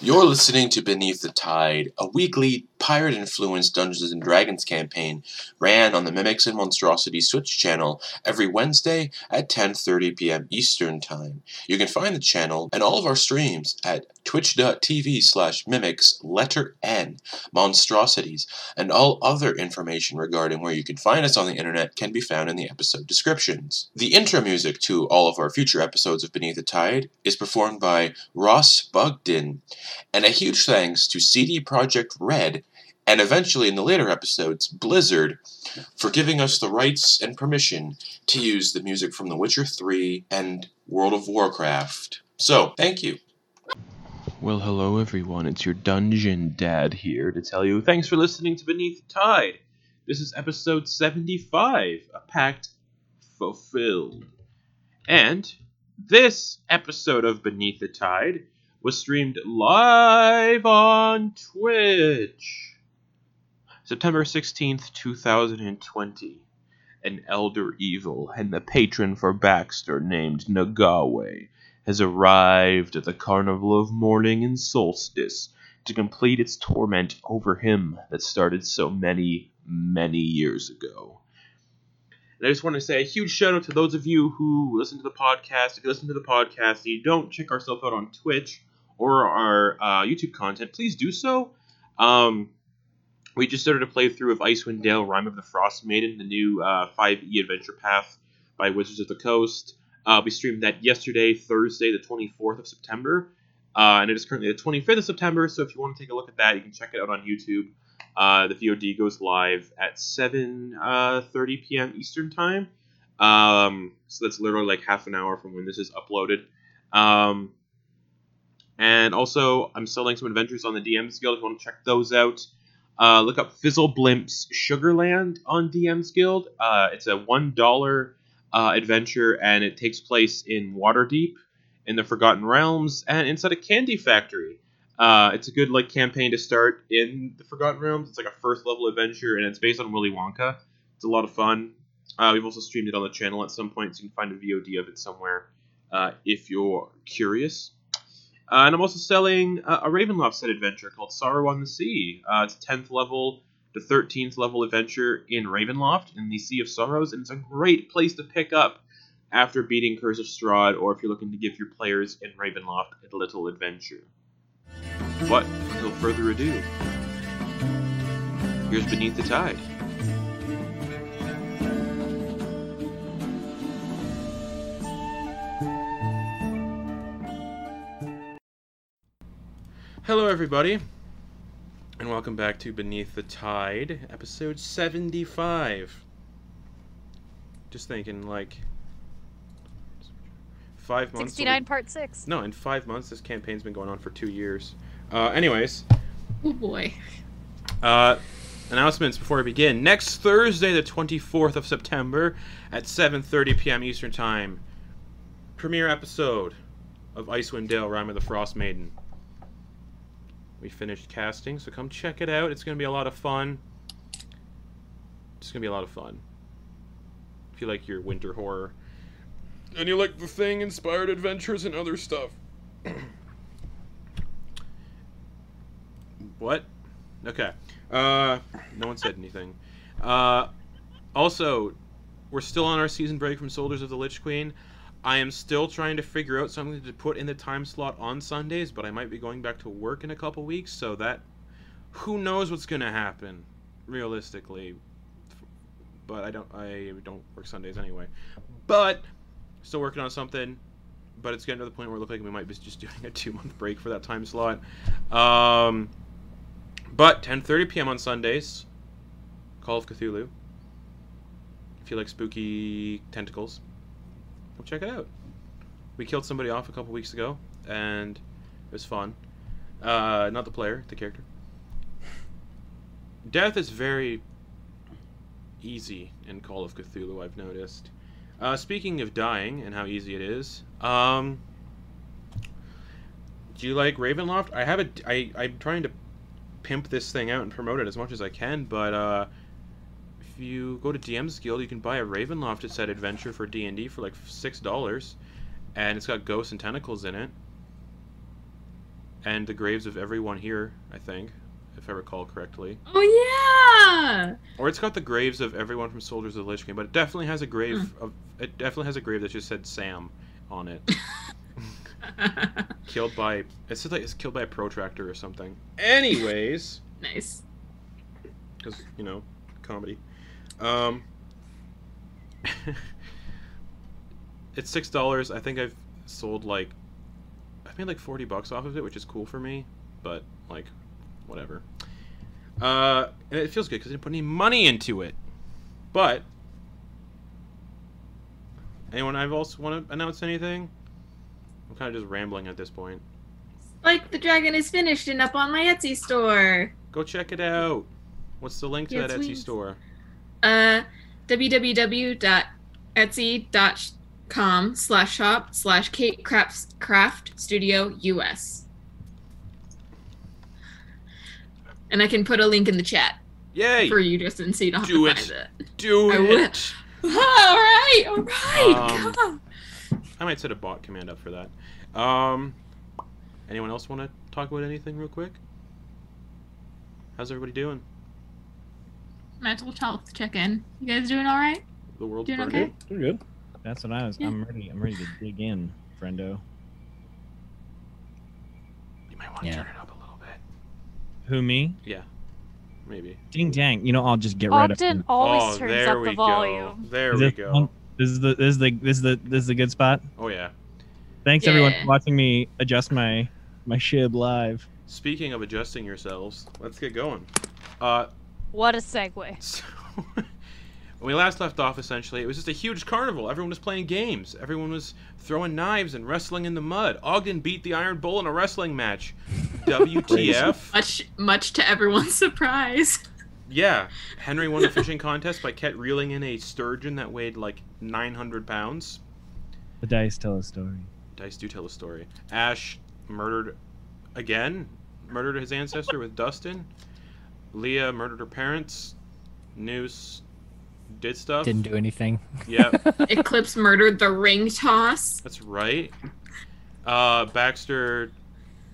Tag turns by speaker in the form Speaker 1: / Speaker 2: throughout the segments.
Speaker 1: You're listening to Beneath the Tide, a weekly pirate influenced Dungeons and Dragons campaign ran on the Mimics and Monstrosities Twitch channel every Wednesday at 10:30 p.m. Eastern Time. You can find the channel and all of our streams at twitch.tv slash mimics letter N monstrosities and all other information regarding where you can find us on the internet can be found in the episode descriptions. The intro music to all of our future episodes of Beneath the Tide is performed by Ross Bugden and a huge thanks to CD Projekt Red and eventually in the later episodes Blizzard for giving us the rights and permission to use the music from The Witcher 3 and World of Warcraft. So, thank you.
Speaker 2: Well, hello everyone. It's your dungeon dad here to tell you thanks for listening to Beneath the Tide. This is episode 75, a pact fulfilled. And this episode of Beneath the Tide was streamed live on Twitch. September 16th, 2020. An elder evil and the patron for Baxter named Nagawe has arrived at the carnival of morning and solstice to complete its torment over him that started so many, many years ago. And I just want to say a huge shout out to those of you who listen to the podcast. If you listen to the podcast and you don't check ourselves out on Twitch or our uh, YouTube content, please do so. Um, we just started a playthrough of Icewind Dale, Rhyme of the Frost Maiden, the new uh, 5e adventure path by Wizards of the Coast. Uh, we streamed that yesterday, Thursday, the 24th of September. Uh, and it is currently the 25th of September, so if you want to take a look at that, you can check it out on YouTube. Uh, the VOD goes live at 7 uh, 30 p.m. Eastern Time. Um, so that's literally like half an hour from when this is uploaded. Um, and also, I'm selling some adventures on the DMs Guild if you want to check those out. Uh, look up Fizzle Blimp's Sugarland on DMs Guild. Uh, it's a $1 uh, adventure, and it takes place in Waterdeep, in the Forgotten Realms, and inside a candy factory. Uh, it's a good like campaign to start in the Forgotten Realms. It's like a first level adventure, and it's based on Willy Wonka. It's a lot of fun. Uh, we've also streamed it on the channel at some point, so you can find a VOD of it somewhere uh, if you're curious. Uh, and I'm also selling uh, a Ravenloft set adventure called Sorrow on the Sea. Uh, it's 10th level to 13th level adventure in Ravenloft in the Sea of Sorrows, and it's a great place to pick up after beating Curse of Strahd, or if you're looking to give your players in Ravenloft a little adventure. But until further ado, here's Beneath the Tide. Hello, everybody, and welcome back to Beneath the Tide, episode 75. Just thinking, like, five months. will be-
Speaker 3: 69 part 6
Speaker 2: No, in five months, this campaign's been going on for two years. Uh, anyways,
Speaker 4: Oh boy.
Speaker 2: uh, announcements before we begin. Next Thursday, the 24th of September, at 7:30 p.m. Eastern Time, premiere episode of Icewind Dale: Rhyme of the Frost Maiden. We finished casting, so come check it out. It's gonna be a lot of fun. It's gonna be a lot of fun. If you like your winter horror, and you like the thing inspired adventures and other stuff. what? Okay. Uh, no one said anything. Uh, also, we're still on our season break from Soldiers of the Lich Queen. I am still trying to figure out something to put in the time slot on Sundays, but I might be going back to work in a couple weeks, so that who knows what's gonna happen, realistically. But I don't. I don't work Sundays anyway. But still working on something. But it's getting to the point where it looks like we might be just doing a two-month break for that time slot. Um, but 10:30 p.m. on Sundays, Call of Cthulhu. If you like spooky tentacles, go check it out. We killed somebody off a couple weeks ago, and it was fun. Uh, not the player, the character. Death is very easy in Call of Cthulhu. I've noticed. Uh, speaking of dying and how easy it is, um, do you like Ravenloft? I have a. I I'm trying to pimp this thing out and promote it as much as I can, but uh, if you go to DM's Guild, you can buy a Ravenloft set adventure for D and D for like six dollars, and it's got ghosts and tentacles in it, and the graves of everyone here, I think, if I recall correctly.
Speaker 5: Oh yeah.
Speaker 2: Or it's got the graves of everyone from Soldiers of the Lich King, but it definitely has a grave of it definitely has a grave that just said Sam on it. killed by it said like it's killed by a protractor or something. Anyways,
Speaker 5: nice.
Speaker 2: because you know, comedy. Um, it's six dollars. I think I've sold like I've made like forty bucks off of it, which is cool for me. But like, whatever. Uh, and it feels good because I didn't put any money into it. But anyone, I've also want to announce anything. I'm kind of just rambling at this point.
Speaker 5: Like the dragon is finished and up on my Etsy store.
Speaker 2: Go check it out. What's the link to
Speaker 5: Yeah,
Speaker 2: that
Speaker 5: it's
Speaker 2: Etsy
Speaker 5: wings.
Speaker 2: store?
Speaker 5: Uh, www.etsy.com slash shop slash Kate Crafts Craft Studio US. And I can put a link in the chat
Speaker 2: Yay!
Speaker 5: for you, Justin, so you don't have
Speaker 2: Do
Speaker 5: to
Speaker 2: it.
Speaker 5: find it.
Speaker 2: Do
Speaker 5: I
Speaker 2: it.
Speaker 5: will. all right, all right.
Speaker 2: Um,
Speaker 5: come.
Speaker 2: I might set a bot command up for that. Um, anyone else want to talk about anything real quick? How's everybody doing?
Speaker 5: Mental health check in. You guys doing all right?
Speaker 2: The world's
Speaker 5: Doing
Speaker 2: burning.
Speaker 5: okay?
Speaker 6: Doing good.
Speaker 7: That's what I was.
Speaker 5: Yeah.
Speaker 7: I'm ready. I'm ready to dig in, friendo.
Speaker 2: You might want to
Speaker 7: Yeah.
Speaker 2: turn it up a little bit.
Speaker 7: Who me?
Speaker 2: Yeah, maybe.
Speaker 7: Ding dang. You know, I'll just get right up.
Speaker 3: Ogden
Speaker 7: in-
Speaker 3: always
Speaker 2: oh,
Speaker 3: turns
Speaker 2: there
Speaker 3: up
Speaker 2: we
Speaker 3: the volume.
Speaker 2: go. There
Speaker 7: Is
Speaker 2: we
Speaker 7: this the one-
Speaker 2: go.
Speaker 7: This is the this is the this is the this is the good spot.
Speaker 2: Oh yeah.
Speaker 7: Thanks everyone
Speaker 5: Yeah.
Speaker 7: for watching me adjust my my shib live.
Speaker 2: Speaking of adjusting yourselves, let's get going. Uh,
Speaker 3: What a segue.
Speaker 2: So, when we last left off, essentially, it was just a huge carnival. Everyone was playing games. Everyone was throwing knives and wrestling in the mud. Ogden beat the Iron Bull in a wrestling match. WTF?
Speaker 5: Much, much to everyone's surprise.
Speaker 2: yeah. Henry won the fishing contest by Ket reeling in a sturgeon that weighed like 900 pounds.
Speaker 7: The dice tell a story.
Speaker 2: Dice do tell a story. Ash murdered again, murdered his ancestor with Dustin. Leah murdered her parents. Noose did stuff.
Speaker 8: Didn't do anything.
Speaker 2: Yeah.
Speaker 5: Eclipse murdered the ring toss.
Speaker 2: That's right. Uh, Baxter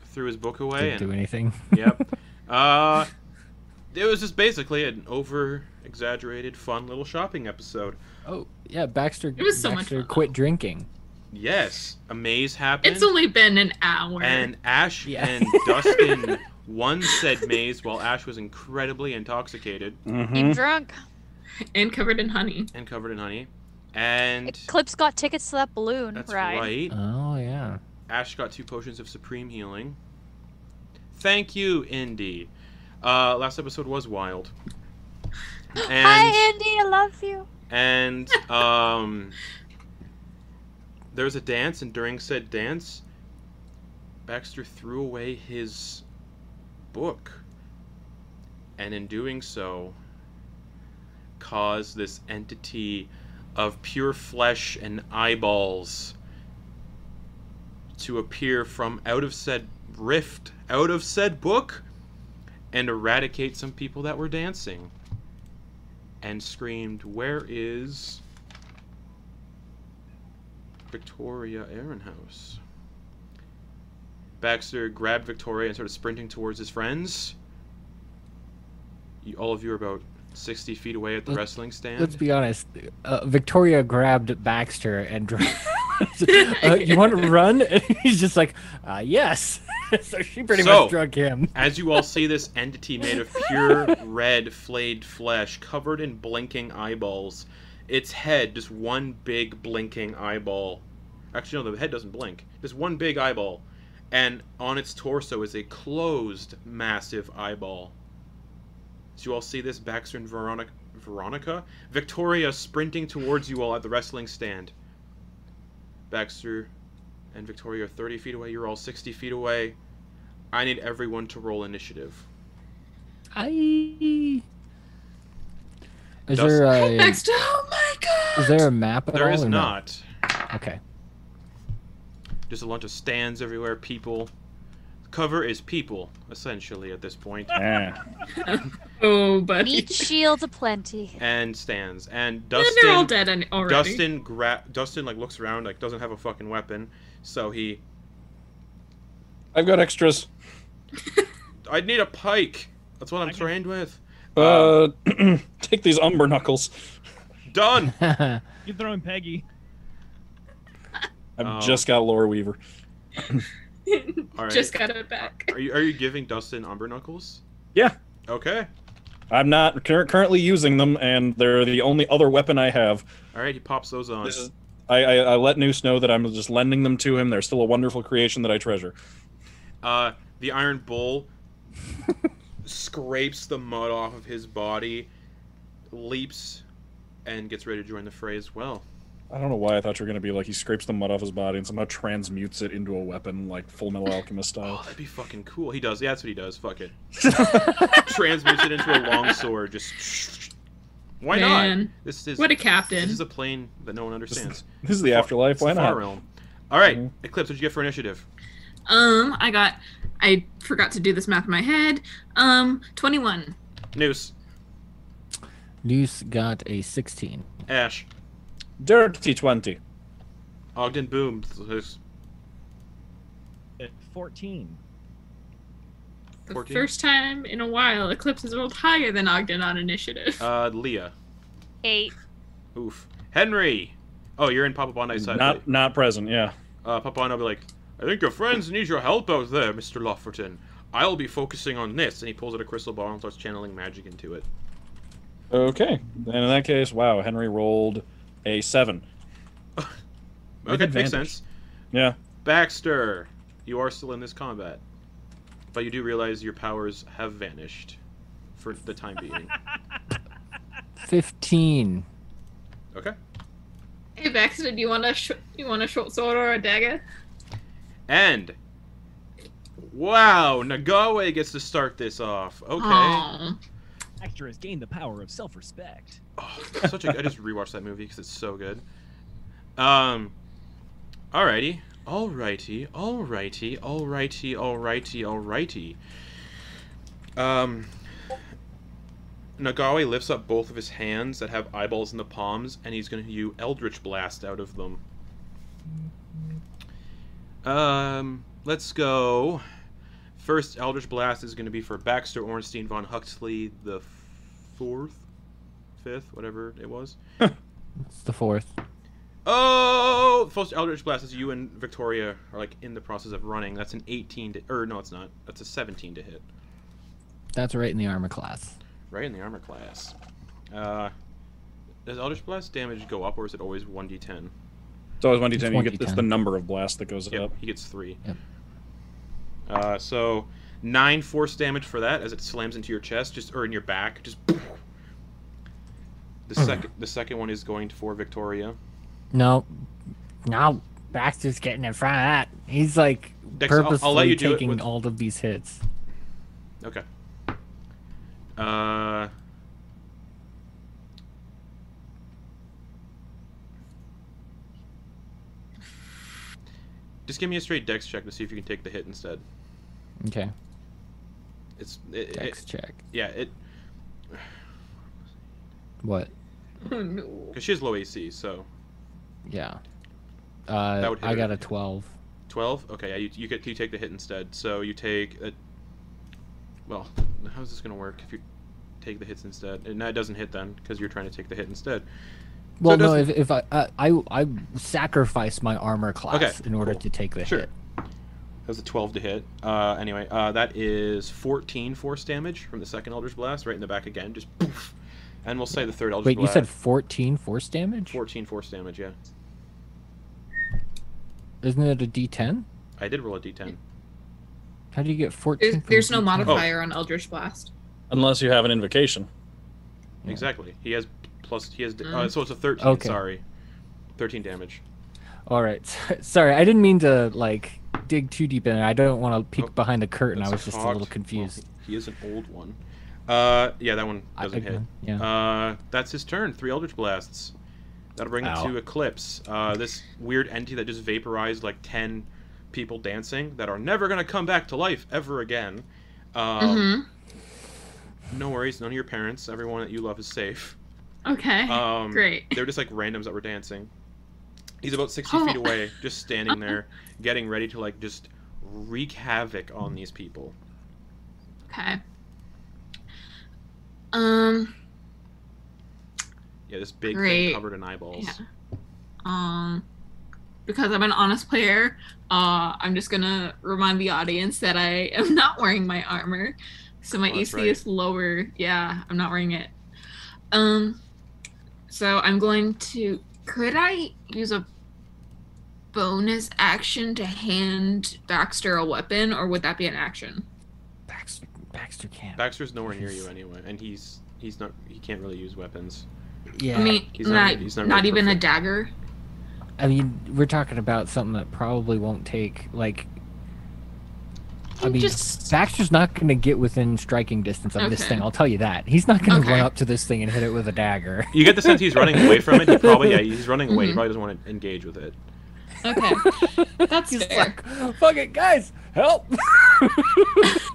Speaker 2: threw his book away.
Speaker 8: Didn't
Speaker 2: And,
Speaker 8: do anything.
Speaker 2: yep. Uh, it was just basically an over exaggerated, fun little shopping episode.
Speaker 8: Oh yeah, Baxter.
Speaker 5: It was so much
Speaker 8: Baxter
Speaker 5: fun,
Speaker 8: quit drinking.
Speaker 2: Yes, a maze happened.
Speaker 5: It's only been an hour.
Speaker 2: and Ash
Speaker 8: Yeah.
Speaker 2: and Dustin won said maze while Ash was incredibly intoxicated
Speaker 3: I'm
Speaker 6: Mm-hmm.
Speaker 3: drunk.
Speaker 5: and covered in honey.
Speaker 2: and covered in honey. And
Speaker 3: Clips got tickets to that balloon
Speaker 2: that's
Speaker 3: ride.
Speaker 2: right.
Speaker 8: Oh yeah.
Speaker 2: Ash got two potions of supreme healing. Thank you, Indy. Uh, last episode was wild. And
Speaker 3: Hi, Andy. I love you.
Speaker 2: and um, there was a dance, and during said dance, Baxter threw away his book, and in doing so, caused this entity of pure flesh and eyeballs to appear from out of said rift, out of said book, and eradicate some people that were dancing. And screamed, Where is Victoria Ehrenhaus? Baxter grabbed Victoria and started sprinting towards his friends. You, all of you are about 60 feet away at the
Speaker 8: Let's-
Speaker 2: wrestling stand.
Speaker 8: Let's be honest. Uh, Victoria grabbed Baxter and. dro- uh, you want to run? And he's just like, uh, yes. so she pretty
Speaker 2: So-
Speaker 8: much drug him.
Speaker 2: As you all see this entity made of pure red flayed flesh covered in blinking eyeballs, its head just one big blinking eyeball. Actually, no, the head doesn't blink. Just one big eyeball. And on its torso is a closed, massive eyeball. So you all see this Baxter and Veronica, Veronica? Victoria sprinting towards you all at the wrestling stand. Baxter and Victoria are 30 feet away. You're all 60 feet away. I need everyone to roll initiative.
Speaker 8: I. Is
Speaker 2: Dust-
Speaker 8: there a
Speaker 5: Next, oh my god!
Speaker 8: is there a map at
Speaker 2: There
Speaker 8: all?
Speaker 2: is
Speaker 8: or no?
Speaker 2: not.
Speaker 8: Okay.
Speaker 2: Just a bunch of stands everywhere, people. Cover is people, essentially, at this point.
Speaker 6: Yeah.
Speaker 5: Oh, buddy.
Speaker 3: Meat shields aplenty.
Speaker 2: And stands. And
Speaker 5: And they're all
Speaker 2: Dustin
Speaker 5: dead an- already.
Speaker 2: Dustin gra- Dustin like looks around, like doesn't have a fucking weapon, so he
Speaker 9: I've got extras.
Speaker 2: I need a pike. That's what I'm trained with.
Speaker 9: Uh, take these umber knuckles.
Speaker 2: Done.
Speaker 7: You're throwing Peggy.
Speaker 9: I've
Speaker 2: Oh.
Speaker 9: just got Lore Weaver.
Speaker 2: All right.
Speaker 5: Just got it back.
Speaker 2: Are you are you giving Dustin Umber Knuckles?
Speaker 9: Yeah.
Speaker 2: Okay.
Speaker 9: I'm not cur- currently using them, and they're the only other weapon I have.
Speaker 2: All right. He pops those on.
Speaker 9: This is, I, I, I let Noose know that I'm just lending them to him. They're still a wonderful creation that I treasure.
Speaker 2: Uh, the Iron Bull scrapes the mud off of his body, leaps, and gets ready to join the fray as well.
Speaker 9: I don't know why I thought you were going to be like he scrapes the mud off his body and somehow transmutes it into a weapon, like Full Metal Alchemist
Speaker 2: Oh,
Speaker 9: style.
Speaker 2: that'd be fucking cool. He does. Yeah, that's what he does. Fuck it. Transmutes it into a long sword. Just. Why not?
Speaker 5: Man.
Speaker 2: This is
Speaker 5: What a
Speaker 2: this
Speaker 5: captain.
Speaker 2: is a plane that no one understands.
Speaker 9: This is the afterlife. Why
Speaker 2: It's the Far
Speaker 9: not?
Speaker 2: realm. All right,
Speaker 9: Mhm.
Speaker 2: Eclipse. What'd you get for initiative?
Speaker 5: Um, I got. I forgot to do this math in my head. Um, 21.
Speaker 2: Noose.
Speaker 8: Noose got a 16.
Speaker 2: Ash.
Speaker 9: Dirty twenty.
Speaker 2: Ogden. Boom.
Speaker 7: At 14.
Speaker 5: The
Speaker 2: 14.
Speaker 5: first time in a while, Eclipse has rolled higher than Ogden on initiative.
Speaker 2: Uh, Leah.
Speaker 3: Eight.
Speaker 2: Oof. Henry. Oh, you're in Papa Bondi's side.
Speaker 9: Not not present. Yeah.
Speaker 2: uh, pop on. I'll be like, I think your friends need your help out there, Mr. Lofferton. I'll be focusing on this. And he pulls out a crystal ball and starts channeling magic into it.
Speaker 9: Okay. Then in that case, wow, Henry rolled a seven. With
Speaker 2: Okay, makes
Speaker 9: advantage.
Speaker 2: sense.
Speaker 9: Yeah.
Speaker 2: Baxter, you are still in this combat. But you do realize your powers have vanished for the time being.
Speaker 8: 15.
Speaker 2: Okay.
Speaker 5: hey, Baxter, do you want a sh- you want a short sword or a dagger?
Speaker 2: And. Wow, Nagawe gets to start this off. Okay.
Speaker 5: Aw.
Speaker 7: Actor has gained the power of self respect.
Speaker 2: Oh, such a, I just rewatched that movie because it's so good. Um, alrighty, alrighty, alrighty, alrighty, alrighty, alrighty. Um, Nagawe lifts up both of his hands that have eyeballs in the palms, and he's going to do Eldritch Blast out of them. Um, let's go. First Eldritch Blast is going to be for Baxter Ornstein von Huxley the fourth fifth, whatever it was.
Speaker 8: It's the fourth.
Speaker 2: Oh, first Eldritch Blast is you and Victoria are like in the process of running. That's an 18 to, or no, it's not. That's a 17 to hit,
Speaker 8: That's right in the armor class.
Speaker 2: right in the armor class. Uh, does Eldritch Blast damage go up, or is it always 1d10?
Speaker 9: It's always one d ten.
Speaker 8: It's
Speaker 9: You get it's the
Speaker 8: 1d10.
Speaker 9: number of blast that goes
Speaker 2: Yep,
Speaker 9: up.
Speaker 2: he gets three.
Speaker 8: Yep.
Speaker 2: Uh, so nine force damage for that as it slams into your chest, just or in your back, just.
Speaker 8: Hmm.
Speaker 2: The second, the second one is going for Victoria.
Speaker 8: No. Now Baxter's getting in front of that. He's like
Speaker 2: Dex, I'll- I'll let
Speaker 8: purposely
Speaker 2: you do it
Speaker 8: taking
Speaker 2: with-
Speaker 8: all of these hits.
Speaker 2: Okay. Uh. Just give me a straight dex check to see if you can take the hit instead.
Speaker 8: Okay.
Speaker 2: It's it,
Speaker 8: Dex
Speaker 2: it,
Speaker 8: check.
Speaker 2: yeah, it
Speaker 8: What?
Speaker 5: Oh, no.
Speaker 2: because she has low AC, so
Speaker 8: Yeah. Uh,
Speaker 2: That would hit
Speaker 8: I
Speaker 2: her.
Speaker 8: got a 12.
Speaker 2: twelve. Okay, yeah, you you get you take the hit instead. So you take a, well, how's this gonna work if you take the hits instead? And that doesn't hit then because you're trying to take the hit instead.
Speaker 8: Well, no, if,
Speaker 2: doesn't-
Speaker 8: if I, I I I sacrificed my armor class in order
Speaker 2: cool.
Speaker 8: to take the
Speaker 2: Sure.
Speaker 8: hit.
Speaker 2: That was a 12 to hit. Uh, anyway, uh, that is 14 force damage from the second Elder's Blast, right in the back again, just poof. And we'll say the third Elder's
Speaker 8: Wait, you
Speaker 2: Blast.
Speaker 8: said 14 force damage?
Speaker 2: 14 force damage, yeah.
Speaker 8: Isn't it a d10?
Speaker 2: I did roll a d10.
Speaker 8: How do you get 14?
Speaker 5: There's,
Speaker 8: from
Speaker 5: there's no
Speaker 8: d10?
Speaker 5: modifier on Eldritch Blast.
Speaker 9: Unless you have an invocation.
Speaker 8: Yeah.
Speaker 2: Exactly. He has plus, he has, uh,
Speaker 5: Mm.
Speaker 2: so it's a 13,
Speaker 8: Okay.
Speaker 2: sorry. 13 damage. Oh.
Speaker 8: All right. Sorry, I didn't mean to like dig too deep in. it. I don't want to peek
Speaker 2: Oh,
Speaker 8: behind the curtain. I
Speaker 2: That's
Speaker 8: was just a
Speaker 2: cocked.
Speaker 8: little confused.
Speaker 2: Well, he is an old one. Uh, yeah, that one
Speaker 8: I,
Speaker 2: doesn't hit.
Speaker 8: Yeah.
Speaker 2: Uh, that's his turn. Three Eldritch Blasts. That'll bring
Speaker 8: Ow.
Speaker 2: it to Eclipse. Uh, this weird entity that just vaporized like 10 people dancing that are never going to come back to life ever again. Um,
Speaker 5: Mm-hmm.
Speaker 2: No worries. None of your parents. Everyone that you love is safe.
Speaker 5: hmm Okay.
Speaker 2: Um,
Speaker 5: Great.
Speaker 2: They're just like randoms that were dancing. He's about 60 feet
Speaker 5: Oh.
Speaker 2: away, just standing there, getting ready to like just wreak havoc on these people.
Speaker 5: Okay. Um.
Speaker 2: Yeah, this big
Speaker 5: Great.
Speaker 2: thing covered in eyeballs.
Speaker 5: Yeah. Um. Because I'm an honest player, uh, I'm just gonna remind the audience that I am not wearing my armor, so my
Speaker 2: Oh, that's
Speaker 5: AC is lower. Yeah, I'm not wearing it. Um. So I'm going to. Could I use a bonus action to hand Baxter a weapon, or would that be an action?
Speaker 8: Baxter, Baxter can't.
Speaker 2: Baxter's nowhere near you anyway, and he's he's not he can't really use weapons.
Speaker 8: yeah,
Speaker 5: I mean,
Speaker 2: he's
Speaker 5: not
Speaker 2: not
Speaker 5: not,
Speaker 2: really- he's not really
Speaker 5: even a
Speaker 2: proficient.
Speaker 5: dagger.
Speaker 8: I mean, we're talking about something that probably won't take like. I
Speaker 5: You
Speaker 8: mean,
Speaker 5: just-
Speaker 8: Baxter's not going to get within striking distance of this
Speaker 5: Okay.
Speaker 8: thing. I'll tell you that. He's not going to
Speaker 5: Okay.
Speaker 8: run up to this thing and hit it with a dagger.
Speaker 2: You get the sense he's running away from it. He probably yeah he's running away.
Speaker 5: Mm-hmm.
Speaker 2: He probably doesn't want to engage with it.
Speaker 5: Okay, that's
Speaker 8: He's
Speaker 5: fair.
Speaker 8: like, "Fuck it, guys, help!"
Speaker 5: That's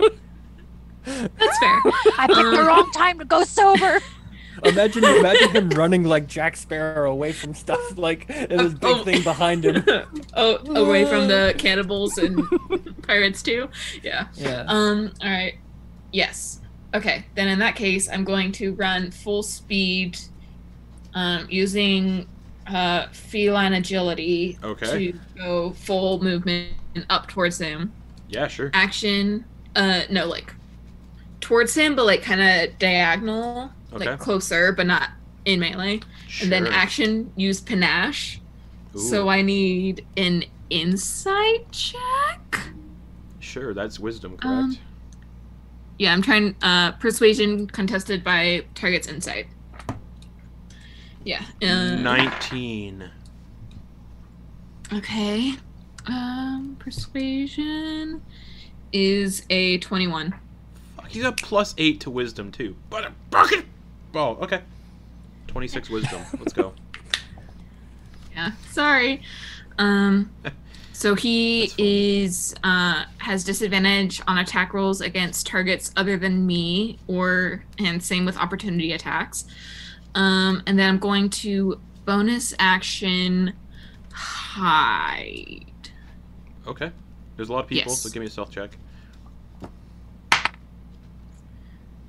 Speaker 5: fair.
Speaker 3: I picked the wrong time to go sober.
Speaker 8: imagine, imagine him running like Jack Sparrow away from stuff, like and this
Speaker 5: Oh.
Speaker 8: big thing behind him.
Speaker 5: oh, away from the cannibals and pirates too. Yeah.
Speaker 8: Yeah.
Speaker 5: Um. All right. Yes. Okay. Then in that case, I'm going to run full speed, um, using uh, feline agility
Speaker 2: Okay.
Speaker 5: to go full movement up towards him.
Speaker 2: Yeah, sure.
Speaker 5: Action. Uh, no, like towards him, but like kind of diagonal,
Speaker 2: Okay.
Speaker 5: like closer, but not in melee.
Speaker 2: Sure.
Speaker 5: And then action. Use panache.
Speaker 2: Ooh,
Speaker 5: So I need an insight check.
Speaker 2: sure that's wisdom, correct?
Speaker 5: Um, Yeah, I'm trying uh persuasion contested by target's insight. Yeah. Uh,
Speaker 2: Nineteen.
Speaker 5: Okay. Um persuasion is a 21.
Speaker 2: Fuck, he's got plus eight to wisdom too. But a bucket. Oh, okay. Twenty-six wisdom. Let's go.
Speaker 5: Yeah. Sorry. Um so he
Speaker 2: That's fine.
Speaker 5: is uh has disadvantage on attack rolls against targets other than me or and same with opportunity attacks. Um and then I'm going to bonus action hide.
Speaker 2: Okay. There's a lot of people,
Speaker 5: Yes.
Speaker 2: so give me a stealth check.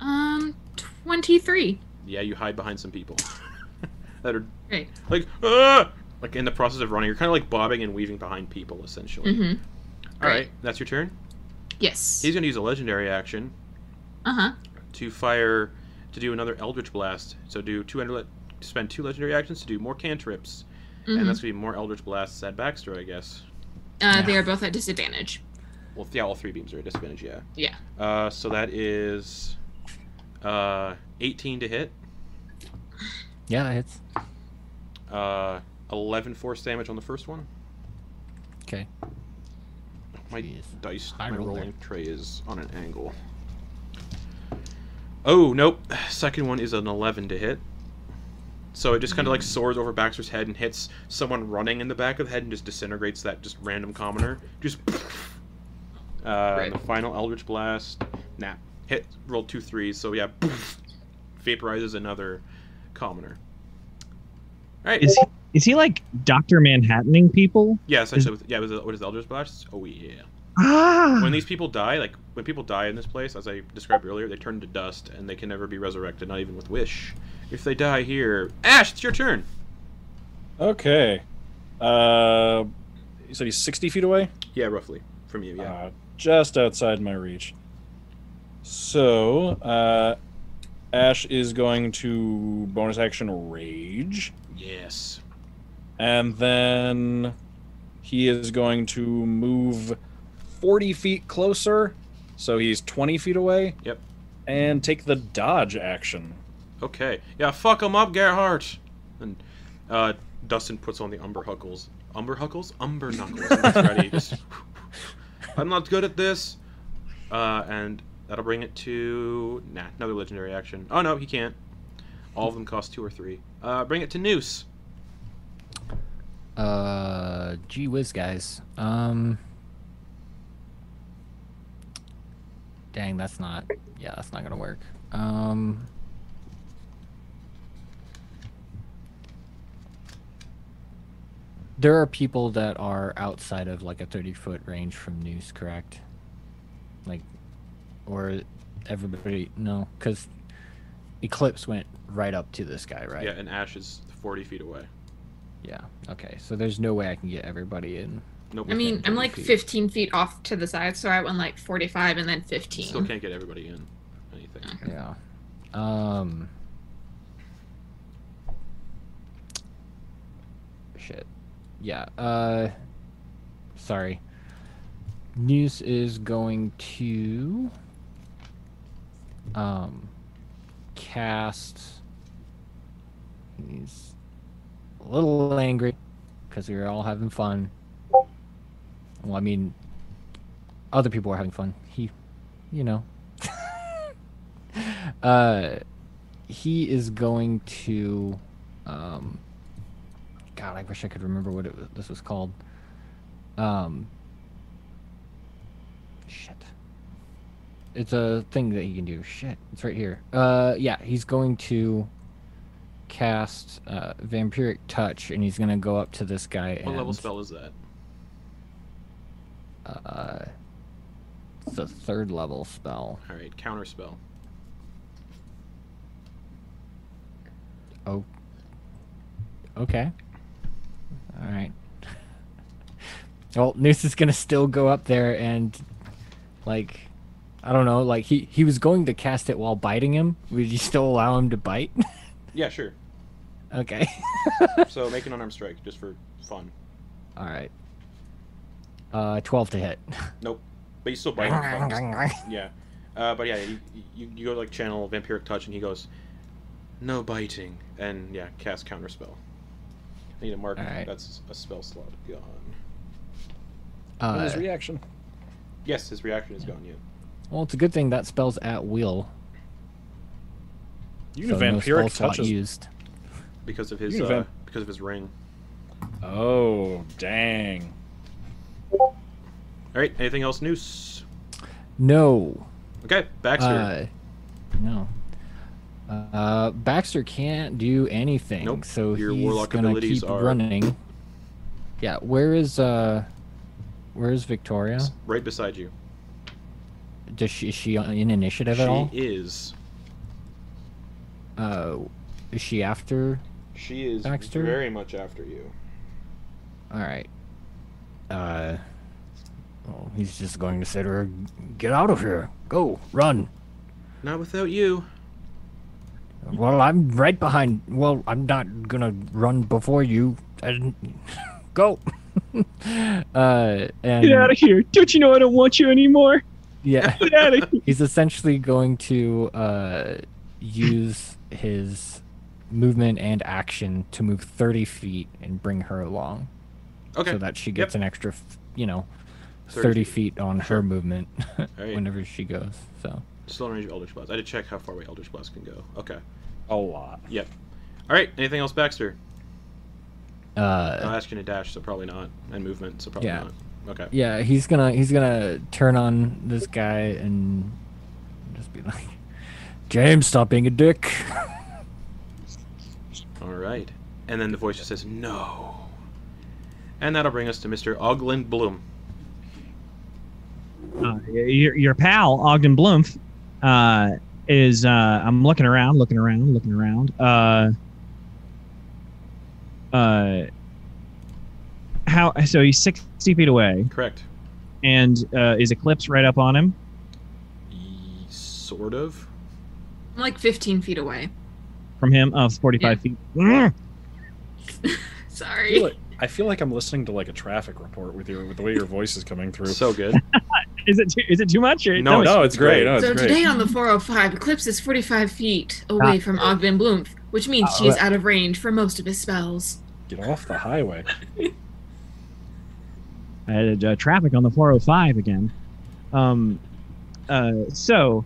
Speaker 5: Um 23.
Speaker 2: Yeah, you hide behind some people that are
Speaker 5: Great.
Speaker 2: like ah! like in the process of running. You're kind of like bobbing and weaving behind people, essentially.
Speaker 5: Mhm.
Speaker 2: All right, that's your turn.
Speaker 5: Yes.
Speaker 2: He's going to use a legendary action
Speaker 5: Uh-huh.
Speaker 2: to fire to do another Eldritch Blast. So do two under- spend two legendary actions to do more cantrips, and
Speaker 5: Mhm.
Speaker 2: that's going to be more Eldritch Blasts at Baxter, I guess.
Speaker 5: uh, they are both at disadvantage.
Speaker 2: Well, yeah, all three beams are at disadvantage. Yeah.
Speaker 5: Yeah.
Speaker 2: Uh, so that is uh, 18 to hit,
Speaker 8: yeah, it's
Speaker 2: uh, 11 force damage on the first one.
Speaker 8: okay.
Speaker 2: My dice,
Speaker 8: High
Speaker 2: my
Speaker 8: roll
Speaker 2: rolling tray is on an angle. Oh nope! Second one is an eleven to hit. So it just kind of like soars over Baxter's head and hits someone running in the back of the head and just disintegrates that just random commoner. Just. Uh, and The final Eldritch Blast. Nah. Hit. Rolled two threes. So yeah. Vaporizes another commoner. All right.
Speaker 7: Is he, is he like Doctor Manhattaning people?
Speaker 2: yeah. Essentially, with, yeah. With the, what is the Eldritch Blast? Oh yeah
Speaker 7: Ah.
Speaker 2: when these people die, like when people die in this place, as I described earlier, they turn to dust and they can never be resurrected, not even with wish. If they die here, Ash, it's your turn.
Speaker 9: Okay. Uh, you said he's 60 feet away?
Speaker 2: Yeah, roughly from you. Yeah.
Speaker 9: Uh, just outside my reach. So, uh, Ash is going to bonus action rage,
Speaker 2: yes.
Speaker 9: and then he is going to move 40 feet closer, so he's 20 feet away.
Speaker 2: Yep.
Speaker 9: And take the dodge action.
Speaker 2: Okay. Yeah. Fuck them up, Gerhardt. And uh, Dustin puts on the umber huckles. Umber huckles. Umber knuckles. and gets ready. Just, I'm not good at this. Uh, and that'll bring it to nah another legendary action. Oh no, he can't. All of them cost two or three. Uh, bring it to Noose.
Speaker 8: Uh, gee whiz, guys. Um, dang, that's not. Yeah, that's not gonna work. Um. There are people that are outside of like a 30 foot range from noose, correct? Like, or everybody, no, because Eclipse went right up to this guy, right?
Speaker 2: Yeah, and Ash is 40 feet away.
Speaker 8: Yeah. Okay. So there's no way I can get everybody in.
Speaker 2: Nope.
Speaker 5: I mean, I'm like
Speaker 8: Feet.
Speaker 5: 15 feet off to the side, so I went like 45 and then 15.
Speaker 2: Still can't get everybody in. Anything.
Speaker 8: Yeah. Um. Shit. Yeah. Uh. Sorry. News is going to. Um. Cast. He's a little angry because we were all having fun. Well, I mean, other people were having fun. He, you know, uh, he is going to, um, God, I wish I could remember what it was, this was called. Um, shit. It's a thing that he can do. Shit, it's right here. Uh, yeah, he's going to cast uh, vampiric touch, and he's gonna go up to this guy.
Speaker 2: What
Speaker 8: and,
Speaker 2: level spell is that?
Speaker 8: Uh, it's a third level spell.
Speaker 2: All right, counter spell.
Speaker 8: Okay. All right. Well, Noose is gonna still go up there and, like, I don't know. Like he he was going to cast it while biting him. Would you still allow him to bite?
Speaker 2: Yeah, sure.
Speaker 8: okay.
Speaker 2: So make an unarmed strike just for fun.
Speaker 8: All right. Uh, twelve to hit.
Speaker 2: But you still bite. him, so- yeah. Uh, but yeah, you, you, you go like channel vampiric touch, and he goes, "No biting," and yeah, cast counter spell. I need to mark
Speaker 8: All right.
Speaker 2: that's a spell slot gone.
Speaker 9: What
Speaker 8: Uh,
Speaker 9: is reaction?
Speaker 2: Yes, his reaction is gone. Yeah.
Speaker 8: well, it's a good thing that spell's at will.
Speaker 9: You can
Speaker 8: so no spell
Speaker 9: vampiric
Speaker 8: slot
Speaker 9: touches.
Speaker 8: used.
Speaker 2: because of his
Speaker 9: You
Speaker 2: uh,
Speaker 9: vamp-
Speaker 2: because of his ring.
Speaker 9: Oh dang!
Speaker 2: All right. Anything else? Noose.
Speaker 8: No.
Speaker 2: Okay, Baxter.
Speaker 8: Uh, no. Uh, Baxter can't do anything,
Speaker 2: Nope,
Speaker 8: so
Speaker 2: your
Speaker 8: he's
Speaker 2: warlock
Speaker 8: gonna
Speaker 2: abilities
Speaker 8: keep
Speaker 2: are-
Speaker 8: running. Yeah, where is uh, where is Victoria?
Speaker 2: s- right beside you.
Speaker 8: Does she is she on- in initiative
Speaker 2: She
Speaker 8: at all?
Speaker 2: is.
Speaker 8: Uh, is she after?
Speaker 2: She is
Speaker 8: Baxter?
Speaker 2: very much after you.
Speaker 8: All right. Uh, well, he's just going to say to her, "Get out of here! Go, run!"
Speaker 2: Not without you.
Speaker 8: Well, I'm right behind. Well, I'm not gonna run before you. And go. uh, and
Speaker 7: Get out of here! Don't you know I don't want you anymore?
Speaker 8: yeah,
Speaker 7: Get out of here!
Speaker 8: he's essentially going to uh, use his movement and action to move 30 feet and bring her along,
Speaker 2: Okay.
Speaker 8: so that she gets an extra, f- you know,
Speaker 2: 30
Speaker 8: 30, feet on her movement
Speaker 2: all right.
Speaker 8: whenever she goes. So
Speaker 2: Still in range of Eldritch Blast. I had to check how far away Eldritch Blast can go. Okay.
Speaker 9: A lot.
Speaker 2: All right. Anything else, Baxter?
Speaker 8: uh,
Speaker 2: I'll ask you to dash, so probably not. And movement, so probably
Speaker 8: Yeah.
Speaker 2: not. Okay.
Speaker 8: yeah he's gonna he's gonna turn on this guy and just be like james stop being a dick
Speaker 2: All right. And then the voice just says, no. And that'll bring us to Mr. Oglin Bloom.
Speaker 7: Uh, your, your pal Ogden Blumph uh, is. Uh, I'm looking around, looking around, looking around. Uh, uh, how? So he's 60 feet away,
Speaker 2: Correct.
Speaker 7: and uh, is Eclipse right up on him?
Speaker 2: Ye- Sort of.
Speaker 5: I'm like 15 feet away.
Speaker 7: From him, of 45 feet. Mm.
Speaker 9: I feel,
Speaker 5: Sorry.
Speaker 9: like, I feel like I'm listening to like a traffic report with your with the way your voice is coming through.
Speaker 2: So good.
Speaker 7: Is it too, is it too much? Or-
Speaker 2: No,
Speaker 9: no, it's great.
Speaker 7: Oh,
Speaker 9: No, it's
Speaker 5: So
Speaker 9: great.
Speaker 5: today on the 405, Eclipse is 45 feet away from Ogden Bloom, which means
Speaker 7: Oh,
Speaker 5: she is out of range for most of his spells.
Speaker 9: Get off the highway.
Speaker 7: I had uh, traffic on the 405 again. Um, uh, so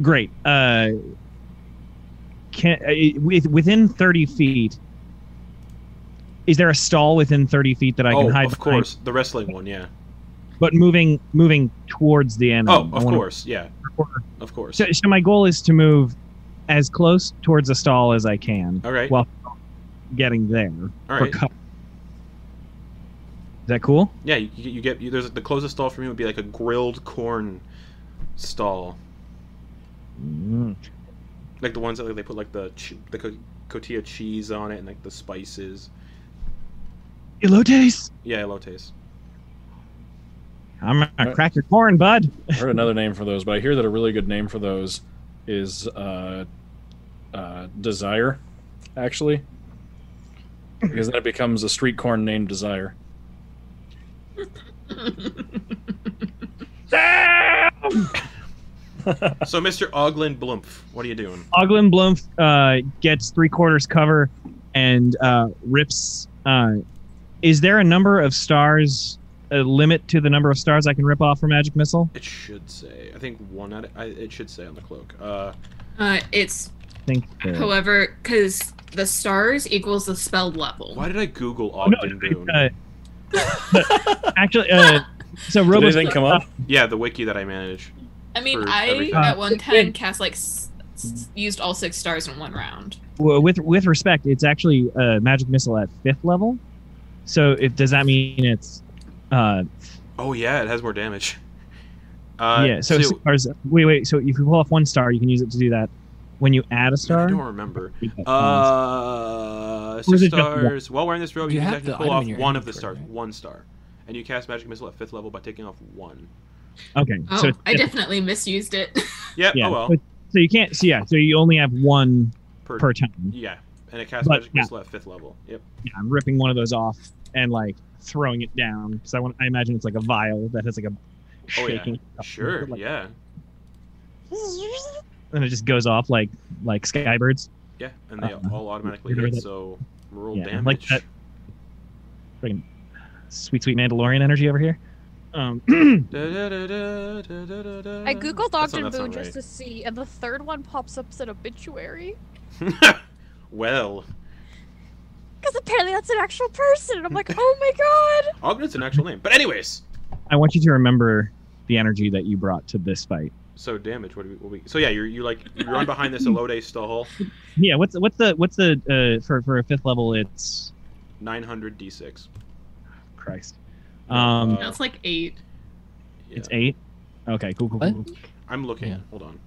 Speaker 7: great. Uh, can uh, with, within 30 feet? Is there a stall within 30 feet that I
Speaker 2: oh,
Speaker 7: can hide?
Speaker 2: of
Speaker 7: behind?
Speaker 2: course. The wrestling one, yeah.
Speaker 7: But moving moving towards the enemy.
Speaker 2: Oh,
Speaker 7: I
Speaker 2: of
Speaker 7: wanna-
Speaker 2: course. Yeah. Of course.
Speaker 7: So, so my goal is to move as close towards a stall as I can
Speaker 2: All right.
Speaker 7: Well, getting there
Speaker 2: All
Speaker 7: for
Speaker 2: right.
Speaker 7: cover. that cool?
Speaker 2: Yeah, you, you you get you, there's the closest stall for me would be like a grilled corn stall,
Speaker 7: Mm.
Speaker 2: like the ones that like, they put like the ch- the co- cotija cheese on it and like the spices.
Speaker 7: Elotes.
Speaker 2: Yeah, elotes.
Speaker 7: I'm gonna crack your corn, bud.
Speaker 9: I heard another name for those, but I hear that a really good name for those is uh, uh, Desire, actually. Because then it becomes a street corn named Desire.
Speaker 5: Uh,
Speaker 2: So, Mr. Oglin Blumpf, what are you doing?
Speaker 7: Oglin Blumf uh, gets three quarters cover and uh, rips. Uh, is there a number of stars, a limit to the number of stars I can rip off for magic missile?
Speaker 2: It should say. I think one out. Of, I, it should say on the cloak. Uh,
Speaker 5: Uh, it's
Speaker 7: I think. uh,
Speaker 5: however because the stars equals the spell level.
Speaker 2: why did I Google
Speaker 7: Oh, no,
Speaker 2: Ogden Boone?
Speaker 7: uh, actually, uh, so
Speaker 9: Did
Speaker 7: Robo.
Speaker 9: anything come up?
Speaker 2: yeah, the wiki that I manage.
Speaker 5: I
Speaker 2: for
Speaker 5: mean, I
Speaker 2: everything.
Speaker 7: Uh,
Speaker 5: at one time
Speaker 7: it-
Speaker 5: cast like s- s- used all six stars in one round.
Speaker 7: Well, with with respect, it's actually a magic missile at fifth level. So, if does that mean it's uh,
Speaker 2: Oh yeah, it has more damage. Uh,
Speaker 7: yeah? So, stars, wait, wait. So if you pull off one star, you can use it to do that. When you add a
Speaker 2: I
Speaker 7: star,
Speaker 2: don't remember.
Speaker 7: read that comment.
Speaker 2: Uh,
Speaker 7: Or
Speaker 2: six
Speaker 7: Mm. is it just one?
Speaker 2: stars. While wearing this robe,
Speaker 8: You
Speaker 2: you, can
Speaker 8: have
Speaker 2: actually
Speaker 8: the
Speaker 2: pull
Speaker 8: item
Speaker 2: off
Speaker 8: in your
Speaker 2: one of the
Speaker 8: inventory,
Speaker 2: stars,
Speaker 8: right?
Speaker 2: one star, and you cast magic missile at fifth level by taking off one.
Speaker 7: okay.
Speaker 5: Oh,
Speaker 7: so it's
Speaker 5: I definitely misused it.
Speaker 2: Yep.
Speaker 7: yeah.
Speaker 2: Oh well.
Speaker 7: So, so you can't. So yeah. So you only have one
Speaker 2: Per,
Speaker 7: per time.
Speaker 2: yeah, and it casts
Speaker 7: But,
Speaker 2: magic
Speaker 7: yeah.
Speaker 2: missile at fifth level. Yep.
Speaker 7: Yeah, I'm ripping one of those off and like throwing it down because I want. I imagine it's like a vial that has like a
Speaker 2: Oh, yeah.
Speaker 7: shaking.
Speaker 2: Sure.
Speaker 7: Like,
Speaker 2: Yeah.
Speaker 7: And it just goes off like like skybirds,
Speaker 2: Yeah. And they
Speaker 7: Uh,
Speaker 2: all automatically
Speaker 7: get rid of
Speaker 2: hit.
Speaker 7: it.
Speaker 2: So roll
Speaker 7: Yeah,
Speaker 2: damage.
Speaker 7: like that- sweet sweet Mandalorian energy over here. Um,
Speaker 2: Da, da, da, da, da, da, da, da.
Speaker 3: I googled
Speaker 2: That's not-
Speaker 3: Ogden
Speaker 2: that's not
Speaker 3: Boone just to see, and the third one pops up as an obituary.
Speaker 2: right. well,
Speaker 3: Because apparently that's an actual person, and I'm like, oh my god!
Speaker 2: Ogden's an actual name. But anyways,
Speaker 7: I want you to remember the energy that you brought to this fight.
Speaker 2: so damage. What do we? What we so yeah, you're you like you run behind this Elode stall.
Speaker 7: Yeah, what's what's the what's the uh, for for a fifth level? It's
Speaker 2: 900 d6.
Speaker 7: Christ.
Speaker 2: Uh,
Speaker 7: Um,
Speaker 5: That's like eight.
Speaker 2: Yeah.
Speaker 7: it's eight. Okay, cool, cool,
Speaker 8: What?
Speaker 7: cool. cool.
Speaker 2: I'm looking.
Speaker 8: Yeah.
Speaker 2: Hold on.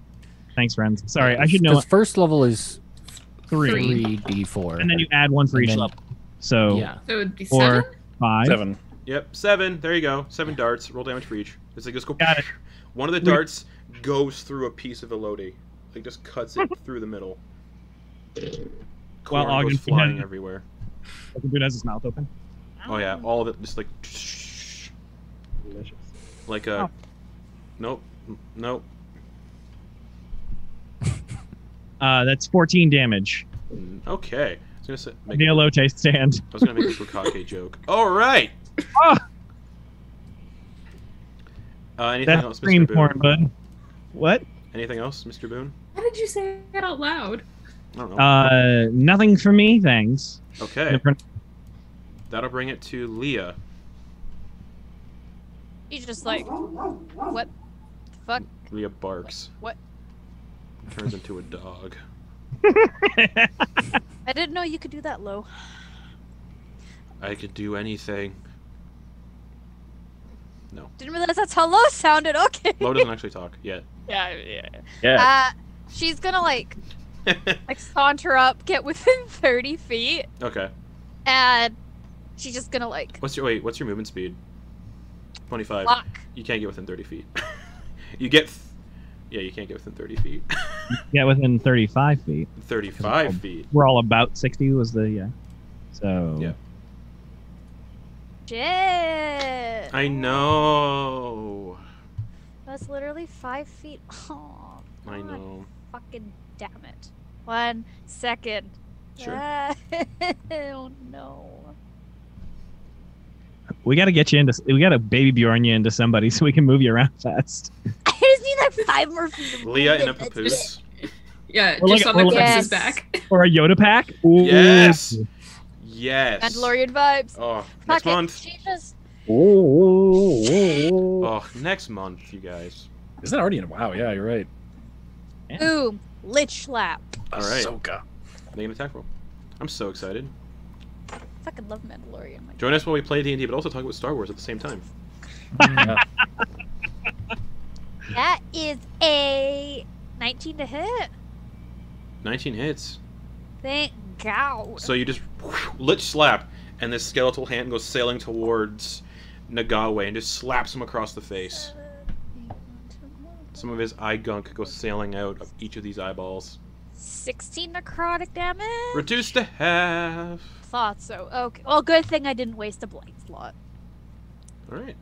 Speaker 7: Thanks, friends. Sorry, I should know
Speaker 8: 'Cause first level is
Speaker 7: three,
Speaker 5: three.
Speaker 8: three d four.
Speaker 7: and then you add one for
Speaker 8: And
Speaker 7: each
Speaker 8: then-
Speaker 7: level. So
Speaker 8: yeah.
Speaker 5: So it'd be
Speaker 7: Or-
Speaker 5: seven.
Speaker 7: five.
Speaker 9: Seven.
Speaker 2: Yep, seven. There you go. Seven darts. Roll damage for each. It's like just go.
Speaker 7: Got it.
Speaker 2: One of the
Speaker 7: Weird.
Speaker 2: darts goes through a piece of Elodie. Like just cuts it through the middle.
Speaker 7: Well,
Speaker 2: Corn
Speaker 7: Ogden-
Speaker 2: goes flying everywhere.
Speaker 7: Like, dude has his mouth open.
Speaker 2: Oh yeah, all of it just like.
Speaker 7: Delicious.
Speaker 2: Like a. Nope. Nope.
Speaker 7: Uh, that's 14 damage.
Speaker 2: Okay. I was gonna say. Make, I
Speaker 7: Neolote stand.
Speaker 2: was gonna make a Bukake joke. All right.
Speaker 7: Ah!
Speaker 2: Uh, anything
Speaker 7: That's
Speaker 2: else, Mr.
Speaker 7: scream
Speaker 2: Boone?
Speaker 7: porn, bud. What?
Speaker 2: Anything else, Mr. Boone?
Speaker 5: Why did you say that out loud?
Speaker 2: I don't know.
Speaker 7: Uh, nothing for me, thanks.
Speaker 2: okay,
Speaker 7: Different-
Speaker 2: that'll bring it to Leah.
Speaker 3: He's just like, what the fuck?
Speaker 2: Leah barks.
Speaker 3: What?
Speaker 2: Turns into a dog.
Speaker 3: I didn't know you could do that low.
Speaker 2: I could do anything.
Speaker 3: Didn't realize that's how low sounded. Okay.
Speaker 2: Lo doesn't actually talk yet.
Speaker 3: Yeah, yeah.
Speaker 9: Yeah.
Speaker 3: Uh, she's gonna like like saunter up, get within thirty feet,
Speaker 2: okay.
Speaker 3: and she's just gonna like
Speaker 2: What's your wait? What's your movement speed? Twenty-five.
Speaker 3: block.
Speaker 2: You can't get within thirty feet. you get. Th- yeah, you can't get within thirty feet.
Speaker 7: Yeah, within 35 feet.
Speaker 2: Thirty-five feet.
Speaker 7: We're all about 60 was the, yeah. So,
Speaker 2: Yeah.
Speaker 3: Shit.
Speaker 2: I know.
Speaker 3: That's literally five feet. Oh,
Speaker 2: I know.
Speaker 3: Fucking damn it. One second.
Speaker 2: Sure.
Speaker 3: Ah, oh no.
Speaker 7: we got to get you into, we got to baby Bjorn you into somebody so we can move you around fast.
Speaker 3: I just need like five more feet. of
Speaker 2: Leah in a
Speaker 3: movement, that's it.
Speaker 2: papoose.
Speaker 5: Yeah,
Speaker 7: Well,
Speaker 5: just
Speaker 7: look-
Speaker 5: on the
Speaker 7: well, look-
Speaker 5: Eclipse's
Speaker 3: Yes.
Speaker 5: back.
Speaker 7: Or a Yoda pack? Ooh.
Speaker 2: Yes. Yes.
Speaker 3: Mandalorian vibes.
Speaker 2: Oh,
Speaker 3: Fuck
Speaker 2: next
Speaker 3: it,
Speaker 2: month.
Speaker 3: She just
Speaker 2: Oh, next month, you guys.
Speaker 9: Is that already in? Wow, yeah, you're right.
Speaker 3: boom, lich slap.
Speaker 2: All right.
Speaker 9: Ahsoka.
Speaker 2: Make an attack roll. I'm so excited.
Speaker 3: Fucking love Mandalorian. Like,
Speaker 2: Join us while we play D and D, but also talk about Star Wars at the same time.
Speaker 3: that is a 19 to hit.
Speaker 2: Nineteen hits.
Speaker 3: Thank God.
Speaker 2: So you just lit slap, and this skeletal hand goes sailing towards Nagawe and just slaps him across the face. Some of his eye gunk goes sailing out of each of these eyeballs.
Speaker 3: 16 necrotic damage.
Speaker 2: Reduced to half.
Speaker 3: Thought so. Okay. Well, good thing I didn't waste a blind slot.
Speaker 2: All right.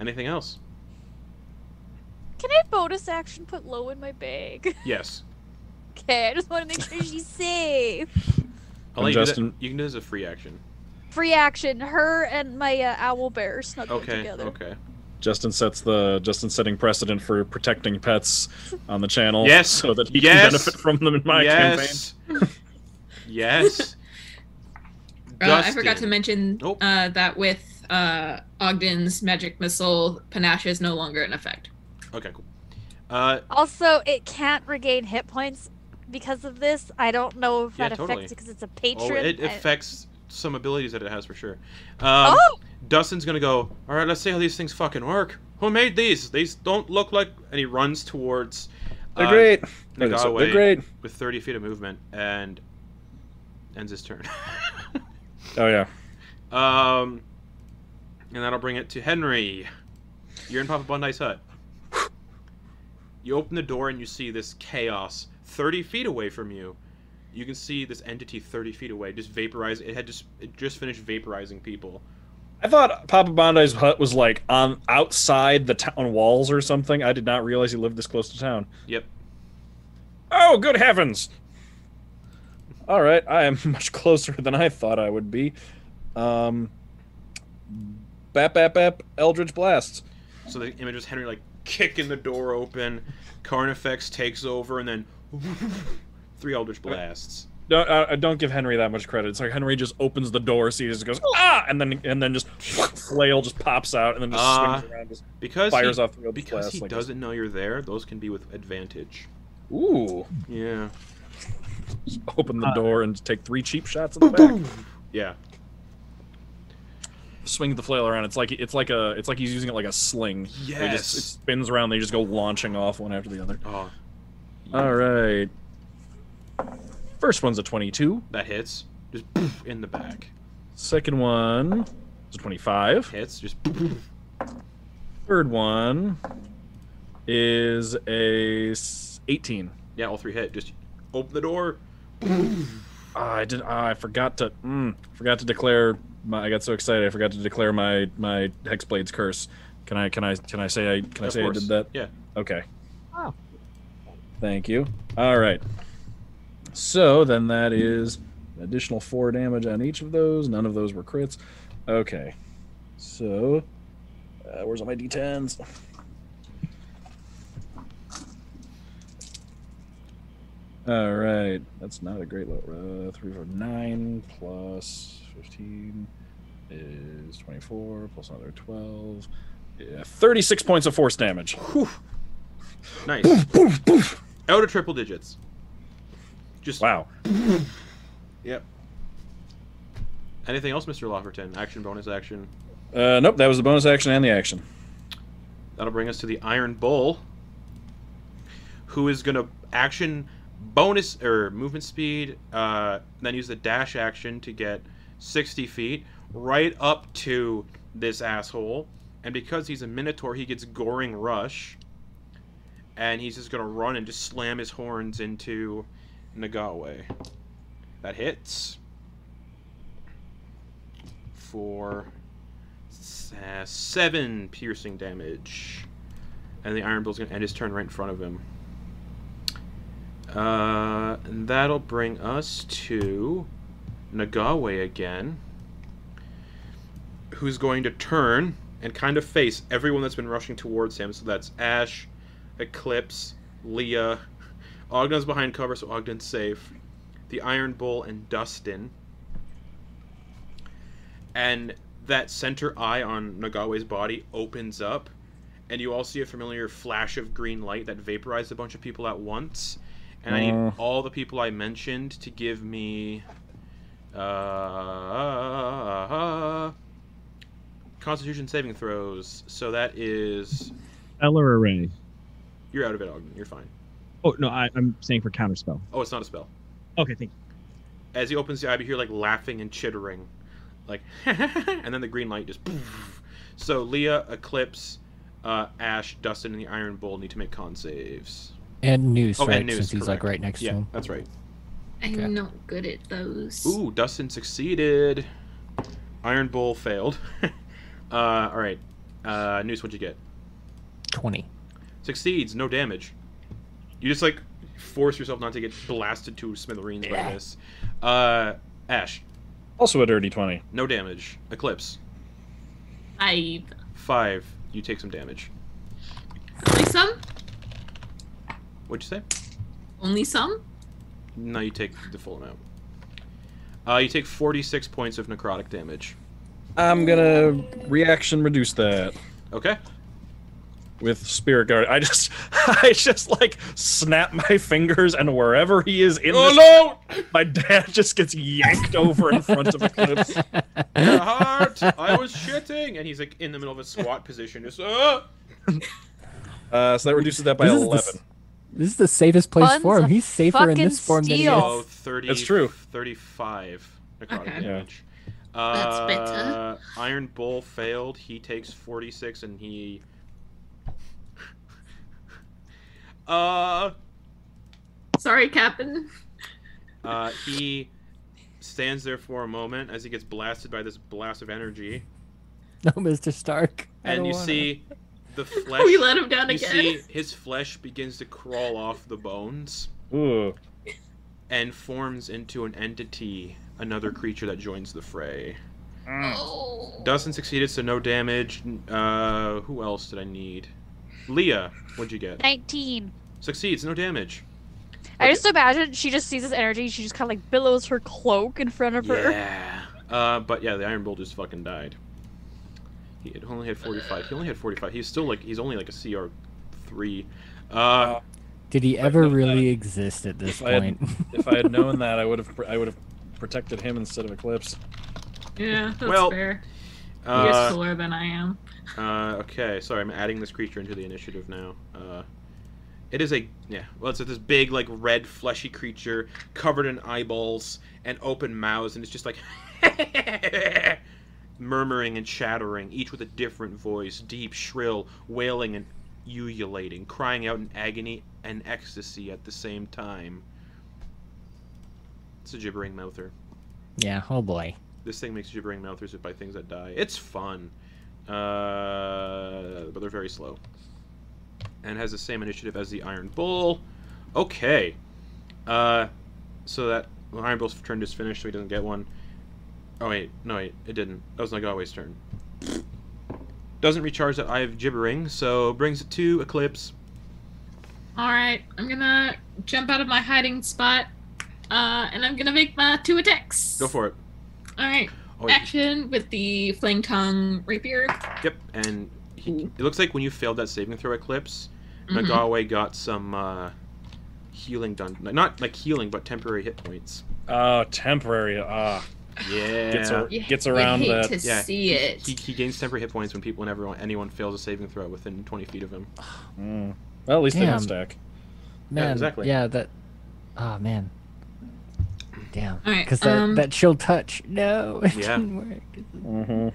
Speaker 2: Anything else?
Speaker 3: Can I bonus action put low in my bag?
Speaker 2: Yes.
Speaker 3: Okay, I just want to make sure she's safe.
Speaker 2: I'll
Speaker 9: And
Speaker 2: let you, do that.
Speaker 9: Justin-
Speaker 2: you can do this as a free action.
Speaker 3: Free action. Her and my uh, owl bear snuggled
Speaker 2: Okay.
Speaker 3: together.
Speaker 2: Okay.
Speaker 9: Justin sets the Justin setting precedent for protecting pets on the channel.
Speaker 2: Yes.
Speaker 9: so that he
Speaker 2: Yes.
Speaker 9: can benefit from them in my
Speaker 2: yes. yes.
Speaker 5: Uh, I forgot to
Speaker 2: Dustin.
Speaker 5: mention
Speaker 2: Nope.
Speaker 5: uh, that with uh, Ogden's magic missile, panache is no longer in effect.
Speaker 2: Okay. Cool. Uh,
Speaker 3: Also, it can't regain hit points because of this. I don't know if
Speaker 2: Yeah,
Speaker 3: that
Speaker 2: totally.
Speaker 3: affects it because it's a
Speaker 2: oh,
Speaker 3: patron.
Speaker 2: it
Speaker 3: I-
Speaker 2: affects some abilities that it has for sure. Um,
Speaker 3: oh,
Speaker 2: Dustin's gonna go. All right, let's see how these things fucking work. Who made these? These don't look like. And he runs towards.
Speaker 9: campaign.
Speaker 2: uh,
Speaker 9: They're great.
Speaker 2: Nagawe
Speaker 9: They're so- they're great.
Speaker 2: with 30 feet of movement and ends his turn.
Speaker 9: Oh yeah.
Speaker 2: um, and that'll bring it to Henry. You're in Papa Bundy's hut. You open the door and you see this chaos 30 feet away from you. You can see this entity 30 feet away, just vaporize. It had just it just finished vaporizing people.
Speaker 9: I thought Papa Bondi's hut was like on outside the town walls or something. I did not realize he lived this close to town.
Speaker 2: Yep.
Speaker 9: Oh, good heavens! All right, I am much closer than I thought I would be. Um, bap, bap, bap! Eldritch blasts.
Speaker 2: So the image is Henry like kicking the door open. Carnifex takes over and then three Eldritch blasts.
Speaker 9: No, I, I don't give Henry that much credit. It's like Henry just opens the door, so he just goes ah, and then and then just flail just pops out, and then just
Speaker 2: Ah.
Speaker 9: swings around, just
Speaker 2: Because
Speaker 9: fires
Speaker 2: he,
Speaker 9: off the eldritch
Speaker 2: Because
Speaker 9: blast.
Speaker 2: he
Speaker 9: like
Speaker 2: doesn't know you're there, those can be with advantage.
Speaker 9: Ooh!
Speaker 2: Yeah.
Speaker 9: Open
Speaker 2: Ah.
Speaker 9: the door and take three cheap shots in the back.
Speaker 2: Yeah.
Speaker 9: swings the flail around. It's like it's like a it's like he's using it like a sling. They
Speaker 2: Yes.
Speaker 9: just, it spins around. They just go launching off one after the other.
Speaker 2: oh,
Speaker 9: All right. First one's a twenty-two.
Speaker 2: that hits. Just poof, in the back.
Speaker 9: Second one is a twenty-five.
Speaker 2: Hits. Just poof.
Speaker 9: Third one is a s- eighteen.
Speaker 2: yeah, all three hit. Just open the door.
Speaker 9: Ah, I did. ah, I forgot to. Mm, forgot to declare. My, I got so excited. I forgot to declare my my hexblade's curse. Can I? Can I? Can I say? I can I
Speaker 2: of
Speaker 9: say I
Speaker 2: course.
Speaker 9: did that?
Speaker 2: Yeah.
Speaker 9: Okay.
Speaker 7: Oh.
Speaker 9: Thank you. All right. So then that is an additional four damage on each of those. None of those were crits. Okay. So, uh, where's all my d10s? All right. That's not a great low. Uh, 3, four, nine plus 15 is 24, plus another 12. Yeah, 36 points of force damage.
Speaker 2: Nice. Out of triple digits. Just
Speaker 9: Wow.
Speaker 2: Yep. Anything else, Mr. Lofferton? Action, bonus action.
Speaker 9: Uh, nope, that was the bonus action and the action.
Speaker 2: That'll bring us to the Iron Bull, who is going to action bonus or movement speed, uh, then use the dash action to get 60 feet right up to this asshole. And because he's a Minotaur, he gets Goring Rush, and he's just going to run and just slam his horns into Nagawe. That hits for s- uh, seven piercing damage. And the Iron Bull's going to end his turn right in front of him. Uh, and that'll bring us to Nagawe again, who's going to turn and kind of face everyone that's been rushing towards him. So that's Ash, Eclipse, Leah. Ogden's behind cover, so Ogden's safe. The Iron Bull and Dustin and that center eye on Nagawe's body opens up, and you all see a familiar flash of green light that vaporized a bunch of people at once. And I need
Speaker 9: Mm.
Speaker 2: all the people I mentioned to give me uh, Uh, Constitution saving throws. So that is
Speaker 7: Stellar array.
Speaker 2: you're out of it, Ogden. You're fine.
Speaker 7: Oh no, I, I'm saying for counterspell.
Speaker 2: Oh, it's not a spell.
Speaker 7: Okay, thank you.
Speaker 2: As he opens the eye, you hear like laughing and chittering, like, and then the green light just. So Leah, Eclipse, uh, Ash, Dustin, and the Iron Bull need to make con saves.
Speaker 8: And news,
Speaker 2: Oh, and
Speaker 8: right?
Speaker 2: Noose,
Speaker 8: Since he's like
Speaker 2: correct.
Speaker 8: right next
Speaker 2: Yeah,
Speaker 8: to him.
Speaker 2: that's right.
Speaker 5: I'm
Speaker 8: Okay.
Speaker 5: not good at those.
Speaker 2: Ooh, Dustin succeeded. Iron Bull failed. uh, all right. Uh, Noose, what'd you get?
Speaker 8: Twenty.
Speaker 2: Succeeds, no damage. You just like force yourself not to get blasted to smithereens by this. Uh, Ash,
Speaker 9: Also a dirty 20.
Speaker 2: no damage. Eclipse,
Speaker 5: I
Speaker 2: five. You take some damage.
Speaker 5: only some,
Speaker 2: What'd you say?
Speaker 5: only some.
Speaker 2: No, you take the full amount. Uh, you take 46 points of necrotic damage.
Speaker 9: I'm gonna reaction reduce that
Speaker 2: Okay.
Speaker 9: with spirit guard. I just, I just like snap my fingers, and wherever he is in
Speaker 8: Oh,
Speaker 9: this,
Speaker 2: no!
Speaker 9: my dad just gets yanked over in front of Eclipse.
Speaker 2: Your heart! I was shitting! And he's like in the middle of a squat position. Just, uh!
Speaker 9: Uh, so that reduces that by
Speaker 8: This is the
Speaker 9: 11.
Speaker 8: s- This is the safest place
Speaker 3: Buns
Speaker 8: for him.
Speaker 3: of
Speaker 8: He's safer in
Speaker 3: fucking
Speaker 8: this form
Speaker 3: steel.
Speaker 8: than he
Speaker 2: So
Speaker 8: is.
Speaker 2: 30,
Speaker 9: That's true.
Speaker 2: 35 necrotic
Speaker 5: Okay. Yeah.
Speaker 2: damage.
Speaker 5: That's better.
Speaker 2: Uh, Iron Bull failed. He takes 46 and he. uh,
Speaker 5: Sorry, Captain.
Speaker 2: uh, he stands there for a moment as he gets blasted by this blast of energy.
Speaker 8: No, Mr. Stark. I
Speaker 2: and
Speaker 8: don't
Speaker 2: you
Speaker 8: wanna.
Speaker 2: see the flesh.
Speaker 5: we let him down
Speaker 2: you
Speaker 5: again.
Speaker 2: see his flesh begins to crawl off the bones
Speaker 9: Ooh.
Speaker 2: and forms into an entity, another creature that joins the fray.
Speaker 5: Oh.
Speaker 2: Dustin succeeded, so no damage. Uh, who else did I need? Leah, what'd you get?
Speaker 3: 19.
Speaker 2: Succeeds, no damage.
Speaker 3: I just imagine she just sees this energy. She just kind of like billows her cloak in front of her.
Speaker 2: Yeah. Uh, but yeah, the Iron Bull just fucking died. He had only had 45. He only had 45. He's still like he's only like a CR three. Uh,
Speaker 8: Did he ever really exist at this
Speaker 9: If I had-
Speaker 8: point?
Speaker 9: If I had known that, I would have, I would have protected him instead of Eclipse.
Speaker 5: Yeah, that's
Speaker 2: Well,
Speaker 5: fair. You're
Speaker 2: uh,
Speaker 5: cooler than I am.
Speaker 2: Uh, okay, sorry, I'm adding this creature into the initiative now. Uh, it is a yeah. Well, it's this big like red fleshy creature covered in eyeballs and open mouths, and it's just like murmuring and chattering, each with a different voice, deep, shrill, wailing and ululating, crying out in agony and ecstasy at the same time. It's a gibbering mouther.
Speaker 8: yeah. Oh boy.
Speaker 2: This thing makes gibbering mouthers by things that die. It's fun, uh, but they're very slow, and has the same initiative as the Iron Bull. Okay, uh, so that well, Iron Bull's turn just finished, so he doesn't get one. Oh wait, no wait, it didn't. That was Nagawa's turn. Doesn't recharge that Eye of Gibbering, so brings it to Eclipse.
Speaker 5: All right, I'm gonna jump out of my hiding spot, uh, and I'm gonna make my two attacks.
Speaker 2: Go for it.
Speaker 5: All right,
Speaker 2: Oh, wait.
Speaker 5: action with the fling tongue rapier.
Speaker 2: Yep, and he, it looks like when you failed that saving throw, Eclipse,
Speaker 5: Mhm.
Speaker 2: Nagawe got some uh, healing done. like, Not like healing, but temporary hit points.
Speaker 9: Oh, temporary. Ah,
Speaker 2: Yeah.
Speaker 9: gets, ar-
Speaker 5: You-
Speaker 9: gets
Speaker 5: you
Speaker 9: around
Speaker 5: hate
Speaker 9: that.
Speaker 5: to
Speaker 2: Yeah,
Speaker 5: see it.
Speaker 2: He, he gains temporary hit points when people and everyone anyone fails a saving throw within 20 feet of him.
Speaker 9: Mm. Well, at least they
Speaker 8: Damn.
Speaker 9: don't stack.
Speaker 8: Man.
Speaker 2: exactly.
Speaker 8: Yeah. That. Ah man. Damn.
Speaker 5: All right,
Speaker 8: Because that
Speaker 5: um,
Speaker 8: that chill touch. No. It
Speaker 2: Yeah.
Speaker 8: didn't work.
Speaker 9: Mm-hmm.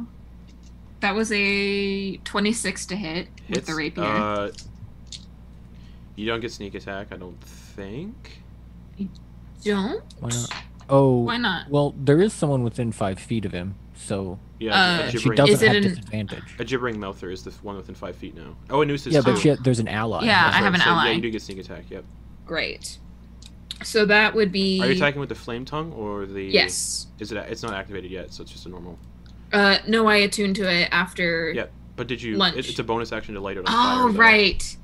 Speaker 5: uh, that was a 26 to hit with
Speaker 2: Hits,
Speaker 5: the rapier.
Speaker 2: Uh, you don't get sneak attack, I don't think.
Speaker 5: Don't.
Speaker 8: Why not? Oh.
Speaker 5: Why not?
Speaker 8: Well, there is someone within five feet of him, so
Speaker 2: Yeah,
Speaker 5: Uh,
Speaker 2: a,
Speaker 5: She
Speaker 8: she
Speaker 2: gibbering,
Speaker 8: doesn't
Speaker 5: Is it
Speaker 8: have
Speaker 5: an-
Speaker 8: disadvantage.
Speaker 2: a gibbering mouther is the one within five feet now. Oh, and Noose is
Speaker 8: Yeah, but
Speaker 5: Oh.
Speaker 8: she, there's an ally.
Speaker 5: Yeah,
Speaker 2: That's
Speaker 5: I have
Speaker 2: right,
Speaker 5: an
Speaker 2: so,
Speaker 5: ally.
Speaker 2: Yeah, you do get sneak attack, yep.
Speaker 5: Great. So that would be.
Speaker 2: Are you attacking with the flame tongue or the.
Speaker 5: Yes.
Speaker 2: Is it? a- It's not activated yet, so it's just a normal.
Speaker 5: Uh, no, I attuned to it after.
Speaker 2: Yeah, But did you?
Speaker 5: Lunch.
Speaker 2: It, it's a bonus action to light it on fire.
Speaker 5: Oh
Speaker 2: though.
Speaker 5: right.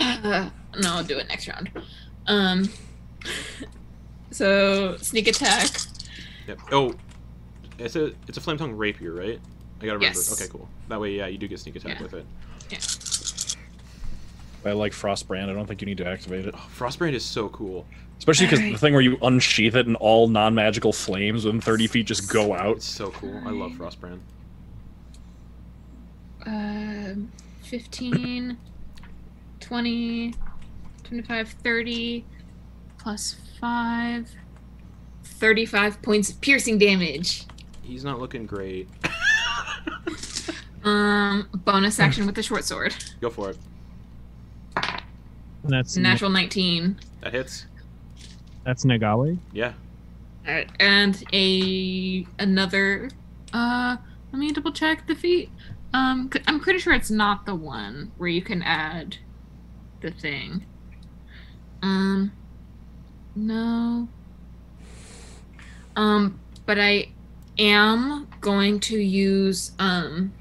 Speaker 5: Uh, no, I'll do it next round. Um. So sneak attack.
Speaker 2: Yep. Oh, it's a it's a flame tongue rapier, right? I gotta remember.
Speaker 5: Yes.
Speaker 2: Okay, cool. That way, yeah, you do get sneak attack
Speaker 5: Yeah.
Speaker 2: with it.
Speaker 9: I like Frostbrand. I don't think you need to activate it.
Speaker 2: Oh, Frostbrand is so cool.
Speaker 9: Especially because
Speaker 5: Alright.
Speaker 9: the thing where you unsheath it and all non magical flames within 30 feet just go out.
Speaker 2: It's so cool. I love Frostbrand.
Speaker 5: Um, 15, 20, 25, 30, plus 5, 35 points of piercing damage.
Speaker 2: He's not looking great.
Speaker 5: Um, bonus action with the short sword.
Speaker 2: Go for it.
Speaker 7: And that's
Speaker 5: Natural 19.
Speaker 2: That hits.
Speaker 7: that's Nagawe.
Speaker 2: Yeah.
Speaker 5: Alright, and a another uh let me double check the feat. Um c- I'm pretty sure it's not the one where you can add the thing. Um no. Um but I am going to use um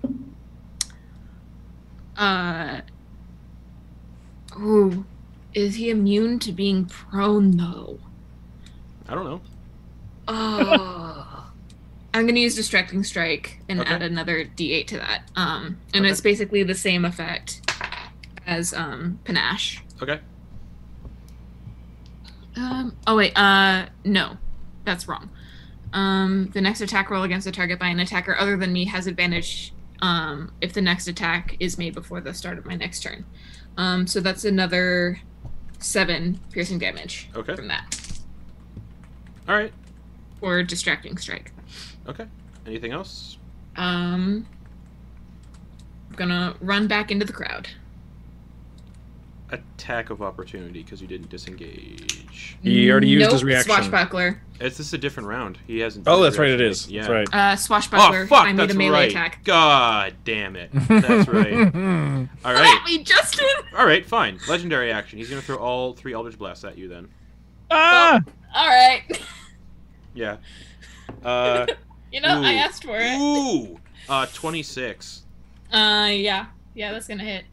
Speaker 5: uh ooh is he immune to being prone though?
Speaker 2: I don't know.
Speaker 5: Oh. I'm gonna use distracting strike and
Speaker 2: Okay.
Speaker 5: add another d8 to that. Um, and
Speaker 2: Okay.
Speaker 5: it's basically the same effect as um, panache.
Speaker 2: Okay.
Speaker 5: Um, oh wait, uh, no, that's wrong. Um, the next attack roll against a target by an attacker other than me has advantage um, if the next attack is made before the start of my next turn. Um, so that's another seven piercing damage
Speaker 2: Okay.
Speaker 5: from that,
Speaker 2: All right.
Speaker 5: or distracting strike.
Speaker 2: Okay. Anything else?
Speaker 5: Um, I'm gonna run back into the crowd.
Speaker 2: Attack of opportunity because you didn't disengage.
Speaker 9: He already used
Speaker 5: Nope,
Speaker 9: his reaction.
Speaker 5: Swashbuckler.
Speaker 2: It's this is a different round. He hasn't. done
Speaker 9: Oh,
Speaker 2: his
Speaker 9: that's right, it
Speaker 2: reaction
Speaker 9: is.
Speaker 2: yet.
Speaker 9: That's
Speaker 2: Yeah.
Speaker 9: right.
Speaker 5: Uh, Swashbuckler.
Speaker 2: Oh fuck!
Speaker 5: I made
Speaker 2: that's
Speaker 5: a melee
Speaker 2: right.
Speaker 5: attack.
Speaker 2: God damn it. That's right. All
Speaker 5: Come
Speaker 2: right.
Speaker 5: at me, Justin.
Speaker 2: All right. Fine. Legendary action. He's gonna throw all three Eldritch blasts at you then.
Speaker 7: Ah!
Speaker 5: All right.
Speaker 2: Yeah. Uh.
Speaker 5: You know, I
Speaker 2: Ooh.
Speaker 5: asked for it.
Speaker 2: ooh. Uh. Twenty-six.
Speaker 5: Uh, yeah, yeah, that's gonna hit.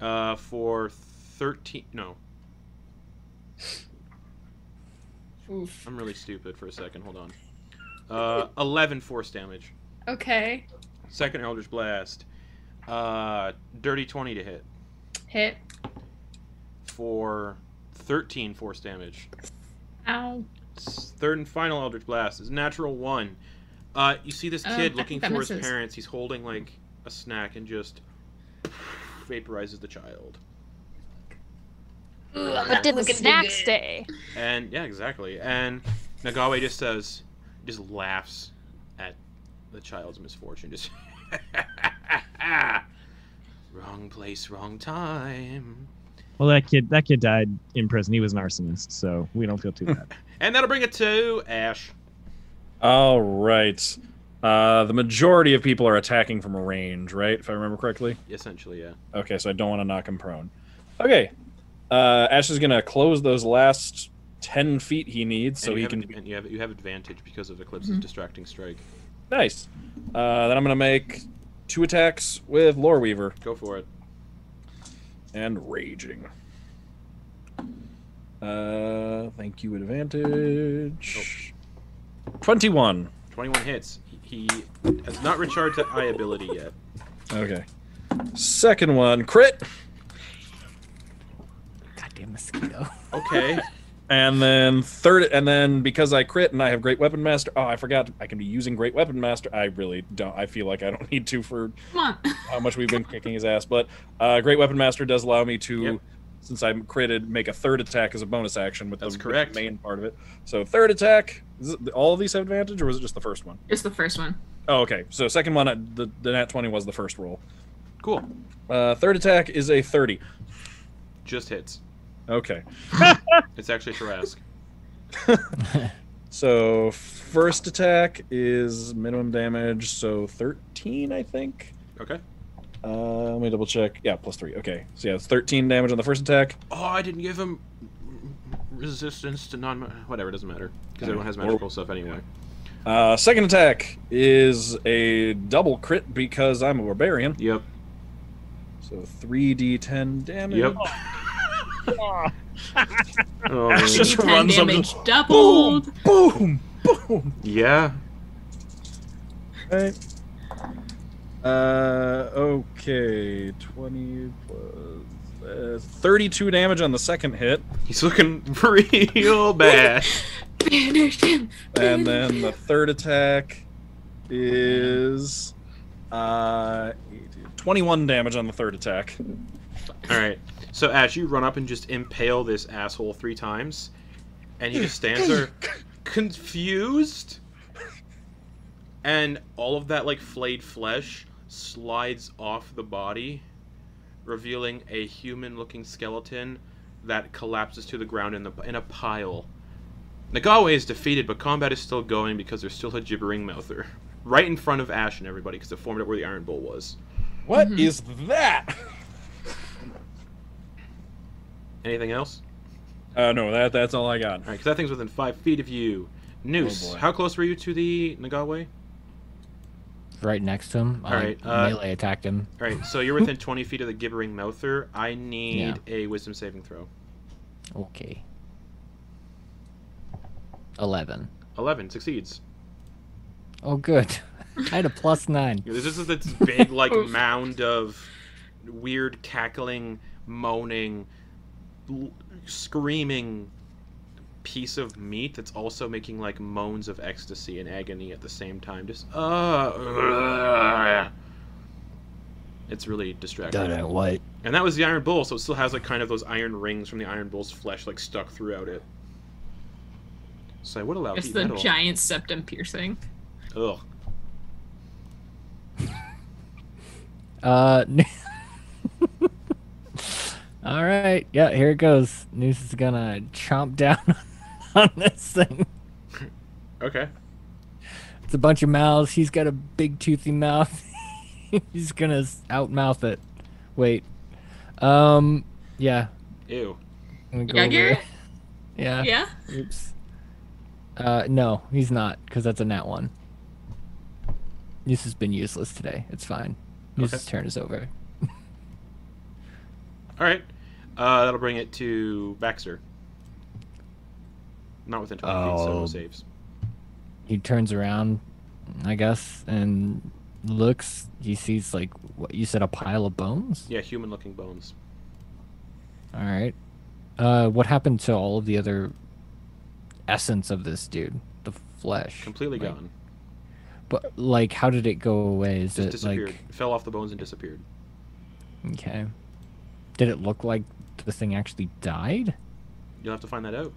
Speaker 2: Uh. For thirteen. No.
Speaker 5: Oof.
Speaker 2: I'm really stupid for a second. Hold on. Uh. Eleven force damage.
Speaker 5: Okay.
Speaker 2: Second Eldritch blast. Uh. Dirty twenty to hit.
Speaker 5: Hit.
Speaker 2: for 13 force damage.
Speaker 5: Ow.
Speaker 2: S- Third and final Eldritch Blast is natural one. Uh, you see this
Speaker 5: Um, I
Speaker 2: kid
Speaker 5: think
Speaker 2: looking
Speaker 5: that
Speaker 2: for his
Speaker 5: misses.
Speaker 2: parents. He's holding like a snack and just vaporizes the child.
Speaker 5: Ooh, I'm
Speaker 3: But
Speaker 5: not
Speaker 3: did the
Speaker 5: looking too
Speaker 3: snack
Speaker 5: good.
Speaker 3: stay?
Speaker 2: And yeah, exactly. And Nagawe just says, just laughs at the child's misfortune. Just wrong place, wrong time.
Speaker 7: Well, that kid that kid died in prison. He was an arsonist, so we don't feel too bad.
Speaker 2: And that'll bring it to Ash.
Speaker 9: All right. Uh, the majority of people are attacking from range, right? If I remember correctly.
Speaker 2: Essentially, yeah.
Speaker 9: Okay, so I don't want to knock him prone. Okay. Uh, Ash is going to close those last 10 feet he needs
Speaker 2: and
Speaker 9: so
Speaker 2: you
Speaker 9: he
Speaker 2: have
Speaker 9: can.
Speaker 2: ad- and you have you have advantage because of Eclipse's
Speaker 5: Mhm.
Speaker 2: distracting strike.
Speaker 9: Nice. Uh, then I'm going to make two attacks with Lore Weaver
Speaker 2: Go for it.
Speaker 9: and Raging. Uh, thank you, advantage. 21.
Speaker 2: 21 hits. He he has not recharged that eye ability yet.
Speaker 9: Okay. Second one, crit.
Speaker 8: Goddamn mosquito.
Speaker 2: Okay.
Speaker 9: And then third, and then because I crit and I have Great Weapon Master. Oh, I forgot I can be using Great Weapon Master. I really don't. I feel like I don't need to for
Speaker 5: Come on.
Speaker 9: how much we've been kicking his ass. But uh, Great Weapon Master does allow me to,
Speaker 2: Yep.
Speaker 9: since I'm critted, make a third attack as a bonus action with
Speaker 2: That's
Speaker 9: the
Speaker 2: correct.
Speaker 9: main part of it. So third attack, is it all of these have advantage, or was it just the first one?
Speaker 5: Just the first one.
Speaker 9: Oh, okay. So second one, uh, the, the nat 20 was the first roll.
Speaker 2: Cool.
Speaker 9: Uh, third attack is a 30.
Speaker 2: Just hits.
Speaker 9: Okay.
Speaker 2: It's actually Tarask.
Speaker 9: So first attack is minimum damage, so 13, I think.
Speaker 2: Okay.
Speaker 9: Uh, let me double check. Yeah, plus three. Okay. So yeah, it's 13 damage on the first attack.
Speaker 2: Oh, I didn't give him resistance to non. Whatever, it doesn't matter. Because everyone has magical stuff anyway.
Speaker 9: Uh, second attack is a double crit because I'm a barbarian.
Speaker 2: Yep.
Speaker 9: So 3d10 damage.
Speaker 2: Yep. Oh,
Speaker 9: Ash
Speaker 2: man.
Speaker 9: just
Speaker 5: D10
Speaker 9: runs up to-
Speaker 5: damage doubled.
Speaker 9: Boom! Boom!
Speaker 2: yeah.
Speaker 9: Right. Uh, okay, 20 plus uh, 32 damage on the second hit,
Speaker 2: He's looking real bad.
Speaker 5: Banish him.
Speaker 9: and then the third attack is uh 21 damage on the third attack.
Speaker 2: All right. So Ash, you run up and just impale this asshole three times, and he just stands there, confused, and all of that like flayed flesh slides off the body, revealing a human-looking skeleton that collapses to the ground in the in a pile. Nagawa is defeated, but combat is still going because there's still a gibbering mouther right in front of Ash and everybody because they formed it where the Iron Bull was.
Speaker 9: What
Speaker 5: Mhm.
Speaker 9: is that?
Speaker 2: Anything else?
Speaker 9: Uh, no, that that's all I got.
Speaker 2: All right, because that thing's within five feet of you. Noose,
Speaker 9: Oh, boy.
Speaker 2: how close were you to the Nagawe?
Speaker 8: Right next to him. I,
Speaker 2: All
Speaker 8: like,
Speaker 2: right, uh,
Speaker 8: melee attacked him.
Speaker 2: All right, so you're within 20 feet of the gibbering mouther. I need a wisdom saving throw.
Speaker 8: Okay. Eleven.
Speaker 2: 11 succeeds.
Speaker 8: Oh, good. I had a plus nine.
Speaker 2: Yeah, This is this big, like,
Speaker 5: Oh,
Speaker 2: mound of weird cackling, moaning, l- screaming piece of meat that's also making, like, moans of ecstasy and agony at the same time. Just, uh, It's really distracting.
Speaker 8: Don't know what.
Speaker 2: And that was the Iron Bull, so it still has like kind of those iron rings from the Iron Bull's flesh like stuck throughout it. So I would allow
Speaker 5: It's
Speaker 2: heat
Speaker 5: the
Speaker 2: metal.
Speaker 5: giant septum piercing.
Speaker 2: Ugh.
Speaker 8: Uh. n- All right. Yeah. Here it goes. Noose is gonna chomp down on this thing.
Speaker 2: Okay.
Speaker 8: It's a bunch of mouths. He's got a big toothy mouth. He's gonna s- outmouth it. Wait. Um. Yeah.
Speaker 2: Ew.
Speaker 8: I'm gonna go over
Speaker 5: Jagger?
Speaker 8: it. Yeah.
Speaker 5: Yeah.
Speaker 8: Oops. Uh, no, he's not, because that's a nat one. Noose has been useless today. It's fine. Noose's turn is over.
Speaker 2: All right. Uh, that'll bring it to Baxter. Not within 20 feet, so no
Speaker 8: Oh.
Speaker 2: saves.
Speaker 8: He turns around, I guess, and looks. He sees, like, what you said, a pile of bones?
Speaker 2: Yeah, human looking bones.
Speaker 8: All right. Uh, what happened to all of the other essence of this dude? The flesh.
Speaker 2: Completely
Speaker 8: Like,
Speaker 2: gone.
Speaker 8: But, like, how did it go away? Is
Speaker 2: Just
Speaker 8: it,
Speaker 2: disappeared.
Speaker 8: like.
Speaker 2: Fell off the bones and disappeared.
Speaker 8: Okay. Did it look like the thing actually died?
Speaker 2: You'll have to find that out.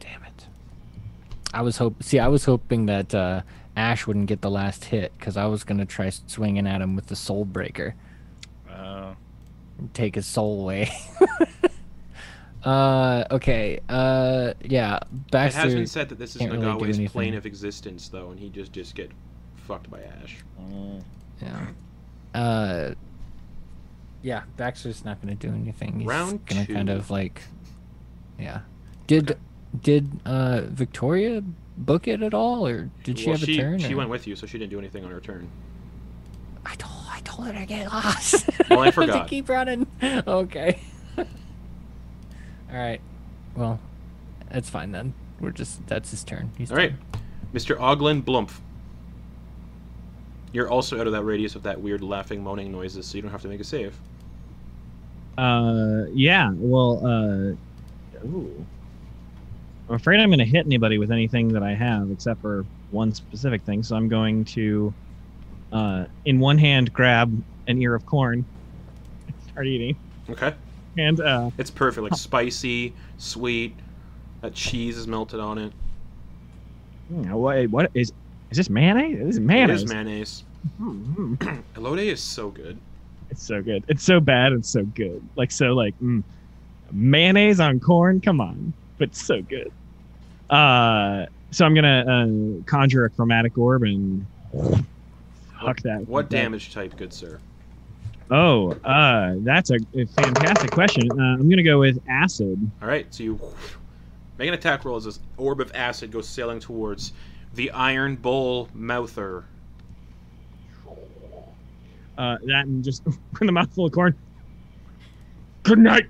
Speaker 8: Damn it. I was hope see I was hoping that uh, Ash wouldn't get the last hit because I was gonna try swinging at him with the Soul Breaker
Speaker 9: Uh,
Speaker 8: and take his soul away. uh, okay. Uh, yeah.
Speaker 2: It has
Speaker 8: Baxter.
Speaker 2: been said that this is
Speaker 8: can't really do
Speaker 2: Nagawa's
Speaker 8: anything.
Speaker 2: plane of existence, though, and he just just get fucked by Ash.
Speaker 9: mm,
Speaker 8: yeah. Uh. Yeah, Baxter's not gonna do anything. He's
Speaker 2: Round
Speaker 8: gonna kind
Speaker 2: two.
Speaker 8: of like. Yeah. Did did uh Victoria book it at all, or did she
Speaker 2: Well,
Speaker 8: have a turn?
Speaker 2: She
Speaker 8: or-
Speaker 2: went with you, so she didn't do anything on her turn.
Speaker 8: I told I told her to get lost.
Speaker 2: Well, I
Speaker 8: to
Speaker 2: forgot.
Speaker 8: keep running. Okay. All right. Well, that's fine then. We're just that's his turn. He's
Speaker 2: All right, Mr. Oglin Blumpf. You're also out of that radius of that weird laughing, moaning noises, so you don't have to make a save.
Speaker 7: Uh, yeah. Well, uh, ooh. I'm afraid I'm going to hit anybody with anything that I have, except for one specific thing. So I'm going to, uh, in one hand, grab an ear of corn, start eating,
Speaker 2: Okay.
Speaker 7: and uh,
Speaker 2: It's perfect, like spicy, sweet. That cheese is melted on it.
Speaker 7: hmm, what, what is is this mayonnaise? This is
Speaker 2: It
Speaker 7: mayonnaise.
Speaker 2: is mayonnaise.
Speaker 7: Hmm, hmm.
Speaker 2: Elode is so good.
Speaker 7: It's so good. It's so bad. It's so good. Like so, like mm, mayonnaise on corn. Come on, but so good. Uh, so I'm gonna uh, conjure a chromatic orb and fuck that.
Speaker 2: What
Speaker 7: that.
Speaker 2: damage type, good sir?
Speaker 7: Oh, uh, that's a, a fantastic question. Uh, I'm gonna go with acid.
Speaker 2: All right, so you make an attack roll as this orb of acid goes sailing towards the Iron Bull Mouther.
Speaker 7: Uh, that and just with a mouthful of corn. Good night,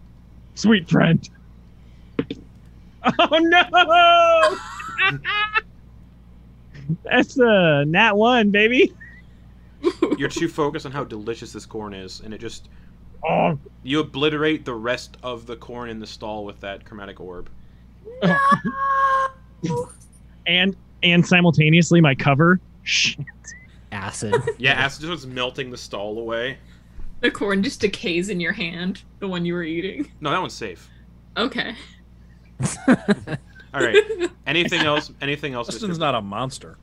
Speaker 7: sweet friend. Oh no! That's a nat one, baby.
Speaker 2: You're too focused on how delicious this corn is, and it just
Speaker 7: Oh,
Speaker 2: you obliterate the rest of the corn in the stall with that chromatic orb.
Speaker 7: and and simultaneously, my cover. Shh.
Speaker 8: Acid.
Speaker 2: Yeah, acid just was melting the stall away.
Speaker 5: The corn just decays in your hand, the one you were eating.
Speaker 2: No, that one's safe.
Speaker 5: Okay.
Speaker 2: All right. Anything else? Anything else?
Speaker 9: Justin's
Speaker 2: Mr.
Speaker 9: not a monster.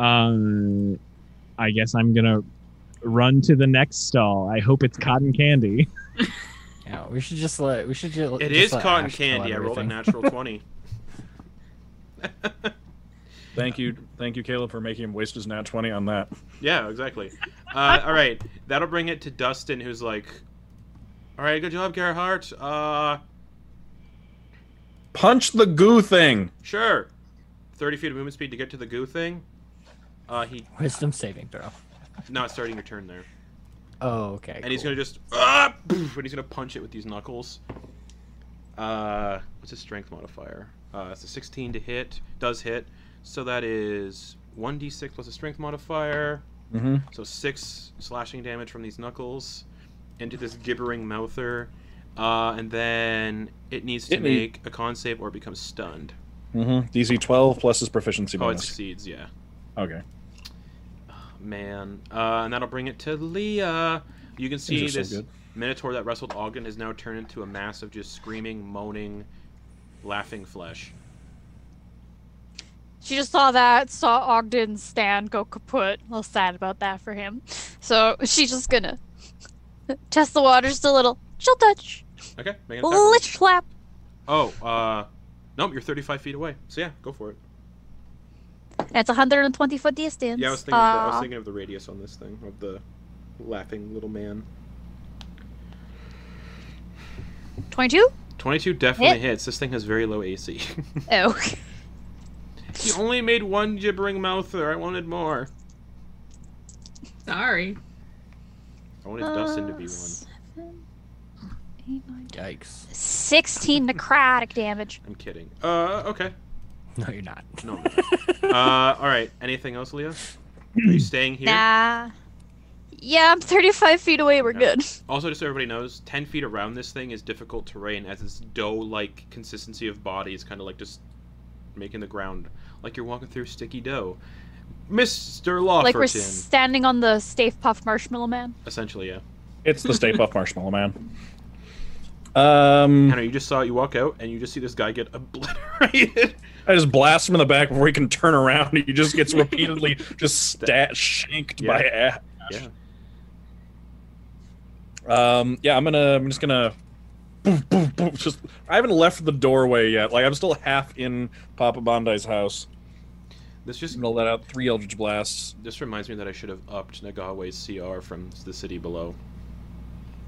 Speaker 7: Um, I guess I'm gonna run to the next stall. I hope it's cotton candy.
Speaker 8: yeah, we should just let. We should just.
Speaker 2: It
Speaker 8: just
Speaker 2: is
Speaker 8: let
Speaker 2: cotton
Speaker 8: Ash kill
Speaker 2: candy. I rolled a
Speaker 8: everything.
Speaker 2: natural twenty.
Speaker 9: Thank you, thank you, Caleb, for making him waste his nat twenty on that.
Speaker 2: Yeah, exactly. Uh, all right, that'll bring it to Dustin, who's like, "All right, good job, Gerhardt. Uh,
Speaker 9: Punch the goo thing.
Speaker 2: sure. Thirty feet of movement speed to get to the goo thing. Uh, he
Speaker 8: Wisdom saving throw.
Speaker 2: not starting your turn there,
Speaker 8: Oh, okay.
Speaker 2: and he's
Speaker 8: cool.
Speaker 2: gonna just ah, poof, and he's gonna punch it with these knuckles. Uh, what's his strength modifier? Uh, it's a 16 to hit. Does hit. So that is 1d6 plus a strength modifier.
Speaker 9: Mm-hmm.
Speaker 2: So six slashing damage from these knuckles into this gibbering mouther, uh, and then it needs to
Speaker 9: It need-
Speaker 2: make a con save or become stunned.
Speaker 9: Mm-hmm. DC twelve plus his proficiency
Speaker 2: Oh, it
Speaker 9: bonus.
Speaker 2: succeeds, yeah.
Speaker 9: Okay.
Speaker 2: Man, uh, and that'll bring it to Leah. You can see
Speaker 9: These are so
Speaker 2: this
Speaker 9: good.
Speaker 2: minotaur that wrestled Ogden has now turned into a mass of just screaming, moaning, laughing flesh.
Speaker 3: She just saw that, saw Ogden's stand go kaput. A little sad about that for him. So she's just gonna test the waters a little. She'll touch.
Speaker 2: Okay, make an attack roll.
Speaker 3: Lich slap.
Speaker 2: Oh, uh, nope, you're 35 feet away. So yeah, go for it.
Speaker 3: That's 120 foot distance.
Speaker 2: Yeah, I was thinking, of the, I was
Speaker 3: Uh,
Speaker 2: thinking of the radius on this thing of the laughing little man.
Speaker 3: 22?
Speaker 2: 22 definitely hits. This thing has very low AC.
Speaker 3: Oh.
Speaker 2: he only made one gibbering mouther. I wanted more.
Speaker 5: Sorry.
Speaker 2: I wanted Dustin to be
Speaker 3: Uh,
Speaker 2: one.
Speaker 3: seven, eight, nine,
Speaker 8: Yikes.
Speaker 3: 16 necrotic damage.
Speaker 2: I'm kidding. Uh, okay.
Speaker 8: No, you're not.
Speaker 2: No. I'm not. uh, all right. Anything else, Leah? Are you staying here?
Speaker 3: Nah. Yeah, I'm 35 feet away. We're
Speaker 2: Okay.
Speaker 3: good.
Speaker 2: Also, just so everybody knows, 10 feet around this thing is difficult terrain as its dough-like consistency of body is kind of like just making the ground like you're walking through sticky dough. Mr. Lawferton,
Speaker 3: Like we're standing on the Stave Puff Marshmallow Man.
Speaker 2: essentially, yeah.
Speaker 9: It's the Stay Puft Marshmallow Man. Um,
Speaker 2: Henry, you just saw it. You walk out and you just see this guy get obliterated.
Speaker 9: I just blast him in the back before he can turn around. He just gets repeatedly just stat shanked by Ash.
Speaker 2: Yeah.
Speaker 9: Um, yeah, I'm gonna. I'm just gonna. Boom, boom, boom, just. I haven't left the doorway yet. Like I'm still half in Papa Bondi's house.
Speaker 2: This
Speaker 9: Just
Speaker 2: just
Speaker 9: gonna let out three Eldritch blasts.
Speaker 2: This reminds me that I should have upped Nagawa's CR from the city below.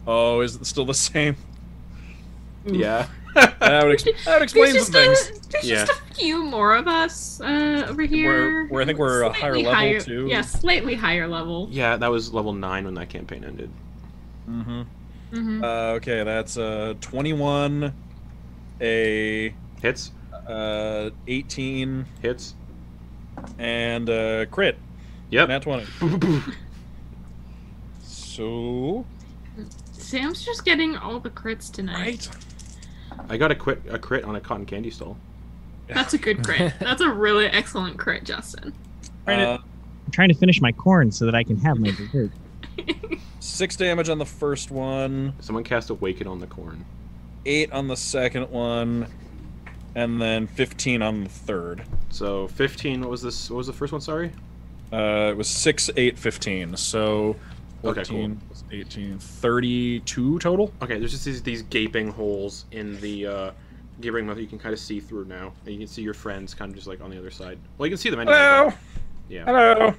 Speaker 9: Oh, is it still the same? Mm.
Speaker 2: Yeah.
Speaker 9: That would, ex- that would explain
Speaker 5: There's
Speaker 9: some
Speaker 5: just, a,
Speaker 9: things.
Speaker 5: there's
Speaker 2: Yeah.
Speaker 5: just a few more of us uh, over here.
Speaker 9: We're- we're- I think we're a higher
Speaker 5: Slightly
Speaker 9: level,
Speaker 5: higher-
Speaker 9: too.
Speaker 5: Yeah, slightly higher level.
Speaker 2: yeah, that was level 9 when that campaign ended.
Speaker 9: Mm-hmm.
Speaker 5: Mhm.
Speaker 9: Uh, okay, that's uh, 21, a
Speaker 2: Hits,
Speaker 9: uh, 18,
Speaker 2: hits.
Speaker 9: and uh, crit.
Speaker 2: Yep.
Speaker 9: Nat 20. So.
Speaker 5: Sam's just getting all the crits tonight.
Speaker 9: Right?
Speaker 2: I got a crit, a crit on a cotton candy stall.
Speaker 5: That's a good crit. That's a really excellent crit, Justin.
Speaker 9: Uh,
Speaker 7: I'm trying to finish my corn so that I can have my dessert.
Speaker 9: six damage on the first one,
Speaker 2: Someone cast Awaken on the corn.
Speaker 9: eight on the second one, and then 15 on the third.
Speaker 2: So 15, what was this? What was the first one? Sorry?
Speaker 9: Uh, it was 6, 8, 15. So
Speaker 2: Okay, cool.
Speaker 9: 14, plus 18, 32 total.
Speaker 2: Okay, there's just these, these gaping holes in the uh, gibbering mouth that you can kind of see through now. And you can see your friends kind of just like on the other side. Well, you can see them anyway.
Speaker 9: Hello!
Speaker 2: but- Yeah.
Speaker 9: Hello!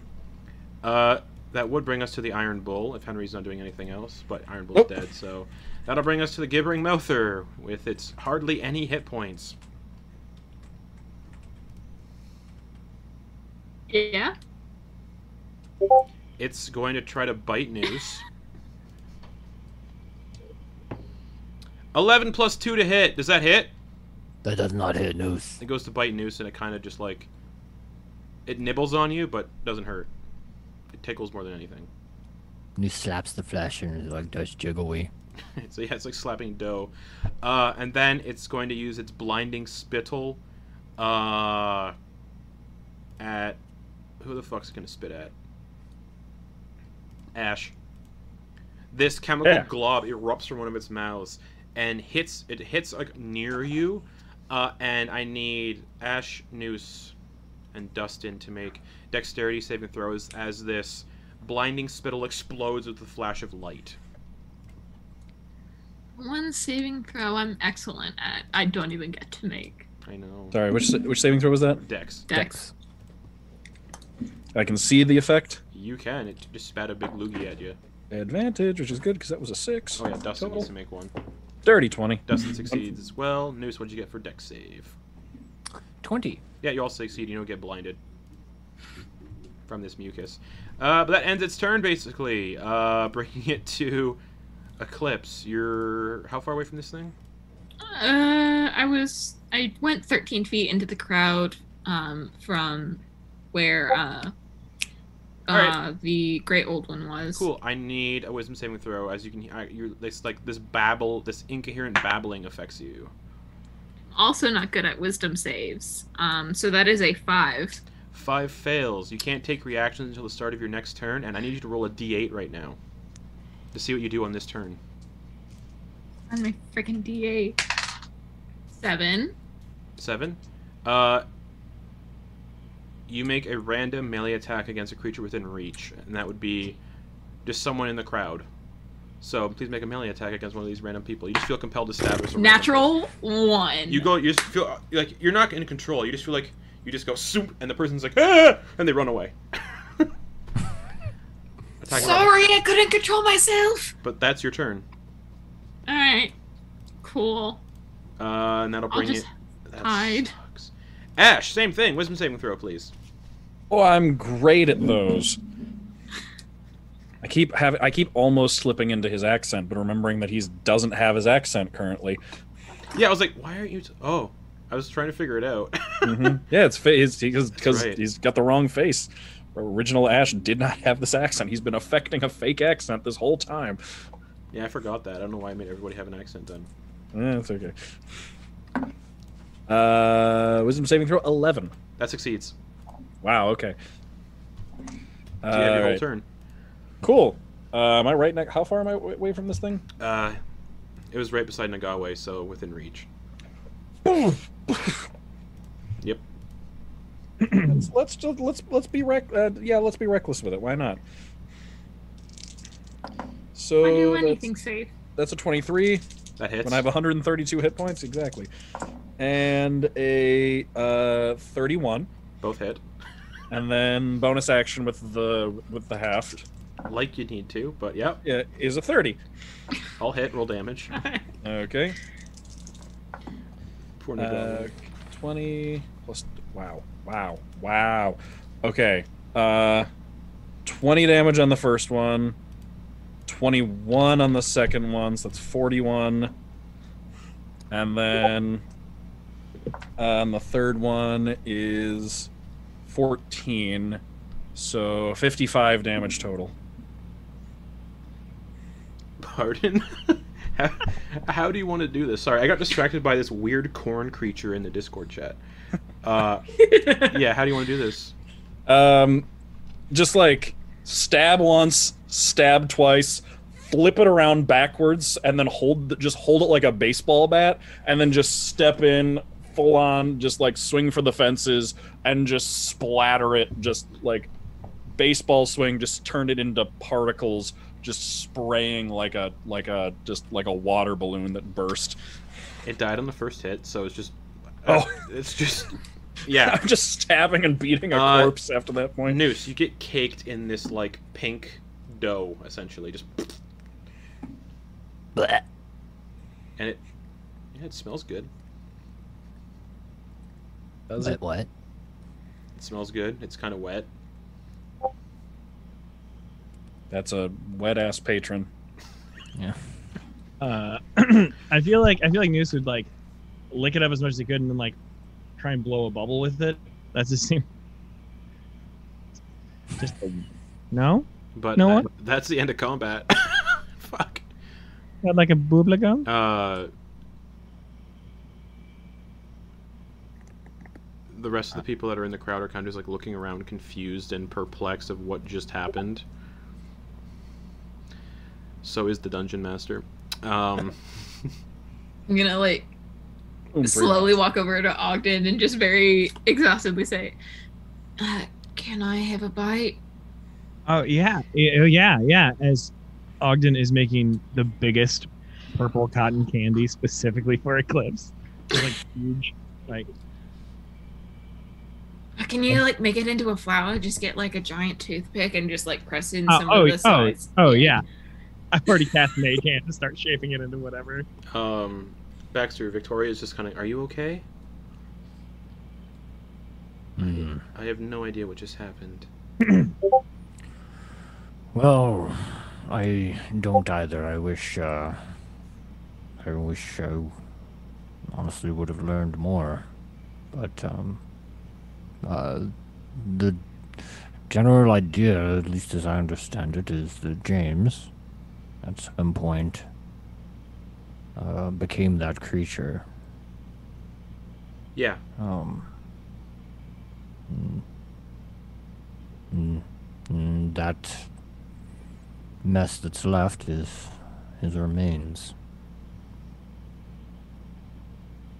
Speaker 2: Uh, that would bring us to the Iron Bull if Henry's not doing anything else, but Iron Bull's
Speaker 9: Nope.
Speaker 2: dead, so that'll bring us to the Gibbering Mouther with its hardly any hit points.
Speaker 5: Yeah.
Speaker 2: It's going to try to bite Noose. 11 plus 2 to hit. Does that hit?
Speaker 8: That does not hit news.
Speaker 2: It goes to bite Noose and it kind of just like It nibbles on you, but doesn't hurt. It tickles more than anything.
Speaker 8: And he slaps the flesh and is like, that's jiggly.
Speaker 2: so yeah, it's like slapping dough. Uh, and then it's going to use its blinding spittle uh, at who the fuck's it gonna spit at? Ash. This chemical
Speaker 9: Yeah.
Speaker 2: glob erupts from one of its mouths and hits. It hits like near you, uh, and I need Ash, Noose, and Dustin to make dexterity saving throws as this blinding spittle explodes with a flash of light.
Speaker 5: One saving throw I'm excellent at. I don't even get to make.
Speaker 2: I know.
Speaker 9: Sorry, which sa- which saving throw was that?
Speaker 2: Dex.
Speaker 5: Dex.
Speaker 9: I can see the effect.
Speaker 2: You can. It just spat a big loogie at you.
Speaker 9: Advantage, which is good because that was a six.
Speaker 2: Oh yeah, Dustin
Speaker 9: Total.
Speaker 2: needs to make one.
Speaker 9: Dirty twenty.
Speaker 2: Dustin succeeds as well. Noose, what'd you get for Dex save?
Speaker 8: 20.
Speaker 2: Yeah, you all succeed. You don't get blinded from this mucus. Uh, but that ends its turn, basically, uh, bringing it to Eclipse. You're how far away from this thing?
Speaker 5: Uh, I was I went 13 feet into the crowd um, from where uh, uh,
Speaker 2: Alright.
Speaker 5: the great old one was.
Speaker 2: Cool. I need a Wisdom saving throw. As you can, I, you're this like this babble, this incoherent babbling affects you.
Speaker 5: Also not good at wisdom saves. Um, so that is a five.
Speaker 2: Five fails. You can't take reactions until the start of your next turn, and I need you to roll a d8 right now to see what you do on this turn.
Speaker 5: On my freaking D8. Seven.
Speaker 2: Seven. Uh, you make a random melee attack against a creature within reach, and that would be just someone in the crowd. So please make a melee attack against one of these random people. You just feel compelled to stab or some random
Speaker 5: Natural one.
Speaker 2: person. You go. You just feel uh, like you're not in control. You just feel like you just go soup, and the person's like ah, and they run away. Attack roll.
Speaker 5: Sorry, I couldn't control myself.
Speaker 2: But that's your turn,
Speaker 5: All right. Cool.
Speaker 2: uh, and that'll
Speaker 5: I'll
Speaker 2: bring
Speaker 5: just
Speaker 2: it. That
Speaker 5: hide.
Speaker 2: sucks. Ash, same thing. Wisdom saving throw, please.
Speaker 9: Oh, I'm great at those. I keep have I keep almost slipping into his accent, but remembering that he doesn't have his accent currently.
Speaker 2: Yeah, I was like, why aren't you? T- oh, I was trying to figure it out.
Speaker 9: Mhm. yeah, it's because because
Speaker 2: right.
Speaker 9: he's got the wrong face. Original Ash did not have this accent. He's been affecting a fake accent this whole time.
Speaker 2: Yeah, I forgot that. I don't know why I made everybody have an accent then.
Speaker 9: Eh, it's okay. Uh, wisdom saving throw eleven.
Speaker 2: That succeeds.
Speaker 9: Wow. Okay.
Speaker 2: So you have your
Speaker 9: All
Speaker 2: whole
Speaker 9: right.
Speaker 2: turn.
Speaker 9: Cool. Uh, am I right next? How far am I wa- away from this thing?
Speaker 2: Uh, it was right beside Nagawe, so within reach. Yep.
Speaker 9: let's let's just, let's let's be rec- uh, yeah, let's be reckless with it. Why not? So
Speaker 5: I do
Speaker 7: Oh,
Speaker 9: that's-
Speaker 5: anything safe.
Speaker 9: that's a 23
Speaker 2: That hits.
Speaker 9: when I have 132 hit points exactly, and a uh, 31,
Speaker 2: Both hit.
Speaker 9: and then bonus action with the with the haft.
Speaker 2: Like you need to, but yep.
Speaker 9: Yeah, is a 30.
Speaker 2: I'll hit. Roll damage.
Speaker 9: Okay.
Speaker 2: Poor Nagawe.
Speaker 9: Uh, 20 plus wow wow wow okay uh 20 damage on the first one 21 on the second one so that's 41 and then um, the third one is 14 so 55 damage total
Speaker 2: Pardon. how, how do you want to do this? Sorry, I got distracted by this weird corn creature in the Discord chat. Uh, yeah. How do you want to do this?
Speaker 9: um just like stab once stab twice flip it around backwards and then hold the, just hold it like a baseball bat and then just step in full on just like swing for the fences and just splatter it just like baseball swing just turn it into particles just spraying like a like a just like a water balloon that burst
Speaker 2: It died on the first hit, so it's just. uh,
Speaker 9: Oh.
Speaker 2: It's just. Yeah.
Speaker 9: i'm just stabbing and beating a
Speaker 2: Uh,
Speaker 9: corpse after that point
Speaker 2: Noose, you get caked in this like pink dough, essentially. Just
Speaker 8: Blech.
Speaker 2: and it, yeah, it smells good.
Speaker 9: Does it?
Speaker 8: what?
Speaker 2: It smells good. It's kind of wet.
Speaker 9: that's a wet ass patron
Speaker 7: Uh, I feel like I feel like Noose would like lick it up as much as he could, and then like try and blow a bubble with it. That's his thing. Just a, no?
Speaker 2: But
Speaker 7: No
Speaker 2: that-
Speaker 7: one?
Speaker 2: that's the end of combat. Fuck.
Speaker 7: Got like a boobla gum?
Speaker 2: Uh, the rest of the people that are in the crowd are kind of just like looking around, confused and perplexed of what just happened. So is the dungeon master. Um,
Speaker 5: I'm gonna like
Speaker 9: Oomphrey.
Speaker 5: slowly walk over to Ogden and just very exhaustedly say, uh, "Can I have a bite?"
Speaker 7: Oh yeah, yeah, oh, yeah, yeah. As Ogden is making the biggest purple cotton candy specifically for Eclipse. It's like huge.
Speaker 5: Can you like make it into a flower? Just get like a giant toothpick and just like press in
Speaker 7: Oh,
Speaker 5: some
Speaker 7: oh,
Speaker 5: of the
Speaker 7: oh,
Speaker 5: sides.
Speaker 7: oh yeah. I've already cast Mage Hand to start shaping it into whatever.
Speaker 2: um, Baxter, Victoria is just kind of, are you okay?
Speaker 8: Hmm.
Speaker 2: I have no idea what just happened.
Speaker 8: Well, I don't either. I wish, uh, I wish I honestly would have learned more. But, um, uh, the general idea, at least as I understand it, is that James, at some point, uh, became that creature.
Speaker 2: Yeah,
Speaker 8: Um. mm, mm, mm, that mess that's left is his remains.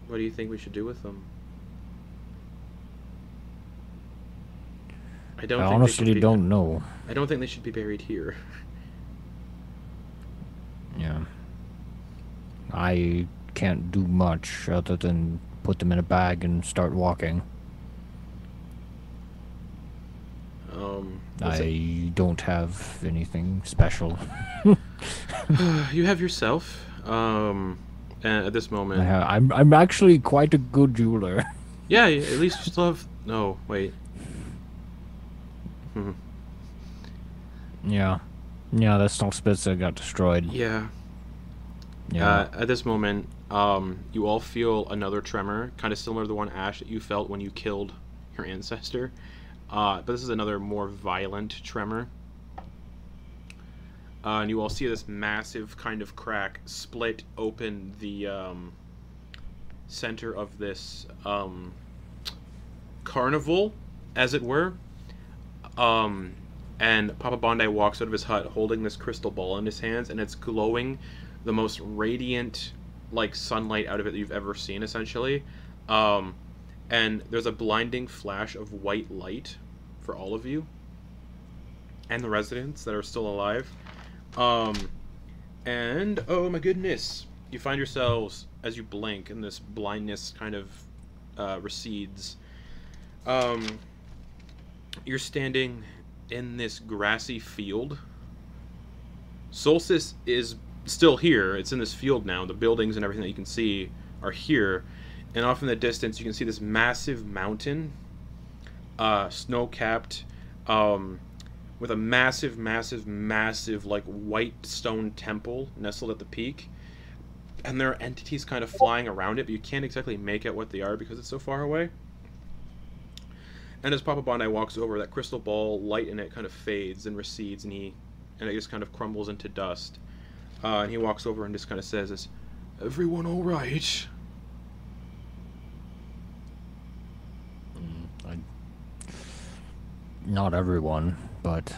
Speaker 2: what do you think we should do with them? I don't.
Speaker 8: I
Speaker 2: think they should
Speaker 8: honestly
Speaker 2: be-
Speaker 8: don't know.
Speaker 2: I don't think they should be buried here.
Speaker 8: Yeah. I can't do much other than put them in a bag and start walking.
Speaker 2: Um,
Speaker 8: I don't have anything special.
Speaker 2: you have yourself. Um, and at this moment,
Speaker 8: I ha- I'm I'm actually quite a good jeweler.
Speaker 2: yeah. y- At least you still have. No, wait.
Speaker 8: yeah. Yeah, that Snowspitzer got destroyed.
Speaker 2: Yeah.
Speaker 8: Yeah.
Speaker 2: Uh, at this moment, um, you all feel another tremor, kind of similar to the one Ash that you felt when you killed your ancestor. Uh, but this is another more violent tremor. Uh, and you all see this massive kind of crack split open the um, center of this um, carnival, as it were. Um, and Papa Bondi walks out of his hut holding this crystal ball in his hands, and it's glowing the most radiant, like sunlight out of it that you've ever seen, essentially. Um, and there's a blinding flash of white light for all of you and the residents that are still alive. Um, and oh my goodness, you find yourselves as you blink, and this blindness kind of uh, recedes. Um, you're standing in this grassy field. Solstice is still here. It's in this field now. The buildings and everything that you can see are here. And off in the distance, you can see this massive mountain, uh, snow capped, um, with a massive, massive, massive, like white stone temple nestled at the peak. And there are entities kind of flying around it, but you can't exactly make out what they are because it's so far away. And as Papa Bondi walks over, that crystal ball light in it kind of fades and recedes, and he, and it just kind of crumbles into dust. Uh, and he walks over and just kind of says, "Is everyone all right?"
Speaker 8: Mm, I, not everyone, but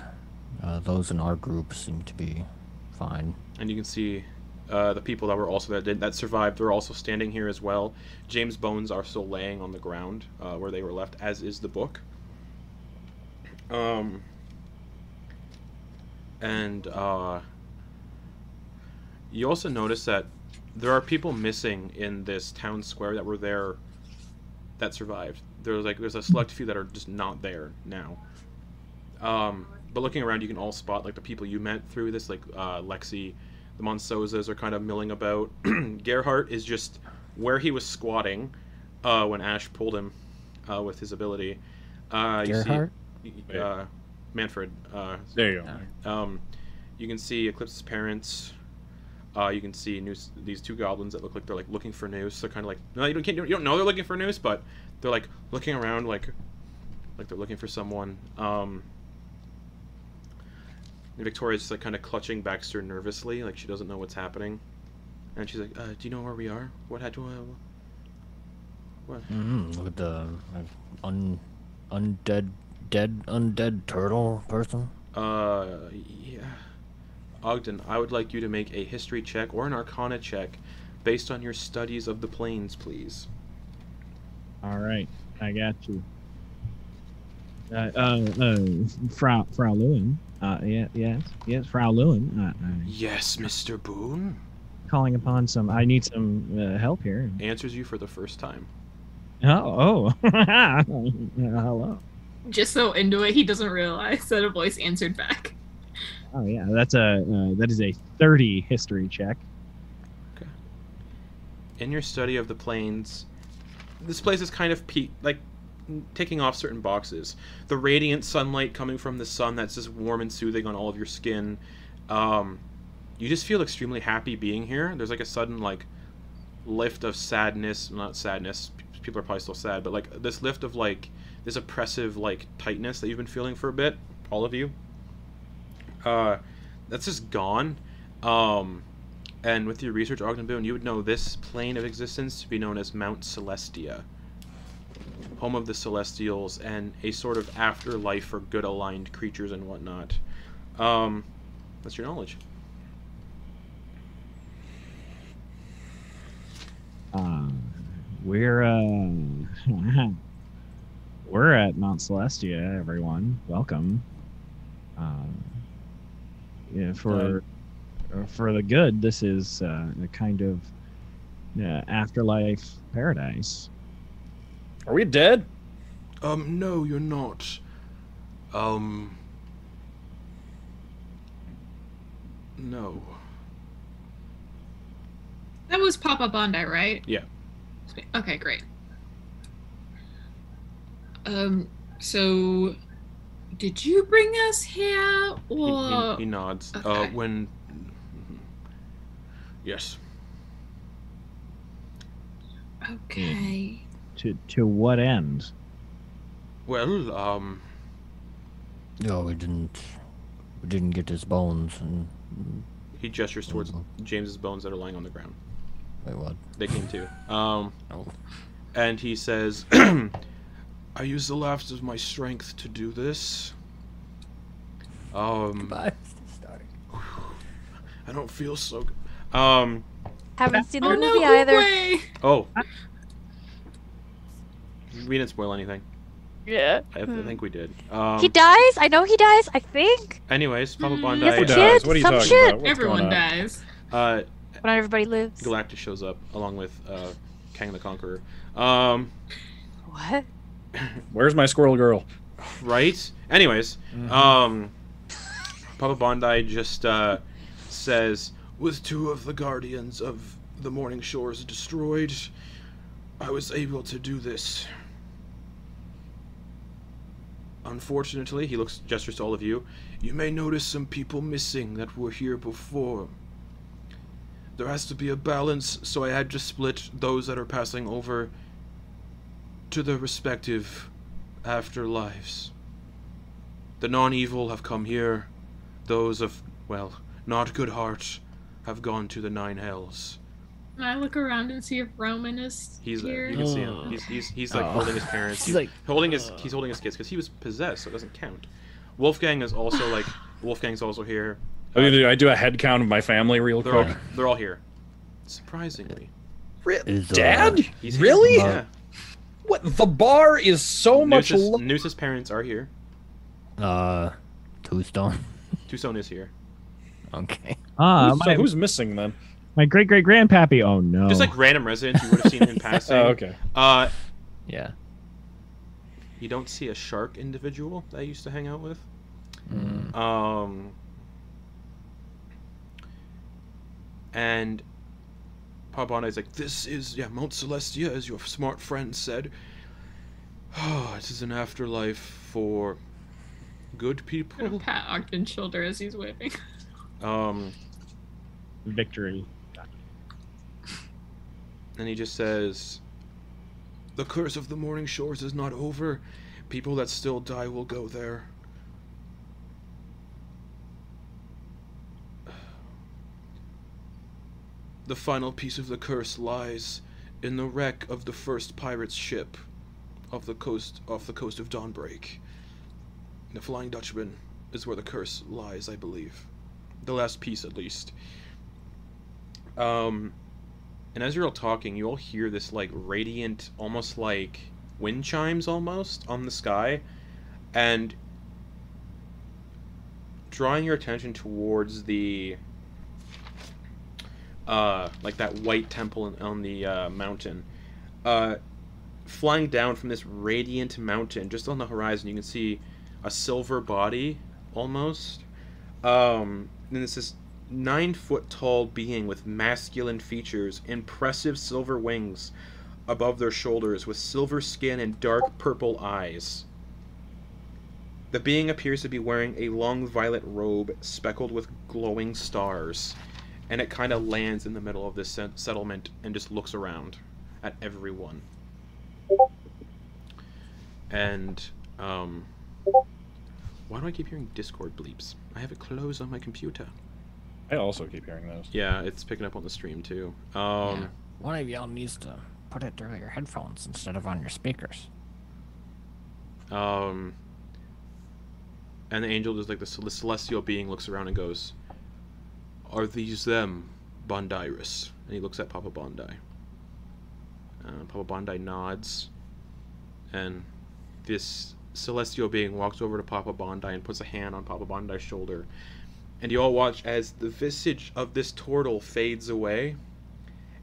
Speaker 8: uh, those in our group seem to be fine.
Speaker 2: And you can see uh, the people that were also that did, that survived. They're also standing here as well. James' bones are still laying on the ground uh, where they were left, as is the book. Um. And uh, you also notice that there are people missing in this town square that were there that survived. There's like there's a select few that are just not there now. Um, but looking around, you can all spot like the people you met through this, like uh, Lexi, the Monsozas are kind of milling about. Gerhardt is just where he was squatting uh, when Ash pulled him uh, with his ability. Uh, you see-
Speaker 8: Gerhardt?
Speaker 2: uh, Manfred. Uh,
Speaker 9: There you go.
Speaker 2: um, you can see Eclipse's parents. Uh, you can see Noose, these two goblins that look like they're like looking for Noose. They're kind of like no, you don't can't, you don't know they're looking for Noose, but they're like looking around like like they're looking for someone. Um, And Victoria's just like kind of clutching Baxter nervously, like she doesn't know what's happening. And she's like, uh, "Do you know where we are? What had to? Uh, what?
Speaker 8: Mm, with the uh, un, undead, dead, undead turtle person.
Speaker 2: Uh, yeah. Ogden, I would like you to make a history check or an arcana check based on your studies of the planes, please.
Speaker 7: All right, I got you. Uh, uh, uh, Frau Frau Lewin. Uh, yeah, yes, yes, Frau Lewin. Uh, I'm
Speaker 2: Yes, Mr. Boone.
Speaker 7: calling upon some. I need some uh, help here.
Speaker 2: Answers you for the first time.
Speaker 7: Oh, oh, Uh, hello.
Speaker 5: Just so into it, he doesn't realize that a voice answered back.
Speaker 7: Oh yeah, that's a uh, that is a thirty history check.
Speaker 2: in your study of the planes, this place is kind of peak, like n- taking off certain boxes. The radiant sunlight coming from the sun that's just warm and soothing on all of your skin. Um, you just feel extremely happy being here. There's like a sudden like lift of sadness, not sadness. p- People are probably still sad, but like this lift of like this oppressive like tightness that you've been feeling for a bit, all of you. Uh, that's just gone. Um, and with your research, Ogden Boone, you would know this plane of existence to be known as Mount Celestia, home of the Celestials and a sort of afterlife for good aligned creatures and whatnot. Um, that's your knowledge.
Speaker 7: Uh, we're uh, we're at Mount Celestia, everyone. Welcome. Uh, yeah, for uh, for the good, this is uh, a kind of uh, afterlife paradise.
Speaker 9: Are we dead?
Speaker 2: Um, no, you're not. Um, no.
Speaker 5: That was Papa Bondi, right?
Speaker 2: Yeah.
Speaker 5: Okay, great. Um, so did you bring us here
Speaker 2: He, he-
Speaker 5: or
Speaker 2: he nods. Uh,
Speaker 5: okay.
Speaker 2: when. Mm-hmm. Yes.
Speaker 5: Okay.
Speaker 7: To to what end?
Speaker 2: Well, um,
Speaker 8: No, we didn't. We didn't get his bones. And
Speaker 2: he gestures towards James's bones that are lying on the ground.
Speaker 8: wait, what?
Speaker 2: They came too. Um,
Speaker 8: Oh.
Speaker 2: and he says, "I use the last of my strength to do this. Um,
Speaker 8: Bye.
Speaker 2: I don't feel so. Good. Um,
Speaker 3: Haven't seen the
Speaker 5: Oh no,
Speaker 3: movie either.
Speaker 5: way.
Speaker 2: oh, we didn't spoil anything.
Speaker 3: Yeah.
Speaker 2: I, I
Speaker 3: Hmm.
Speaker 2: think we did. Um,
Speaker 3: He dies. I know he dies. I think.
Speaker 2: anyways, Papa
Speaker 5: Mm.
Speaker 2: Bondi.
Speaker 3: He has a
Speaker 9: Who
Speaker 3: Kid,
Speaker 2: uh,
Speaker 9: dies? What are you
Speaker 3: some
Speaker 9: talking
Speaker 3: shit.
Speaker 9: about? What's
Speaker 5: Everyone
Speaker 9: going on?
Speaker 5: dies.
Speaker 2: Uh,
Speaker 3: But not everybody lives.
Speaker 2: Galactus shows up along with uh, Kang the Conqueror. Um,
Speaker 3: What?
Speaker 9: Where's my squirrel girl?
Speaker 2: right? Anyways, um, Papa Bondi just uh, says, "With two of the guardians of the Morning Shores destroyed, I was able to do this." Unfortunately, he looks gestures to all of you. You may notice some people missing that were here before. There has to be a balance, so I had to split those that are passing over to their respective afterlives. The non evil have come here. Those of, well, not good heart have gone to the nine hells.
Speaker 5: Can I look around and see if Roman is
Speaker 2: He's
Speaker 5: here?
Speaker 2: there. You can see him. He's, he's, he's like
Speaker 8: Oh.
Speaker 2: holding his parents.
Speaker 8: He's
Speaker 2: He's,
Speaker 8: like- oh.
Speaker 2: holding his he's holding his kids because he was possessed, so it doesn't count. Wolfgang is also like Wolfgang's also here.
Speaker 9: I do, I do a head count of my family real
Speaker 2: They're all,
Speaker 9: quick.
Speaker 2: they're all here. Surprisingly,
Speaker 8: Is, uh,
Speaker 2: he's here.
Speaker 9: Really?
Speaker 2: Yeah.
Speaker 9: What? The bar is so much.
Speaker 2: Noose's,
Speaker 9: lo-
Speaker 2: Noose's parents are here.
Speaker 8: Uh, tombstone.
Speaker 2: Tucson is here.
Speaker 8: Okay.
Speaker 7: Ah,
Speaker 9: Who's-
Speaker 7: my,
Speaker 9: who's missing then?
Speaker 7: my great great grandpappy. Oh no.
Speaker 2: Just like random residents you would have seen in passing.
Speaker 9: Oh, okay.
Speaker 2: Uh,
Speaker 8: Yeah.
Speaker 2: you don't see a shark individual that I used to hang out with.
Speaker 8: Mm,
Speaker 2: Um, and Pabana is like, "This is yeah, Mount Celestia, as your smart friend said. Oh, this is an afterlife for good
Speaker 5: Gonna
Speaker 2: people.
Speaker 5: pat Ogden's shoulder as he's waving.
Speaker 2: Um,
Speaker 7: victory.
Speaker 2: and he just says, "The curse of the Morning Shores is not over. People that still die will go there." The final piece of the curse lies in the wreck of the first pirate's ship off the coast off the coast of Dawnbreak. The Flying Dutchman is where the curse lies, I believe. The last piece at least. Um and as you're all talking, you all hear this like radiant, almost like wind chimes almost on the sky. And drawing your attention towards the uh, like that white temple in, on the uh, mountain. Uh, flying down from this radiant mountain, just on the horizon, you can see a silver body almost. Um, and it's this nine foot tall being with masculine features, impressive silver wings above their shoulders, with silver skin and dark purple eyes. The being appears to be wearing a long violet robe speckled with glowing stars, and it kind of lands in the middle of this set- settlement and just looks around at everyone. And, um. Why do I keep hearing Discord bleeps? I have it closed on my computer.
Speaker 9: I also keep hearing those.
Speaker 2: Yeah, it's picking up on the stream too. Um,
Speaker 8: One of y'all needs to put it through your headphones instead of on your speakers.
Speaker 2: Um, and the angel just like the, cel- the celestial being looks around and goes, "Are these them, Bondirus?" And he looks at Papa Bondi. Uh, Papa Bondi nods, and this celestial being walks over to Papa Bondi and puts a hand on Papa Bondi's shoulder. And you all watch as the visage of this turtle fades away,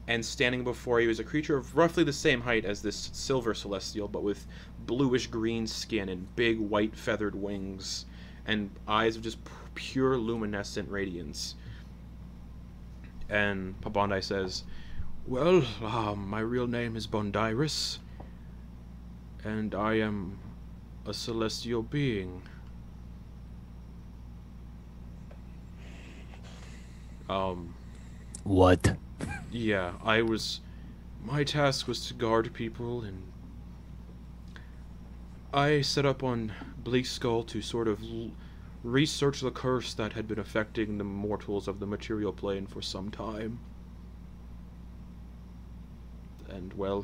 Speaker 2: and standing before you is a creature of roughly the same height as this silver celestial, but with bluish green skin and big white feathered wings and eyes of just p- pure luminescent radiance. And Pabondai says, Well, um, my real name is Bondirus, and I am a celestial being. Um,
Speaker 8: What?
Speaker 2: yeah, I was. My task was to guard people, and I set up on Bleak Skull to sort of l- research the curse that had been affecting the mortals of the material plane for some time. And well,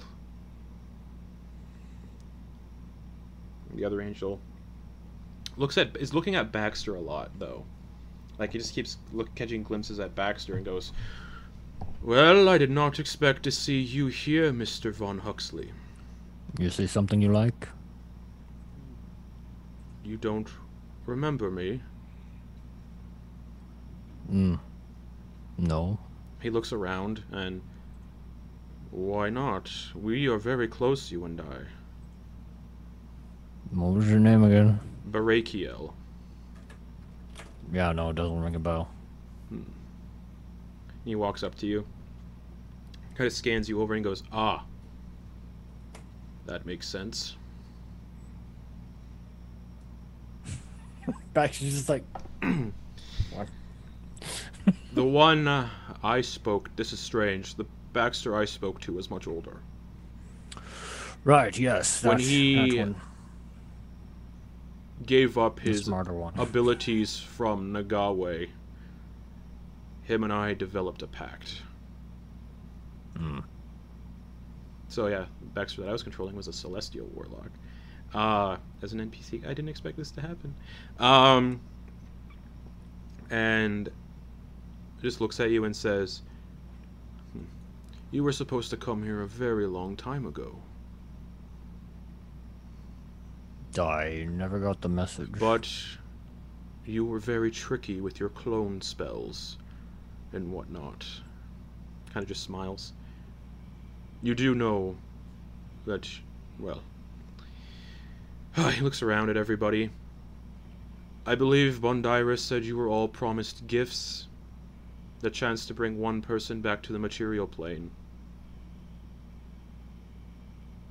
Speaker 2: the other angel looks at is looking at Baxter a lot though. Like he just keeps look, catching glimpses at Baxter and goes, well, I did not expect to see you here, Mr. Von Huxley.
Speaker 8: You see something you like?
Speaker 2: You don't remember me?
Speaker 8: Mm. No.
Speaker 2: He looks around and. Why not? We are very close, you and I.
Speaker 8: What was your name again?
Speaker 2: Barakiel.
Speaker 8: Yeah, no, it doesn't ring a bell.
Speaker 2: He walks up to you, kind of scans you over, and goes, Ah. That makes sense.
Speaker 8: Baxter's just like,
Speaker 2: The one uh, I spoke. This is strange. The Baxter I spoke to was much older.
Speaker 8: right, yes.
Speaker 2: When
Speaker 8: that's-
Speaker 2: he-
Speaker 8: that one,
Speaker 2: Gave up
Speaker 8: the
Speaker 2: his
Speaker 8: smarter one.
Speaker 2: abilities from Nagawe, him and I developed a pact.
Speaker 8: Hmm.
Speaker 2: So yeah, Baxter that I was controlling was a celestial warlock. Uh, as an NPC, I didn't expect this to happen. Um, and just looks at you and says, "Hmm, "You were supposed to come here a very long time ago,
Speaker 8: I never got the message.
Speaker 2: but you were very tricky with your clone spells and whatnot." Kind of just smiles. You do know that, well, he looks around at everybody. I believe Bondirus said you were all promised gifts, the chance to bring one person back to the material plane.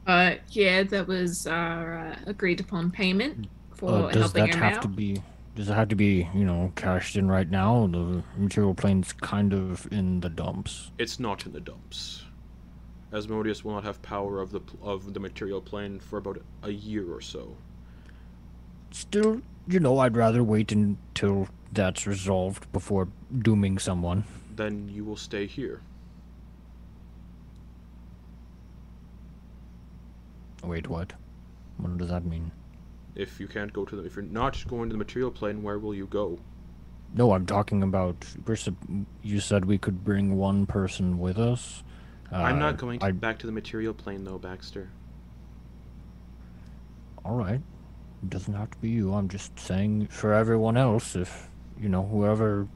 Speaker 5: Uh, yeah, that was our uh, agreed upon payment for
Speaker 8: Uh, does
Speaker 5: helping
Speaker 8: that
Speaker 5: him
Speaker 8: have
Speaker 5: out.
Speaker 8: to be? Does it have to be, you know, cashed in right now? The material plane's kind of in the dumps.
Speaker 2: It's not in the dumps. Asmodeus will not have power of the pl- of the material plane for about a year or so.
Speaker 8: Still, you know, I'd rather wait until that's resolved before dooming someone.
Speaker 2: Then you will stay here.
Speaker 8: Wait, what? What does that mean?
Speaker 2: If you can't go to the, if you're not going to the material plane, where will you go?
Speaker 8: No, I'm talking about. we're sup- You said we could bring one person with us. Uh,
Speaker 2: I'm not going to,
Speaker 8: I-
Speaker 2: back to the material plane though, Baxter.
Speaker 8: All right. It doesn't have to be you. I'm just saying for everyone else, if, you know, whoever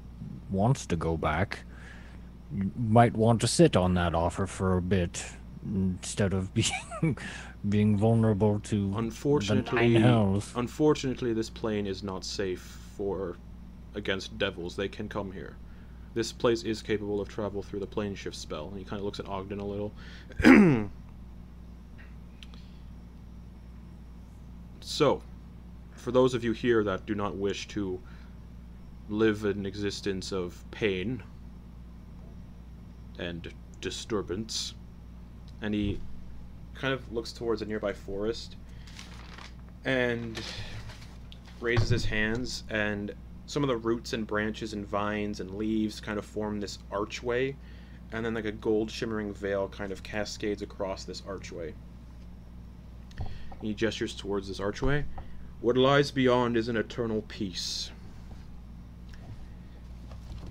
Speaker 8: wants to go back you might want to sit on that offer for a bit instead of being being vulnerable to the
Speaker 2: Unfortunately,
Speaker 8: nine hells.
Speaker 2: unfortunately, this plane is not safe for against devils. They can come here. This place is capable of travel through the plane shift spell. And he kind of looks at Ogden a little. so, for those of you here that do not wish to live an existence of pain and disturbance, and he kind of looks towards a nearby forest and raises his hands and some of the roots and branches and vines and leaves kind of form this archway and then like a gold shimmering veil kind of cascades across this archway he gestures towards this archway what lies beyond is an eternal peace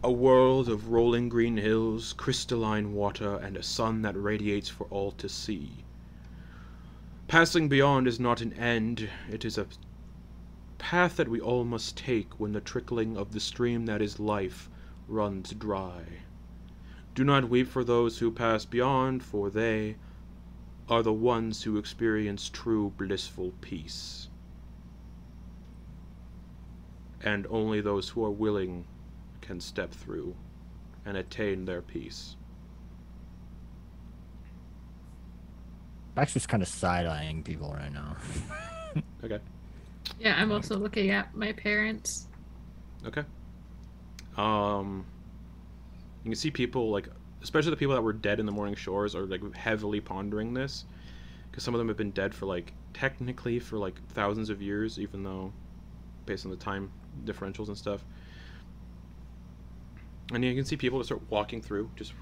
Speaker 2: a world of rolling green hills crystalline water and a sun that radiates for all to see Passing beyond is not an end, it is a path that we all must take when the trickling of the stream that is life runs dry. Do not weep for those who pass beyond, for they are the ones who experience true blissful peace. And only those who are willing can step through and attain their peace.
Speaker 8: Baxter's kind of side eyeing people right now.
Speaker 2: Okay.
Speaker 5: Yeah, I'm also looking at my parents.
Speaker 2: Okay. Um, you can see people like, especially the people that were dead in the Morning Shores, are like heavily pondering this, because some of them have been dead for like technically for like thousands of years, even though, based on the time differentials and stuff. And you can see people just start walking through, just,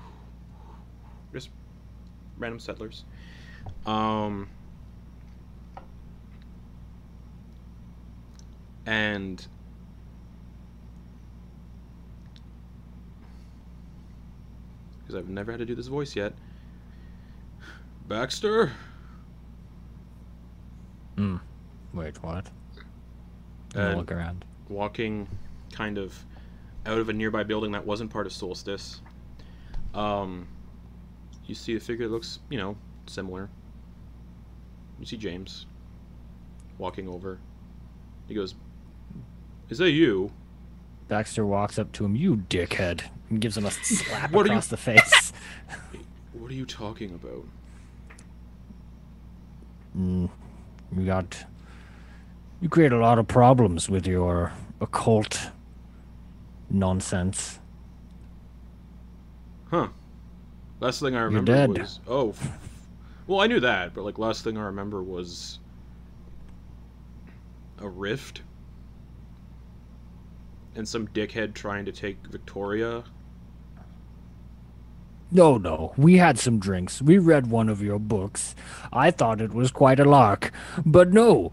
Speaker 2: just random settlers. Um. And because I've never had to do this voice yet. Baxter,
Speaker 8: Hmm. Wait, what? I'm gonna
Speaker 2: And-
Speaker 8: look around.
Speaker 2: walking kind of out of a nearby building that wasn't part of Solstice. Um, you see a figure that looks, you know, similar. You see James walking over. He goes, "Is that you?"
Speaker 8: Baxter walks up to him, you dickhead, and gives him a slap
Speaker 2: What are you-
Speaker 8: across the face.
Speaker 2: What are you talking about?
Speaker 8: Mm, you got. You create a lot of problems with your occult nonsense.
Speaker 2: Huh. Last thing I remember
Speaker 8: dead.
Speaker 2: was oh, f- f- well I knew that, but like last thing I remember was a rift and some dickhead trying to take Victoria.
Speaker 8: No, no, we had some drinks. We read one of your books. I thought it was quite a lark, but no,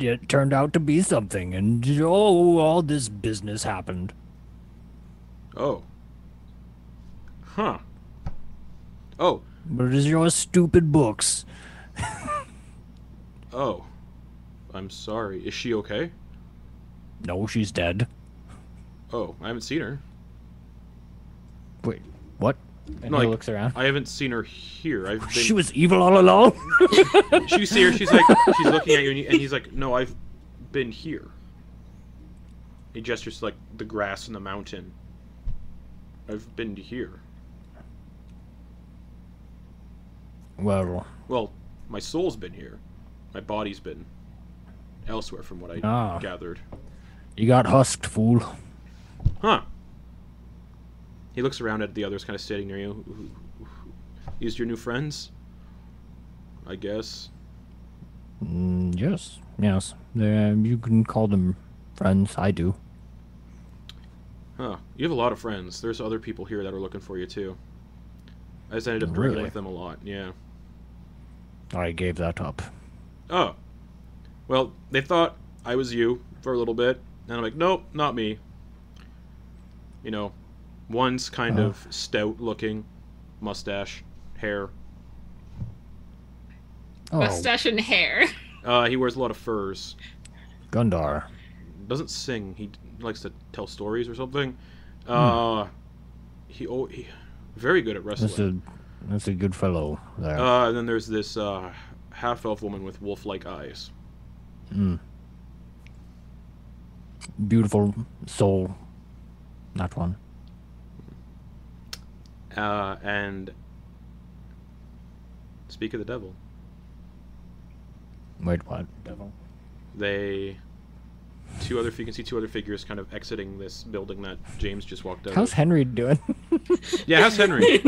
Speaker 8: it turned out to be something, and oh, all this business happened.
Speaker 2: Oh. Huh. Oh.
Speaker 8: But it is your stupid books.
Speaker 2: Oh. I'm sorry. Is she okay?
Speaker 8: No, she's dead.
Speaker 2: Oh, I haven't seen her.
Speaker 8: Wait, what? And
Speaker 2: No,
Speaker 8: he
Speaker 2: like-
Speaker 8: looks around.
Speaker 2: I haven't seen her here. I've been
Speaker 8: She was evil all along.
Speaker 2: she see her. She's like, she's looking at you, and you- and he's like, "No, I've been here." He gestures to, like the grass and the mountain. I've been here.
Speaker 8: Well,
Speaker 2: Well, my soul's been here. My body's been elsewhere, from what I
Speaker 8: Ah.
Speaker 2: gathered.
Speaker 8: you got husked, fool.
Speaker 2: Huh. He looks around at the others, kind of standing near you. These your new friends? I guess.
Speaker 8: Mm, yes, yes. They're- you can call them friends. I do.
Speaker 2: Huh. You have a lot of friends. There's other people here that are looking for you too. I just ended up drinking
Speaker 8: Really?
Speaker 2: with them a lot. Yeah.
Speaker 8: I gave that up.
Speaker 2: oh, well, they thought I was you for a little bit, and I'm like, nope, not me. You know, one's kind
Speaker 8: Oh.
Speaker 2: of stout looking, mustache, hair.
Speaker 8: Oh,
Speaker 5: Mustache and hair.
Speaker 2: Uh, he wears a lot of furs.
Speaker 8: Gundar.
Speaker 2: Doesn't sing. He d- likes to tell stories or something. Uh, he, oh, he very good at wrestling.
Speaker 8: That's a that's a good fellow there.
Speaker 2: Uh, and then there's this uh, half elf woman with wolf like eyes.
Speaker 8: Mm. Beautiful soul. Not one.
Speaker 2: Uh, and speak of the devil.
Speaker 8: Wait, what? Devil.
Speaker 2: They two other you can see two other figures kind of exiting this building that James just walked out.
Speaker 8: How's
Speaker 2: of.
Speaker 8: Henry doing?
Speaker 2: Yeah, how's Henry?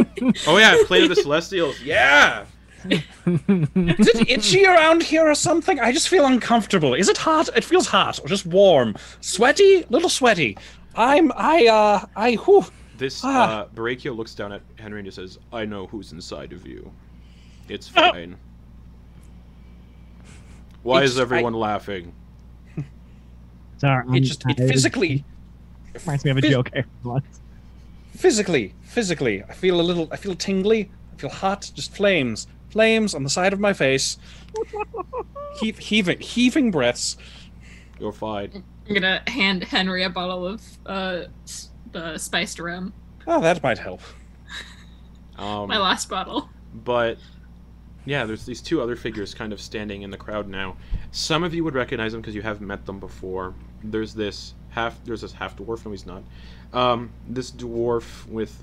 Speaker 2: oh yeah, Plane of the Celestials. Yeah.
Speaker 9: Is it itchy around here or something? I just feel uncomfortable. Is it hot? It feels hot or just warm. Sweaty? Little sweaty. I'm I uh I whew.
Speaker 2: This
Speaker 9: Ah.
Speaker 2: uh, Barakio looks down at Henry and just says, "I know who's inside of you. It's fine." Why
Speaker 9: It's-
Speaker 2: is
Speaker 9: I-
Speaker 2: everyone laughing?
Speaker 7: Sorry,
Speaker 9: It
Speaker 7: I'm
Speaker 9: just it
Speaker 7: tired.
Speaker 9: physically
Speaker 7: reminds me of a
Speaker 9: phys-
Speaker 7: joke. I once.
Speaker 9: physically, physically, I feel a little I feel tingly. I feel hot, just flames. Flames on the side of my face. Heave, heaving heaving breaths.
Speaker 2: You're fine.
Speaker 5: I'm gonna hand Henry a bottle of uh s- the spiced rum.
Speaker 9: Oh, that might help.
Speaker 2: Um,
Speaker 5: My last bottle.
Speaker 2: but yeah, there's these two other figures kind of standing in the crowd now. Some of you would recognize them because you have met them before. There's this half there's this half dwarf. No, he's not. Um, this dwarf with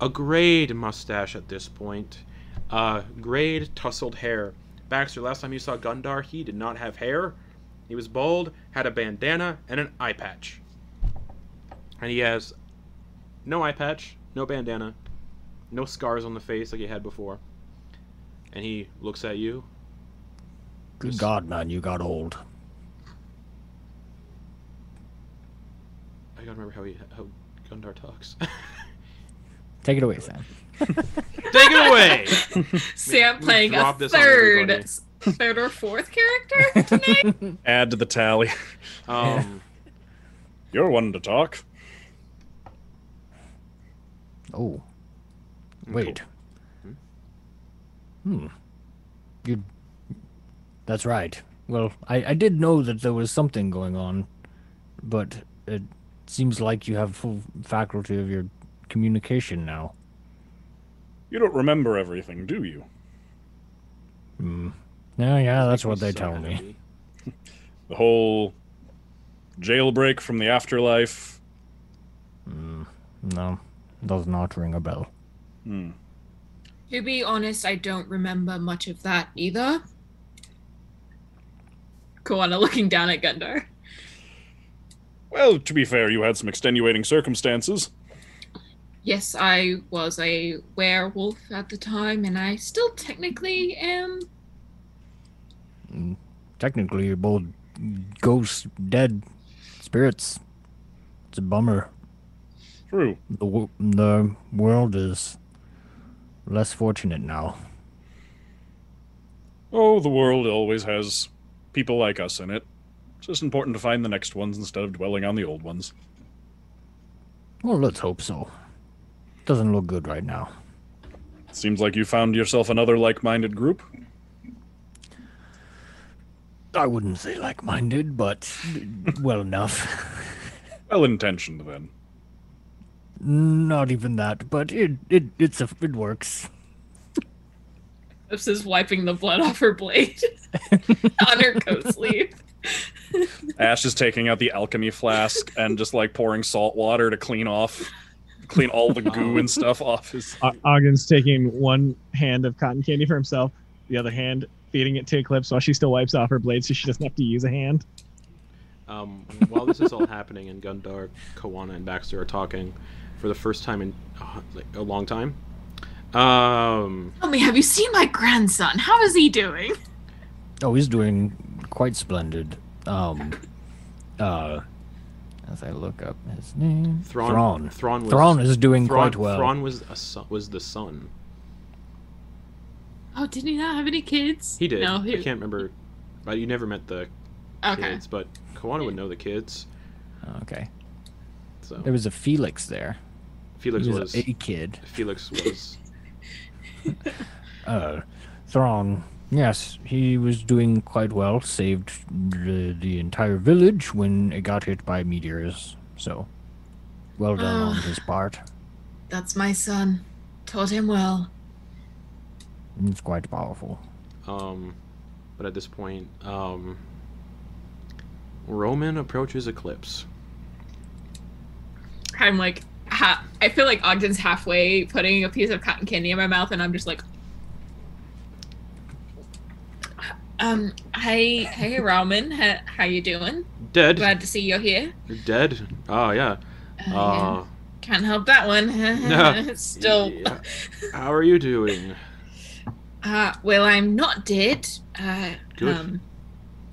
Speaker 2: a grayed mustache at this point, uh, grayed tousled hair. Baxter, last time you saw Gundar, he did not have hair. He was bald, had a bandana, and an eye patch. And he has no eye patch, no bandana, no scars on the face like he had before. And he looks at you.
Speaker 8: Good God, man, you got old.
Speaker 2: I gotta remember how he how Gundar talks.
Speaker 8: Take it away, Sam.
Speaker 2: Take it away.
Speaker 5: Sam
Speaker 2: we
Speaker 5: playing a
Speaker 2: dropped this on
Speaker 5: third,
Speaker 2: everybody.
Speaker 5: s- third or fourth character tonight.
Speaker 9: Add to the tally.
Speaker 2: Um,
Speaker 9: You're one to talk.
Speaker 8: Oh, wait. Mm, Hmm. You. That's right. Well, I, I did know that there was something going on, but it seems like you have full faculty of your communication now.
Speaker 9: You don't remember everything, do you?
Speaker 8: Hmm. Yeah, yeah, that's what they tell me.
Speaker 9: the whole jailbreak from the afterlife.
Speaker 8: Hmm. No, does not ring a bell.
Speaker 9: Hmm.
Speaker 5: to be honest, I don't remember much of that either. Koana looking down at Gundar.
Speaker 9: Well, to be fair, you had some extenuating circumstances.
Speaker 5: Yes, I was a werewolf at the time, and I still technically am.
Speaker 8: Mm, Technically, you're both ghosts, dead spirits. It's a bummer.
Speaker 9: True.
Speaker 8: The wo- the world is less fortunate now.
Speaker 9: Oh, the world always has people like us in it. It's just important to find the next ones instead of dwelling on the old ones.
Speaker 8: Well, let's hope so. Doesn't look good right now.
Speaker 9: Seems like you found yourself another like minded group.
Speaker 8: I wouldn't say like-minded, but well enough.
Speaker 9: Well intentioned, then.
Speaker 8: Not even that, but it it it's a, it works.
Speaker 5: This is wiping the blood off her blade on her coat sleeve.
Speaker 9: Ash is taking out the alchemy flask and just like pouring salt water to clean off, clean all the goo and stuff off his.
Speaker 7: O- Ogden's taking one hand of cotton candy for himself, the other hand feeding it to Eclipse while she still wipes off her blade so she doesn't have to use a hand.
Speaker 2: Um, while this is all happening, and Gundar, Kawana, and Baxter are talking for the first time in uh, like, a long time. Um,
Speaker 5: Tell me, have you seen my grandson? How is he doing?
Speaker 8: Oh, he's doing quite splendid. Um, uh, as I look up his name,
Speaker 2: Thrawn.
Speaker 8: Thrawn.
Speaker 2: Thrawn was,
Speaker 8: Thrawn is doing
Speaker 2: Thrawn-
Speaker 8: quite well.
Speaker 2: Thrawn was a son, was the son.
Speaker 5: Oh, did he not have any kids?
Speaker 2: He did.
Speaker 5: No,
Speaker 2: I
Speaker 5: he,
Speaker 2: can't remember. Right, you never met the
Speaker 5: Okay.
Speaker 2: kids, but Kawana would know the kids.
Speaker 8: Okay.
Speaker 2: So
Speaker 8: There was a Felix there.
Speaker 2: Felix
Speaker 8: He
Speaker 2: was,
Speaker 8: was a kid.
Speaker 2: Felix was
Speaker 8: Uh, Thrawn. Yes, he was doing quite well. Saved the, the entire village when it got hit by meteors. So, well done on
Speaker 5: Ah.
Speaker 8: his part.
Speaker 5: That's my son. Taught him well.
Speaker 8: It's quite powerful.
Speaker 2: um but at this point, um Roman approaches Eclipse.
Speaker 5: I'm like, ha- I feel like Ogden's halfway putting a piece of cotton candy in my mouth, and I'm just like, um, hey, hey, Ramen, how, how you doing?
Speaker 2: Dead.
Speaker 5: Glad to see you're here.
Speaker 2: You're dead. Oh yeah.
Speaker 5: Uh,
Speaker 2: Uh,
Speaker 5: Can't help that one.
Speaker 2: No.
Speaker 5: Still,
Speaker 2: yeah. How are you doing?
Speaker 5: uh, well, I'm not dead. Uh,
Speaker 2: Good.
Speaker 5: Um,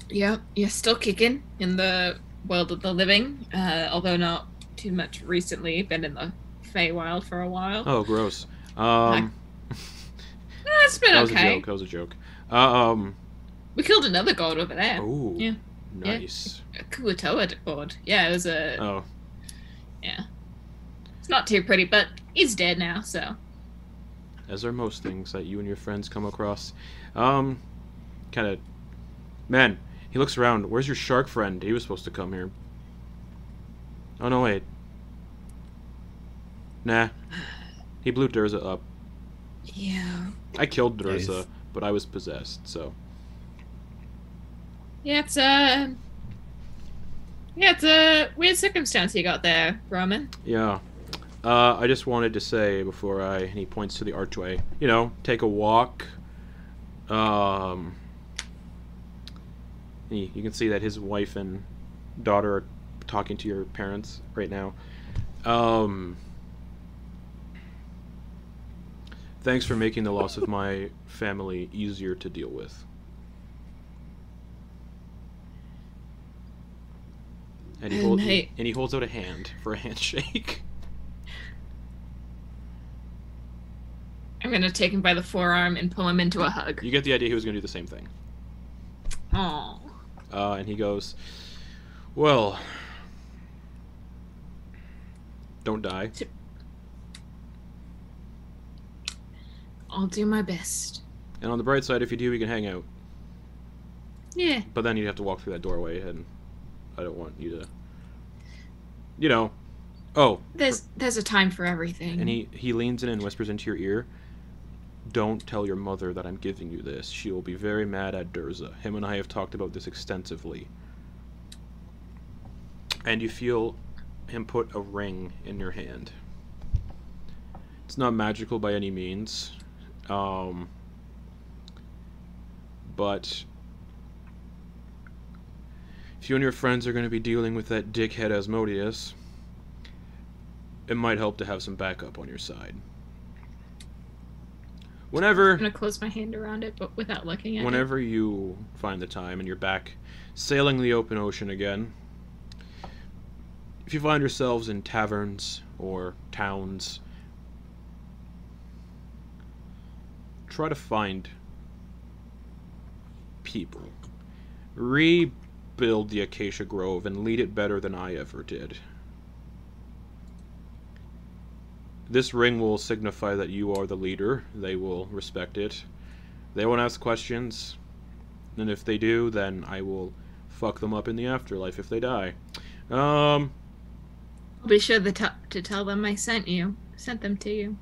Speaker 5: yeah, you're still kicking in the world of the living, uh, although not too much recently. Been in the Feywild for a while.
Speaker 2: Oh, gross. Um,
Speaker 5: Eh, it's been
Speaker 2: that was a
Speaker 5: okay.
Speaker 2: joke. That was a joke. Uh, um.
Speaker 5: We killed another god over there.
Speaker 2: Oh.
Speaker 5: Yeah.
Speaker 2: Nice.
Speaker 5: a Kuatoa board. Yeah, it was a.
Speaker 2: Oh.
Speaker 5: It's not too pretty, but he's dead now, so.
Speaker 2: as are most things that you and your friends come across. Um, kind of, man. He looks around. Where's your shark friend? He was supposed to come here. Oh no, wait. Nah, he blew Durza up.
Speaker 5: Yeah.
Speaker 2: I killed Durza,
Speaker 8: Nice.
Speaker 2: but I was possessed, so
Speaker 5: Yeah, it's a. Yeah, it's a weird circumstance you got there, Roman.
Speaker 2: yeah. Uh, I just wanted to say before I and he points to the archway. You know, take a walk. Um, he- you can see that his wife and daughter are talking to your parents right now. Um, thanks for making the loss of my family easier to deal with. And he,
Speaker 5: Um,
Speaker 2: hold,
Speaker 5: hey-
Speaker 2: and he holds out a hand for a handshake.
Speaker 5: I'm gonna take him by the forearm and pull him into a hug.
Speaker 2: You get the idea he was going to do the same thing.
Speaker 5: Aww.
Speaker 2: Uh, and he goes, Well, don't die.
Speaker 5: I'll do my best.
Speaker 2: And on the bright side, if you do, we can hang out.
Speaker 5: Yeah.
Speaker 2: But then you'd have to walk through that doorway, and I don't want you to. You know. Oh,
Speaker 5: There's there's a time for everything.
Speaker 2: and he, he leans in and whispers into your ear, Don't tell your mother that I'm giving you this. She will be very mad at Durza. Him and I have talked about this extensively. And you feel him put a ring in your hand. It's not magical by any means, um, but if you and your friends are going to be dealing with that dickhead Asmodeus, it might help to have some backup on your side. Whenever.
Speaker 5: I'm gonna close my hand around it, but without looking at it.
Speaker 2: Whenever you find the time and you're back sailing the open ocean again, if you find yourselves in taverns or towns, try to find people. Rebuild the Acacia Grove and lead it better than I ever did. This ring will signify that you are the leader. They will respect it. They won't ask questions. And if they do, then I will fuck them up in the afterlife if they die. Um,
Speaker 5: I'll be sure the to to tell them I sent you. Sent them to you.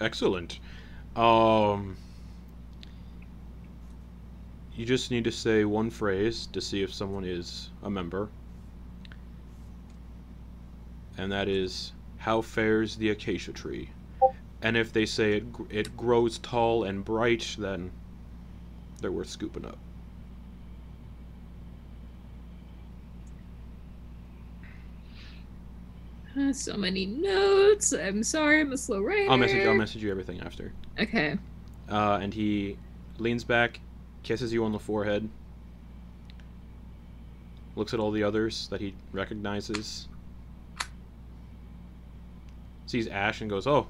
Speaker 2: excellent. Um, you just need to say one phrase to see if someone is a member. And that is, how fares the acacia tree? And if they say it, gr- it grows tall and bright, then they're worth scooping up.
Speaker 5: Uh, So many notes. I'm sorry, I'm a slow writer.
Speaker 2: I'll message. I'll message you everything after.
Speaker 5: Okay.
Speaker 2: uh, and he leans back, kisses you on the forehead, looks at all the others that he recognizes, sees Ash and goes, "Oh,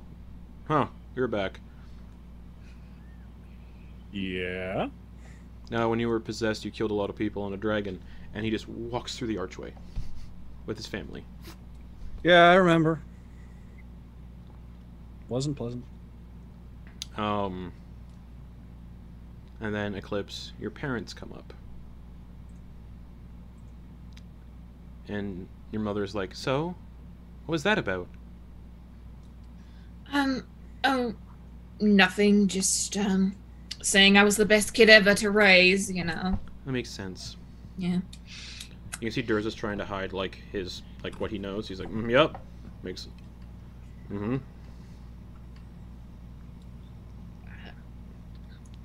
Speaker 2: huh, you're back."
Speaker 9: Yeah.
Speaker 2: Now, when you were possessed, you killed a lot of people and a dragon, and he just walks through the archway with his family.
Speaker 9: Yeah, I remember. Wasn't pleasant.
Speaker 2: Um, and then Eclipse, your parents come up, and your mother's like, "So, what was that about?"
Speaker 5: Um, oh, nothing. Just um, saying I was the best kid ever to raise. You know.
Speaker 2: That makes sense.
Speaker 5: Yeah.
Speaker 2: You can see Durza's trying to hide like his like what he knows. He's like, mm, "Yep," makes. Mm-hmm.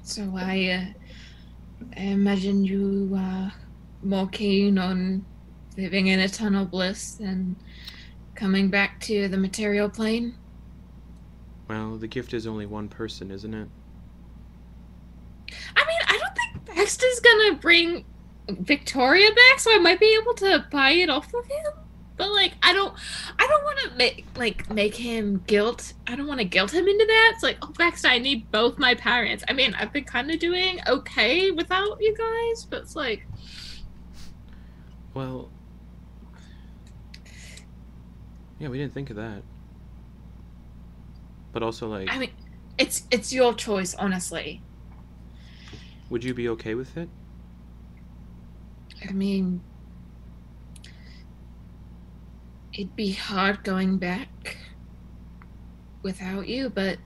Speaker 5: So I, uh, I imagine you are more keen on living in eternal bliss than coming back to the material plane.
Speaker 2: Well, the gift is only one person, isn't it?
Speaker 5: I mean, I don't think Baxter's gonna bring Victoria back, so I might be able to buy it off of him. But like, I don't, I don't want to make like make him guilt. I don't want to guilt him into that. It's like, oh, Baxter, I need both my parents. I mean, I've been kind of doing okay without you guys, but it's like,
Speaker 2: Well. Yeah, we didn't think of that. But also, like,
Speaker 5: I mean, it's it's your choice, honestly.
Speaker 2: would you be okay with it?
Speaker 5: I mean, it'd be hard going back without you, but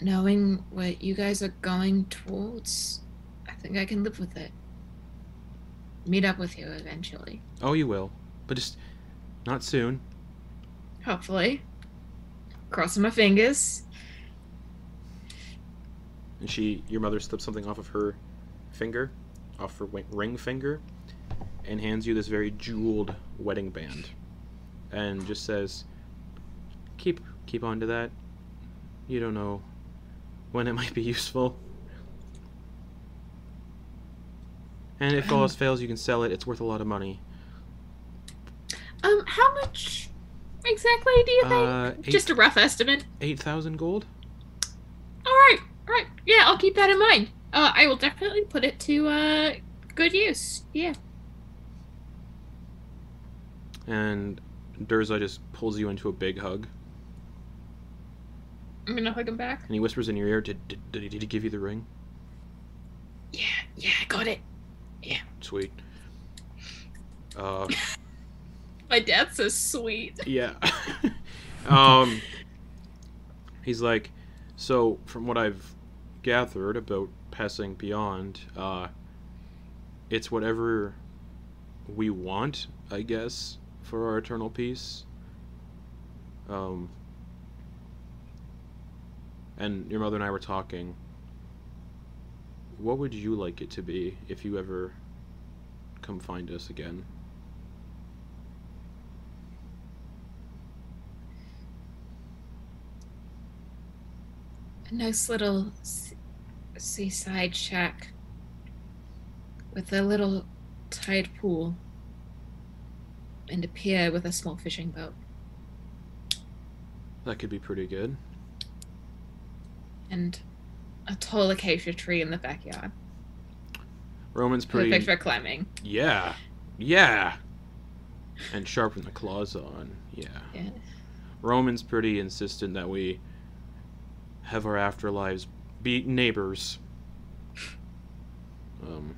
Speaker 5: knowing what you guys are going towards, I think I can live with it. Meet up with you eventually,
Speaker 2: Oh, you will. But just not soon.
Speaker 5: hopefully. Crossing my fingers.
Speaker 2: And she, your mother, slips something off of her finger, off her wi- ring finger, and hands you this very jeweled wedding band, and just says, "Keep, keep on to that. You don't know when it might be useful." And if all else fails, you can sell it. It's worth a lot of money.
Speaker 5: Um, how much exactly do you think?
Speaker 2: Uh, eight-
Speaker 5: Just a rough estimate.
Speaker 2: Eight thousand gold.
Speaker 5: All right, all right. Yeah, I'll keep that in mind. Uh, I will definitely put it to uh, good use. Yeah.
Speaker 2: And Durza just pulls you into a big hug,
Speaker 5: I'm gonna hug him back.
Speaker 2: and he whispers in your ear, "Did did, did, did he give you the ring?"
Speaker 5: Yeah, yeah, I got it.
Speaker 2: Sweet. Uh,
Speaker 5: My dad's so sweet.
Speaker 2: yeah. um, he's like, so from what I've gathered about passing beyond, uh, it's whatever we want, I guess, for our eternal peace. Um, and your mother and I were talking. What would you like it to be if you ever come find us again?
Speaker 5: A nice little s- seaside shack with a little tide pool and a pier with a small fishing boat
Speaker 2: That could be pretty good.
Speaker 5: and a tall acacia tree in the backyard.
Speaker 2: Roman's pretty.
Speaker 5: Perfect for climbing.
Speaker 2: Yeah. Yeah. And sharpen the claws on. Yeah.
Speaker 5: Yeah.
Speaker 2: Roman's pretty insistent that we have our afterlives be neighbors. Um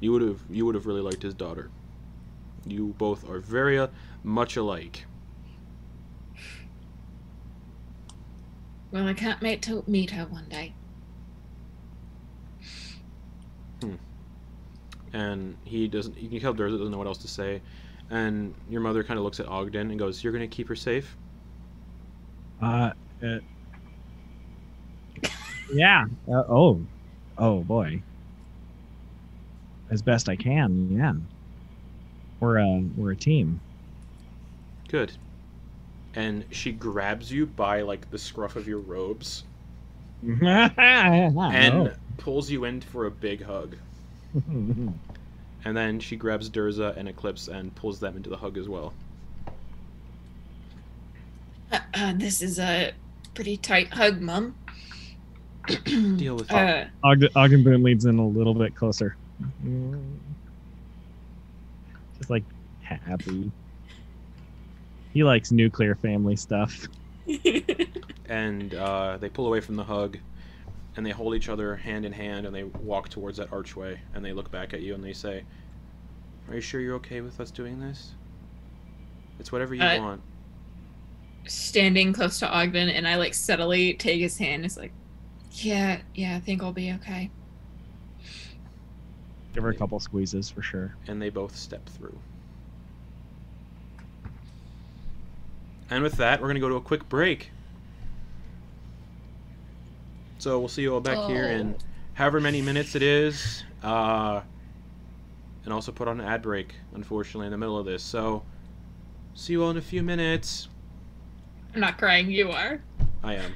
Speaker 2: You would have you would have really liked his daughter. You both are very uh, much alike.
Speaker 5: Well, I can't wait to meet her one day.
Speaker 2: and he doesn't you can tell Durza doesn't know what else to say and your mother kind of looks at Ogden and goes you're going to keep her safe
Speaker 7: Uh, uh, yeah. Uh, oh, oh boy. As best I can. Yeah. We're a we're a team.
Speaker 2: good and she grabs you by like the scruff of your robes
Speaker 7: Oh,
Speaker 2: and pulls you in for a big hug and then she grabs Durza and Eclipse and pulls them into the hug as well
Speaker 5: Uh, uh, this is a pretty tight hug, Mum.
Speaker 2: Deal with it.
Speaker 5: Uh,
Speaker 7: Ogden, Ogden Boone leads in a little bit closer. Just like happy. He likes nuclear family stuff.
Speaker 2: And uh, they pull away from the hug, and they hold each other hand in hand, and they walk towards that archway, and they look back at you, and they say, "Are you sure you're okay with us doing this? It's whatever you
Speaker 5: Uh,
Speaker 2: want."
Speaker 5: standing close to Ogden, and I like subtly take his hand. It's like, yeah, yeah, I think I'll be okay.
Speaker 7: Give her a couple squeezes for sure.
Speaker 2: and they both step through. And with that, we're going to go to a quick break. So we'll see you all back here in however many minutes it is. Uh, and also put on an ad break, unfortunately, in the middle of this. So see you all in a few minutes.
Speaker 5: I'm not crying. You are.
Speaker 2: I am.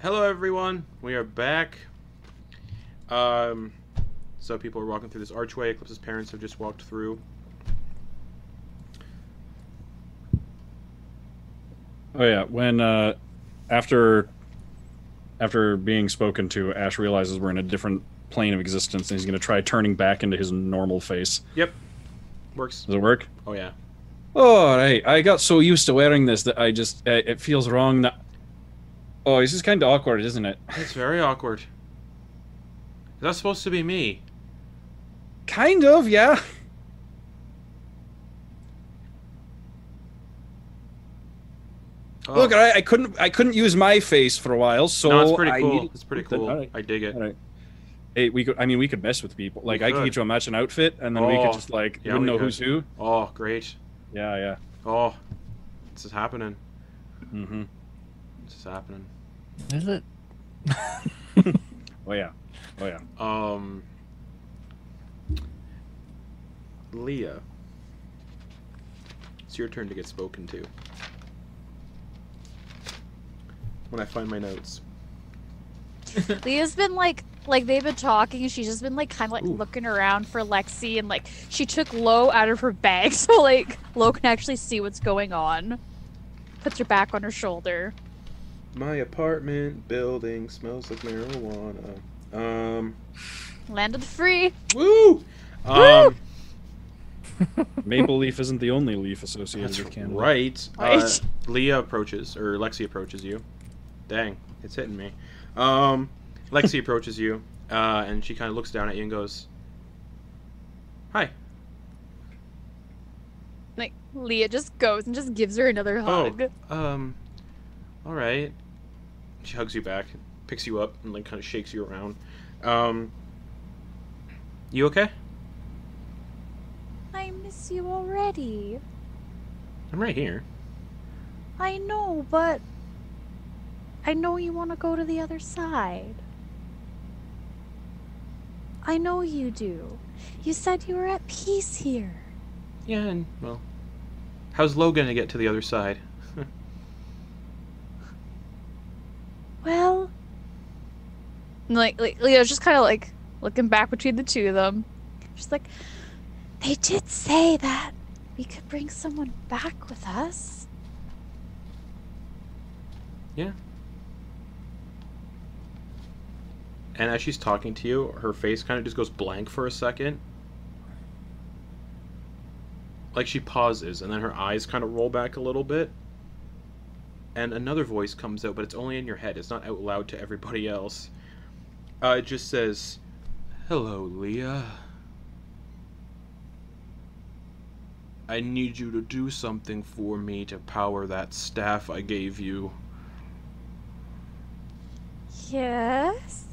Speaker 2: Hello, everyone. We are back. Um, so people are walking through this archway. Eclipse's parents have just walked through.
Speaker 9: Oh yeah, when uh, after after being spoken to, Ash realizes we're in a different plane of existence, and he's going to try turning back into his normal face.
Speaker 2: Works.
Speaker 9: Does it work?
Speaker 2: Oh yeah.
Speaker 9: Oh right, I got so used to wearing this that I just uh, it feels wrong. That... Oh, this is kind of awkward, isn't it?
Speaker 2: It's very awkward. That's supposed to be me.
Speaker 9: Kind of, yeah.
Speaker 2: Oh.
Speaker 9: Look, I, I couldn't I couldn't use my face for a while, so
Speaker 2: no, it's pretty
Speaker 9: I
Speaker 2: cool.
Speaker 9: needed-
Speaker 2: It's pretty
Speaker 9: something.
Speaker 2: cool.
Speaker 9: Alright.
Speaker 2: I dig it.
Speaker 9: Alright. Hey, we could I mean we could mess with people. Like I could
Speaker 2: could.
Speaker 9: get you a matching outfit, and then we
Speaker 2: Oh,
Speaker 9: could just like
Speaker 2: yeah,
Speaker 9: you wouldn't
Speaker 2: we
Speaker 9: know
Speaker 2: could.
Speaker 9: who's who.
Speaker 2: Oh, great.
Speaker 9: Yeah, yeah.
Speaker 2: Oh, this is happening.
Speaker 9: Mm-hmm.
Speaker 2: This is happening.
Speaker 8: Is it?
Speaker 9: Oh yeah, oh yeah.
Speaker 2: Um, Leah, it's your turn to get spoken to. When I find my notes.
Speaker 3: Leah's been like like they've been talking and she's just been like kind of like
Speaker 2: Ooh.
Speaker 3: looking around for Lexi and like she took Lo out of her bag so like Lo can actually see what's going on. Puts her back on her shoulder.
Speaker 2: My apartment building smells like marijuana. Um,
Speaker 3: Land of the free.
Speaker 2: woo! Um,
Speaker 9: Maple leaf isn't the only leaf associated
Speaker 2: that's
Speaker 9: with Canada.
Speaker 2: right. Uh,
Speaker 3: Right.
Speaker 2: Leah approaches, or Lexi approaches you. Dang, it's hitting me. Um, Lexi approaches you, uh, and she kind of looks down at you and goes, "Hi."
Speaker 3: Like Leah just goes and just gives her another
Speaker 2: Oh,
Speaker 3: hug.
Speaker 2: Um, all right. She hugs you back, picks you up, and like kind of shakes you around. Um, you okay?
Speaker 3: I miss you already.
Speaker 2: I'm right here.
Speaker 3: I know, but I know you want to go to the other side. I know you do. You said you were at peace here.
Speaker 2: Yeah, and well, how's Lo gonna get to the other side?
Speaker 3: Well, like, like Leo's just kind of like looking back between the two of them. She's like, they did say that we could bring someone back with us.
Speaker 2: And as she's talking to you, her face kind of just goes blank for a second. Like she pauses, and then her eyes kind of roll back a little bit. And another voice comes out, but it's only in your head. It's not out loud to everybody else. Uh, it just says, Hello, Leah. I need you to do something for me to power that staff I gave you.
Speaker 3: Yes.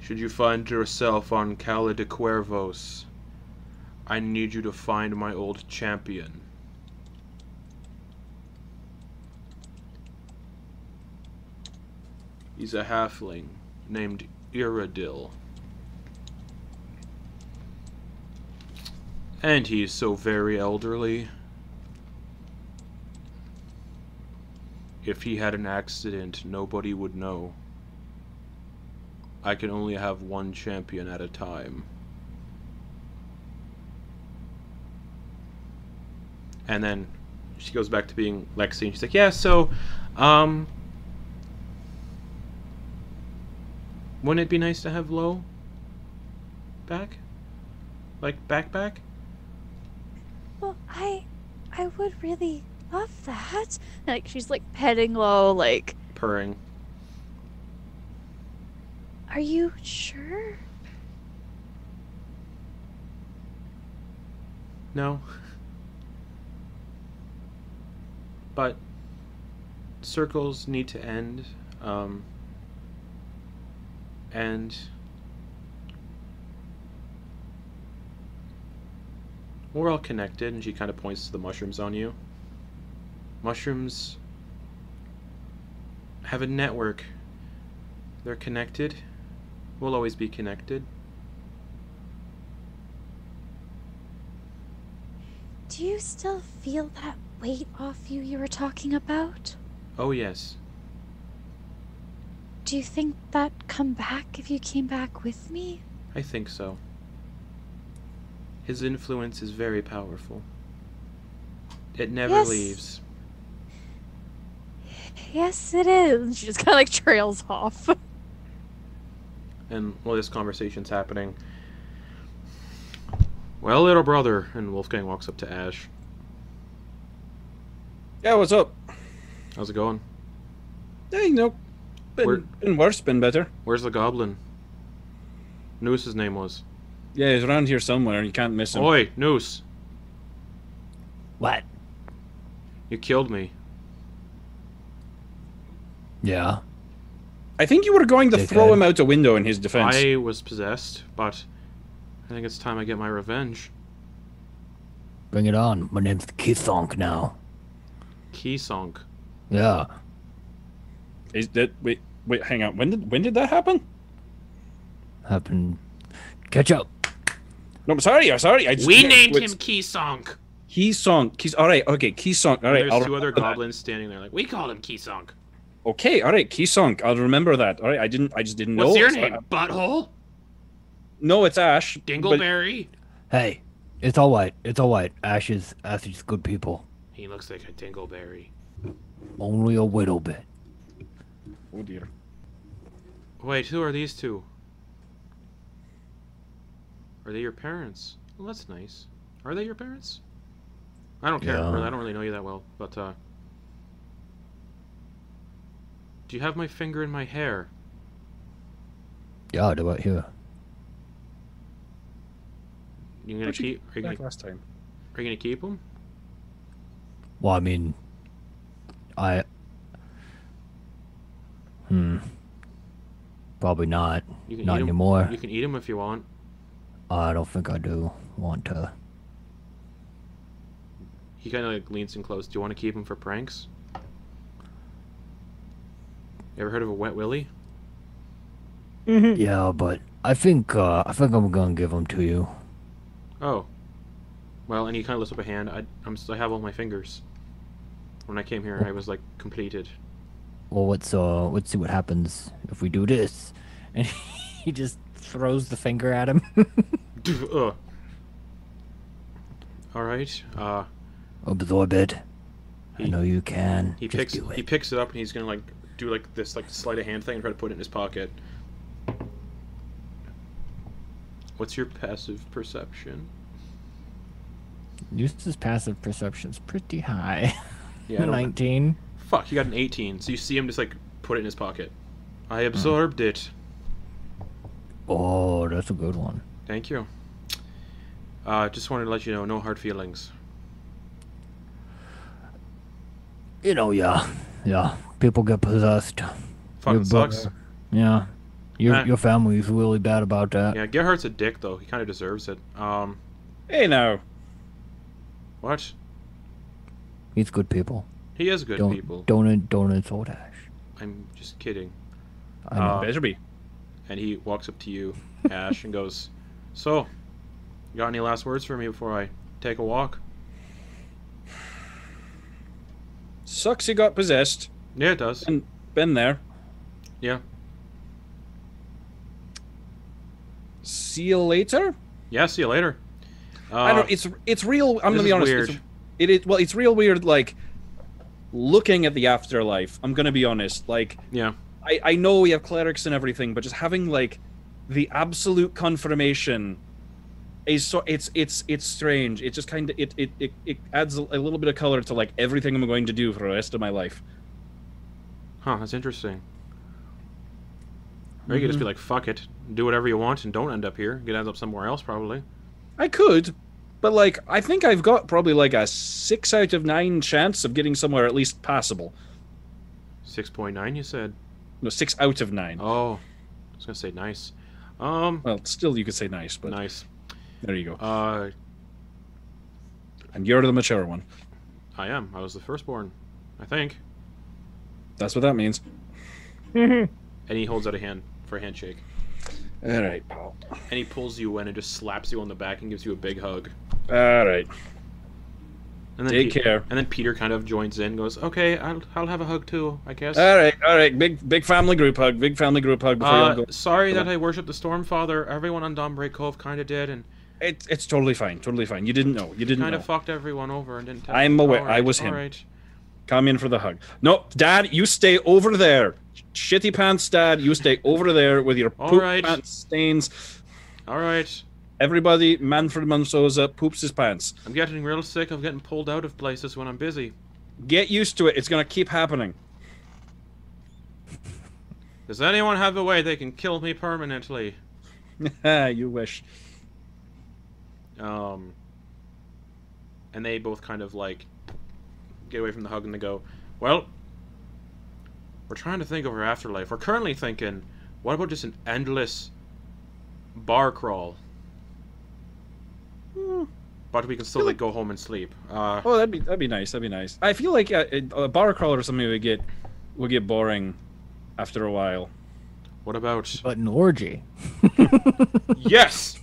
Speaker 2: Should you find yourself on Cala de Cuervos, I need you to find my old champion. He's a halfling named Iradil. And he is so very elderly. If he had an accident, nobody would know. I can only have one champion at a time. And then she goes back to being Lexi, and she's like, "Yeah, so, um, wouldn't it be nice to have Lo back, like back back?"
Speaker 3: Well, I, I would really love that. Like she's like petting Lo. Like,
Speaker 2: Purring.
Speaker 3: are you sure?
Speaker 2: No. But circles need to end. Um, and we're all connected, and she kind of points to the mushrooms on you. Mushrooms have a network, they're connected. We'll always be connected.
Speaker 3: Do you still feel that weight off you you were talking about?
Speaker 2: Oh, yes.
Speaker 3: Do you think that'd come back if you came back with me?
Speaker 2: I think so. His influence is very powerful. It never
Speaker 3: Yes.
Speaker 2: leaves.
Speaker 3: Yes, it is. She just kind of like trails off.
Speaker 2: And while this conversation's happening, well, little brother, and Wolfgang walks up to Ash.
Speaker 10: Yeah, what's up?
Speaker 2: How's it going?
Speaker 10: Hey, you know,
Speaker 2: We're-
Speaker 10: been, been worse, been better.
Speaker 2: Where's the goblin? Noose, his name was.
Speaker 10: Yeah, he's around here somewhere. You can't miss him.
Speaker 2: Oi, Noose,
Speaker 8: What?
Speaker 2: you killed me.
Speaker 8: Yeah.
Speaker 10: I think you were going to
Speaker 8: Dickhead.
Speaker 10: throw him out a window in his defense.
Speaker 2: I was possessed, but I think it's time I get my revenge.
Speaker 8: Bring it on. My name's Kithonk now.
Speaker 2: Kisonk.
Speaker 8: Yeah.
Speaker 10: Is that wait wait hang on. When did when did that happen?
Speaker 8: Happen. Catch up.
Speaker 10: No, I'm sorry, I'm sorry. I just
Speaker 2: Kisonk.
Speaker 10: He song. He's all right. Okay, Key song. All right.
Speaker 2: There's
Speaker 10: I'll
Speaker 2: two other
Speaker 10: remember that.
Speaker 2: goblins standing there, like we call him Kisonk.
Speaker 10: Okay, all right. Key song. I'll remember that. All right. I didn't. I just didn't know.
Speaker 2: What's your
Speaker 10: so I-
Speaker 2: name? Butthole.
Speaker 10: no, it's Ash. but-
Speaker 2: Dingleberry.
Speaker 8: Hey, it's all white. It's all white. Ash is, Ash is good people.
Speaker 2: He looks like a dingleberry.
Speaker 8: Only a little bit.
Speaker 10: oh dear.
Speaker 2: Wait, who are these two? Are they your parents? Well, that's nice. Are they your parents? I don't care.
Speaker 8: No.
Speaker 2: really- I don't really know you that well, but uh Do you have my finger in my hair?
Speaker 8: Yeah, they're right here.
Speaker 2: You gonna
Speaker 10: Where'd you
Speaker 2: keep? Are you
Speaker 10: Back
Speaker 2: gonna,
Speaker 10: last time.
Speaker 2: are you gonna keep them?
Speaker 8: Well, I mean, I. Hmm. Probably not.
Speaker 2: You can
Speaker 8: Not
Speaker 2: eat 'em-
Speaker 8: anymore.
Speaker 2: You can eat them if you want.
Speaker 8: I don't think I do want to.
Speaker 2: He kind of like leans in close. Do you want to keep them for pranks? You ever heard of a wet willy? Hmm.
Speaker 8: Yeah, but I think uh, I think I'm gonna give them to you.
Speaker 2: Oh. Well, and he kind of lifts up a hand. I, I'm, s- I have all my fingers. When I came here, I was like completed.
Speaker 8: Well, let's uh, let's see what happens if we do this. And he just throws the finger at him.
Speaker 2: Ugh. All right. Uh,
Speaker 8: Absorb it. I
Speaker 2: He-
Speaker 8: know you can.
Speaker 2: he
Speaker 8: Just
Speaker 2: picks
Speaker 8: do
Speaker 2: he
Speaker 8: it.
Speaker 2: picks it up and he's gonna like do like this like sleight of hand thing and try to put it in his pocket. What's your passive perception?
Speaker 8: Eustace's passive perception's pretty high.
Speaker 2: Yeah. I don't-
Speaker 8: Nineteen.
Speaker 2: Fuck, you got an 18. So you see him just like put it in his pocket. I
Speaker 8: Hmm.
Speaker 2: absorbed it.
Speaker 8: Oh, that's a good one.
Speaker 2: Thank you. Uh, just wanted to let you know, no hard feelings.
Speaker 8: You know, yeah, yeah. People get possessed.
Speaker 2: Fucking
Speaker 8: Yeah, but-
Speaker 2: sucks.
Speaker 8: Yeah. Your
Speaker 2: Uh.
Speaker 8: your family's really bad about that.
Speaker 2: Yeah, Gerhardt's a dick though. He kind of deserves it. Um,
Speaker 9: Hey now,
Speaker 2: what?
Speaker 8: He's good people.
Speaker 2: He is good
Speaker 8: don't
Speaker 2: people.
Speaker 8: don't in- don't insult Ash.
Speaker 2: I'm just kidding.
Speaker 8: I know.
Speaker 2: Uh,
Speaker 9: better be.
Speaker 2: and he walks up to you, Ash, and goes, "So, you got any last words for me before I take a walk?"
Speaker 9: Sucks you got possessed.
Speaker 2: Yeah, it does.
Speaker 9: Been there.
Speaker 2: Yeah.
Speaker 9: See you later.
Speaker 2: Yeah. See you later. Uh,
Speaker 9: I don't. It's it's real. I'm
Speaker 2: this
Speaker 9: gonna
Speaker 2: is
Speaker 9: be honest.
Speaker 2: weird.
Speaker 9: It's, it is well. It's real weird. Like looking at the afterlife. I'm gonna be honest. Like
Speaker 2: yeah.
Speaker 9: I, I know we have clerics and everything, but just having like the absolute confirmation is so it's it's it's strange. It just kind of it, it it it adds a little bit of color to like everything I'm going to do for the rest of my life.
Speaker 2: Huh. That's interesting. Or you could just
Speaker 9: Mm-hmm.
Speaker 2: be like, "Fuck it, do whatever you want, and don't end up here. You could end up somewhere else, probably."
Speaker 9: I could, but like I think I've got probably like a six out of nine chance of getting somewhere at least passable.
Speaker 2: Six point nine, you said.
Speaker 9: No, six out of nine.
Speaker 2: Oh, I was gonna say nice. Um,
Speaker 9: Well, still you could say nice, Oh, but
Speaker 2: nice.
Speaker 9: there you go.
Speaker 2: Uh,
Speaker 9: And you're the mature one.
Speaker 2: I am. I was the firstborn, I think.
Speaker 9: That's what that means.
Speaker 2: And he holds out a hand for a handshake.
Speaker 9: All right, pal.
Speaker 2: And he pulls you in and just slaps you on the back and gives you a big hug.
Speaker 9: All right.
Speaker 2: And then
Speaker 9: Take
Speaker 2: Pe-
Speaker 9: care.
Speaker 2: And then Peter kind of joins in, and goes, "Okay, I'll, I'll have a hug too, I guess."
Speaker 9: All right, all right. Big big family group hug. Big family group hug Ah, before you all
Speaker 2: Uh,
Speaker 9: go.
Speaker 2: sorry that I worshipped the Stormfather. Everyone on Dawnbreak Cove kind of did, and
Speaker 9: It's it's totally fine. Totally fine. You didn't know. You didn't
Speaker 2: kind
Speaker 9: know.
Speaker 2: of fucked everyone over and didn't. Tell
Speaker 9: I'm
Speaker 2: them.
Speaker 9: aware.
Speaker 2: All
Speaker 9: I was
Speaker 2: all
Speaker 9: him.
Speaker 2: right.
Speaker 9: Come in for the hug. No, Dad, you stay over there. Shitty pants, Dad. You stay over there with your
Speaker 2: All
Speaker 9: poop
Speaker 2: right.
Speaker 9: pants stains.
Speaker 2: All right.
Speaker 9: Everybody, Manfred Monsoza poops his pants.
Speaker 2: I'm getting real sick of getting pulled out of places when I'm busy.
Speaker 9: Get used to it. It's gonna keep happening.
Speaker 2: Does anyone have a way they can kill me permanently?
Speaker 9: you wish.
Speaker 2: Um, and they both kind of like get away from the hug and they go, Well, we're trying to think of our afterlife. We're currently thinking, what about just an endless bar crawl? Hmm. But we can still like go home and sleep. Uh,
Speaker 9: Oh, that'd be that'd be nice. That'd be nice. I feel like a, a bar crawler or something would get would get boring after a while.
Speaker 2: what about.
Speaker 8: But an orgy.
Speaker 2: yes!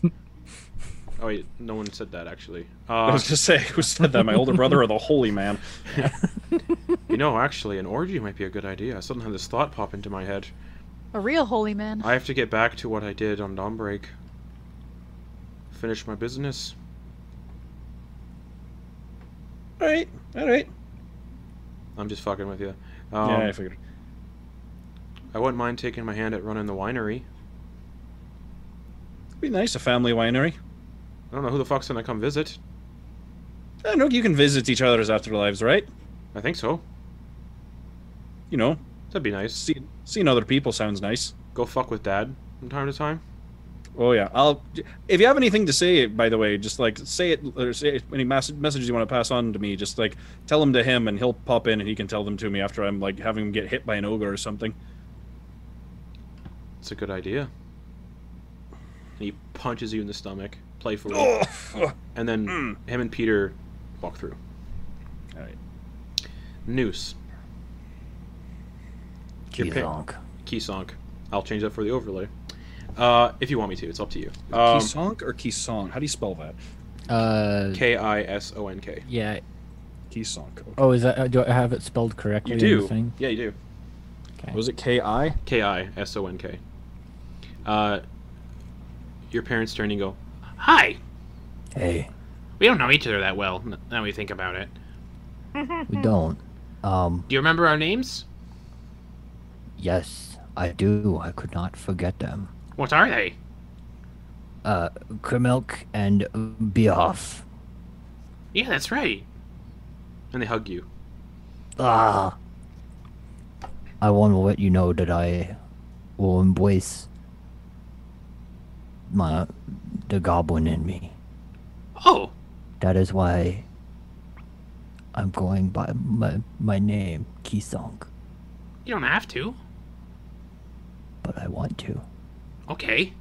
Speaker 2: Oh, wait, no one said that actually.
Speaker 9: I
Speaker 2: Uh,
Speaker 9: was gonna say who said that? My older brother or the holy man?
Speaker 2: you know, actually, an orgy might be a good idea. I suddenly had this thought pop into my head.
Speaker 3: A real holy man.
Speaker 2: I have to get back to what I did on Dawnbreak. Finish my business.
Speaker 9: All right, all right.
Speaker 2: I'm just fucking with you. Um,
Speaker 9: yeah, I figured.
Speaker 2: I wouldn't mind taking my hand at running the winery.
Speaker 9: It'd be nice a family winery.
Speaker 2: I don't know who the fuck's gonna come visit.
Speaker 9: I know you can visit each other's afterlives, right?
Speaker 2: I think so.
Speaker 9: You know,
Speaker 2: That'd be nice.
Speaker 9: see, seeing other people sounds nice.
Speaker 2: Go fuck with dad from time to time.
Speaker 9: Oh yeah, I'll. If you have anything to say, by the way, just like say it or say it- any mas- messages you want to pass on to me. Just like tell them to him, and he'll pop in and he can tell them to me after I'm like having him get hit by an ogre or something.
Speaker 2: It's a good idea. And he punches you in the stomach playfully,
Speaker 9: Oh,
Speaker 2: and then him and Peter walk through.
Speaker 9: Alright.
Speaker 2: Noose. Your pick.
Speaker 8: Kizonk.
Speaker 2: Keysonk. I'll change that for the overlay. Uh, if you want me to, it's up to you. Um,
Speaker 9: Kisonk or Kisong? How do you spell that?
Speaker 8: Uh,
Speaker 2: K I S O N K.
Speaker 8: yeah.
Speaker 9: Kisonk. Okay.
Speaker 8: Oh, is that? uh, Do I have it spelled correctly?
Speaker 2: You
Speaker 8: in the
Speaker 2: do.
Speaker 8: thing?
Speaker 2: Yeah, you do.
Speaker 9: Was it K I?
Speaker 2: K I S O N K. Uh, your parents turn and go, "Hi,
Speaker 8: Hey,
Speaker 2: we don't know each other that well. n- Now we think about it.
Speaker 8: we don't. Um,
Speaker 2: Do you remember our names?
Speaker 8: yes, I do. I could not forget them.
Speaker 2: What are they?
Speaker 8: Uh, Krimilk and Beoff.
Speaker 2: Yeah, that's right." And they hug you.
Speaker 8: Ah. I want to let you know that I will embrace my the goblin in me.
Speaker 2: Oh,
Speaker 8: That is why I'm going by my my name, Kisong,
Speaker 2: you don't have to.
Speaker 8: but I want to.
Speaker 2: Okay.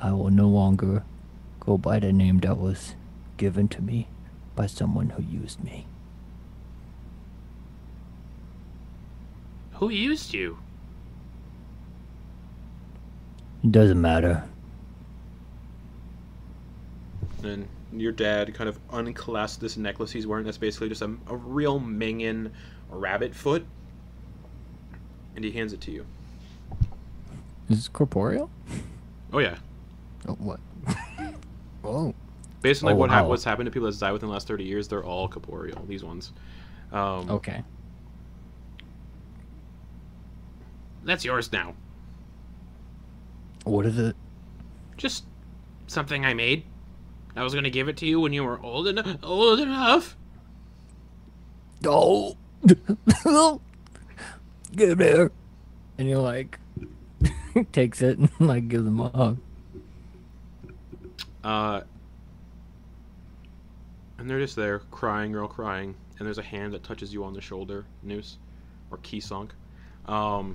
Speaker 8: I will no longer go by the name that was given to me by someone who used me.
Speaker 2: Who used you?
Speaker 8: It doesn't matter.
Speaker 2: And your dad kind of unclasps this necklace he's wearing that's basically just a, a real mingin rabbit foot. And he hands it to you.
Speaker 8: Is this corporeal?
Speaker 2: Oh, yeah.
Speaker 8: Oh, what? oh.
Speaker 2: Based on like
Speaker 8: Oh,
Speaker 2: what hap-
Speaker 8: wow.
Speaker 2: what's happened to people that's died within the last 30 years, they're all corporeal, these ones. Um,
Speaker 8: Okay.
Speaker 2: That's yours now.
Speaker 8: What is it?
Speaker 2: Just something I made. I was going to give it to you when you were old, en- old enough.
Speaker 8: Oh. Get there. And you're like, takes it and like gives him a hug.
Speaker 2: Uh, and they're just there, crying, girl, crying. And there's a hand that touches you on the shoulder, Noose, or Kisonk. Um,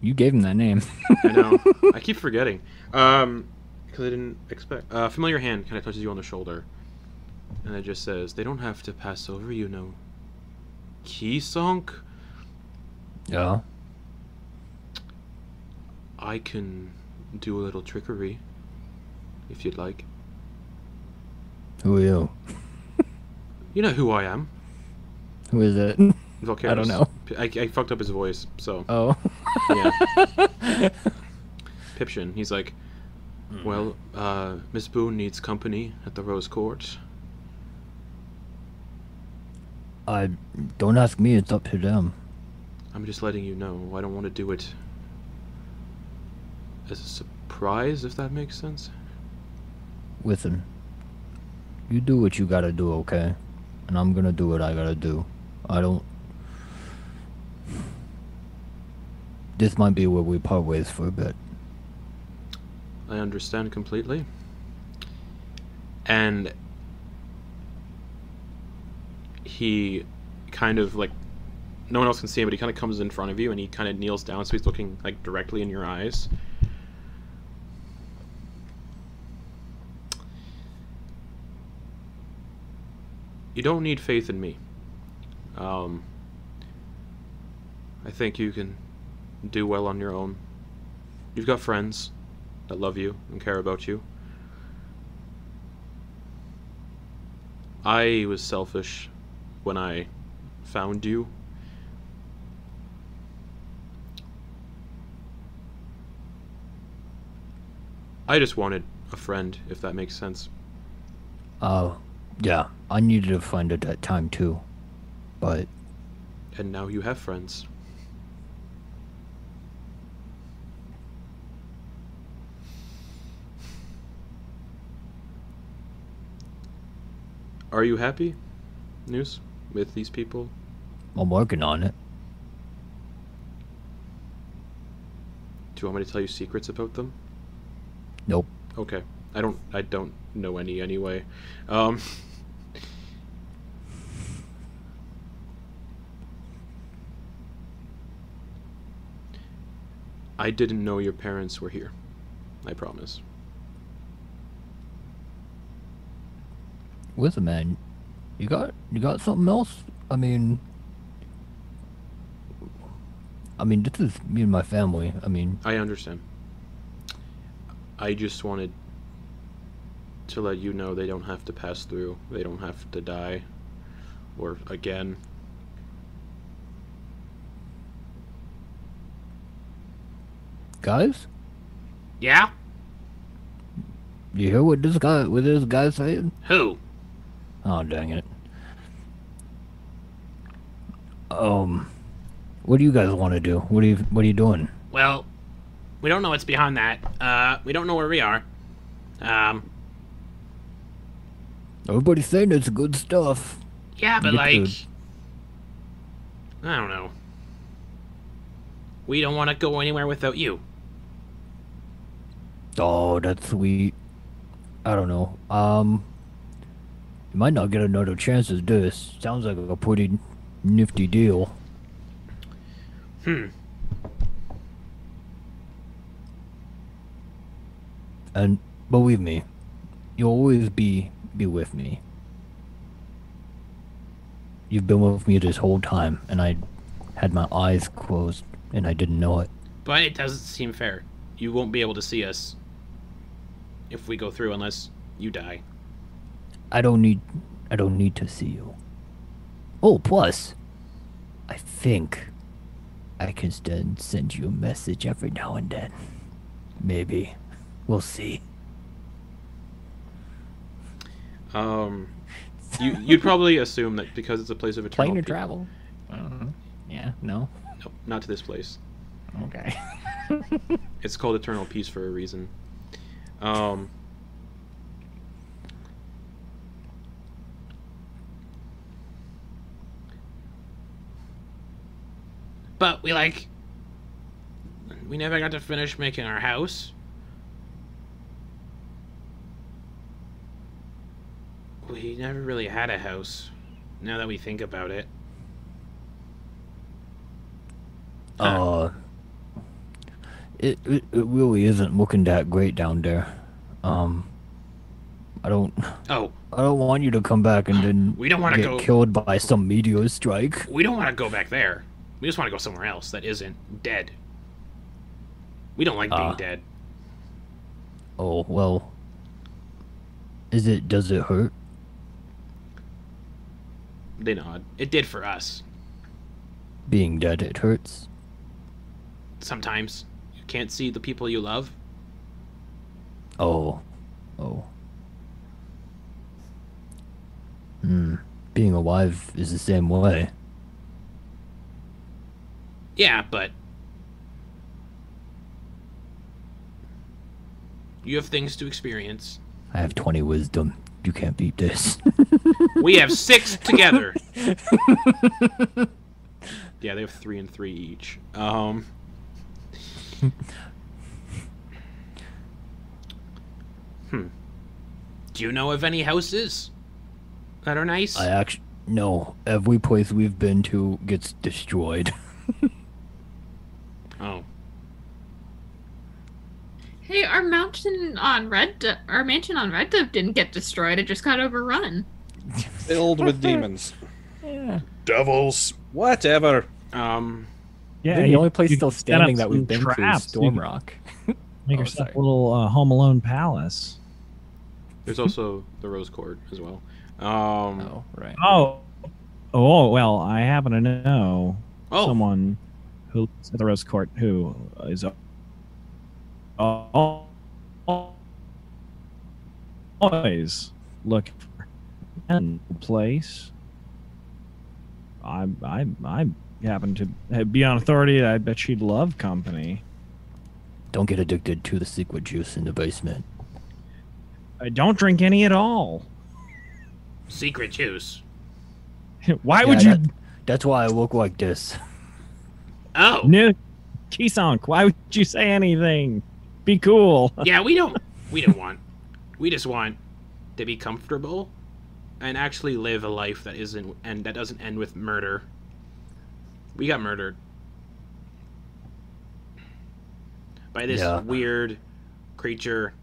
Speaker 8: You gave him that name.
Speaker 2: I know. I keep forgetting. Um, because I didn't expect. A familiar hand kind of touches you on the shoulder, and it just says, "They don't have to pass over you, no." Kisonk,
Speaker 8: Yeah.
Speaker 2: I can do a little trickery, if you'd like.
Speaker 8: Who are you?
Speaker 2: You know who I am.
Speaker 8: Who is it?
Speaker 2: Volcaris.
Speaker 8: I don't know.
Speaker 2: I, I fucked up his voice, so
Speaker 8: Oh.
Speaker 2: yeah. Pipshin. He's like, well, uh, Miss Boone needs company at the Rose Court.
Speaker 8: I don't ask me. It's up to them.
Speaker 2: I'm just letting you know. I don't want to do it as a surprise, if that makes sense.
Speaker 8: Listen, you do what you gotta do, okay? And I'm gonna do what I gotta do. I don't. This might be where we part ways for a bit.
Speaker 2: I understand completely. And he kind of like no one else can see him, but he kind of comes in front of you and he kind of kneels down, so he's looking like directly in your eyes. You don't need faith in me. Um, I think you can do well on your own. You've got friends that love you and care about you. I was selfish when I found you. I just wanted a friend, if that makes sense.
Speaker 8: Uh, yeah, I needed a friend at that time too. But
Speaker 2: And now you have friends. Are you happy, Noose, with these people?
Speaker 8: I'm working on it.
Speaker 2: Do you want me to tell you secrets about them?
Speaker 8: Nope.
Speaker 2: Okay. I don't I don't know any anyway. Um I didn't know your parents were here. I promise.
Speaker 8: With a man, you got you got something else. I mean, I mean, this is me and my family. I mean,
Speaker 2: I understand. I just wanted to let you know they don't have to pass through. They don't have to die or again.
Speaker 8: guys,
Speaker 2: Yeah?
Speaker 8: you hear what this guy what this guy saying?
Speaker 2: Who?
Speaker 8: Oh dang it. Um what do you guys want to do? What are you what are you doing?
Speaker 2: Well, we don't know what's behind that. Uh, we don't know where we are. Um,
Speaker 8: Everybody's saying it's good stuff.
Speaker 2: yeah, but
Speaker 8: Good
Speaker 2: like,
Speaker 8: food.
Speaker 2: I don't know. We don't want to go anywhere without you.
Speaker 8: Oh, that's sweet. I don't know. Um you might not get another chance at this. Sounds like a pretty nifty deal.
Speaker 2: Hmm.
Speaker 8: And believe me, you'll always be be with me. You've been with me this whole time, and I had my eyes closed, and I didn't know it.
Speaker 11: But it doesn't seem fair. You won't be able to see us if we go through unless you die.
Speaker 8: I don't need I don't need to see you. Oh, plus I think I can then send you a message every now and then. Maybe. We'll see.
Speaker 2: Um, you you'd probably assume that because it's a place of eternal
Speaker 8: Plane or
Speaker 2: peace-
Speaker 8: travel? I
Speaker 11: Uh-huh.
Speaker 8: don't know. Yeah, no.
Speaker 2: Nope, not to this place.
Speaker 8: Okay.
Speaker 2: It's called Eternal Peace for a reason. Um,
Speaker 11: But we like. We never got to finish making our house. We never really had a house. Now that we think about it,
Speaker 8: Uh, it, it it really isn't looking that great down there. Um, I don't
Speaker 11: oh,
Speaker 8: I don't want you to come back and then
Speaker 11: We don't wanna
Speaker 8: get
Speaker 11: go-
Speaker 8: killed by some meteor strike.
Speaker 11: we don't want to go back there. We just want to go somewhere else that isn't dead. We don't like being
Speaker 8: Ah.
Speaker 11: dead.
Speaker 8: Oh well. Is it? Does it hurt?
Speaker 2: they nod.
Speaker 11: It did for us.
Speaker 8: Being dead, it hurts.
Speaker 11: Sometimes you can't see the people you love.
Speaker 8: Oh, oh. Hmm. Being alive is the same way.
Speaker 11: Yeah, but you have things to experience.
Speaker 8: I have twenty wisdom. You can't beat this.
Speaker 11: We have six together.
Speaker 2: Yeah, they have three and three each. Um,
Speaker 11: hmm. Do you know of any houses that are nice?
Speaker 8: I actually no. Every place we've been to gets destroyed.
Speaker 2: oh,
Speaker 5: Hey, our mountain on Red Do- our mansion on Red Dove didn't get destroyed. It just got overrun.
Speaker 10: Filled with demons.
Speaker 8: Yeah.
Speaker 10: Devils. Whatever.
Speaker 2: um,
Speaker 8: Yeah,
Speaker 7: you-
Speaker 8: the only place
Speaker 7: you
Speaker 8: still
Speaker 7: can set up
Speaker 8: standing that we've
Speaker 7: some
Speaker 8: been through is
Speaker 7: traps, you can-
Speaker 8: Storm Rock.
Speaker 7: Make
Speaker 8: Oh,
Speaker 7: yourself
Speaker 8: sorry.
Speaker 7: a little uh, Home Alone palace.
Speaker 2: there's also the Rose Court as well. Um,
Speaker 8: Oh, right.
Speaker 7: Oh, oh well, I happen to know
Speaker 11: oh,
Speaker 7: someone who lives at the Rose Court who is a, al- al- always looking for a place. I I I happen to be on authority. that I bet she'd love company.
Speaker 8: Don't get addicted to the secret juice in the basement.
Speaker 7: I don't drink any at all.
Speaker 11: secret juice.
Speaker 7: Why
Speaker 8: Yeah,
Speaker 7: would you,
Speaker 8: that- That's why I look like this.
Speaker 11: Oh,
Speaker 7: no, Kisonk? Why would you say anything? Be cool.
Speaker 11: yeah. We don't. We don't want. We just want to be comfortable and actually live a life that isn't and that doesn't end with murder. We got murdered by this
Speaker 8: Yeah.
Speaker 11: weird creature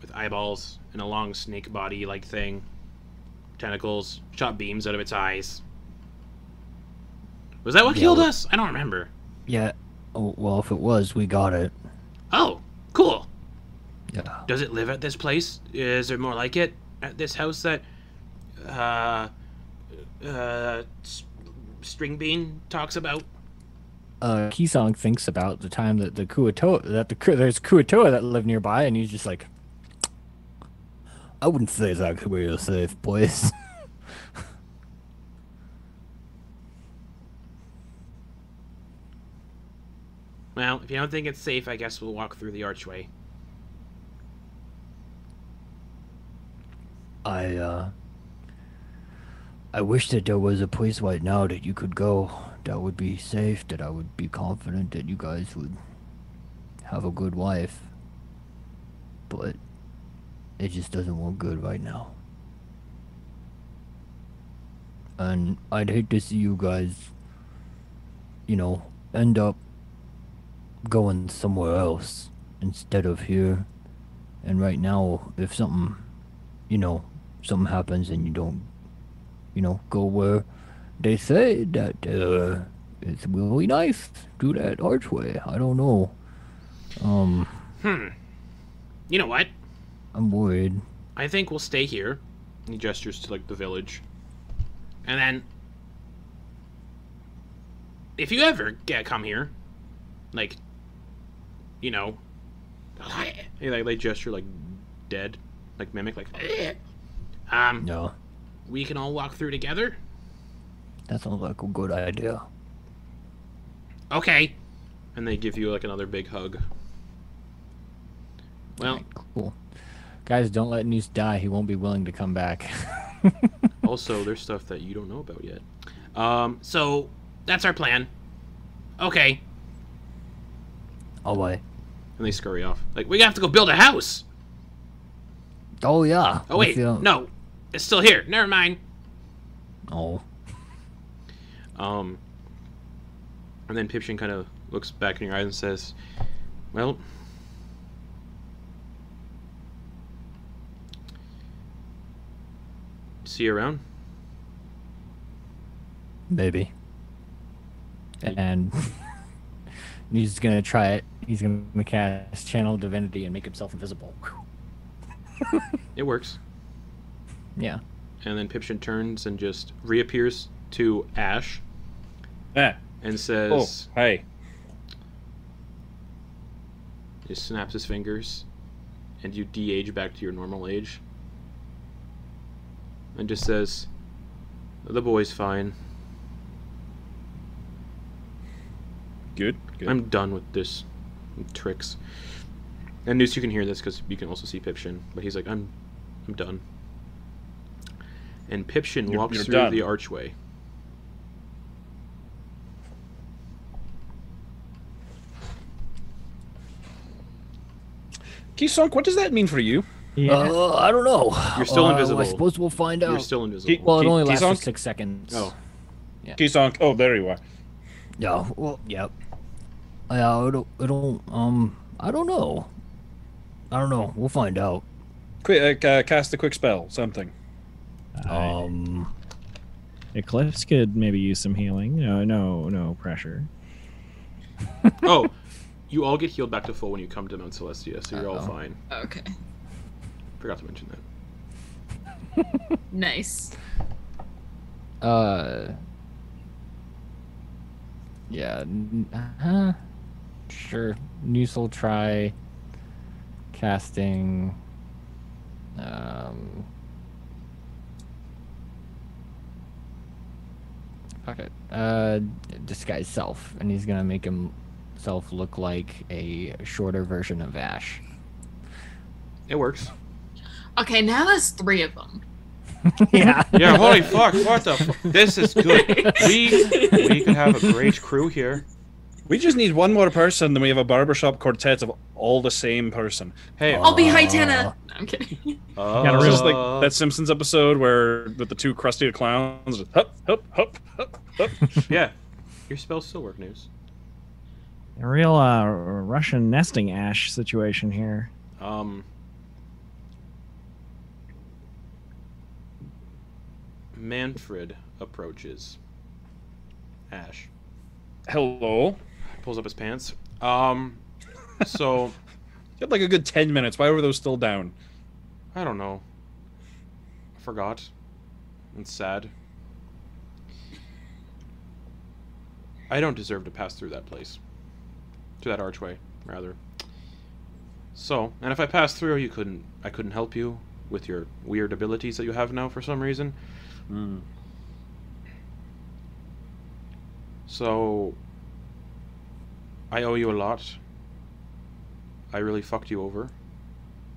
Speaker 11: with eyeballs and a long snake body like thing, tentacles, shot beams out of its eyes. Was that what
Speaker 8: Yeah,
Speaker 11: killed
Speaker 8: well-
Speaker 11: us? I don't remember.
Speaker 8: Yeah. Oh, well, if it was, we got it.
Speaker 11: Oh, cool.
Speaker 8: Yeah.
Speaker 11: Does it live at this place? Is there more like it at this house that, uh, uh, S- String Bean talks about?
Speaker 8: Uh, Kisong thinks about the time that the Kuatoa that the Ku- there's Kuatoa that live nearby, and he's just like, I wouldn't say that could be a safe place.
Speaker 11: Well, if you don't think it's safe, I guess we'll walk through the archway.
Speaker 8: I uh I wish that there was a place right now that you could go that would be safe, that I would be confident that you guys would have a good life. But it just doesn't look good right now. And I'd hate to see you guys you know, end up going somewhere else instead of here
Speaker 12: And right now, if something, you know, something happens and you don't, you know, go where they say that uh, it's really nice through that archway. I don't know. Um,
Speaker 11: Hmm. You know what?
Speaker 12: I'm worried.
Speaker 11: I think we'll stay here. And he gestures to like the village. And then if you ever get come here, like you know, Hey, like they gesture like dead, like mimic like um
Speaker 12: No,
Speaker 11: we can all walk through together.
Speaker 12: that sounds like a good idea.
Speaker 11: Okay. And they give you like another big hug. Well,
Speaker 8: Cool. Guys, don't let Noose die. He won't be willing to come back.
Speaker 2: Also, there's stuff that you don't know about yet.
Speaker 11: um so that's our plan. Okay.
Speaker 12: All right.
Speaker 11: And they scurry off. Like we have to go build a house.
Speaker 12: Oh yeah.
Speaker 11: Oh wait,
Speaker 12: If you-
Speaker 11: no, it's still here. Never mind.
Speaker 12: Oh,
Speaker 2: Um, and then Pipshin kind of looks back in your eyes and says, "Well, see you around."
Speaker 12: maybe.
Speaker 8: and Noose is going to try it. He's going to cast Channel Divinity and make himself invisible. Whew.
Speaker 2: It works.
Speaker 8: Yeah.
Speaker 2: And then Pipshin turns and just reappears to Ash
Speaker 10: Eh.
Speaker 2: and
Speaker 10: Oh,
Speaker 2: says,
Speaker 10: hey.
Speaker 2: just snaps his fingers, and you de-age back to your normal age. And just says, "The boy's fine.
Speaker 10: Good. Good.
Speaker 2: I'm done with this tricks. And Noose, you can hear this because you can also see Pipshin, but he's like, I'm, I'm done. And Pipshin
Speaker 10: You're-
Speaker 2: walks
Speaker 10: you're
Speaker 2: through
Speaker 10: done.
Speaker 2: the archway.
Speaker 10: Kisonk, what does that mean for you?
Speaker 8: Yeah.
Speaker 12: Uh, I don't know.
Speaker 2: You're still
Speaker 12: Uh,
Speaker 2: invisible.
Speaker 12: I suppose we'll find
Speaker 8: Oh.
Speaker 2: You're
Speaker 12: out.
Speaker 2: still invisible.
Speaker 8: well, it
Speaker 10: Ki-
Speaker 8: only lasts for
Speaker 10: Kizonk?
Speaker 8: six seconds.
Speaker 2: Oh.
Speaker 10: Kisonk, oh, there you are.
Speaker 12: Yeah. Well. Yep. Yeah. I don't. I don't. Um. I don't know. I don't know. We'll find out.
Speaker 10: Quick, uh, cast a quick spell, something.
Speaker 7: Uh,
Speaker 12: Um.
Speaker 7: Eclipse could maybe use some healing. No, no, no pressure.
Speaker 2: oh, you all get healed back to full when you come to Mount Celestia, so you're all
Speaker 12: Uh-oh.
Speaker 2: fine.
Speaker 5: Okay.
Speaker 2: Forgot to mention that.
Speaker 5: Nice.
Speaker 8: Uh. Yeah. n- Uh, sure. Noose will try casting. Um. Fuck it. Uh, disguise self, and he's gonna make himself look like a shorter version of Ash.
Speaker 2: It works.
Speaker 5: Okay, now there's three of them.
Speaker 8: yeah.
Speaker 2: Yeah, holy fuck, what the fuck? This is good. We, we could have a great crew here.
Speaker 10: We just need one more person, then we have a barbershop quartet of all the same person.
Speaker 2: Hey,
Speaker 5: I'll be Hytena. No, I'm kidding.
Speaker 2: uh,
Speaker 10: it's just like that Simpsons episode where with the two crusty the clowns, just hup, hup, hup, hup, hup.
Speaker 2: yeah. Your spells still work, News.
Speaker 7: A real uh, Russian nesting ash situation here.
Speaker 2: Um. Manfred approaches. Ash
Speaker 10: Hello.
Speaker 2: pulls up his pants. Um. So
Speaker 10: You had like a good 10 minutes. Why were those still down?
Speaker 2: I don't know. I forgot. It's sad. I don't deserve to pass through that place. Through that archway, rather. So, and if I passed through, you couldn't. I couldn't help you with your weird abilities that you have now for some reason.
Speaker 10: Mm,
Speaker 2: So, I owe you a lot. I really fucked you over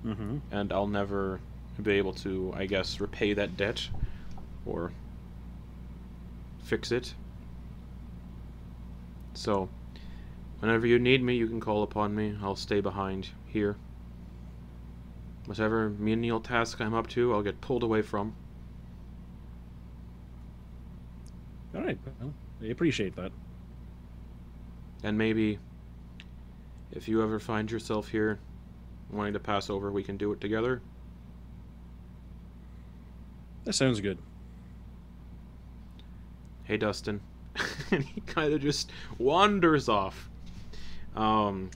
Speaker 10: Mm-hmm.
Speaker 2: and I'll never be able to, I guess, repay that debt or fix it. So, whenever you need me, you can call upon me. I'll stay behind here. Whatever menial task I'm up to, I'll get pulled away from.
Speaker 10: All right. Well, I appreciate that.
Speaker 2: And maybe if you ever find yourself here wanting to pass over, we can do it together.
Speaker 9: That sounds good.
Speaker 2: hey dustin and he kind of just wanders off um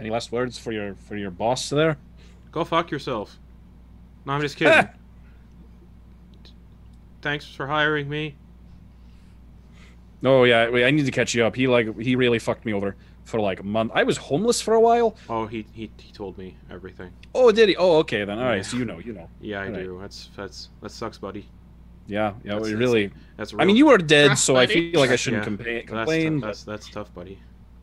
Speaker 9: Any last words for your for your boss there?
Speaker 2: go fuck yourself no i'm just kidding thanks for hiring me
Speaker 9: Oh yeah, wait, I need to catch you up. He like he really fucked me over for like a month. I was homeless for a while.
Speaker 2: oh he he, he told me everything
Speaker 9: Oh, did he? Oh, okay then. All right, so you know, you know.
Speaker 2: yeah i
Speaker 9: All right.
Speaker 2: do that's that's that sucks buddy
Speaker 9: Yeah, yeah.
Speaker 2: That's-
Speaker 9: we
Speaker 2: that's-
Speaker 9: really.
Speaker 2: that's
Speaker 9: I mean, you are dead,
Speaker 5: Rough,
Speaker 9: so I
Speaker 5: buddy.
Speaker 9: feel like I shouldn't
Speaker 2: Yeah,
Speaker 9: compa-
Speaker 2: that's,
Speaker 9: complain. but-
Speaker 2: that's that's tough buddy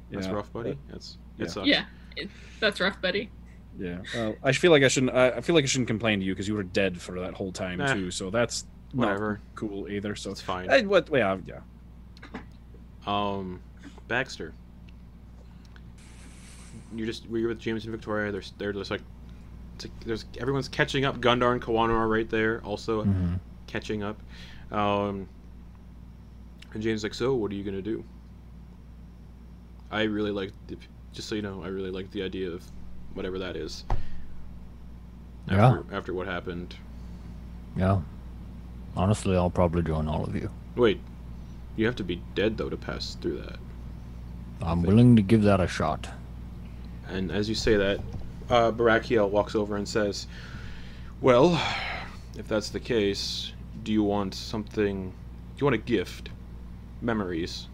Speaker 2: that's
Speaker 9: Yeah,
Speaker 2: rough buddy that's
Speaker 9: yeah.
Speaker 2: it sucks
Speaker 5: Yeah, it, that's rough, buddy.
Speaker 9: Yeah. Well, I feel like I shouldn't. I I feel like I shouldn't complain to you because you were dead for that whole time
Speaker 2: Nah.
Speaker 9: too. So that's
Speaker 2: whatever
Speaker 9: not cool either. So
Speaker 2: it's fine
Speaker 9: I, what? Yeah, yeah.
Speaker 2: Um, Baxter. You're just we're with James and Victoria. They're they're just like, it's like there's everyone's catching up. Gundar and Kawano are right there, also
Speaker 8: Mhm.
Speaker 2: catching up. Um, and James is like, so what are you gonna do? I really like, the, just so you know, I really like the idea of whatever that is.
Speaker 8: Yeah.
Speaker 2: After, after what happened.
Speaker 8: Yeah. Honestly, I'll probably join all of you.
Speaker 2: Wait, you have to be dead though to pass through that.
Speaker 8: I'm willing to give that a shot.
Speaker 2: And as you say that, uh, Barakiel walks over and says, Well, if that's the case, do you want something. Do you want a gift? Memories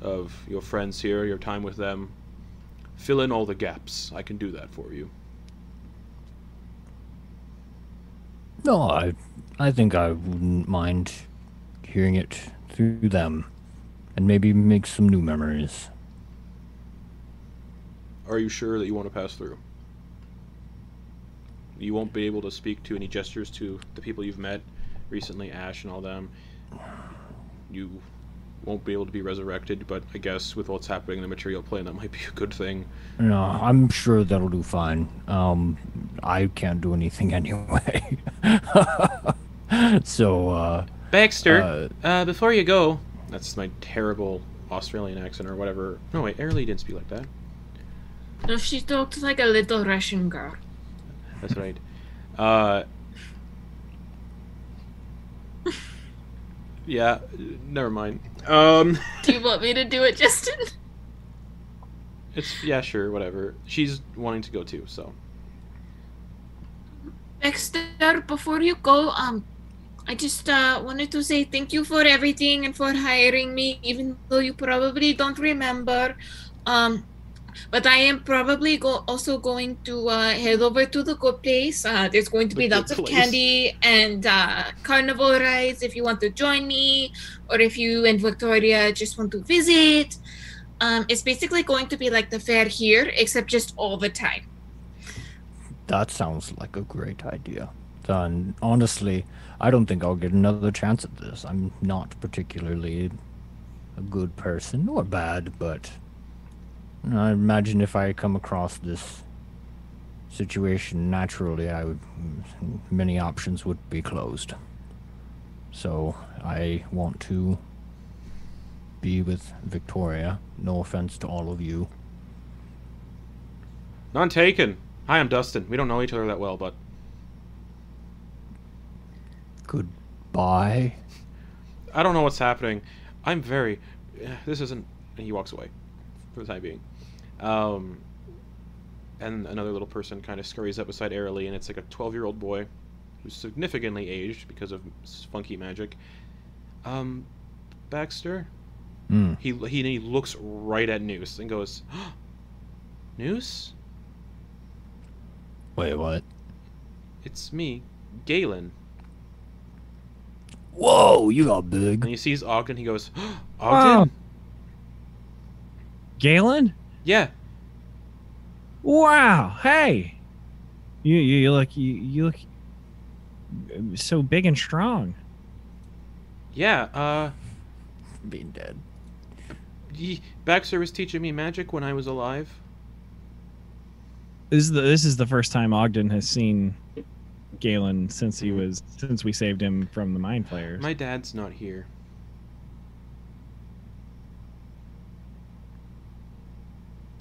Speaker 2: of your friends here, your time with them? Fill in all the gaps. I can do that for you.
Speaker 8: No, I, I think I wouldn't mind hearing it through them, and maybe make some new memories.
Speaker 2: Are you sure that you want to pass through? You won't be able to speak to any gestures to the people you've met recently, Ash and all them. You won't be able to be resurrected, but I guess with what's happening in the material plane, that might be a good thing.
Speaker 8: No, I'm sure that'll do fine. Um, I can't do anything anyway. so, uh,
Speaker 2: Baxter, uh, before you go, that's my terrible Australian accent or whatever. No, wait, Airly didn't speak like that.
Speaker 5: No, she talks like a little Russian girl.
Speaker 2: That's right. Uh, yeah, never mind. Um.
Speaker 5: Do you want me to do it, Justin?
Speaker 2: It's yeah, sure, whatever. She's wanting to go too, so
Speaker 5: Dexter, before you go, um, I just uh, wanted to say thank you for everything and for hiring me, even though you probably don't remember. Um, but I am probably go- also going to uh, head over to the good place. Uh, there's going to
Speaker 2: The
Speaker 5: be
Speaker 2: good
Speaker 5: lots of
Speaker 2: place.
Speaker 5: candy and uh, carnival rides if you want to join me, or if you and Victoria just want to visit. Um, it's basically going to be like the fair here, except just all the time.
Speaker 8: that sounds like a great idea. And honestly, I don't think I'll get another chance at this. I'm not particularly a good person or bad, but I imagine if I come across this situation naturally, I would many options would be closed. So I want to be with Victoria. No offense to all of you.
Speaker 2: none taken. Hi, I'm Dustin. We don't know each other that well, but
Speaker 8: Goodbye.
Speaker 2: I don't know what's happening. I'm very. eh, This isn't. And he walks away, for the time being. Um, and another little person kind of scurries up beside Airily, and it's like a 12-year-old boy, who's significantly aged because of s- funky magic. Um, Baxter.
Speaker 8: Mm.
Speaker 2: He he, he looks right at Noose and goes, Noose.
Speaker 8: Wait, what?
Speaker 2: It's me, Galen.
Speaker 8: Whoa, you got big.
Speaker 2: And he sees Ogden. He goes, Ogden?
Speaker 7: Galen?
Speaker 2: Yeah.
Speaker 7: Wow. Hey. You you, you look you, you look um, so big and strong.
Speaker 2: Yeah. Uh,
Speaker 8: being dead.
Speaker 2: he, Baxter was teaching me magic when I was alive.
Speaker 7: This is the this is the first time Ogden has seen Galen since he was since we saved him from the mine players.
Speaker 2: My dad's not here.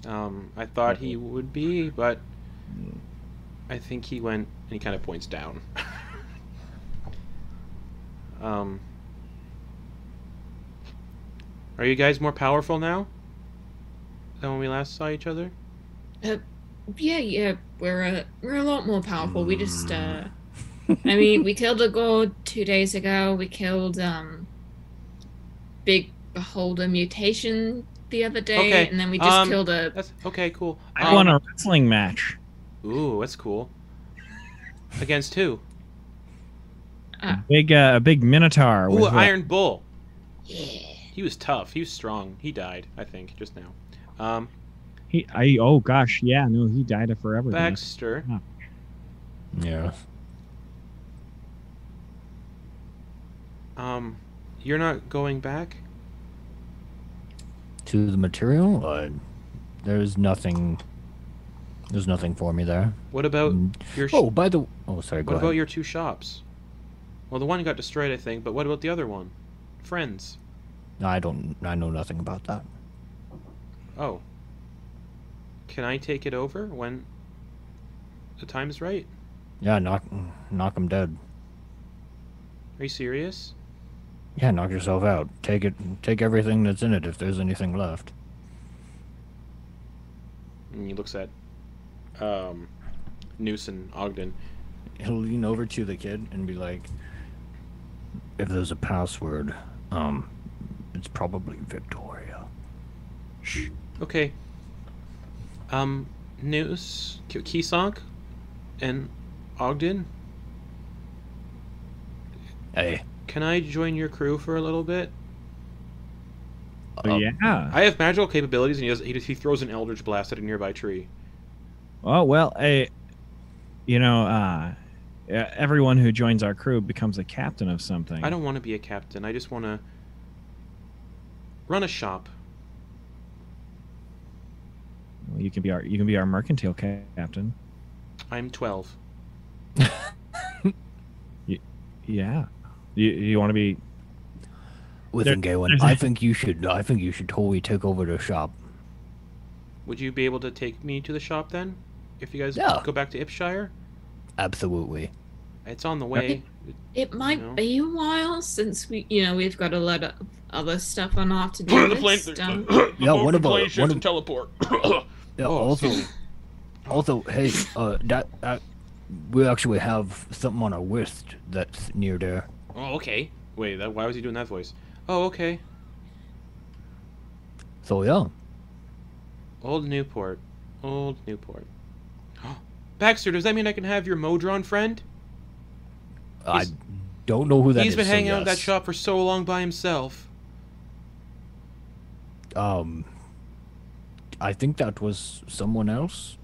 Speaker 11: Um, I thought he
Speaker 8: Mm-hmm.
Speaker 11: would be, but I think he went and he kind of points down. um, are you guys more powerful now than when we last saw each other?
Speaker 5: Yeah, yeah, we're a we're a lot more powerful. We just, uh,
Speaker 11: Mm.
Speaker 5: I mean, we killed a god two days ago. We killed um, big beholder mutation the other day,
Speaker 11: Okay,
Speaker 5: and then we just
Speaker 11: um,
Speaker 5: killed a
Speaker 11: That's okay. Cool. Um,
Speaker 7: I want a wrestling match.
Speaker 11: Ooh, that's cool. Against who?
Speaker 7: Big uh, a big minotaur.
Speaker 11: Ooh,
Speaker 7: with a-
Speaker 11: Iron Bull.
Speaker 5: yeah.
Speaker 11: He was tough. He was strong. He died, I think, just now. Um,
Speaker 7: He, I oh gosh, yeah, no, he died of forever. ago.
Speaker 11: Baxter,
Speaker 8: Yeah.
Speaker 11: um, you're not going back.
Speaker 8: To the material, uh, there's nothing. There's nothing for me there.
Speaker 11: What about
Speaker 8: Mm.
Speaker 11: your? Sh-
Speaker 8: Oh, by the oh, sorry. Go
Speaker 11: what about
Speaker 8: ahead.
Speaker 11: your two shops? Well, the one got destroyed, I think. But what about the other one? Friends.
Speaker 8: I don't. I know nothing about that.
Speaker 11: Oh. Can I take it over when the time's right?
Speaker 8: Yeah, knock, knock him dead.
Speaker 11: Are you serious?
Speaker 8: Yeah, knock yourself out. Take it. Take everything that's in it if there's anything left.
Speaker 11: And Mm, he looks at, um, Noose and Ogden.
Speaker 8: he'll lean over to the kid and be like, "If there's a password, um, it's probably Victoria."
Speaker 11: Okay. Um, Noose, K- Kisonk, and Ogden.
Speaker 8: Hey,
Speaker 11: Can I join your crew for a little bit?
Speaker 7: Oh, yeah.
Speaker 11: I have magical capabilities, and he does, he, he throws an eldritch blast at a nearby tree.
Speaker 7: Oh well, I, you know, uh, e- everyone who joins our crew becomes a captain of something.
Speaker 11: I don't want to be a captain. I just want to run a shop.
Speaker 7: Well, you can be our you can be our mercantile ca- captain.
Speaker 11: I'm 12.
Speaker 7: Yeah. You you want to be?
Speaker 8: with
Speaker 7: There-
Speaker 8: Ngawen,
Speaker 7: there's-
Speaker 8: I think you should. I think you should totally take over the shop.
Speaker 11: Would you be able to take me to the shop then? If you guys
Speaker 8: Yeah.
Speaker 11: go back to Ipshire?
Speaker 8: Absolutely.
Speaker 11: It's on the way.
Speaker 5: It might
Speaker 11: No.
Speaker 5: be a while since we, you know, we've got a lot of other stuff on our to do list. um,
Speaker 8: Yeah, what about it? What ab-
Speaker 13: teleport?
Speaker 8: Yeah,
Speaker 11: Oh,
Speaker 8: also, also, hey, uh, that uh, we actually have something on our list that's near there.
Speaker 11: oh, okay. Wait, that, why was he doing that voice? Oh, okay.
Speaker 8: So yeah,
Speaker 11: Old Newport. Old Newport. Baxter, does that mean I can have your Modron friend?
Speaker 8: I
Speaker 11: He's-
Speaker 8: don't know who that
Speaker 11: He's been
Speaker 8: is, so
Speaker 11: hanging out at that
Speaker 8: yes.
Speaker 11: shop for so long by himself.
Speaker 8: Um, I think that was someone else.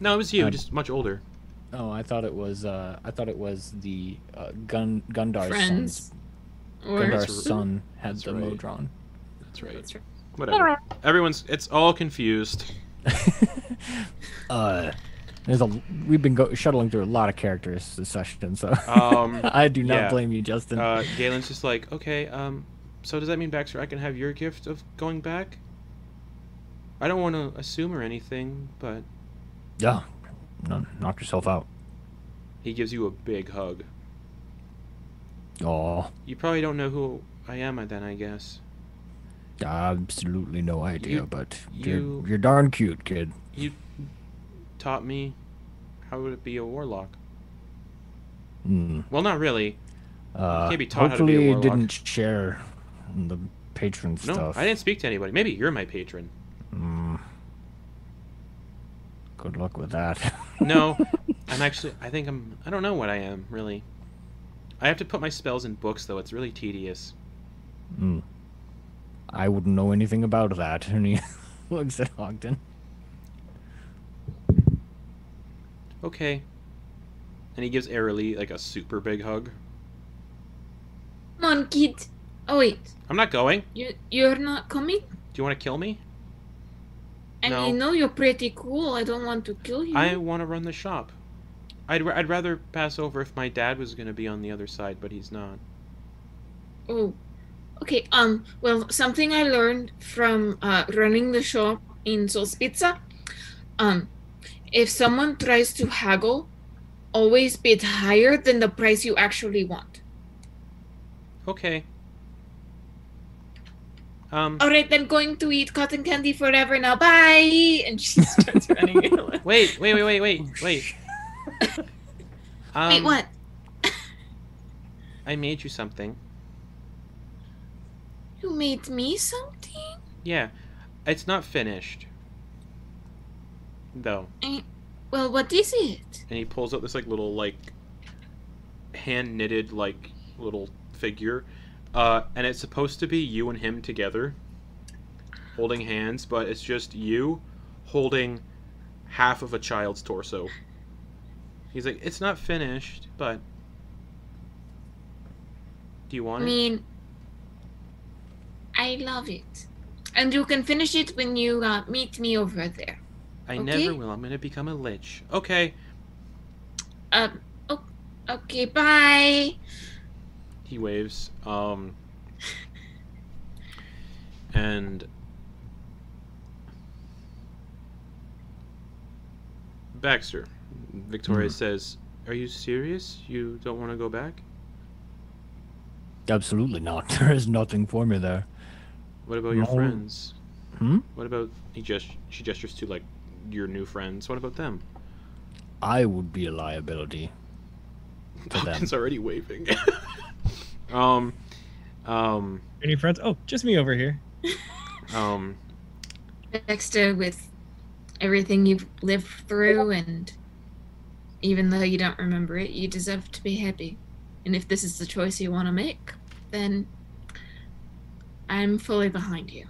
Speaker 11: No, it was you,
Speaker 2: Um,
Speaker 11: just much older.
Speaker 2: Oh, I thought it was. Uh, I thought it was the uh, Gun Gundar's
Speaker 5: friends.
Speaker 2: son's-
Speaker 5: Or
Speaker 2: Gundar's son had
Speaker 11: That's
Speaker 2: the
Speaker 11: right.
Speaker 2: Modron.
Speaker 11: That's right. Whatever. Everyone's it's all confused.
Speaker 8: Uh,
Speaker 2: There's a. We've been go- shuttling through a lot of characters this session, so
Speaker 11: Um
Speaker 2: I do not
Speaker 11: yeah.
Speaker 2: blame you, Justin.
Speaker 11: uh, Galen's just like, okay, um, so does that mean Baxter, I can have your gift of going back? I don't want to assume or anything, but
Speaker 8: yeah, no, knock yourself out.
Speaker 11: he gives you a big hug.
Speaker 8: Oh,
Speaker 11: You probably don't know who I am uh, then, I guess.
Speaker 8: absolutely no idea,
Speaker 11: You-
Speaker 8: but
Speaker 11: you-
Speaker 8: you're you're darn cute, kid.
Speaker 11: You taught me how to be a warlock.
Speaker 8: Mm.
Speaker 11: Well, not really.
Speaker 8: Uh,
Speaker 11: can't be taught how to be
Speaker 8: hopefully
Speaker 11: a
Speaker 8: you
Speaker 11: warlock.
Speaker 8: didn't share the patron
Speaker 11: No,
Speaker 8: stuff.
Speaker 11: I didn't speak to anybody. Maybe you're my patron.
Speaker 8: Mm. Good luck with that.
Speaker 11: No, I'm actually. I think I'm. I don't know what I am really. I have to put my spells in books, though. It's really tedious.
Speaker 8: Mm. I wouldn't know anything about that. And he looks at Ogden.
Speaker 11: Okay. And he gives Airily like a super big hug.
Speaker 5: Come on, kid. Oh wait,
Speaker 11: I'm not going. Do
Speaker 5: you you're not coming?
Speaker 11: you want to kill me?
Speaker 5: I
Speaker 11: No.
Speaker 5: mean, no, you're pretty cool. I don't want to kill you.
Speaker 11: I want to run the shop. I'd, ra- I'd rather pass over if my dad was going to be on the other side, but he's not.
Speaker 5: Oh, okay. Um. Well, something I learned from uh, running the shop in Solspizza. Um, if someone tries to haggle, always bid higher than the price you actually want.
Speaker 2: Okay. Um,
Speaker 5: All right, then going to eat cotton candy forever now. Bye. And she starts running. away.
Speaker 2: wait, wait, wait, wait, wait, wait. Um,
Speaker 5: Oh, Wait, what?
Speaker 2: I made you something.
Speaker 5: You made me something?
Speaker 2: Yeah, it's not finished. Though,
Speaker 5: Well, what is it?
Speaker 2: and he pulls out this like little like hand knitted like little figure, uh, and it's supposed to be you and him together, holding hands, but it's just you holding half of a child's torso. He's like, it's not finished, but do you
Speaker 5: I
Speaker 11: Um,
Speaker 2: want it?
Speaker 5: mean, I love it. And you can finish it when you uh, meet me over there.
Speaker 2: I
Speaker 5: okay.
Speaker 2: never will. I'm gonna become a lich. Okay.
Speaker 5: Um, o- okay, bye.
Speaker 2: He waves. Um. And. Baxter,
Speaker 12: Hmm.
Speaker 2: Victoria says, "Are you serious? You don't want to go back?
Speaker 12: Absolutely not. There is nothing for me there.
Speaker 2: What about your
Speaker 12: No.
Speaker 2: friends?
Speaker 12: Hmm?
Speaker 2: What about he gest- she gestures to like your new friends? What about them?
Speaker 12: I would be a liability. them.
Speaker 2: Duncan's already waving. um, um,
Speaker 7: Any friends? Oh, just me over here.
Speaker 2: um.
Speaker 5: Dexter, with everything you've lived through, and even though you don't remember it, you deserve to be happy. And if this is the choice you want to make, then I'm fully behind you.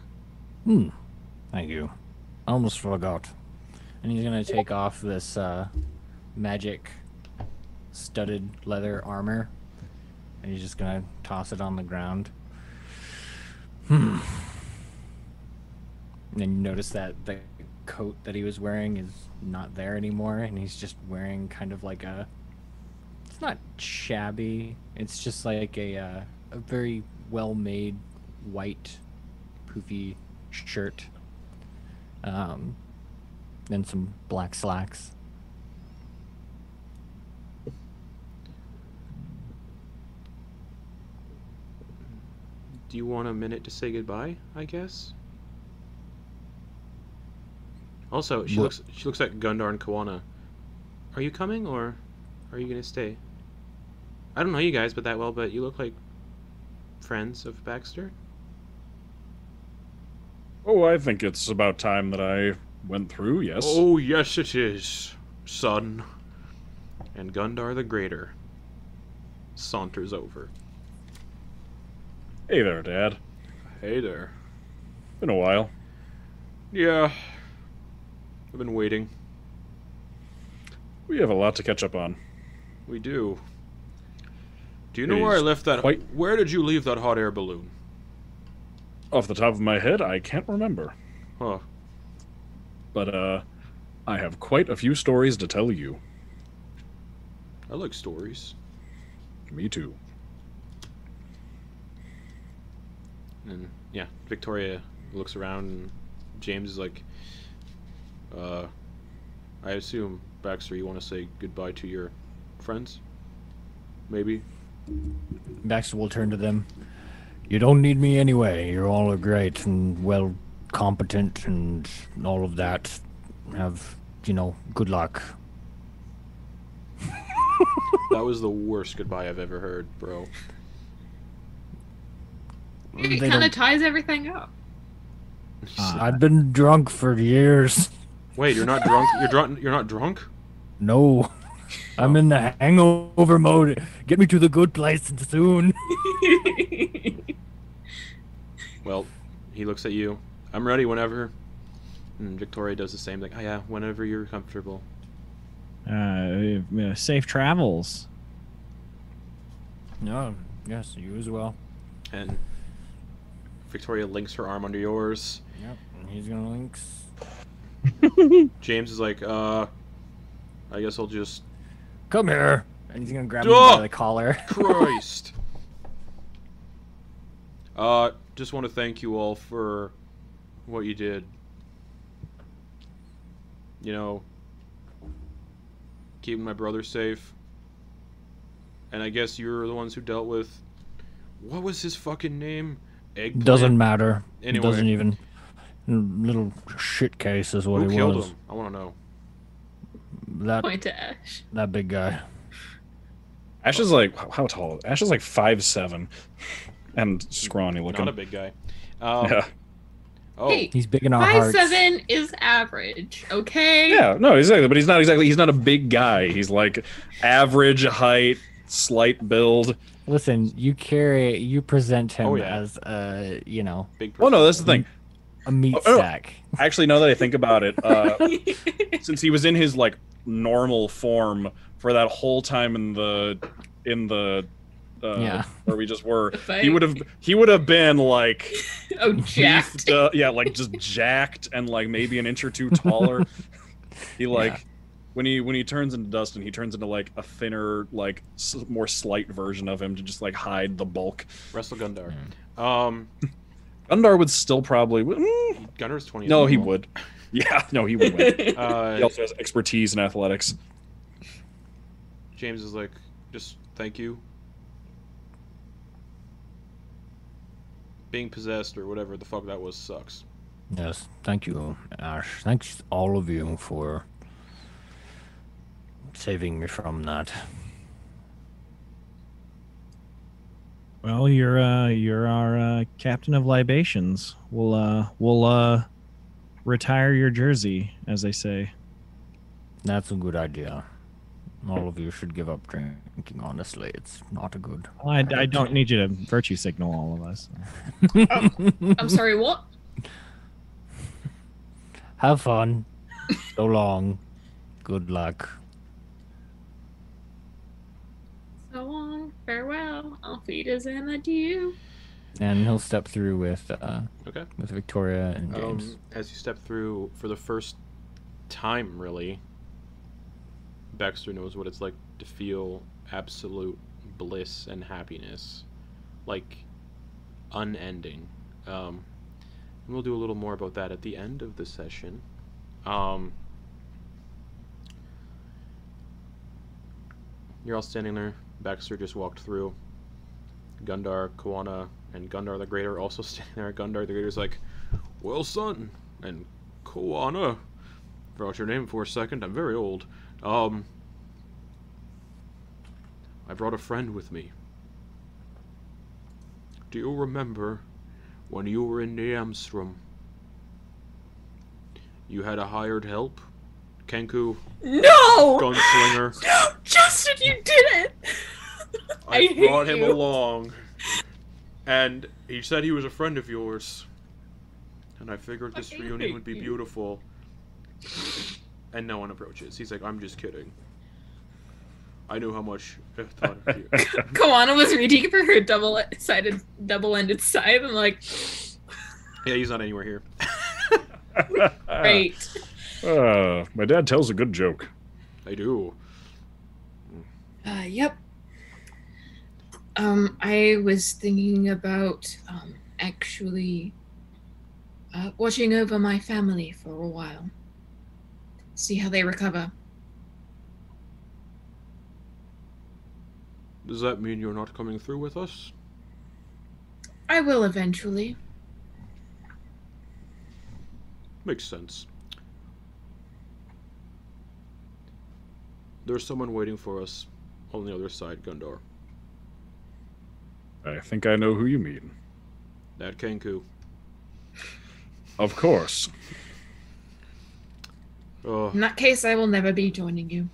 Speaker 12: Hmm. Thank you. I almost forgot.
Speaker 8: And he's gonna take off this uh, magic studded leather armor, and he's just gonna toss it on the ground. Hmm. And then you notice that the coat that he was wearing is not there anymore, and he's just wearing kind of like a. It's not shabby. It's just like a uh, a very well made white poofy shirt. Um, and some black slacks.
Speaker 2: Do you want a minute to say goodbye? I guess. Also, she
Speaker 12: What?
Speaker 2: looks she looks at Gundar and Kawana. Are you coming or are you gonna stay? I don't know you guys but that well, but you look like friends of Baxter.
Speaker 9: Oh, I think it's about time that I went through. Yes.
Speaker 2: Oh yes, it is, son. And Gundar the Greater saunters over.
Speaker 9: Hey there, Dad.
Speaker 2: Hey there.
Speaker 9: Been a while.
Speaker 2: Yeah. I've been waiting.
Speaker 9: We have a lot to catch up on.
Speaker 2: We do. Do you
Speaker 9: It
Speaker 2: know where I
Speaker 9: is
Speaker 2: left that?
Speaker 9: quite-
Speaker 2: Where did you leave that hot air balloon?
Speaker 9: Off the top of my head, I can't remember,
Speaker 2: Huh.
Speaker 9: but uh, I have quite a few stories to tell you.
Speaker 2: I like stories.
Speaker 9: Me too.
Speaker 2: And yeah, Victoria looks around and James is like, uh, I assume, Baxter, you want to say goodbye to your friends? Maybe?
Speaker 12: Baxter will turn to them. You don't need me anyway. You're all are great and well competent and all of that. Have, you know, good luck.
Speaker 2: that was the worst goodbye I've ever heard, bro.
Speaker 5: It
Speaker 12: They
Speaker 5: kind of
Speaker 12: don't-
Speaker 5: ties everything up.
Speaker 12: I've been drunk for years.
Speaker 2: Wait, you're not drunk? You're drunk? You're not drunk?
Speaker 12: No. I'm in the hangover mode. Get me to the good place soon.
Speaker 2: Well, he looks at you. I'm ready whenever. And Victoria does the same thing. Oh yeah, whenever you're comfortable.
Speaker 7: Uh, uh, safe travels.
Speaker 12: No, Oh, yes, you as well.
Speaker 2: And Victoria links her arm under yours.
Speaker 12: Yep, and he's gonna links.
Speaker 2: James is like, uh, I guess I'll just.
Speaker 12: Come here. And he's gonna grab
Speaker 2: Duh!
Speaker 12: me by the collar.
Speaker 2: Christ! uh, just want to thank you all for what you did. you know, keeping my brother safe. And I guess you're the ones who dealt with. What was his fucking name? Eggplant?
Speaker 12: Doesn't matter.
Speaker 2: Anyway.
Speaker 12: Doesn't even. Little shit case is what
Speaker 2: Who
Speaker 12: he
Speaker 2: killed
Speaker 12: was.
Speaker 2: him? I want to know.
Speaker 12: That
Speaker 5: Point to Ash.
Speaker 12: that big guy.
Speaker 9: Ash is like wow, how tall? Ash is like five seven, and scrawny looking.
Speaker 2: Not a big guy. Um,
Speaker 9: yeah.
Speaker 2: Oh,
Speaker 5: Hey,
Speaker 12: He's big in our
Speaker 5: five
Speaker 12: hearts.
Speaker 5: seven is average. Okay.
Speaker 9: yeah, no, exactly. But he's not exactly. He's not a big guy. He's like average height, slight build.
Speaker 8: Listen, you carry, you present him
Speaker 2: Oh, yeah.
Speaker 8: as
Speaker 12: uh,
Speaker 8: a, you know,
Speaker 2: big
Speaker 12: Oh,
Speaker 2: person.
Speaker 9: Well, no, that's the thing.
Speaker 8: a meat
Speaker 9: Oh, oh.
Speaker 8: sack.
Speaker 9: Actually, now that I think about it, uh, since he was in his like normal form for that whole time in the in the uh,
Speaker 8: Yeah.
Speaker 9: where we just were,
Speaker 5: The
Speaker 9: he
Speaker 5: fight.
Speaker 9: would have he would have been like
Speaker 5: Oh,
Speaker 9: beefed
Speaker 5: jacked.
Speaker 9: up- yeah, like just jacked and like maybe an inch or two taller. he like when he when he turns into Dustin, he turns into like a thinner, like s- more slight version of him to just like hide the bulk.
Speaker 2: Wrestle Gundar. Um,
Speaker 9: Gundar would still probably mm,
Speaker 2: Gundar's 20.
Speaker 9: no, he would. Yeah, no, he would win. he
Speaker 2: Uh,
Speaker 9: also has expertise in athletics.
Speaker 2: James is like, just thank you. Being possessed or whatever the fuck that was sucks.
Speaker 12: Yes, thank you, Ash. Thanks all of you for saving me from that.
Speaker 7: Well, you're uh, you're our uh, captain of libations. We'll uh, we'll uh, retire your jersey, as they say.
Speaker 12: That's a good idea. All of you should give up drinking. Honestly, it's not a good.
Speaker 7: Well, I, I don't need you to virtue signal all of us.
Speaker 5: I'm sorry. What?
Speaker 12: Have fun. so long. Good luck.
Speaker 5: So long. Farewell. Auf Wiedersehen. Adieu.
Speaker 8: And he'll step through with, uh,
Speaker 2: Okay.
Speaker 8: with Victoria and James.
Speaker 2: Um, as you step through for the first time, really, Baxter knows what it's like to feel absolute bliss and happiness, like unending. Um, and we'll do a little more about that at the end of the session. Um, you're all standing there. Baxter just walked through. Gundar, Kawana, and Gundar the Greater are also standing there. Gundar the Greater's like, well, son, and Koana. Forgot your name for a second. I'm very old. Um, I brought a friend with me. Do you remember when you were in Neamstrom? You had a hired help, Kenku,
Speaker 5: No!
Speaker 2: gunslinger.
Speaker 5: No, Justin, you did it. I
Speaker 2: I,
Speaker 5: hate
Speaker 2: brought him
Speaker 5: you.
Speaker 2: along, and he said he was a friend of yours. And I figured this
Speaker 5: I
Speaker 2: reunion
Speaker 5: hate
Speaker 2: would be
Speaker 5: you.
Speaker 2: beautiful. And no one approaches. He's like, I'm just kidding. I knew how much I thought of you.
Speaker 5: Kawana was reaching for her double-sided, double-ended scythe. I'm like,
Speaker 2: yeah, he's not anywhere here.
Speaker 9: Ah.
Speaker 5: great.
Speaker 9: Uh, my dad tells a good joke.
Speaker 2: I do.
Speaker 5: Uh, yep. Um, I was thinking about um, actually uh, watching over my family for a while. See how they recover.
Speaker 2: Does that mean you're not coming through with us?
Speaker 5: I will eventually.
Speaker 2: Makes sense. There's someone waiting for us on the other side, Gundar.
Speaker 9: I think I know who you mean.
Speaker 2: That Kenku.
Speaker 9: Of course.
Speaker 2: Oh.
Speaker 5: In that case, I will never be joining you.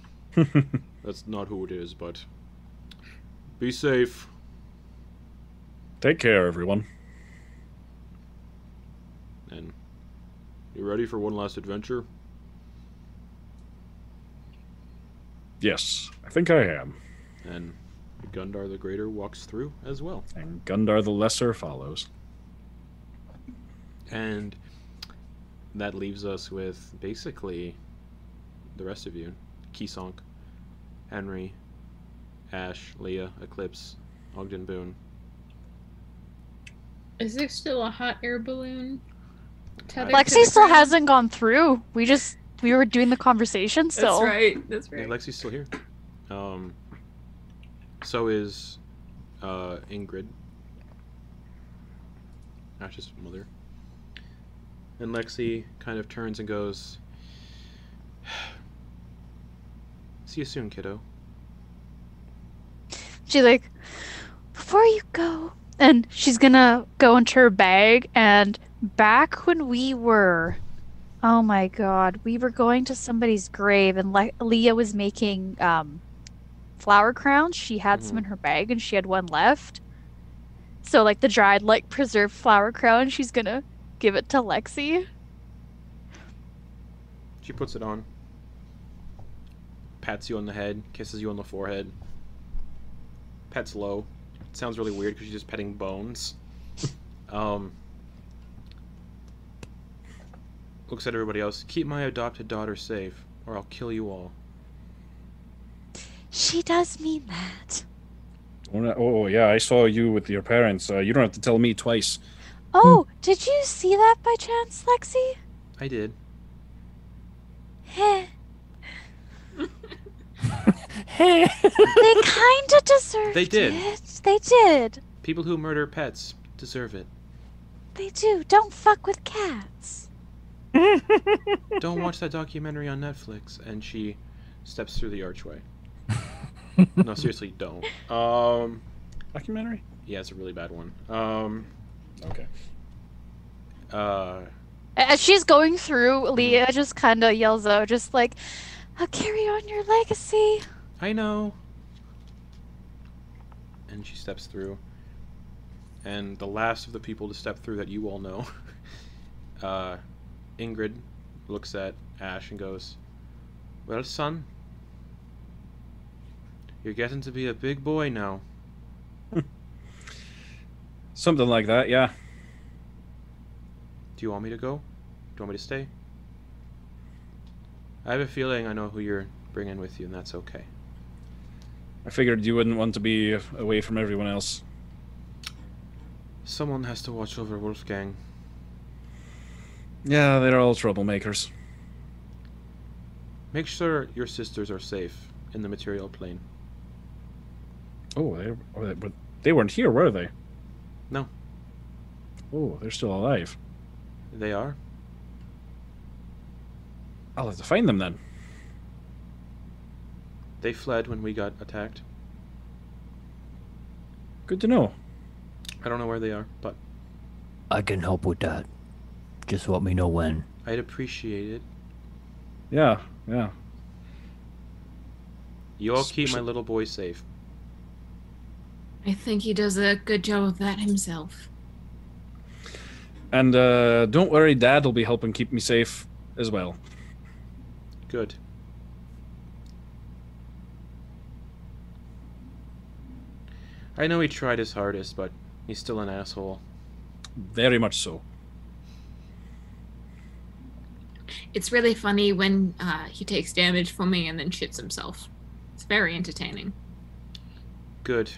Speaker 2: That's not who it is, but be safe.
Speaker 9: Take care, everyone.
Speaker 2: And you ready for one last adventure?
Speaker 9: Yes, I think I am.
Speaker 2: And Gundar the Greater walks through as well.
Speaker 9: And Gundar the Lesser follows.
Speaker 2: And that leaves us with basically the rest of you Kisonk, Henry, Ash, Leah, Eclipse, Ogden Boone.
Speaker 5: Is there still a hot air balloon?
Speaker 3: Lexi still hasn't gone through. We just we were doing the conversation still.
Speaker 5: That's right. That's
Speaker 2: Yeah,
Speaker 5: right.
Speaker 2: Lexi's still here. Um, so is uh, Ingrid, Ash's mother. And Lexi kind of turns and goes, See you soon, kiddo.
Speaker 3: She like, before you go, and she's gonna go into her bag. And back when we were, oh my god, we were going to somebody's grave, and Le- Leah was making um, flower crowns. She had some in her bag, and she had one left. So like the dried, like preserved flower crown, she's gonna give it to Lexi.
Speaker 2: She puts it on, pats you on the head, kisses you on the forehead, pets low. It sounds really weird because she's just petting bones. um, looks at everybody else. Keep my adopted daughter safe, or I'll kill you all.
Speaker 3: She does mean that.
Speaker 9: Oh, no- oh, yeah, I saw you with your parents. Uh, you don't have to tell me twice.
Speaker 3: Oh, did you see that by chance, Lexi?
Speaker 2: I did.
Speaker 3: Heh. They kind of deserved
Speaker 2: They did.
Speaker 3: it. They did.
Speaker 2: People who murder pets deserve it.
Speaker 3: They do. Don't fuck with cats.
Speaker 2: Don't watch that documentary on Netflix. And she steps through the archway. no, seriously, don't. Um,
Speaker 9: Documentary?
Speaker 2: yeah, it's a really bad one. Um,
Speaker 9: Okay.
Speaker 2: uh,
Speaker 3: As she's going through, Leah just kind of yells out, just like, I'll carry on your legacy.
Speaker 2: I know. And she steps through. And the last of the people to step through that you all know, uh, Ingrid looks at Ash and goes, Well, son, you're getting to be a big boy now.
Speaker 10: Something like that, yeah.
Speaker 2: Do you want me to go? Do you want me to stay? I have a feeling I know who you're bringing with you, and that's okay.
Speaker 10: I figured you wouldn't want to be away from everyone else.
Speaker 2: Someone has to watch over Wolfgang.
Speaker 10: Yeah, they're all troublemakers.
Speaker 2: Make sure your sisters are safe in the material plane.
Speaker 9: Oh, they, oh, they, but they weren't here, were they?
Speaker 2: No.
Speaker 9: Oh, they're still alive.
Speaker 2: They are?
Speaker 9: I'll have to find them then.
Speaker 2: They fled when we got attacked.
Speaker 9: Good to know.
Speaker 2: I don't know where they are, but
Speaker 12: I can help with that. Just let me know when.
Speaker 2: I'd appreciate it.
Speaker 9: Yeah, yeah.
Speaker 2: You all keep my
Speaker 9: Especially-
Speaker 2: little boy safe.
Speaker 5: I think he does a good job of that himself.
Speaker 10: And uh, don't worry, Dad will be helping keep me safe as well.
Speaker 2: Good. I know he tried his hardest, but he's still an asshole.
Speaker 10: Very much so.
Speaker 5: It's really funny when uh, he takes damage from me and then shits himself. It's very entertaining.
Speaker 2: Good.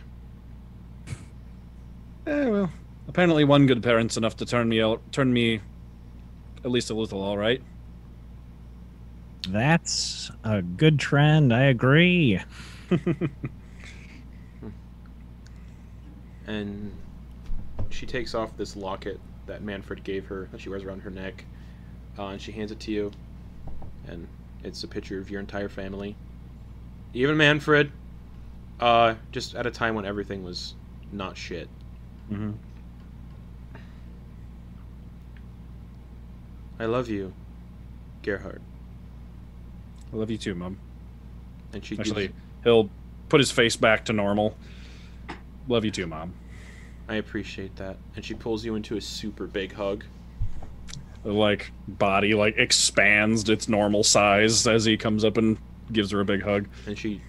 Speaker 10: Eh, well, apparently one good parent's enough to turn me out, turn me at least a little all right.
Speaker 7: That's a good trend. I agree.
Speaker 2: And she takes off this locket that Manfred gave her, that she wears around her neck, uh, and she hands it to you. And it's a picture of your entire family. Even Manfred, uh, just at a time when everything was not shit.
Speaker 10: Mhm.
Speaker 2: I love you, Gerhard.
Speaker 10: I love you too, Mum.
Speaker 2: And she gives-
Speaker 10: Actually, he'll put his face back to normal. Love you too, Mom.
Speaker 2: I appreciate that. And she pulls you into a super big hug.
Speaker 10: The, like body like expands its normal size as he comes up and gives her a big hug.
Speaker 2: and she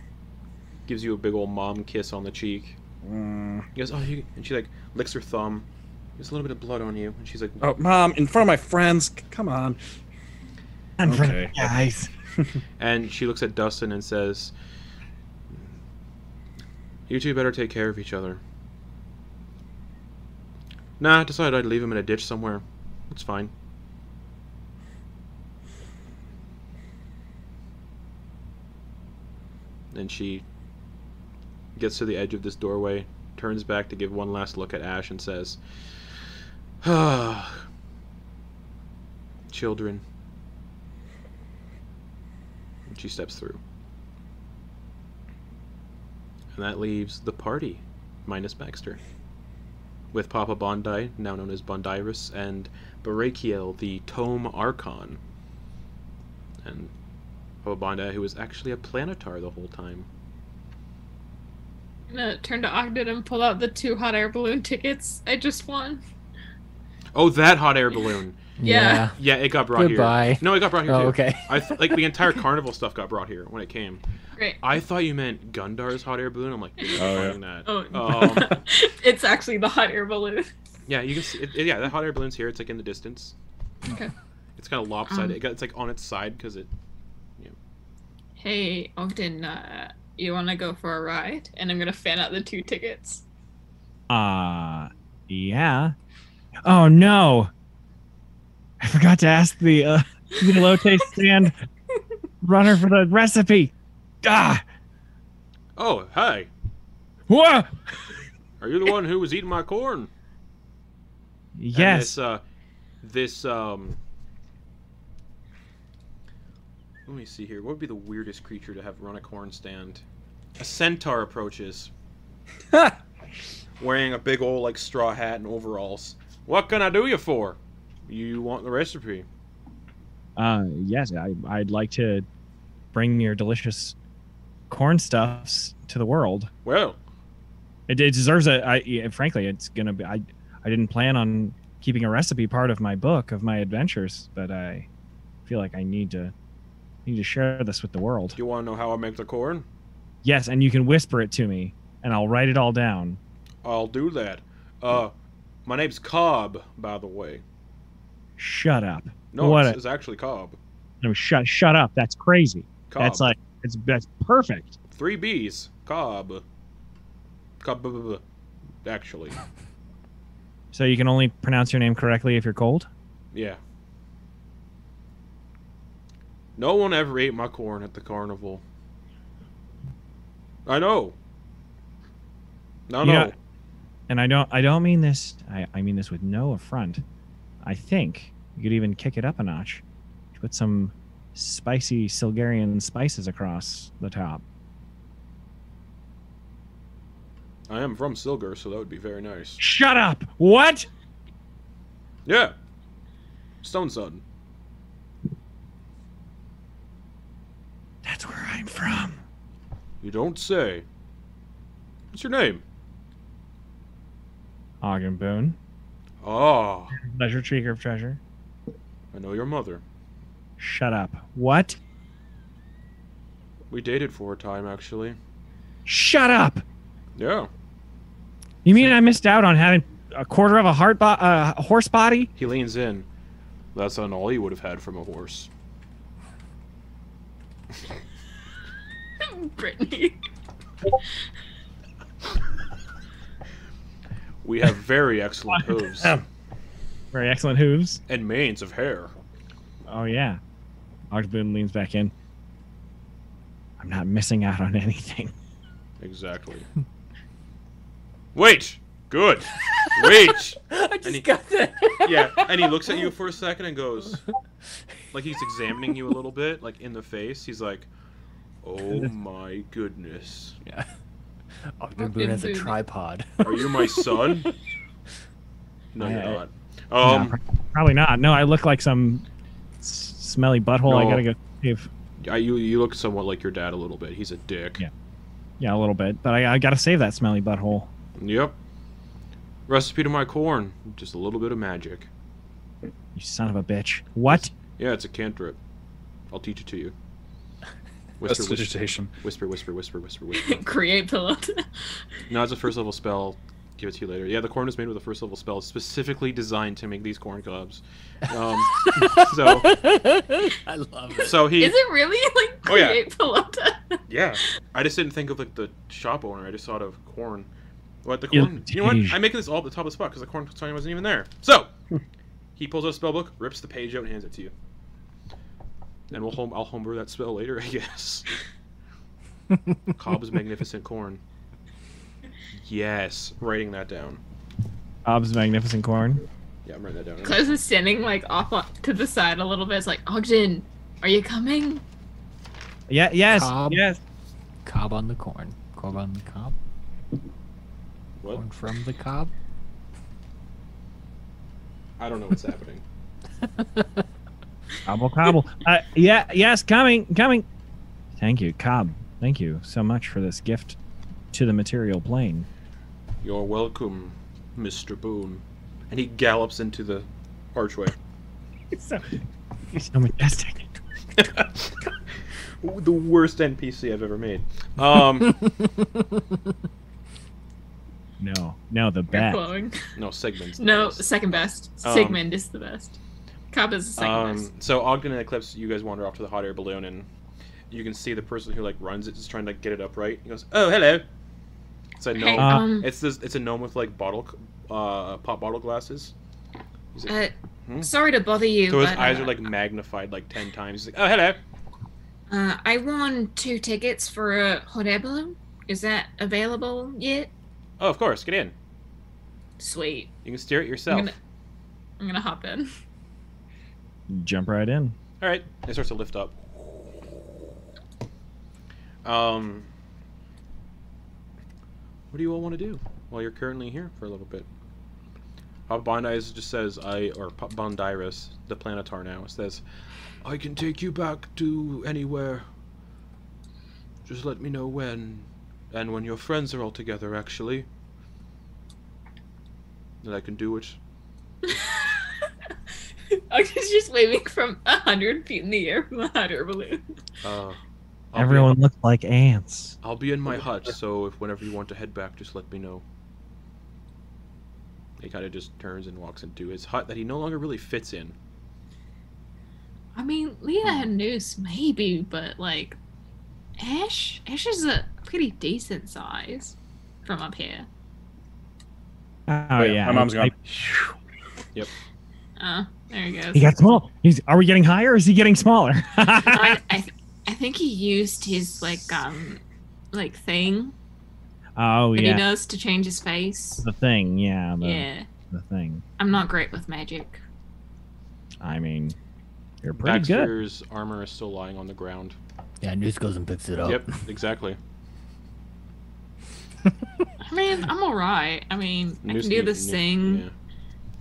Speaker 2: gives you a big old mom kiss on the cheek.
Speaker 10: Mm.
Speaker 2: He goes, oh, you, and she like licks her thumb. There's a little bit of blood on you, and she's like,
Speaker 10: Oh, Mom, in front of my friends, c- come on.
Speaker 7: And for
Speaker 10: Okay.
Speaker 7: guys.
Speaker 2: and she looks at Dustin and says, "You two better take care of each other." Nah, I decided I'd leave him in a ditch somewhere. It's fine. and she gets to the edge of this doorway, turns back to give one last look at Ash, and says, "Ah, Children. And she steps through. And that leaves the party, minus Baxter. With Papa Bondi, now known as Bondirus, and Barakiel, the Tome Archon. And Papa Bondi, who was actually a planetar the whole time.
Speaker 5: I'm gonna turn to Ogden and pull out the two hot air balloon tickets I just won.
Speaker 2: Oh, that hot air balloon.
Speaker 5: Yeah.
Speaker 2: Yeah, it got brought
Speaker 8: Goodbye.
Speaker 2: here. No, it got brought here
Speaker 8: Oh,
Speaker 2: too.
Speaker 8: okay.
Speaker 2: I th- like the entire carnival stuff got brought here when it came.
Speaker 5: Great.
Speaker 2: I thought you meant Gundar's hot air balloon. I'm like, oh,
Speaker 9: yeah.
Speaker 2: that.
Speaker 5: Oh,
Speaker 2: Um,
Speaker 5: it's actually the hot air balloon.
Speaker 2: yeah, you can see. It, yeah, that hot air balloon's here. It's like in the distance.
Speaker 5: Okay.
Speaker 2: It's kind of lopsided.
Speaker 5: Um.
Speaker 2: it got, it's like on its side because it.
Speaker 5: Hey, Ogden, uh, you wanna go for a ride? And I'm gonna fan out the two tickets.
Speaker 7: Uh, yeah. Oh no, I forgot to ask the uh, the elote stand runner for the recipe. Ah,
Speaker 2: Oh, hi.
Speaker 7: whoa.
Speaker 2: Are you the one who was eating my corn? And
Speaker 7: Yes.
Speaker 2: This, uh, this um. Let me see here. What would be the weirdest creature to have run a corn stand? A centaur approaches, wearing a big old like straw hat and overalls. What can I do you for? You want the recipe?
Speaker 7: Uh, yes, I, I'd like to bring your delicious corn stuffs to the world.
Speaker 2: Well,
Speaker 7: It, it deserves a. I yeah, frankly, it's gonna be. I I didn't plan on keeping a recipe part of my book of my adventures, but I feel like I need to need to share this with the world.
Speaker 2: do you want to know how I make the corn?
Speaker 7: Yes, and you can whisper it to me, and I'll write it all down.
Speaker 2: I'll do that. Uh, my name's Cobb, by the way.
Speaker 7: Shut up!
Speaker 2: No,
Speaker 7: What
Speaker 2: it's,
Speaker 7: a-
Speaker 2: it's actually Cobb.
Speaker 7: No, shut shut up! That's crazy.
Speaker 2: Cobb.
Speaker 7: That's like it's that's perfect.
Speaker 2: Three B's. Cobb. Cobb. Actually,
Speaker 7: So you can only pronounce your name correctly if you're cold.
Speaker 2: yeah. No one ever ate my corn at the carnival. I know. No,
Speaker 7: You
Speaker 2: no.
Speaker 7: know- and I don't I don't mean this I, I mean this with no affront. I think you could even kick it up a notch. Put some spicy Silgarian spices across the top.
Speaker 2: I am from Silgar, so that would be very nice.
Speaker 7: Shut up! What?
Speaker 2: Yeah. Stone Sun.
Speaker 7: That's where I'm from.
Speaker 2: You don't say. What's your name?
Speaker 7: Ogden Boone.
Speaker 2: Ah,
Speaker 7: Pleasure Treaker of Treasure.
Speaker 2: I know your mother.
Speaker 7: Shut up. What?
Speaker 2: We dated for a time, actually.
Speaker 7: Shut up!
Speaker 2: Yeah.
Speaker 7: You mean I missed out on having a quarter of a heart bo- uh, horse body?
Speaker 2: He leans in. That's not all he would have had from a horse.
Speaker 5: Brittany.
Speaker 2: We have very excellent hooves
Speaker 7: Very excellent hooves.
Speaker 2: and manes of hair.
Speaker 7: Oh yeah. Ogden Boone leans back in. I'm not missing out on anything.
Speaker 2: Exactly. Wait. Good. Wait.
Speaker 8: I
Speaker 2: And he-
Speaker 8: just got that.
Speaker 2: Yeah, and he looks at you for a second and goes, like he's examining you a little bit, like in the face. He's like, "Oh my goodness,
Speaker 8: Ogden Boone has a
Speaker 5: Boone.
Speaker 8: tripod.
Speaker 2: are you my son?" No, you're
Speaker 7: I-
Speaker 2: not. Um,
Speaker 7: No, pro- probably not. No, I look like some s- smelly butthole. I
Speaker 2: No.
Speaker 7: gotta go save.
Speaker 2: I, you you look somewhat like your dad a little bit. He's a dick.
Speaker 7: Yeah. Yeah, a little bit, but I, I gotta save that smelly butthole.
Speaker 2: Yep. Recipe to my corn. Just a little bit of magic.
Speaker 7: You son of a bitch. What?
Speaker 2: Yeah, it's a cantrip. I'll teach it to you. Whisper, whisper,
Speaker 10: Prestidigitation.
Speaker 2: whisper, whisper, whisper, whisper, whisper.
Speaker 5: Create pillow.
Speaker 2: No, it's a first level spell. Give it to you later. Yeah, the corn is made with a first level spell specifically designed to make these corn cobs. Um, so,
Speaker 8: I love it.
Speaker 2: so he.
Speaker 5: Is it really like
Speaker 2: Oh, yeah.
Speaker 5: create pelota?
Speaker 2: Yeah. I just didn't think of like the shop owner. I just thought of corn. What the
Speaker 7: Yeah,
Speaker 2: corn? You know what?
Speaker 7: geez.
Speaker 2: I'm making this all at the top of the spot because the corn sign wasn't even there. So, he pulls out a spell book, rips the page out, and hands it to you. And we'll home. I'll homebrew that spell later, I guess. Cobb's Magnificent Corn. Yes, writing that down.
Speaker 7: Ob's magnificent corn.
Speaker 2: Yeah, I'm writing that down.
Speaker 5: Close is standing like off on- to the side a little bit. It's like, Ogden, are you coming?
Speaker 7: Yeah. Yes.
Speaker 12: Cobb.
Speaker 7: Yes.
Speaker 12: Cob on the corn. Cob on the cob.
Speaker 2: What?
Speaker 12: Corn from the cob.
Speaker 2: I don't know what's happening.
Speaker 7: Cobble cobble. Uh, yeah. Yes. Coming. Coming. Thank you, Cobb. Thank you so much for this gift to the material plane.
Speaker 2: You're welcome, Mr. Boone. And he gallops into the archway.
Speaker 7: so, so majestic.
Speaker 2: The worst NPC I've ever made. Um,
Speaker 7: No. No. The
Speaker 5: You're
Speaker 7: best.
Speaker 5: glowing.
Speaker 2: no segments.
Speaker 5: No, second best.
Speaker 2: Um,
Speaker 5: Sigmund is the best. Cobb is the second best.
Speaker 2: Um, so Ogden and Eclipse, you guys wander off to the hot air balloon, and you can see the person who like runs it, just trying to like, get it upright. He goes, "Oh, hello." It's a
Speaker 5: Hey,
Speaker 2: gnome.
Speaker 7: Uh,
Speaker 5: um,
Speaker 2: it's this. It's a gnome with like bottle, c- uh, pop bottle glasses. He's like,
Speaker 5: uh,
Speaker 2: hmm?
Speaker 5: sorry to bother you.
Speaker 2: so his
Speaker 5: but,
Speaker 2: eyes
Speaker 5: uh,
Speaker 2: are like magnified like ten times. He's like, "Oh, hello."
Speaker 5: Uh, I won two tickets for a hot air balloon. Is that available yet?
Speaker 2: Oh, of course, get in.
Speaker 5: Sweet.
Speaker 2: You can steer it yourself.
Speaker 5: gonna- I'm gonna hop in.
Speaker 7: Jump right in.
Speaker 2: All right, it starts to lift up. Um, what do you all want to do? Well, you're currently here for a little bit. Uh, Bondiris just says, "I or P- Bondiris, the planetar now says, I can take you back to anywhere. Just let me know when, and when your friends are all together, actually, and I can do it."
Speaker 5: I'm just, just waving from a hundred feet in the air from a hot air balloon.
Speaker 2: Uh, I'll be-
Speaker 7: Everyone looks like ants.
Speaker 2: I'll be in my hut, so if whenever you want to head back, just let me know. He kind of just turns and walks into his hut that he no longer really fits in.
Speaker 5: I mean,
Speaker 2: Hmm.
Speaker 5: Leah had news maybe, but like, Ash, Ash is a pretty decent size from up here.
Speaker 7: Oh,
Speaker 9: yeah,
Speaker 7: yeah.
Speaker 9: my mom's gone.
Speaker 7: I-
Speaker 5: Oh, there he goes.
Speaker 7: he got small. He's. Are we getting higher? or Is he getting smaller?
Speaker 5: I, I, th- I think he used his like um like thing
Speaker 7: oh
Speaker 5: that he
Speaker 7: yeah.
Speaker 5: does to change his face.
Speaker 7: The thing. Yeah. The,
Speaker 5: Yeah,
Speaker 7: the thing.
Speaker 5: I'm not great with magic.
Speaker 7: I mean, you're pretty good.
Speaker 2: Baxter's armor is still lying on the ground.
Speaker 12: Yeah, and just goes and picks it
Speaker 7: Oh.
Speaker 12: up.
Speaker 2: Yep, exactly.
Speaker 5: I mean, I'm all right. I mean, I
Speaker 2: Noose
Speaker 5: can do
Speaker 2: need-
Speaker 5: this
Speaker 2: noose-
Speaker 5: thing.
Speaker 2: yeah.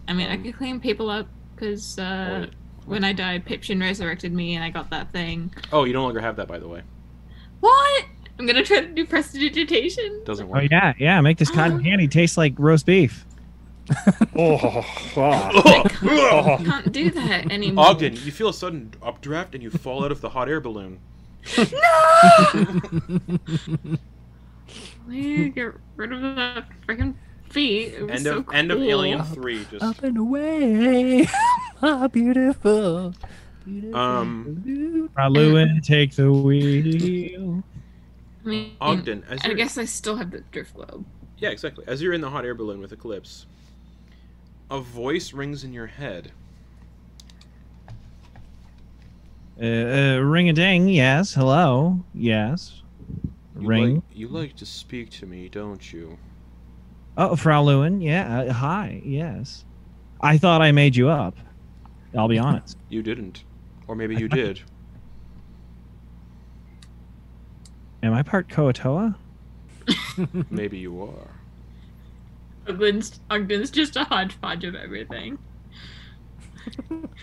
Speaker 5: I mean, I
Speaker 2: Um, oh,
Speaker 5: could clean people up because uh,
Speaker 2: Or-
Speaker 5: when I died, Pipshin resurrected me, and I got that thing.
Speaker 2: Oh, you no longer have that, by the way.
Speaker 5: What? I'm gonna try to do prestidigitation.
Speaker 2: Doesn't
Speaker 7: Oh
Speaker 2: work.
Speaker 7: yeah, yeah. Make this cotton candy taste like roast beef.
Speaker 10: Oh, oh.
Speaker 5: I can't do that anymore.
Speaker 2: Ogden, you feel a sudden updraft and you fall out of the hot air balloon.
Speaker 5: Please get rid of that freaking feet. It was
Speaker 2: End
Speaker 5: so
Speaker 2: of end of
Speaker 5: cool.
Speaker 2: Alien Three. Just
Speaker 12: Up and away, my beautiful. beautiful
Speaker 2: Um,
Speaker 12: blue
Speaker 5: Uh-huh.
Speaker 7: Raluin, take the wheel.
Speaker 5: I mean,
Speaker 2: Ogden, as
Speaker 5: I
Speaker 2: you're-
Speaker 5: guess I still have the drift globe.
Speaker 2: Yeah, exactly. As you're in the hot air balloon with Eclipse, a voice rings in your head.
Speaker 7: Uh, uh, ring a ding. Yes. Hello. Yes.
Speaker 2: You
Speaker 7: Ring.
Speaker 2: Like, you like to speak to me, don't you?
Speaker 7: Oh, Frau Lewin. Yeah. Uh, hi. Yes. I thought I made you up. I'll be honest.
Speaker 2: You didn't. Or maybe you did.
Speaker 7: Am I part Koatoa?
Speaker 2: maybe you are.
Speaker 7: Oh,
Speaker 5: Ogden's, Ogden's just a hodgepodge of everything.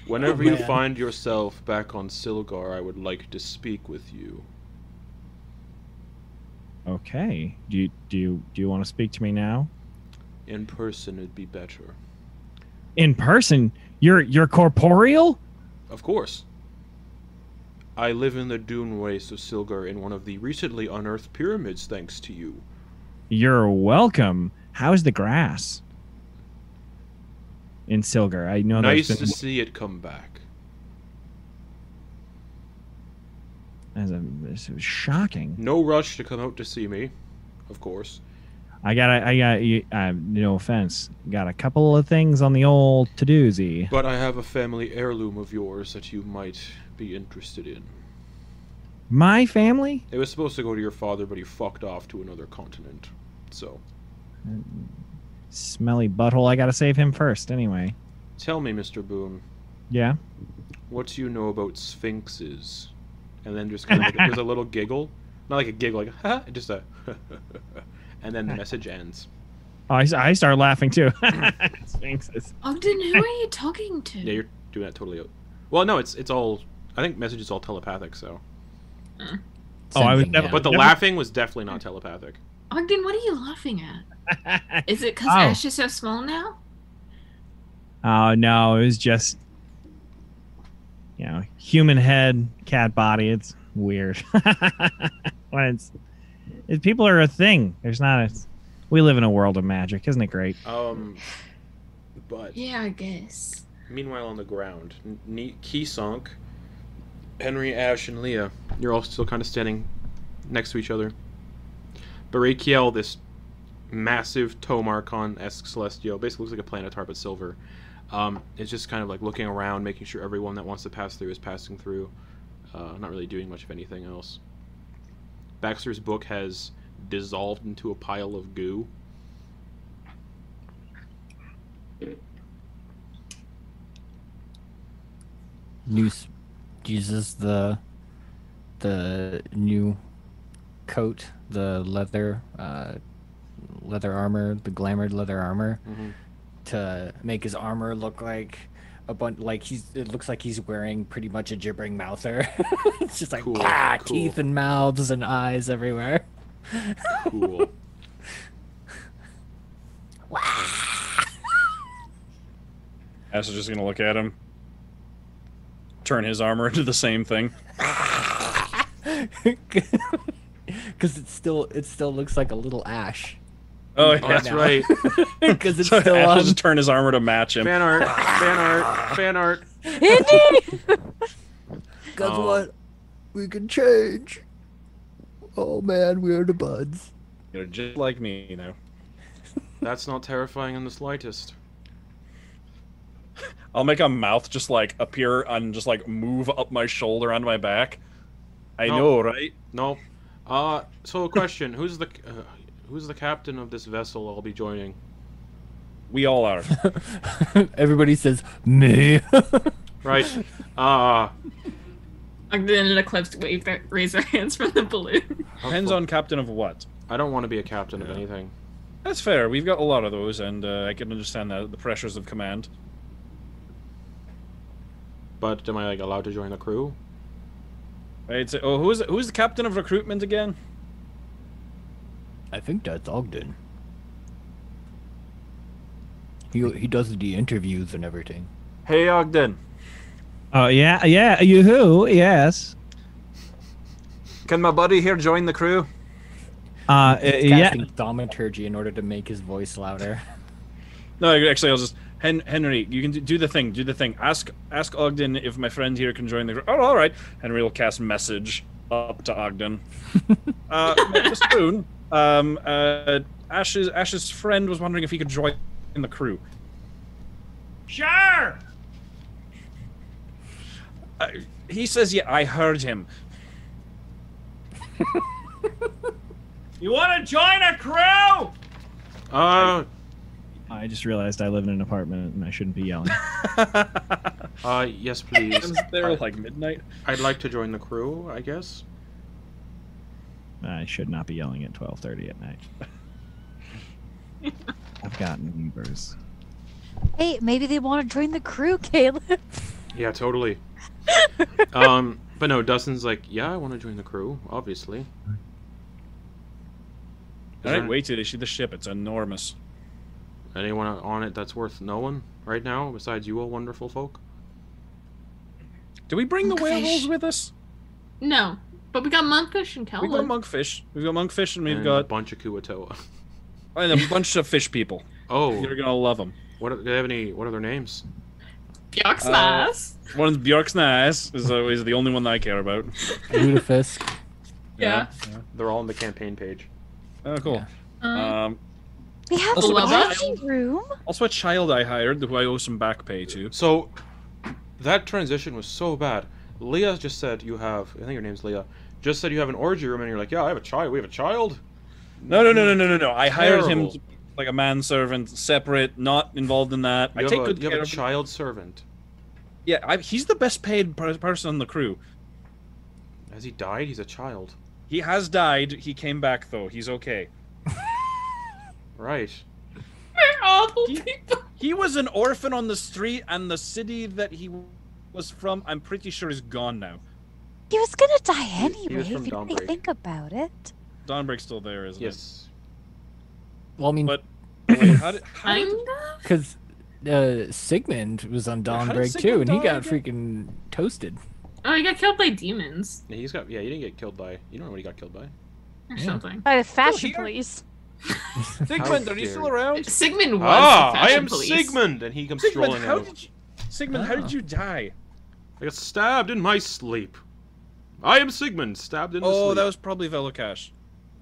Speaker 2: Whenever you find yourself back on Silgar, I would like to speak with you.
Speaker 7: Okay. Do you do you do you want to speak to me now?
Speaker 2: In person, it'd be better.
Speaker 7: In person? You're you're corporeal?
Speaker 2: Of course. I live in the dune waste of Silgar in one of the recently unearthed pyramids, thanks to you.
Speaker 7: You're welcome. How's the grass? In Silgar. I know
Speaker 2: nice
Speaker 7: there's
Speaker 2: to
Speaker 7: been
Speaker 2: see it come back.
Speaker 7: as a, this is shocking.
Speaker 2: No rush to come out to see me, of course.
Speaker 7: I got I got you- uh, no offense. Got a couple of things on the old to doozy.
Speaker 2: But I have a family heirloom of yours that you might be interested in.
Speaker 7: My family?
Speaker 2: It was supposed to go to your father, but he fucked off to another continent. So,
Speaker 7: Smelly butthole. I gotta save him first anyway.
Speaker 2: tell me, Mr. Boone,
Speaker 7: Yeah.
Speaker 2: what do you know about sphinxes? And then just kind of like, there's a little giggle, not like a giggle, like ha, just a, and then the message ends.
Speaker 7: Oh, I, s- I start laughing too. Sphinxes.
Speaker 5: Ogden, who are you talking to?
Speaker 2: Yeah, you're doing that totally. Out. Well, no, it's it's all. I think message is all telepathic. So,
Speaker 7: Oh, I was
Speaker 14: Sensing
Speaker 7: never-
Speaker 14: him.
Speaker 2: but the
Speaker 7: Never-
Speaker 2: laughing was definitely not telepathic.
Speaker 5: Ogden, what are you laughing at? Is it because
Speaker 7: Oh.
Speaker 5: Ash is so small now?
Speaker 7: Oh no, it was just you know, human head, cat body. It's weird. when it's it, people are a thing. There's not a we live in a world of magic, isn't it great?
Speaker 2: Um, but
Speaker 5: Yeah, I guess.
Speaker 2: Meanwhile, on the ground, N- Ne- Keesonk, Henry, Ash, and Leah, you're all still kind of standing next to each other. Barakiel, this massive Tomarcon esque celestial, basically looks like a planetar but silver, um, is just kind of like looking around, making sure everyone that wants to pass through is passing through, uh, not really doing much of anything else. Baxter's book has dissolved into a pile of goo.
Speaker 8: Noose uses the the new coat, the leather uh, leather armor, the glamored leather armor,
Speaker 2: Mhm.
Speaker 8: to make his armor look like a bunch like he's it looks like he's wearing pretty much a gibbering mouther. it's just like
Speaker 2: Cool,
Speaker 8: "Ah,
Speaker 2: cool.
Speaker 8: teeth and mouths and eyes everywhere.
Speaker 2: Cool.
Speaker 9: Ash is just gonna look at him, turn his armor into the same thing.
Speaker 8: Because it still it still looks like a little ash.
Speaker 9: Oh, yeah.
Speaker 2: Oh, that's
Speaker 8: now.
Speaker 2: right.
Speaker 8: Because it's
Speaker 9: So
Speaker 8: still
Speaker 9: Ash will
Speaker 8: on.
Speaker 9: just turn his armor to match him.
Speaker 2: fan art, fan art, fan art.
Speaker 3: Indeed!
Speaker 14: Guess
Speaker 2: Oh.
Speaker 14: what? We can change. Oh man, we're the buds.
Speaker 9: You're just like me, you know.
Speaker 2: That's not terrifying in the slightest.
Speaker 9: I'll make a mouth just like appear and just like move up my shoulder onto my back. I
Speaker 2: No.
Speaker 9: know, right?
Speaker 2: No. Uh, so a question: Who's the uh, who's the captain of this vessel I'll be joining?
Speaker 9: We all are.
Speaker 8: Everybody says me.
Speaker 2: Right. Uh,
Speaker 5: Ogden and Eclipse wave their, raise their hands from the balloon.
Speaker 9: Depends on captain of what.
Speaker 2: I don't want to be a captain of anything.
Speaker 9: That's fair. We've got a lot of those, and uh, I can understand that the pressures of command.
Speaker 2: But am I like allowed to join the crew?
Speaker 9: Right? So, oh, who's who's the captain of recruitment again?
Speaker 14: I think that's Ogden. He he does the interviews and everything.
Speaker 9: Hey, Ogden.
Speaker 7: Oh yeah, yeah, you who? Yes.
Speaker 9: Can my buddy here join the crew?
Speaker 7: Uh
Speaker 8: He's
Speaker 7: yeah.
Speaker 8: casting thaumaturgy in order to make his voice louder.
Speaker 9: No, actually, I was just Hen- Henry. You can do, do the thing. Do the thing. Ask ask Ogden if my friend here can join the. gr- Oh, all right. Henry will cast message up to Ogden. uh, Mr. Boone, um, uh, Ash's Ash's friend was wondering if he could join in the crew.
Speaker 7: Sure.
Speaker 9: Uh, he says, "Yeah, I heard him."
Speaker 7: You wanna join a crew?
Speaker 2: Uh,
Speaker 7: I just realized I live in an apartment and I shouldn't be yelling.
Speaker 2: uh, yes, please.
Speaker 9: Isn't there like midnight?
Speaker 2: I'd like to join the crew. I guess.
Speaker 7: I should not be yelling at twelve thirty at night. I've gotten Ubers.
Speaker 3: hey, maybe they want to join the crew, Caleb.
Speaker 2: Yeah, totally. um, but no, Dustin's like, yeah, I want to join the crew, obviously.
Speaker 9: All right,
Speaker 2: there-
Speaker 9: wait till they see the ship. It's enormous.
Speaker 2: Anyone on it that's worth knowing right now, besides you all wonderful folk?
Speaker 9: Do we bring the
Speaker 5: Monkfish.
Speaker 9: werewolves with us?
Speaker 5: No, but we got monkfish and
Speaker 9: We've got
Speaker 5: Kelvin.
Speaker 9: monkfish. We've got monkfish, and we've
Speaker 2: and a
Speaker 9: got oh,
Speaker 2: bunch of Kuatoa.
Speaker 9: and a bunch of fish people.
Speaker 2: Oh,
Speaker 9: You're gonna love them.
Speaker 2: what are, do they have any? What are their names?
Speaker 5: Bjork's
Speaker 9: Uh,
Speaker 5: nice.
Speaker 9: One of Bjork's nice is always the only one that I care about.
Speaker 8: Ludafisk.
Speaker 5: Yeah.
Speaker 2: They're all on the campaign page.
Speaker 9: Oh, cool.
Speaker 5: Um,
Speaker 9: Um,
Speaker 3: We have
Speaker 5: Also,
Speaker 3: plenty room.
Speaker 9: also a child I hired who I owe some back pay to.
Speaker 2: So, that transition was so bad. Leah just said you have. I think your name's Leah. Just said you have an orgy room, and you're like, yeah, I have a child. We have a child.
Speaker 9: No, no, no, no, no, no, no. I hired him
Speaker 2: Terrible.
Speaker 9: to- like a manservant, separate, not involved in that.
Speaker 2: You
Speaker 9: I
Speaker 2: have
Speaker 9: take
Speaker 2: a,
Speaker 9: good
Speaker 2: you
Speaker 9: care
Speaker 2: have a
Speaker 9: of him.
Speaker 2: child servant.
Speaker 9: Yeah, I, he's the best paid per- person on the crew.
Speaker 2: Has he died? He's a child.
Speaker 9: He has died. He came back though. He's okay.
Speaker 2: Right.
Speaker 5: We're awful people.
Speaker 9: He was an orphan on the street, and the city that he was from, I'm pretty sure, is gone now.
Speaker 3: He was gonna die
Speaker 2: He- he
Speaker 3: anyway
Speaker 2: was
Speaker 3: if
Speaker 2: from
Speaker 3: you really
Speaker 2: Dawnbreak.
Speaker 3: think about it.
Speaker 9: Dawnbreak's still there, isn't
Speaker 2: Yes.
Speaker 8: Well, I mean,
Speaker 9: But- it? Wait, how did, how
Speaker 5: Kind
Speaker 9: did,
Speaker 5: of.
Speaker 8: because uh, Sigmund was on
Speaker 9: How did
Speaker 8: Dawnbreak too, and
Speaker 9: Sigmund
Speaker 8: he
Speaker 9: die
Speaker 8: got
Speaker 9: again?
Speaker 8: freaking toasted.
Speaker 5: Oh, he got killed by demons
Speaker 2: Yeah, he's got. Yeah, he didn't get killed by. You don't know what he got killed by.
Speaker 5: or
Speaker 8: Yeah.
Speaker 5: something.
Speaker 3: By the fashion
Speaker 9: here.
Speaker 3: police.
Speaker 9: Sigmund,
Speaker 2: How
Speaker 9: are you still
Speaker 2: dare
Speaker 9: around?
Speaker 5: Sigmund was.
Speaker 2: Ah,
Speaker 5: the
Speaker 2: I
Speaker 5: fashion
Speaker 2: am
Speaker 5: police.
Speaker 2: Sigmund, and he comes
Speaker 9: Sigmund,
Speaker 2: strolling
Speaker 9: how
Speaker 2: out.
Speaker 9: did you, Sigmund, how
Speaker 8: Ah.
Speaker 9: did you die?
Speaker 2: I got stabbed in my sleep. I am Sigmund, stabbed in the
Speaker 9: Oh,
Speaker 2: sleep.
Speaker 9: that was probably Velokash.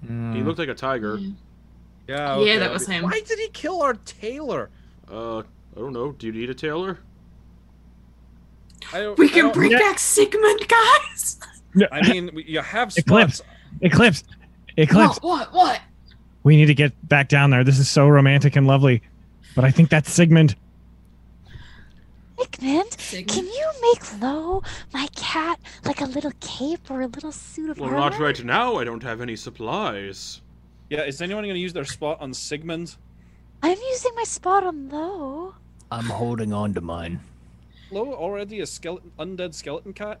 Speaker 8: Hmm.
Speaker 2: He looked like a tiger.
Speaker 5: Yeah.
Speaker 9: Yeah,
Speaker 5: Yeah,
Speaker 9: okay.
Speaker 5: that was him.
Speaker 9: Why did he kill our tailor?
Speaker 2: Uh, I don't know. Do you need a tailor?
Speaker 9: I don't,
Speaker 5: We
Speaker 9: I
Speaker 5: can
Speaker 9: don't-
Speaker 5: bring
Speaker 7: Yeah.
Speaker 5: back Sigmund, guys.
Speaker 9: I mean, we- you have
Speaker 7: Eclipse.
Speaker 9: spots.
Speaker 7: Eclipse. Eclipse.
Speaker 5: What? What? What?
Speaker 7: We need to get back down there. This is so romantic and lovely. But I think that's Sigmund.
Speaker 3: Hickman, can
Speaker 5: Sigmund.
Speaker 3: you make Lo, my cat, like a little cape or a little suit of
Speaker 2: Well,
Speaker 3: armor?
Speaker 2: not right now. I don't have any supplies.
Speaker 9: Yeah, is anyone going to use their spot on Sigmund?
Speaker 3: I'm using my spot on Lo.
Speaker 15: I'm holding on to mine.
Speaker 9: Lo already a skeleton, undead skeleton cat.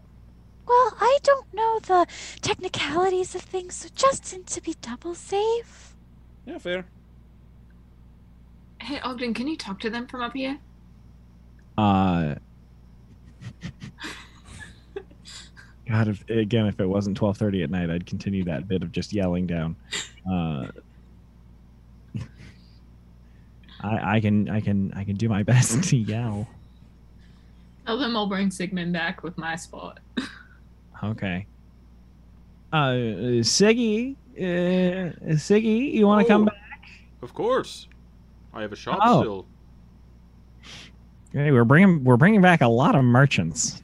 Speaker 3: Well, I don't know the technicalities of things, so Justin, to be double safe.
Speaker 9: Yeah, fair.
Speaker 5: Hey, Ogden, can you talk to them from up here?
Speaker 7: Uh. God, if, again, if it wasn't twelve thirty at night, I'd continue that bit of just yelling down. Uh, I, I can, I can, I can do my best to yell.
Speaker 5: Tell them I'll bring Sigmund back with my spot.
Speaker 7: Okay. Uh, Siggy, uh, Siggy, you want to come
Speaker 2: Oh.
Speaker 7: back?
Speaker 2: Of course. I have a shop
Speaker 7: Oh.
Speaker 2: still.
Speaker 7: Hey, we're bringing, we're bringing back a lot of merchants.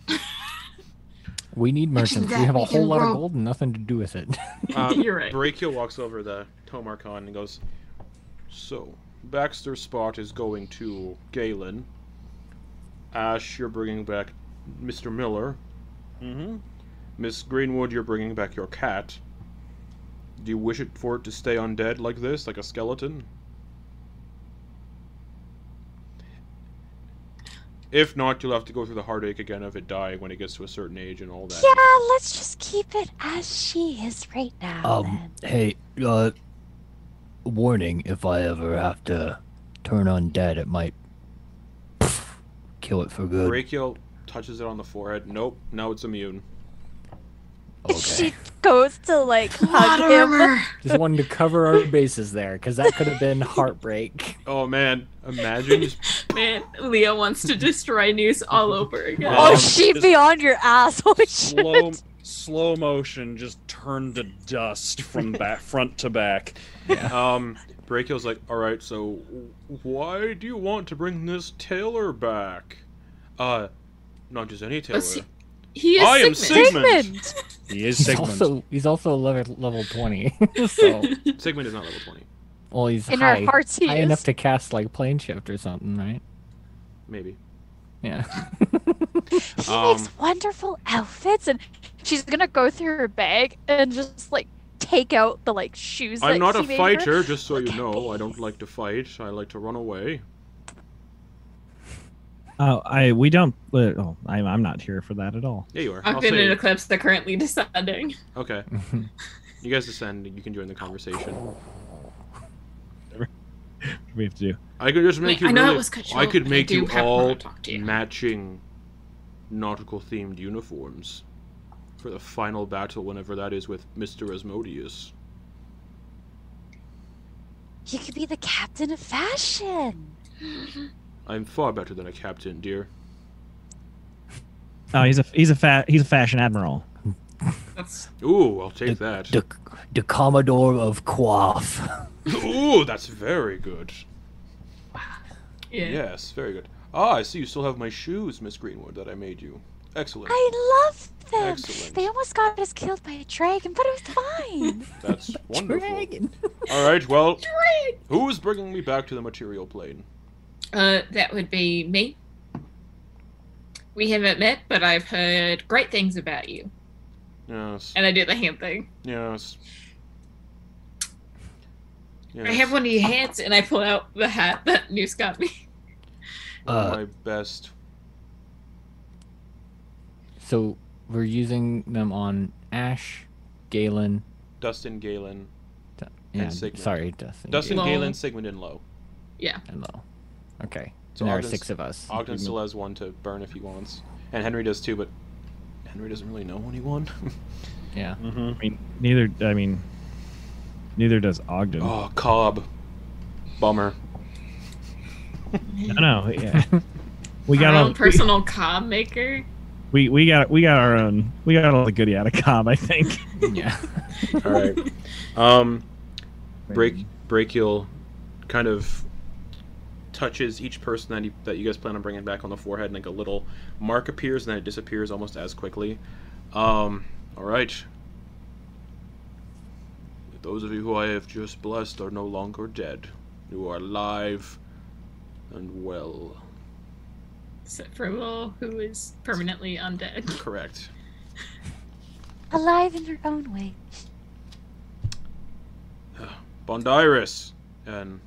Speaker 8: We need
Speaker 5: Actually,
Speaker 8: merchants.
Speaker 5: that
Speaker 8: we have a
Speaker 5: we
Speaker 8: whole
Speaker 5: can
Speaker 8: lot of
Speaker 5: rob-
Speaker 8: gold and nothing to do with it.
Speaker 2: Uh,
Speaker 5: You're right.
Speaker 2: Brakio walks over to Tomar Khan and goes, So, Baxter's spot is going to Galen. Ash, you're bringing back Mr. Miller.
Speaker 9: Mm-hmm.
Speaker 2: Miss Greenwood, you're bringing back your cat. Do you wish it for it to stay undead like this, like a skeleton? If not, you'll have to go through the heartache again of it dying when it gets to a certain age and all that.
Speaker 3: Yeah, let's just keep it as she is right now.
Speaker 15: Um,
Speaker 3: then.
Speaker 15: hey, uh, warning if I ever have to turn undead, it might kill it for good.
Speaker 2: Brachial touches it on the forehead. Nope, now it's immune.
Speaker 15: Okay.
Speaker 3: She goes to like
Speaker 5: Plot
Speaker 3: hug him.
Speaker 5: armor.
Speaker 8: Just wanted to cover our bases there, because that could have been heartbreak.
Speaker 2: Oh man, imagine just
Speaker 5: Man, Leah wants to destroy news all over again.
Speaker 3: Oh,
Speaker 9: Um,
Speaker 3: she'd
Speaker 9: just-
Speaker 3: be on your ass. Holy shit.
Speaker 9: Slow, slow motion, just turned to dust from back, front to back.
Speaker 2: um Brachial's like, alright, so why do you want to bring this tailor back? Uh not just any tailor.
Speaker 5: see- He is
Speaker 2: I am
Speaker 5: Sigmund.
Speaker 3: Sigmund!
Speaker 9: He is
Speaker 8: He's
Speaker 9: Sigmund.
Speaker 8: also he's also level level twenty. so,
Speaker 2: Sigmund is not level twenty,
Speaker 8: well, he's
Speaker 3: In
Speaker 8: high,
Speaker 3: our hearts, he
Speaker 8: high
Speaker 3: is.
Speaker 8: enough to cast like plane shift or something, right?
Speaker 2: maybe.
Speaker 8: Yeah.
Speaker 3: He
Speaker 2: Um,
Speaker 3: makes wonderful outfits, and she's gonna go through her bag and just like take out the like shoes.
Speaker 2: I'm
Speaker 3: that
Speaker 2: not
Speaker 3: he
Speaker 2: a
Speaker 3: made her.
Speaker 2: fighter, just so
Speaker 3: Look
Speaker 2: you
Speaker 3: at
Speaker 2: know. I don't
Speaker 3: these.
Speaker 2: like to fight. I like to run away.
Speaker 7: Oh, I, we don't. Uh, oh, I'm, I'm not here for that at all.
Speaker 2: Yeah, you are. I'll
Speaker 5: Ogden
Speaker 2: say
Speaker 5: and
Speaker 2: it.
Speaker 5: Eclipse, they're currently descending.
Speaker 2: Okay. You guys descend. You can join the conversation.
Speaker 7: We have to do.
Speaker 2: I could just make
Speaker 5: Wait,
Speaker 2: you.
Speaker 5: I know
Speaker 2: really-
Speaker 5: it was cut
Speaker 2: I
Speaker 5: short,
Speaker 2: could
Speaker 5: but
Speaker 2: make
Speaker 5: I do
Speaker 2: you
Speaker 5: have
Speaker 2: all
Speaker 5: to talk to you.
Speaker 2: matching nautical themed uniforms for the final battle, whenever that is, with Mr. Asmodeus.
Speaker 3: You could be the captain of fashion.
Speaker 2: I'm far better than a captain, dear.
Speaker 7: Oh, he's a, he's a fat, he's a fashion admiral.
Speaker 5: That's
Speaker 2: Ooh, I'll take that.
Speaker 15: The, the Commodore of Quaff.
Speaker 2: Ooh, that's very good.
Speaker 5: yeah.
Speaker 2: Yes, very good. Ah, I see you still have my shoes, Miss Greenwood, that I made you. Excellent.
Speaker 3: I love them.
Speaker 2: Excellent.
Speaker 3: They almost got us killed by a dragon, but it was fine.
Speaker 2: That's wonderful.
Speaker 12: Dragon.
Speaker 2: All right, well, who's bringing me back to the material plane?
Speaker 5: Uh, that would be me. We haven't met, but I've heard great things about you.
Speaker 2: Yes.
Speaker 5: And I do the hand thing.
Speaker 2: Yes. yes.
Speaker 5: I have one of your hats, and I pull out the hat that Noose got me.
Speaker 12: Uh,
Speaker 2: my best.
Speaker 8: So we're using them on Ash, Galen,
Speaker 2: Dustin Galen. And
Speaker 8: yeah,
Speaker 2: Sigmund.
Speaker 8: sorry, Dustin.
Speaker 2: Dustin
Speaker 5: Low.
Speaker 8: Galen,
Speaker 2: Galen, Sigmund, and Lowe.
Speaker 8: and Low. Okay.
Speaker 2: So
Speaker 8: So there are
Speaker 2: Ogden's-
Speaker 8: six of us.
Speaker 2: Ogden
Speaker 8: We
Speaker 2: still has one to burn if he wants. And Henry does too, but Henry doesn't really know when he won.
Speaker 8: move- Yeah.
Speaker 9: Mm-hmm.
Speaker 7: I mean, neither. I mean, neither does Ogden.
Speaker 2: oh, Cobb. Bummer.
Speaker 7: No, no. Yeah. We got
Speaker 5: Our
Speaker 7: all,
Speaker 5: own personal cob maker.
Speaker 7: we, we got we got our own we got all the goody out of cob I think.
Speaker 8: yeah.
Speaker 2: All right. Um, break brachial kind of touches each person that, he, that you guys plan on bringing back on the forehead and like a little mark appears and then it disappears almost as quickly um all right those of you who i have just blessed are no longer dead you are alive and well
Speaker 5: Except for Will, who is permanently undead.
Speaker 2: correct
Speaker 3: Alive in her own way.
Speaker 2: bondiris and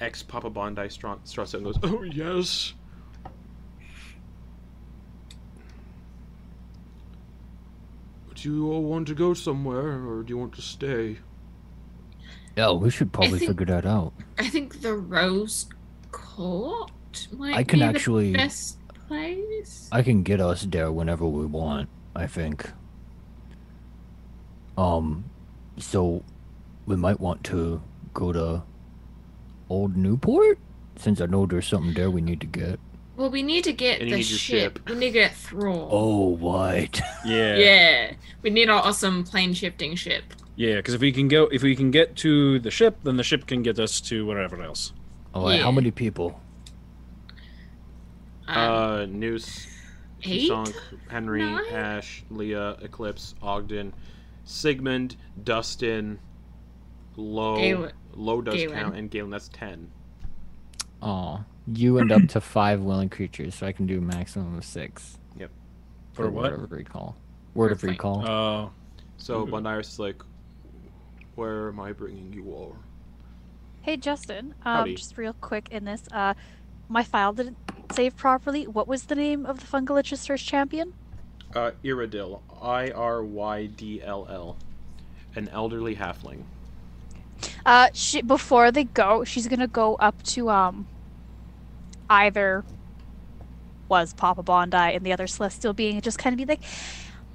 Speaker 2: ex-papa bondi Stra- struts out and goes oh yes Do you all want to go somewhere, or do you want to stay?
Speaker 12: Yeah, we should probably
Speaker 5: think-
Speaker 12: figure that out.
Speaker 5: I think the Rose Court might
Speaker 12: I can
Speaker 5: be
Speaker 12: actually-
Speaker 5: the best place.
Speaker 12: I can get us there whenever we want, I think. Um, so we might want to go to Old Newport since I know there's something there we need to get.
Speaker 5: Well, we need to get
Speaker 2: And you
Speaker 5: the
Speaker 2: need your
Speaker 5: ship.
Speaker 2: ship.
Speaker 5: We need to get Thrall.
Speaker 12: Oh, right.
Speaker 10: Yeah.
Speaker 5: Yeah, we need our awesome plane shifting ship.
Speaker 10: Yeah, because if we can go, if we can get to the ship, then the ship can get us to wherever else.
Speaker 12: All right, Oh, how
Speaker 5: Yeah.
Speaker 12: many people?
Speaker 5: Um,
Speaker 2: Uh, Noose,
Speaker 5: eight?
Speaker 2: Sunk, Henry,
Speaker 5: Nine?
Speaker 2: Ash, Leah, Eclipse, Ogden, Sigmund, Dustin, Low,
Speaker 5: Galen-
Speaker 2: Low does
Speaker 5: Galen.
Speaker 2: count, and Galen. That's ten.
Speaker 8: Aw. You end up to five willing creatures, so I can do a maximum of six.
Speaker 2: Yep.
Speaker 10: For what?
Speaker 8: Word of recall. Word of
Speaker 5: Perfect.
Speaker 8: recall.
Speaker 10: Oh,
Speaker 2: So
Speaker 10: Mhm.
Speaker 2: Bondiris is like, "Where am I bringing you all?"
Speaker 3: Hey Justin,
Speaker 2: Howdy.
Speaker 3: um, just real quick in this, uh, my file didn't save properly. What was the name of the Fungalich's first champion?
Speaker 2: Uh, Iridil, I R Y D L L, an elderly halfling.
Speaker 3: Uh, she before they go, she's gonna go up to um. Either was Papa Bondi and the other celestial being, and just kind of be like,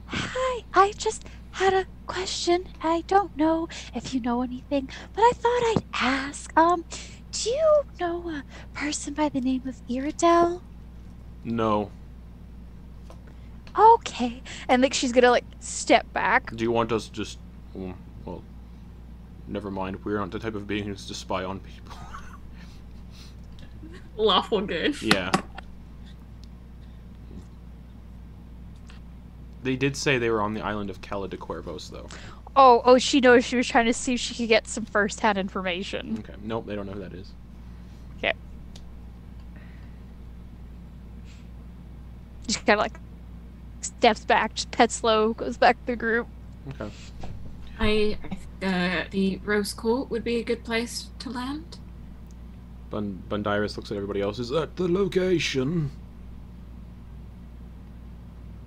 Speaker 3: "Hi, I just had a question. I don't know if you know anything, but I thought I'd ask. Um, do you know a person by the name of Iridel?"
Speaker 2: No.
Speaker 3: Okay, and like she's gonna like step back.
Speaker 2: Do you want us just? mm, Well, never mind. We're not the type of beings to spy on people.
Speaker 5: Lawful good.
Speaker 2: Yeah. They did say they were on the island of Cala de Cuervos, though.
Speaker 3: Oh, oh, she knows she was trying to see if she could get some first-hand information.
Speaker 2: Okay. Nope, they don't know who that is.
Speaker 3: She kind of like steps back, just pet slow, goes back to the group.
Speaker 2: Okay.
Speaker 5: I, I think, uh, the Rose Court would be a good place to land.
Speaker 2: Bun- Bundiris looks at everybody else. Is that the location?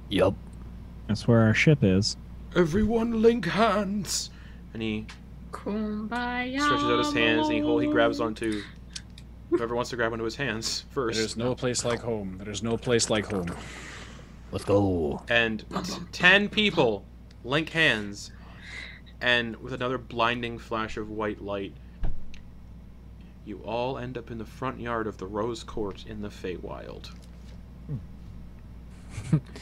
Speaker 12: Yup.
Speaker 7: That's where our ship is.
Speaker 2: Everyone link hands! And he
Speaker 5: Kumbaya.
Speaker 2: stretches out his hands and he, hol- he grabs onto whoever wants to grab onto his hands first.
Speaker 10: there's no place like home. There's no place like home.
Speaker 12: Let's go.
Speaker 2: and t- ten people link hands, and with another blinding flash of white light, you all end up in the front yard of the Rose Court in the Feywild.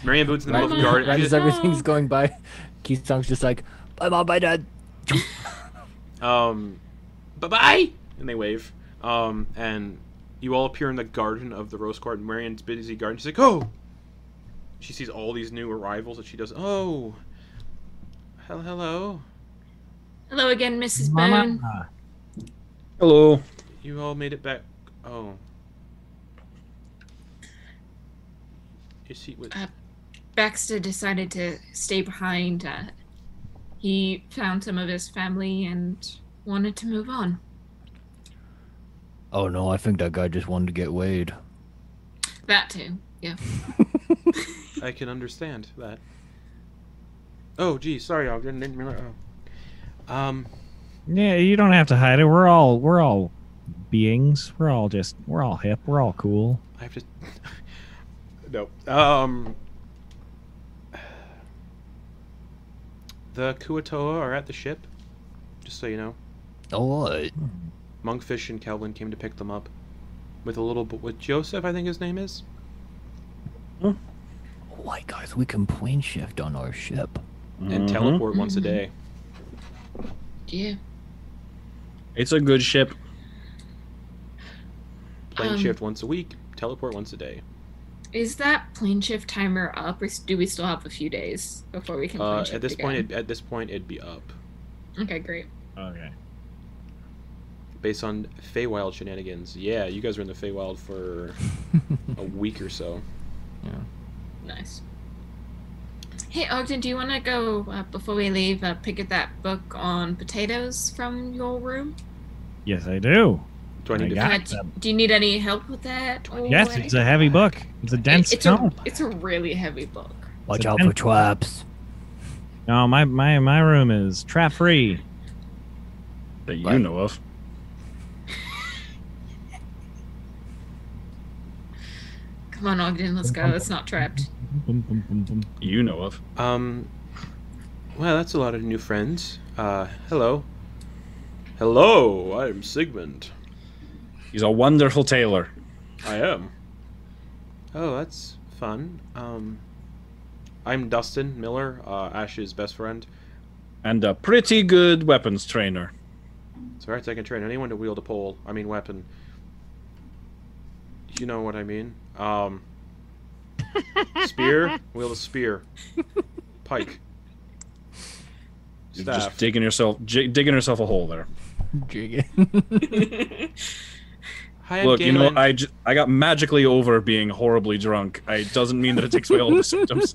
Speaker 2: Marion Boots in the
Speaker 8: Right,
Speaker 2: middle of a garden.
Speaker 8: right
Speaker 2: she
Speaker 8: as
Speaker 2: just-
Speaker 8: everything's going by, Keystong's just like, bye mom, bye dad.
Speaker 2: um, bye bye, and they wave. Um, and you all appear in the garden of the Rose Court. And Marion's busy garden. She's like, "Oh, she sees all these new arrivals and she does, oh, hell, hello,
Speaker 5: Hello again, Mrs. Bone.
Speaker 7: Mama.
Speaker 10: Hello.
Speaker 2: you all made it back. Oh, is he? What,
Speaker 5: Baxter decided to stay behind. Uh, he found some of his family and wanted to move on.
Speaker 12: Oh no, I think that guy just wanted to get weighed.
Speaker 5: That too. Yeah.
Speaker 2: I can understand that. Oh, gee, sorry, I didn't didn't remember. Oh. Um,
Speaker 7: Yeah, you don't have to hide it. We're all we're all beings. We're all just we're all hip. We're all cool.
Speaker 2: I have to. no. Um. The Kuatoa are at the ship. Just so you know,
Speaker 12: Alright.
Speaker 2: Monkfish and Kelvin came to pick them up, with a little bo- with Joseph, I think his name is.
Speaker 12: Alright, guys, we can plane shift on our ship.
Speaker 9: Mm-hmm.
Speaker 2: and
Speaker 10: Mm-hmm.
Speaker 2: teleport once a day.
Speaker 5: Yeah.
Speaker 10: It's a good ship.
Speaker 2: Plane
Speaker 5: Um,
Speaker 2: shift once a week, teleport once a day.
Speaker 5: Is that plane shift timer up, or s- do we still have a few days before we can plane
Speaker 2: Uh,
Speaker 5: shift
Speaker 2: at this
Speaker 5: again?
Speaker 2: point, it, at this point, it'd be up
Speaker 5: okay, great.
Speaker 7: Okay.
Speaker 2: based on Feywild shenanigans. Yeah, you guys were in the Feywild for a week or so.
Speaker 5: Nice. Hey, Ogden, do you want to go uh, before we leave? Uh, pick up that book on potatoes from your room.
Speaker 7: Yes, I do.
Speaker 2: Do I
Speaker 7: I
Speaker 2: need to?
Speaker 7: got
Speaker 5: Uh, d-
Speaker 7: them.
Speaker 5: do you need any help with that? or
Speaker 7: Ah, Yes,
Speaker 5: what?
Speaker 7: it's a heavy book. It's a dense
Speaker 5: it's
Speaker 7: tome.
Speaker 5: A, it's a really heavy book.
Speaker 12: Watch
Speaker 7: a
Speaker 12: out
Speaker 7: pen-
Speaker 12: for traps.
Speaker 7: No, my my my room is trap free.
Speaker 9: That you
Speaker 12: Right.
Speaker 9: know of.
Speaker 5: Come on, Ogden, let's go. It's not trapped.
Speaker 9: You know of.
Speaker 2: Um, well, that's a lot of new friends. Uh, hello. Hello, I'm Sigmund.
Speaker 10: He's a wonderful tailor.
Speaker 2: I am. Oh, that's fun. Um, I'm Dustin Miller, uh, Ash's best friend.
Speaker 10: And a pretty good weapons trainer.
Speaker 2: It's alright, I can train anyone to wield a pole. I mean, weapon. You know what I mean. Um, spear, wield a spear. Pike.
Speaker 10: You're
Speaker 2: Staff.
Speaker 10: just digging yourself j- digging yourself a hole there.
Speaker 2: Hi, I'm
Speaker 10: Look, you know,
Speaker 2: Galen.
Speaker 10: I, j- I got magically over being horribly drunk. I- It doesn't mean that it takes away all the symptoms.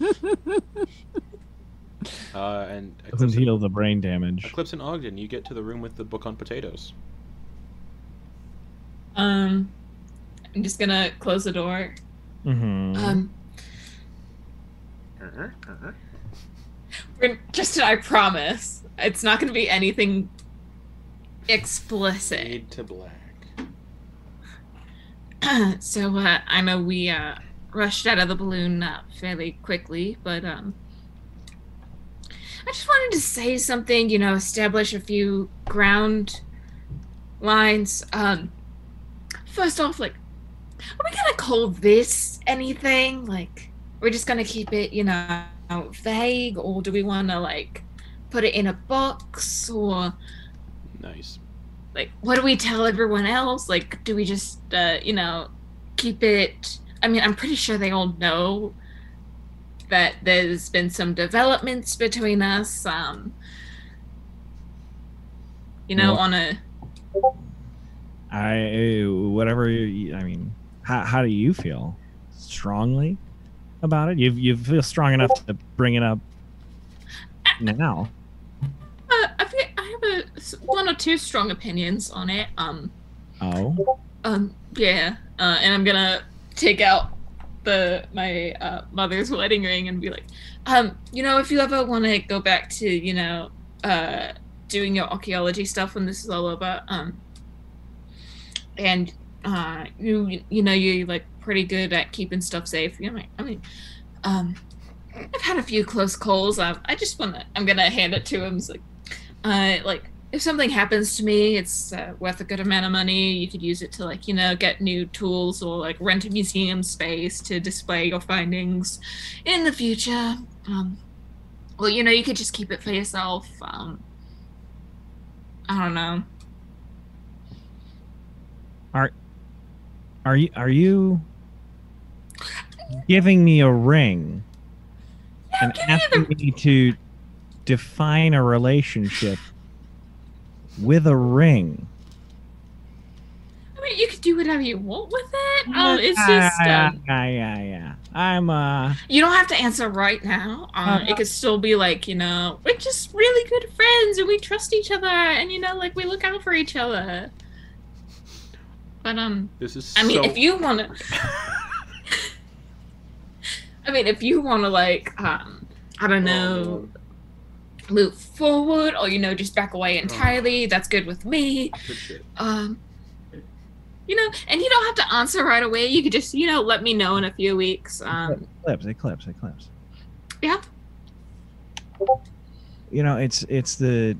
Speaker 2: Uh, and
Speaker 7: Doesn't
Speaker 2: Eclipse,
Speaker 7: heal the brain damage.
Speaker 2: Eclipse and Ogden, you get to the room with the book on potatoes.
Speaker 5: Um, I'm just gonna close the door.
Speaker 7: Mm-hmm.
Speaker 5: Um, we're just I promise it's not gonna be anything explicit.
Speaker 2: Fade to black.
Speaker 5: so uh, I know we uh, rushed out of the balloon uh, fairly quickly, but um, I just wanted to say something. You know, establish a few ground lines. Um, first off, like, are we gonna call this anything? Like, we're just gonna keep it, you know, vague, or do we want to like put it in a box or?
Speaker 2: Nice.
Speaker 5: like what do we tell everyone else like do we just uh you know keep it i mean i'm pretty sure they all know that there's been some developments between us um you know
Speaker 7: Well-
Speaker 5: on a
Speaker 7: I eh, whatever. You, I mean, how how do you feel? Strongly about it? You you feel strong enough to bring it up now?
Speaker 5: uh, I, feel, I have a s- one or two strong opinions on it um
Speaker 7: Oh,
Speaker 5: Um, yeah. Uh, and I'm gonna take out the my uh, mother's wedding ring and be like, um, you know, if you ever want to go back to, you know, uh, doing your archaeology stuff when this is all over, um, and uh, you you know you're like pretty good at keeping stuff safe. You know, like, I mean, um, I've had a few close calls. I, I just wanna I'm gonna hand it to him. It's like, uh, like if something happens to me, it's uh, worth a good amount of money. You could use it to, like, you know, get new tools or, like, rent a museum space to display your findings in the future. Um, well, you know, you could just keep it for yourself. Um, I don't know.
Speaker 7: are you are you giving me a ring and asking me to define a relationship with a ring.
Speaker 5: I mean, you could do whatever you want with it.
Speaker 7: Oh
Speaker 5: Um, it's just
Speaker 7: yeah,
Speaker 5: um,
Speaker 7: yeah, yeah, yeah. I'm uh,
Speaker 5: you don't have to answer right now. Um,
Speaker 7: Uh-huh.
Speaker 5: it could still be like you know we're just really good friends and we trust each other and you know like we look out for each other. But um,
Speaker 2: This is
Speaker 5: I mean,
Speaker 2: so
Speaker 5: if you want to, I mean, if you want to, like, um, I don't
Speaker 2: Oh.
Speaker 5: know, move forward or you know, just back away entirely. That's good with me.
Speaker 2: good shit.
Speaker 5: Um, you know, and you don't have to answer right away. You could just, you know, let me know in a few weeks. Um,
Speaker 7: eclipse, eclipse, eclipse.
Speaker 5: yeah,
Speaker 7: You know, it's it's the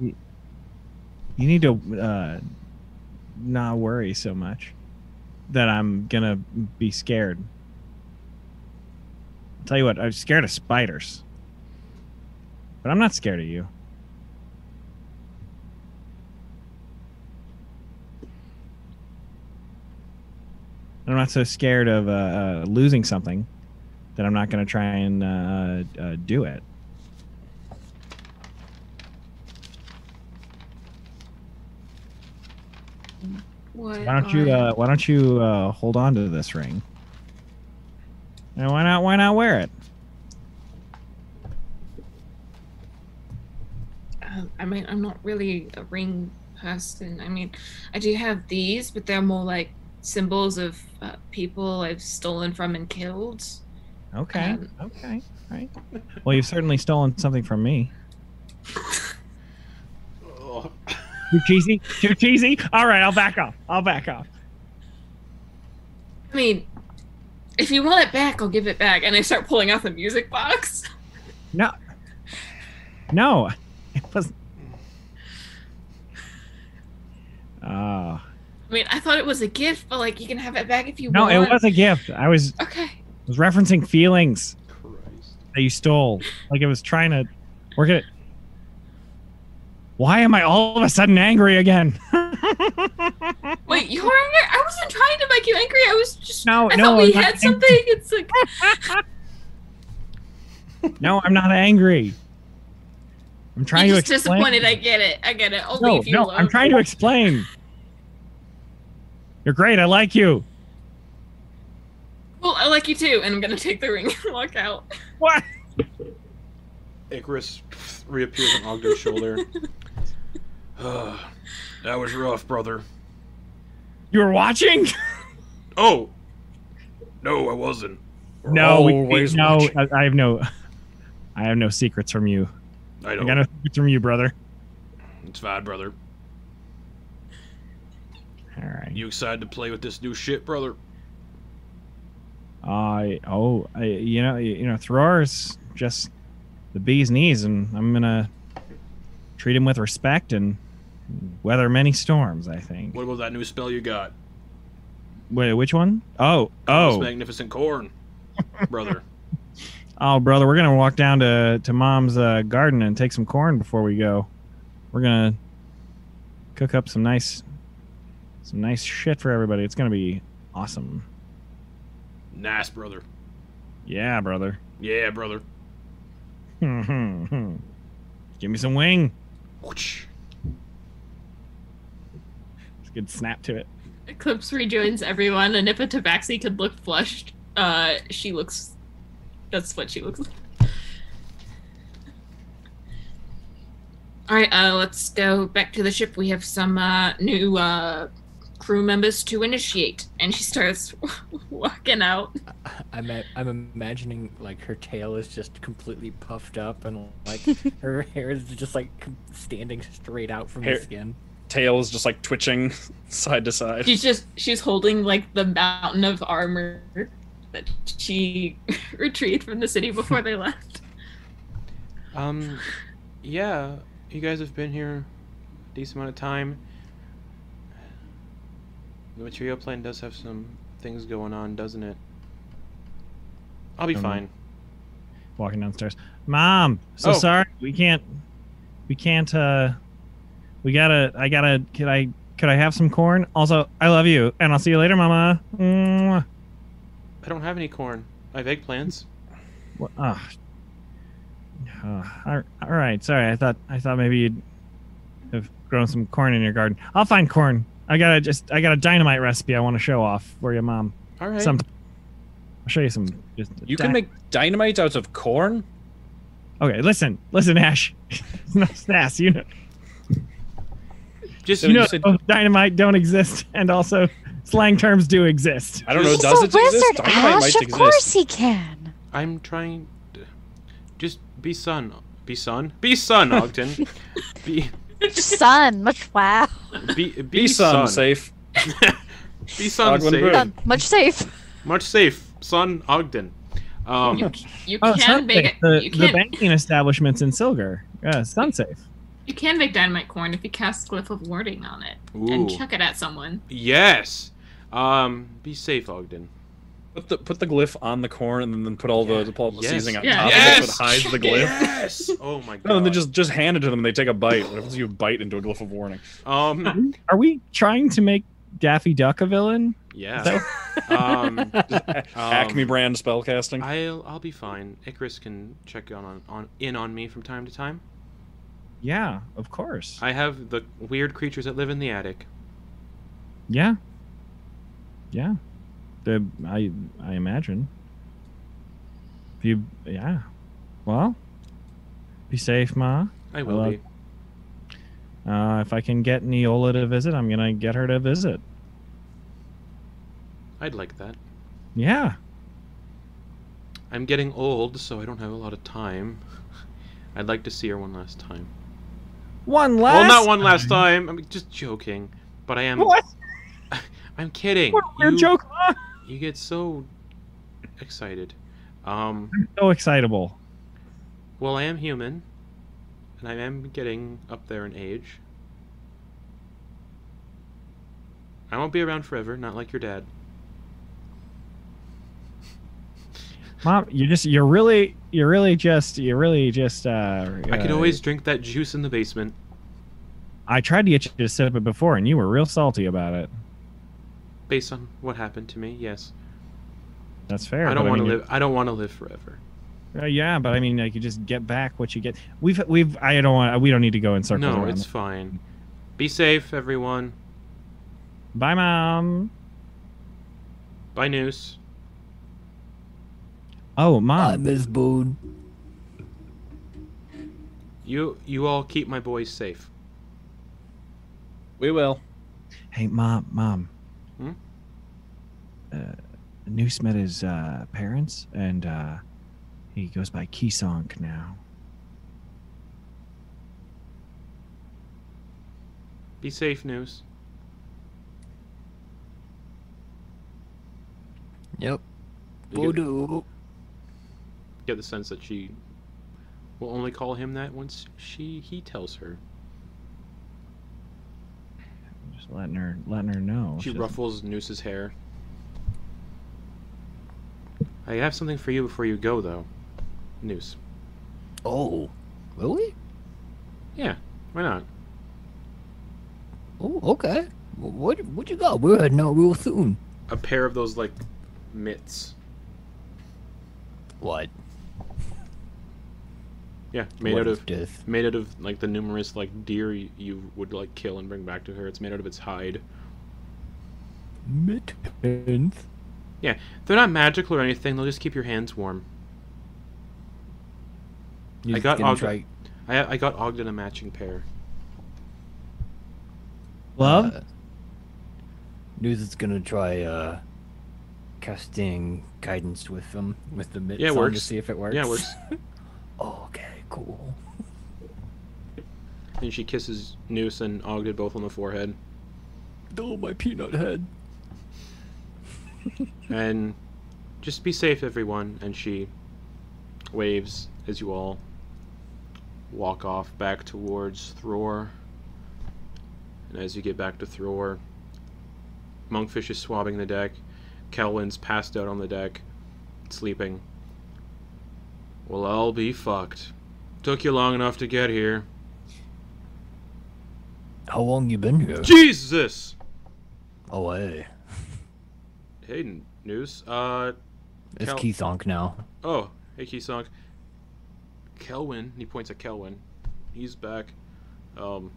Speaker 7: you you need to uh, not worry so much that I'm gonna be scared. I'll tell you what, I'm scared of spiders, but I'm not scared of you. I'm not so scared of uh, uh, losing something that I'm not going to try and uh, uh, do it.
Speaker 5: what,
Speaker 7: Why don't you?
Speaker 5: are-
Speaker 7: Uh, why don't you uh, hold on to this ring? And why not? Why not wear it?
Speaker 5: Um, I mean, I'm not really a ring person. I mean, I do have these, but they're more like symbols of uh, people I've stolen from and killed.
Speaker 7: Okay.
Speaker 5: Um,
Speaker 7: okay. All right. Well, you've certainly stolen something from me.
Speaker 2: Oh,
Speaker 7: Too cheesy. Too cheesy. All right. I'll back off. I'll back off.
Speaker 5: I mean, if you want it back, I'll give it back. And I start pulling out the music box.
Speaker 7: No. No. It was. Oh
Speaker 5: I mean, I thought it was a gift, but like you can have it back if you
Speaker 7: no!
Speaker 5: want.
Speaker 7: It was a gift. I was
Speaker 5: Okay.
Speaker 7: was referencing feelings
Speaker 2: Christ.
Speaker 7: that you stole. Like it was trying to work it. Why am I all of a sudden angry again?
Speaker 5: Wait, you were angry? I wasn't trying to make you angry. I was just.
Speaker 7: No,
Speaker 5: I
Speaker 7: no,
Speaker 5: thought we
Speaker 7: I'm not
Speaker 5: had something. It's like.
Speaker 7: no, I'm not angry. I'm trying
Speaker 5: You're
Speaker 7: to
Speaker 5: just
Speaker 7: explain.
Speaker 5: disappointed. I get it. I get it. I'll
Speaker 7: no,
Speaker 5: leave you
Speaker 7: no,
Speaker 5: alone.
Speaker 7: I'm trying to explain. You're great. I like you.
Speaker 5: Well, I like you too, and I'm gonna take the ring and walk out.
Speaker 7: What?
Speaker 2: Icarus reappears on Ogden's shoulder. Ah, that was rough, brother.
Speaker 7: You were watching?
Speaker 2: Oh! No, I wasn't. We're
Speaker 7: no, we-
Speaker 2: always
Speaker 7: no.
Speaker 2: watching.
Speaker 7: I, I have no. I have no secrets from you.
Speaker 2: I
Speaker 7: I
Speaker 2: know.
Speaker 7: got no secrets from you, brother.
Speaker 2: It's fine, brother.
Speaker 7: All right.
Speaker 2: You excited to play with this new shit, brother?
Speaker 7: I oh, I, you know, you know, Thrar's just the bee's knees, and I'm gonna treat him with respect and weather many storms. I think.
Speaker 2: What about that new spell you got?
Speaker 7: Wait, which one? Oh,
Speaker 2: This
Speaker 7: oh,
Speaker 2: magnificent corn, brother.
Speaker 7: oh, brother, we're gonna walk down to to mom's uh, garden and take some corn before we go. We're gonna cook up some nice, some nice shit for everybody. It's gonna be awesome.
Speaker 2: nice, brother.
Speaker 7: Yeah, brother.
Speaker 2: Yeah, brother.
Speaker 7: Give me some wing.
Speaker 2: Whoosh.
Speaker 7: It's a good snap to it.
Speaker 5: Eclipse rejoins everyone, and if a tabaxi could look flushed, uh, she looks. That's what she looks like. All right, uh, let's go back to the ship. We have some uh, new uh, crew members to initiate, and she starts walking out.
Speaker 8: I'm i I'm imagining like her tail is just completely puffed up and like her hair is just like com- standing straight out from
Speaker 10: Hair-
Speaker 8: the skin.
Speaker 10: Tail is just like twitching side to side.
Speaker 5: She's just she's holding like the mountain of armor that she retrieved from the city before they left.
Speaker 2: Um, yeah, you guys have been here a decent amount of time. The material plane does have some things going on, doesn't it? I'll be
Speaker 7: Um,
Speaker 2: fine.
Speaker 7: walking downstairs. Mom, so
Speaker 2: Oh.
Speaker 7: sorry we can't, we can't. uh We gotta. I gotta. Can I Could I have some corn? Also, I love you, and I'll see you later, Mama. Mwah.
Speaker 11: I don't have any corn. I have eggplants.
Speaker 7: What? ah. Ah, all all right. Sorry. I thought I thought maybe you'd have grown some corn in your garden. I'll find corn. I got to just I got a dynamite recipe I want to show off for your mom.
Speaker 11: All right.
Speaker 7: Some. I'll show you some. Just
Speaker 9: You
Speaker 7: di-
Speaker 9: can make dynamite out of corn?
Speaker 7: Okay. Listen. Listen, Ash. no, Snass. You know.
Speaker 11: Just
Speaker 7: you know uh,
Speaker 9: you said-
Speaker 7: both dynamite don't exist, and also slang terms do exist.
Speaker 9: I don't know.
Speaker 3: He's
Speaker 9: Oh, Does
Speaker 3: a
Speaker 9: it
Speaker 3: wizard,
Speaker 9: exist? Dynamite
Speaker 3: Ash.
Speaker 9: might
Speaker 3: Of
Speaker 9: exist.
Speaker 3: course he can.
Speaker 11: I'm trying. To... Just be son. Be son. Be son, Ogden. be
Speaker 3: Son, much wow.
Speaker 11: be be,
Speaker 9: Be some
Speaker 11: son.
Speaker 9: safe.
Speaker 11: Be son.
Speaker 9: Ogden
Speaker 11: Safe.
Speaker 9: Brew.
Speaker 3: Son, much safe.
Speaker 11: Much safe, son Ogden. Um,
Speaker 5: You
Speaker 7: Oh,
Speaker 5: can make
Speaker 7: Sunsafe,
Speaker 5: it.
Speaker 7: the,
Speaker 5: you
Speaker 7: the
Speaker 5: can.
Speaker 7: banking establishments in Silgar. Yeah, Sunsafe.
Speaker 5: You can make dynamite corn if you cast Glyph of Warding on it
Speaker 11: ooh.
Speaker 5: and chuck it at someone.
Speaker 11: Yes. Um, be safe, Ogden.
Speaker 9: Put the put the glyph on the corn and then put all the the, all the
Speaker 11: Yes.
Speaker 9: seasoning on
Speaker 5: Yeah.
Speaker 9: top
Speaker 11: Yes.
Speaker 9: of it so it hides the glyph.
Speaker 11: Yes. Oh my god.
Speaker 9: No, and then just just hand it to them and they take a bite. What happens if you bite into a glyph of warning?
Speaker 11: um
Speaker 7: Are we trying to make Daffy Duck a villain?
Speaker 11: yeah. um,
Speaker 9: Acme brand spellcasting.
Speaker 11: I'll I'll be fine. Icarus can check on, on on in on me from time to time.
Speaker 7: Yeah, of course.
Speaker 11: I have the weird creatures that live in the attic.
Speaker 7: Yeah. Yeah. The I I imagine. You yeah. Well, be safe, Ma.
Speaker 11: I will
Speaker 7: Hello.
Speaker 11: be.
Speaker 7: Uh, if I can get Neola to visit, I'm gonna get her to visit.
Speaker 11: I'd like that.
Speaker 7: Yeah.
Speaker 11: I'm getting old, so I don't have a lot of time. I'd like to see her one last time.
Speaker 7: One last.
Speaker 11: well, not one last time. I'm just joking, but I am.
Speaker 7: What?
Speaker 11: I'm kidding.
Speaker 7: What a weird
Speaker 11: you,
Speaker 7: joke, Ma.
Speaker 11: You get so excited. Um,
Speaker 7: So excitable.
Speaker 11: well, I am human, and I am getting up there in age. I won't be around forever, not like your dad.
Speaker 7: Mom, you're just you're really you're really just you're really just uh
Speaker 11: I could
Speaker 7: uh,
Speaker 11: always drink that juice in the basement.
Speaker 7: I tried to get you to sip it before and you were real salty about it.
Speaker 11: Based on what happened to me, yes.
Speaker 7: That's fair.
Speaker 11: I don't
Speaker 7: but
Speaker 11: want to
Speaker 7: mean,
Speaker 11: live. I don't want to live forever.
Speaker 7: Uh, yeah, but I mean, like you just get back what you get. We've we've I don't want we don't need to go in circles.
Speaker 11: No,
Speaker 7: around
Speaker 11: it's
Speaker 7: it.
Speaker 11: fine. Be safe, everyone.
Speaker 7: bye, mom.
Speaker 11: Bye, Noose.
Speaker 7: Oh,
Speaker 8: I
Speaker 7: mom.
Speaker 8: miss Boone.
Speaker 11: You you all keep my boys safe.
Speaker 9: We will.
Speaker 7: hey, mom, mom.
Speaker 11: Hmm?
Speaker 7: Uh, Noose met his uh, parents, and uh, he goes by Kisonk now.
Speaker 11: Be safe, Noose.
Speaker 8: Yep.
Speaker 11: You get,
Speaker 8: Voodoo.
Speaker 11: get the sense that she will only call him that once she he tells her.
Speaker 7: Just letting her letting her know.
Speaker 11: She
Speaker 7: She's-
Speaker 11: ruffles Noose's hair. I have something for you before you go, though. Noose.
Speaker 8: Oh. Really?
Speaker 11: Yeah, why not?
Speaker 8: Oh, okay. Wh- What what you got? We're heading out real soon.
Speaker 11: A pair of those like mitts.
Speaker 8: What?
Speaker 11: Yeah, made
Speaker 8: What
Speaker 11: out
Speaker 8: is
Speaker 11: of
Speaker 8: this?
Speaker 11: made out of like the numerous like deer you, you would like kill and bring back to her. It's made out of its hide.
Speaker 8: mittens.
Speaker 11: Yeah, they're not magical or anything. They'll just keep your hands warm.
Speaker 8: You
Speaker 11: I
Speaker 8: just
Speaker 11: got
Speaker 8: gonna
Speaker 11: Ogden-
Speaker 8: try-
Speaker 11: I I got Ogden a matching pair.
Speaker 7: love.
Speaker 8: Uh, News is gonna try uh casting guidance with them with the mitts
Speaker 11: Yeah, it
Speaker 8: on
Speaker 11: works.
Speaker 8: to see if it works.
Speaker 11: Yeah, it works.
Speaker 8: Oh, okay, cool.
Speaker 11: And she kisses Noose and Ogden both on the forehead.
Speaker 8: Oh, my peanut head.
Speaker 11: And just be safe, everyone. And she waves as you all walk off back towards Thror. And as you get back to Thror, Monkfish is swabbing the deck. Kelwyn's passed out on the deck, sleeping. We'll all be fucked. Took you long enough to get here.
Speaker 16: How long you been here?
Speaker 11: Jesus!
Speaker 16: Oh, hey.
Speaker 11: Hayden, news. Uh,
Speaker 16: It's
Speaker 11: Cal-
Speaker 16: Keith Onk now.
Speaker 11: oh, hey, Keysonk. Kelwin, he points at Kelwin. He's back. Um,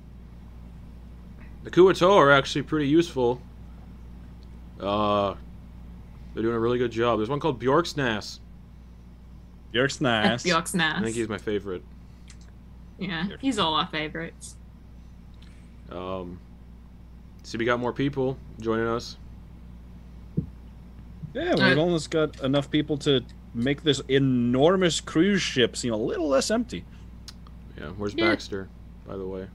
Speaker 11: the Kuato are actually pretty useful. Uh, they're doing a really good job. There's one called Bjorksnass.
Speaker 9: You're nice.
Speaker 5: Bjork's
Speaker 11: I think
Speaker 5: Nest.
Speaker 11: he's my favorite.
Speaker 5: Yeah, he's all our favorites.
Speaker 11: Um, see, we got more people joining us.
Speaker 9: Yeah,
Speaker 5: Alright.
Speaker 9: we've almost got enough people to make this enormous cruise ship seem a little less empty.
Speaker 11: Yeah, where's
Speaker 5: Yeah.
Speaker 11: Baxter, by the way?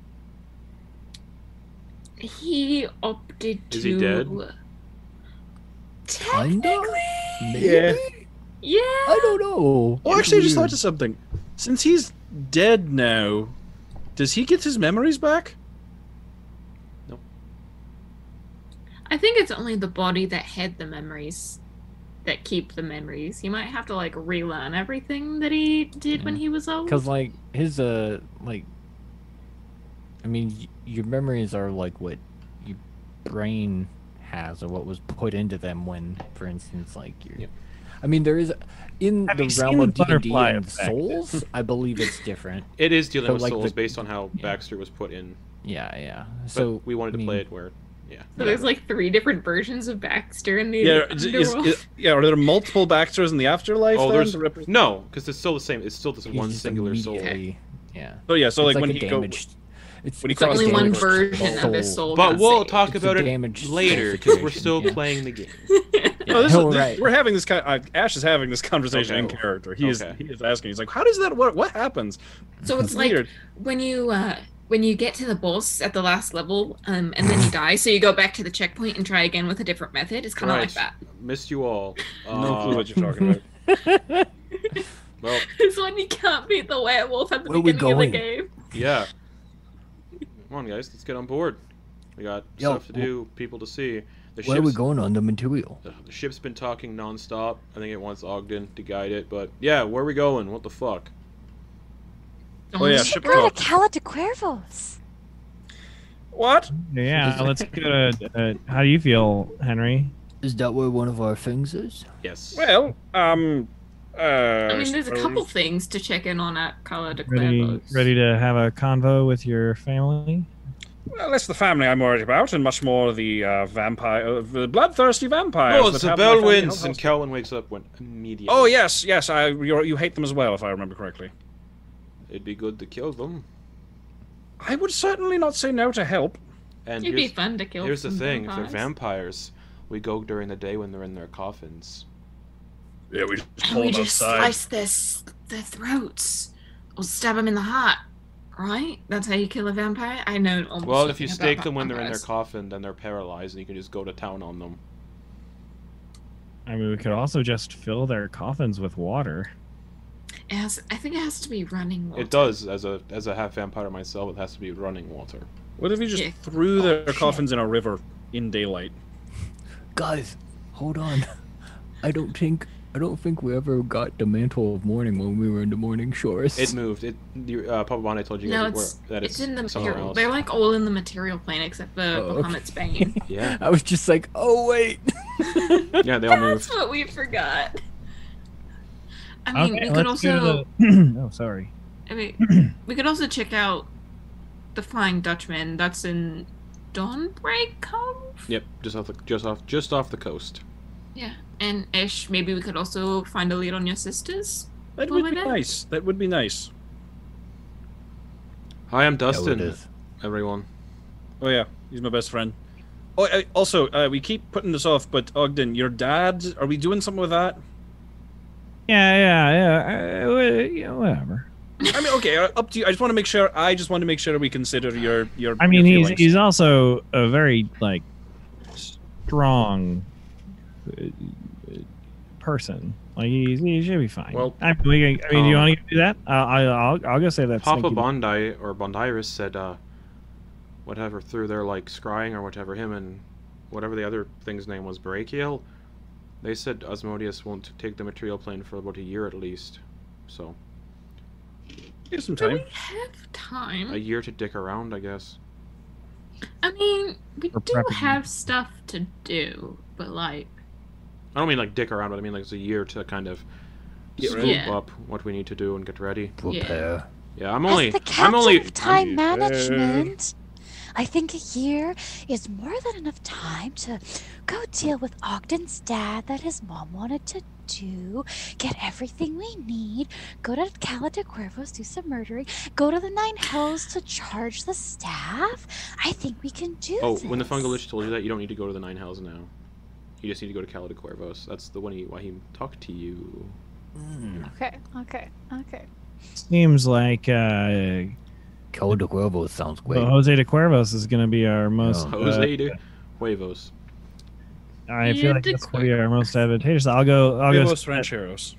Speaker 5: He opted to.
Speaker 11: Is he dead?
Speaker 5: Technically,
Speaker 9: Yeah.
Speaker 5: yeah.
Speaker 16: I don't know.
Speaker 9: Oh,
Speaker 16: It's
Speaker 9: actually, I just thought
Speaker 16: weird.
Speaker 9: of something. Since he's dead now, does he get his memories back?
Speaker 5: I think it's only the body that had the memories that keep the memories. He might have to like relearn everything that he did when he was old.
Speaker 8: Because like his uh like, I mean y- your memories are like what your brain has or what was put into them when, for instance, like your. I mean, there is in
Speaker 7: Have
Speaker 8: the
Speaker 7: you
Speaker 8: realm
Speaker 7: seen
Speaker 8: of
Speaker 7: the
Speaker 8: D and D
Speaker 7: butterfly
Speaker 8: and
Speaker 7: effect?
Speaker 8: souls. I believe it's different.
Speaker 11: It is dealing
Speaker 8: So,
Speaker 11: with
Speaker 8: like,
Speaker 11: souls
Speaker 8: the-
Speaker 11: based on how
Speaker 8: yeah.
Speaker 11: Baxter was put in.
Speaker 8: Yeah, yeah.
Speaker 11: But
Speaker 8: So
Speaker 11: we wanted
Speaker 8: I
Speaker 11: to play
Speaker 8: mean-
Speaker 11: it where. Yeah.
Speaker 5: So there's like three different versions of Baxter in the
Speaker 9: Yeah, is, is-
Speaker 5: underworld.
Speaker 9: yeah. Are there multiple Baxters in the afterlife?
Speaker 11: Oh,
Speaker 9: then,
Speaker 11: there's-
Speaker 9: to represent-
Speaker 11: No, because it's still the same. It's still this
Speaker 8: he's
Speaker 11: one
Speaker 8: just
Speaker 11: singular soul.
Speaker 8: immediately- Yeah.
Speaker 9: So Oh, yeah, so
Speaker 8: It's
Speaker 9: like, when
Speaker 8: a
Speaker 9: he goes,
Speaker 8: damaged, it's,
Speaker 9: when he
Speaker 8: it's like a
Speaker 9: crosses
Speaker 5: only one
Speaker 9: damaged
Speaker 8: damaged
Speaker 5: version of his soul.
Speaker 11: But
Speaker 5: got
Speaker 11: we'll
Speaker 5: saved.
Speaker 11: talk
Speaker 8: It's a
Speaker 11: about it
Speaker 8: damaged soul
Speaker 11: later because we're
Speaker 8: situation,
Speaker 11: still
Speaker 8: yeah.
Speaker 11: playing the game.
Speaker 9: no, this, is-
Speaker 8: oh,
Speaker 9: this-
Speaker 8: right.
Speaker 9: we're having this kind. uh, Ash is having this conversation in
Speaker 11: Okay.
Speaker 9: character. He is
Speaker 11: Okay.
Speaker 9: he is asking. He's like, how does that? What what happens?
Speaker 5: So it's
Speaker 9: It's
Speaker 5: like
Speaker 9: weird.
Speaker 5: when you uh, when you get to the boss at the last level, um, and then you die. So you go back to the checkpoint and try again with a different method. It's kind of
Speaker 11: Right.
Speaker 5: like that.
Speaker 11: Missed you all. Uh,
Speaker 9: no clue what you're talking about.
Speaker 11: Well,
Speaker 5: It's when you can't beat the werewolf at the
Speaker 16: Where we
Speaker 5: beginning of the
Speaker 16: going?
Speaker 5: game.
Speaker 11: yeah. Come on, guys, let's get on board. We got
Speaker 16: Yo,
Speaker 11: stuff to do, people to see. The
Speaker 16: Where are we
Speaker 11: ship's-
Speaker 16: going on the material?
Speaker 11: Ugh, The ship's been talking nonstop. I think it wants Ogden to guide it, but yeah, where are we going? What the fuck?
Speaker 9: Oh yeah,
Speaker 5: Don't-
Speaker 9: ship
Speaker 3: We're
Speaker 9: talk.
Speaker 3: to Cala de Cuervos.
Speaker 9: What?
Speaker 7: Yeah, let's go to. Uh, how do you feel, Henry?
Speaker 16: Is that where one of our things is?
Speaker 11: Yes.
Speaker 9: Well, um, uh.
Speaker 5: I mean, there's a couple things to check in on at Cala de
Speaker 7: Ready,
Speaker 5: Cuervos.
Speaker 7: ready to have a convo with your family?
Speaker 9: Well, that's the family I'm worried about, and much more the uh, vampire, uh, the bloodthirsty vampires.
Speaker 11: Oh,
Speaker 9: that
Speaker 11: it's the
Speaker 9: have my
Speaker 11: bell
Speaker 9: family
Speaker 11: wins, and
Speaker 9: hostage.
Speaker 11: Kelwin wakes up when immediately.
Speaker 9: Oh yes, yes. I you're, you hate them as well, if I remember correctly.
Speaker 11: It'd be good to kill them.
Speaker 9: I would certainly not say no to help.
Speaker 11: And
Speaker 5: It'd be
Speaker 11: here's,
Speaker 5: fun to kill.
Speaker 11: here's the
Speaker 5: some
Speaker 11: thing: if they're
Speaker 5: vampires.
Speaker 11: vampires, we go during the day when they're in their coffins.
Speaker 9: Yeah, we just
Speaker 5: And we just slice their s- their throats or stab them in the heart. Right? That's how you kill a vampire. I know. almost
Speaker 11: Well, if you
Speaker 5: nothing about
Speaker 11: stake them when they're in their
Speaker 5: vampires.
Speaker 11: coffin, then they're paralyzed, and you can just go to town on them.
Speaker 7: I mean, we could also just fill their coffins with water.
Speaker 5: It has, I think it has to be running water.
Speaker 11: It does. As a as a half vampire myself, it has to be running water.
Speaker 9: What if you just
Speaker 5: Yeah.
Speaker 9: threw their coffins in a river in daylight?
Speaker 16: Guys, hold on. I don't think I don't think we ever got the mantle of morning when we were in the morning shores.
Speaker 11: It moved. It you- uh, Papa Bonnet told you guys
Speaker 5: No,
Speaker 11: it were-
Speaker 5: it's
Speaker 11: that
Speaker 5: it's
Speaker 11: it's,
Speaker 5: in the
Speaker 11: somewhere
Speaker 5: material.
Speaker 11: else.
Speaker 5: They're like all in the material plane except for
Speaker 16: Oh,
Speaker 5: the
Speaker 16: okay.
Speaker 5: Bahamut's Bane.
Speaker 11: Yeah,
Speaker 16: I was just like, oh wait.
Speaker 11: yeah, they all
Speaker 5: That's
Speaker 11: moved.
Speaker 5: what we forgot. I mean, we could
Speaker 7: let's go to
Speaker 5: also
Speaker 7: the- oh, sorry.
Speaker 5: I mean, we could also check out the Flying Dutchman. That's in Dawnbreak Cove.
Speaker 11: Yep, just off the just off just off the coast.
Speaker 5: Yeah, and Ish. Maybe we could also find a lead on your sisters.
Speaker 9: That
Speaker 5: Well,
Speaker 9: would be
Speaker 5: then.
Speaker 9: nice. That would be nice.
Speaker 11: Hi, I'm
Speaker 16: Yeah, what it
Speaker 11: Dustin.
Speaker 16: is.
Speaker 11: everyone.
Speaker 9: Oh yeah, he's my best friend. Oh, I, also, uh, we keep putting this off, but Ogden, your dad, are we doing something with that?
Speaker 7: Yeah, yeah, yeah. uh, uh, yeah, whatever.
Speaker 9: I mean, okay, uh, up to you. I just want to make sure. I just want to make sure we consider your your.
Speaker 7: I mean,
Speaker 9: your
Speaker 7: he's
Speaker 9: feelings.
Speaker 7: he's also a very like strong uh, person. Like he's, he should be fine.
Speaker 11: Well,
Speaker 7: I, we, can- I mean, do you
Speaker 11: um,
Speaker 7: want to do that? Uh, I, I'll I'll go say that.
Speaker 11: Papa
Speaker 7: stinky-
Speaker 11: Bondi or Bondiris said uh, whatever through their like scrying or whatever him and whatever the other thing's name was Brachiel. They said Osmodius won't take the material plane for about a year at least. So
Speaker 9: Give us some
Speaker 5: Do
Speaker 9: time.
Speaker 5: we have
Speaker 11: a
Speaker 5: time?
Speaker 3: Hmm.
Speaker 11: year to dick around, I guess.
Speaker 5: I mean, we
Speaker 7: Or
Speaker 5: do
Speaker 7: prepping.
Speaker 5: have stuff to do, but like,
Speaker 11: I don't mean like dick around, but I mean like it's a year to kind of
Speaker 9: Get
Speaker 11: scoop
Speaker 9: ready.
Speaker 5: Yeah.
Speaker 11: up what we need to do and get ready.
Speaker 17: Prepare.
Speaker 11: Yeah, I'm
Speaker 3: As
Speaker 11: only
Speaker 3: the
Speaker 11: I'm
Speaker 3: captain
Speaker 11: only
Speaker 3: of time management, I think a year is more than enough time to go deal with Ogden's dad that his mom wanted to do, get everything we need, go to Cala de Cuervos, do some murdering, go to the Nine Hells to charge the staff. I think we can do
Speaker 11: Oh, when the
Speaker 3: this.
Speaker 11: fungal lich told you that, you don't need to go to the Nine Hells now. You just need to go to Cala de Cuervos. That's the one he, why he talked to you.
Speaker 3: Okay, okay, okay.
Speaker 7: Seems like uh,
Speaker 17: Cal de Cuervo sounds great.
Speaker 7: well, Jose de Cuervos is going to be our most. uh,
Speaker 17: Yeah.
Speaker 11: Oh. Jose de Huevos.
Speaker 7: I
Speaker 5: Yeah,
Speaker 7: feel like
Speaker 5: de
Speaker 7: that's going to be our most advantageous. I'll go. I'll go.
Speaker 9: Huevos rancheros.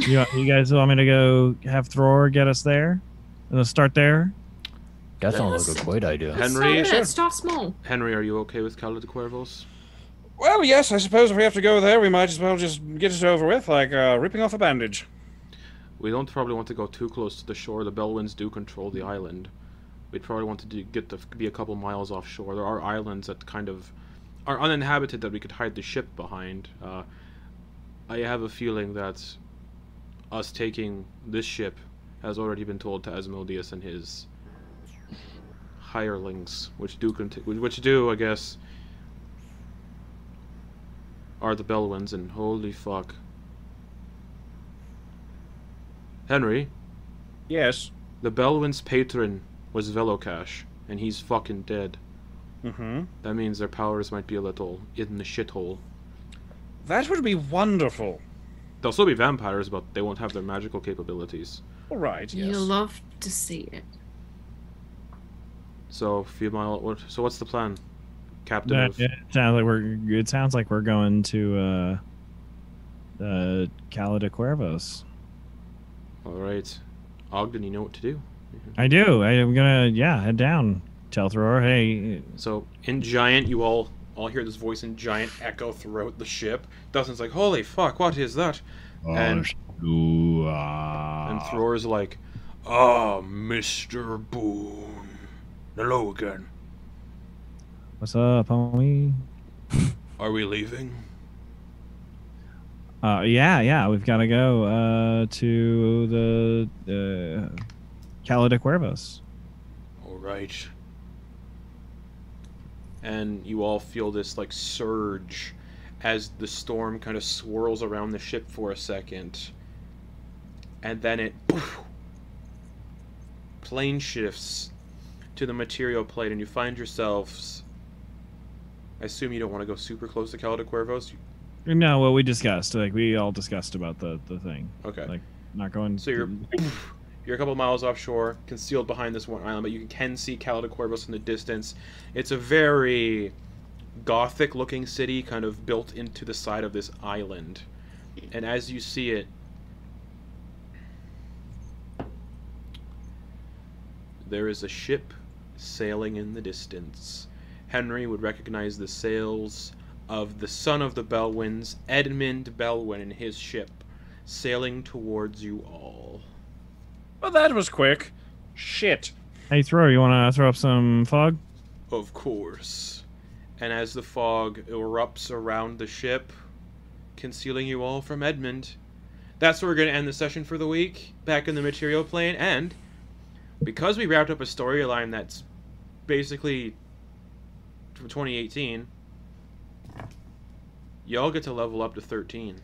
Speaker 7: You, you guys want me to go have Thror get us there? And let's start there.
Speaker 17: That sounds like a great idea.
Speaker 11: Henry,
Speaker 5: stop it,
Speaker 11: sure.
Speaker 5: start small.
Speaker 11: Henry, are you okay with Cala de Cuervos?
Speaker 9: Well, yes, I suppose if we have to go there, we might as well just get it over with, like uh, ripping off a bandage.
Speaker 11: We don't probably want to go too close to the shore. The Belwinds do control the island. We'd probably want to do, get to be a couple miles offshore. There are islands that kind of are uninhabited that we could hide the ship behind. Uh, I have a feeling that us taking this ship has already been told to Asmodeus and his hirelings, which do conti- which do I guess are the Belwinds. And holy fuck, Henry.
Speaker 9: Yes.
Speaker 11: The Belwin's patron was Velocash, and he's fucking dead.
Speaker 9: Mm-hmm.
Speaker 11: That means their powers might be a little in the shithole.
Speaker 9: That would be wonderful.
Speaker 11: They'll still be vampires, but they won't have their magical capabilities.
Speaker 9: All right.
Speaker 5: You
Speaker 9: Yes.
Speaker 5: love to see it.
Speaker 11: So, few mile. What, so, what's the plan, Captain?
Speaker 7: That,
Speaker 11: of,
Speaker 7: Uh, it sounds like we're. It sounds like we're going to uh, uh, Cala de Cuervos.
Speaker 11: All right, Ogden, you know what to do.
Speaker 7: I do. I, am gonna. Yeah, head down. Tell Thror, hey,
Speaker 11: So, in giant, you all all hear this voice in giant echo throughout the ship. Dustin's like, "Holy fuck, what is that?" And- And Thror is like, "Ah, Mister Boone, hello again.
Speaker 7: what's up, homie?
Speaker 11: Are we leaving?"
Speaker 7: Uh, yeah, yeah, we've got to go uh, to the uh, Cala de Cuervos.
Speaker 11: All right. And you all feel this like surge as the storm kind of swirls around the ship for a second. And then it plane shifts to the material plate and you find yourselves I assume you don't want to go super close to Cala de Cuervos. You-
Speaker 7: No, what we discussed, like we all discussed about the the thing,
Speaker 11: Okay.
Speaker 7: Like- not going.
Speaker 11: So you're you're a couple miles offshore, concealed behind this one island, but you can see Cala de Cuervos in the distance. It's a very gothic-looking city, kind of built into the side of this island. And as you see it, there is a ship sailing in the distance. Henry would recognize the sails of the son of the Belwins, Edmund Belwin, and his ship sailing towards you all.
Speaker 9: Well, that was quick. Shit.
Speaker 7: Hey, throw. You want to throw up some fog?
Speaker 11: Of course. And as the fog erupts around the ship, concealing you all from Edmund, that's where we're going to end the session for the week, back in the material plane. And because we wrapped up a storyline that's basically from 2018, y'all get to level up to 13,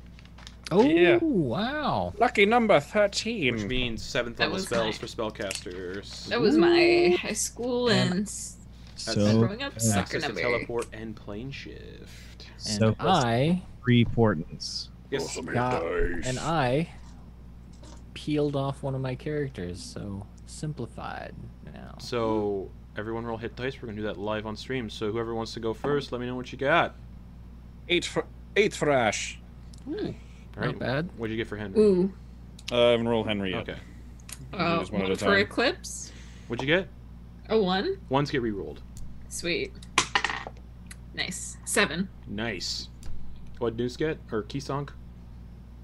Speaker 8: Oh
Speaker 9: Yeah.
Speaker 8: wow!
Speaker 9: Lucky number
Speaker 11: which
Speaker 9: thirteen.
Speaker 11: means 7th
Speaker 5: That
Speaker 11: level
Speaker 5: was
Speaker 11: spells for
Speaker 5: nice.
Speaker 11: spellcasters.
Speaker 5: That was my high school and s-
Speaker 7: So
Speaker 5: growing up sucker
Speaker 11: Access to
Speaker 5: number.
Speaker 11: teleport and plane shift.
Speaker 8: And
Speaker 7: so
Speaker 8: I
Speaker 7: three portents.
Speaker 11: Yes.
Speaker 8: got, and I peeled off one of my characters, so simplified now.
Speaker 11: So everyone roll hit dice. We're gonna do that live on stream. So whoever wants to go first, let me know what you got.
Speaker 9: Eight for eight for Ash.
Speaker 11: All right.
Speaker 8: Not bad.
Speaker 11: What'd you get for Henry?
Speaker 5: Ooh,
Speaker 9: Uh, I haven't rolled Henry yet.
Speaker 11: Okay.
Speaker 5: uh,
Speaker 9: just one at
Speaker 5: one
Speaker 9: a
Speaker 5: for
Speaker 9: time.
Speaker 5: Eclipse,
Speaker 11: What'd you get?
Speaker 5: a one.
Speaker 11: Ones get rerolled.
Speaker 5: Sweet. Nice. Seven.
Speaker 11: Nice. What'd Noose get? Or Kisonk?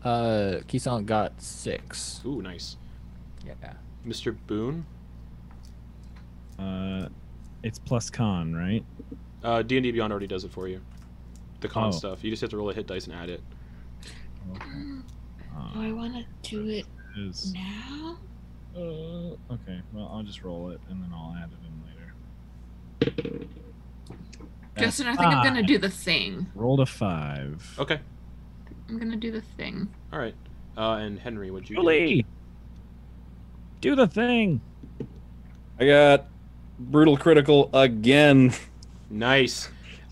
Speaker 8: Uh, Kisan got six.
Speaker 11: Ooh, nice.
Speaker 8: Yeah.
Speaker 11: Mr. Boone?
Speaker 7: Uh, It's plus con, right?
Speaker 11: Uh, D and D Beyond already does it for you. The con
Speaker 7: Oh.
Speaker 11: stuff. You just have to roll a hit dice and add it.
Speaker 5: Do Oh, I want to do it
Speaker 7: Uh, is,
Speaker 5: now?
Speaker 7: uh, okay, well, I'll just roll it and then I'll add it in later. That's
Speaker 5: Justin, I
Speaker 9: Ah.
Speaker 5: think I'm gonna
Speaker 7: five.
Speaker 5: do the thing.
Speaker 7: Rolled a five.
Speaker 11: Okay.
Speaker 5: I'm gonna do the thing.
Speaker 11: All right. Uh, and Henry, what'd you? do?
Speaker 7: Julie! Do the thing!
Speaker 9: I got brutal critical again.
Speaker 11: Nice.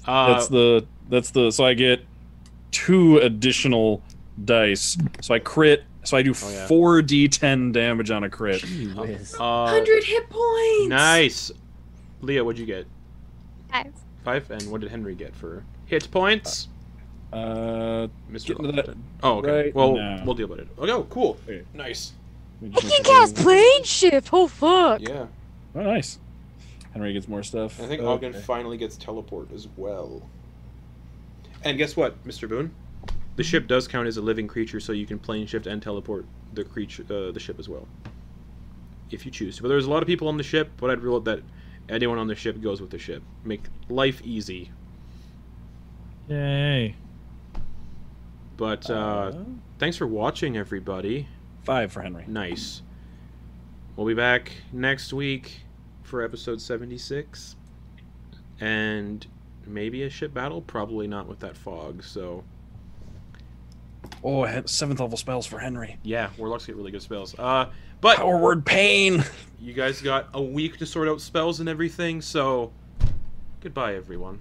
Speaker 11: Uh,
Speaker 9: That's the that's the so I get two additional dice. So I crit. So I do
Speaker 11: Oh, yeah.
Speaker 9: four d10 damage on a crit.
Speaker 8: Gee whiz.
Speaker 11: uh,
Speaker 5: 100 hit points!
Speaker 11: nice. Leah, what'd you get?
Speaker 3: Five.
Speaker 11: Five. And what did Henry get for hit points?
Speaker 9: Uh,
Speaker 11: Mr.
Speaker 9: get into that.
Speaker 11: Lofton. Oh, okay.
Speaker 9: right
Speaker 11: well,
Speaker 9: now.
Speaker 11: we'll deal with it. Okay, oh, cool.
Speaker 9: Okay.
Speaker 11: Nice.
Speaker 9: we
Speaker 3: I
Speaker 9: just
Speaker 3: can
Speaker 9: make it
Speaker 3: cast plane shift. Oh fuck.
Speaker 11: Yeah.
Speaker 9: Oh, nice. Henry gets more stuff.
Speaker 11: I think
Speaker 9: Okay.
Speaker 11: Ogden finally gets teleport as well. And guess what, Mr. Boone? The ship does count as a living creature, so you can plane shift and teleport the creature, uh, the ship as well, if you choose. But there's a lot of people on the ship, but I'd rule out that anyone on the ship goes with the ship. Make life easy.
Speaker 7: Yay.
Speaker 11: But uh,
Speaker 9: Uh,
Speaker 11: thanks for watching, everybody.
Speaker 9: five for Henry.
Speaker 11: Nice. We'll be back next week for episode 76. And maybe a ship battle? Probably not with that fog. So,
Speaker 9: Oh, he- seventh level spells for Henry.
Speaker 11: yeah, warlocks get really good spells. Uh, but
Speaker 9: Power word pain.
Speaker 11: you guys got a week to sort out spells and everything. So, goodbye, everyone.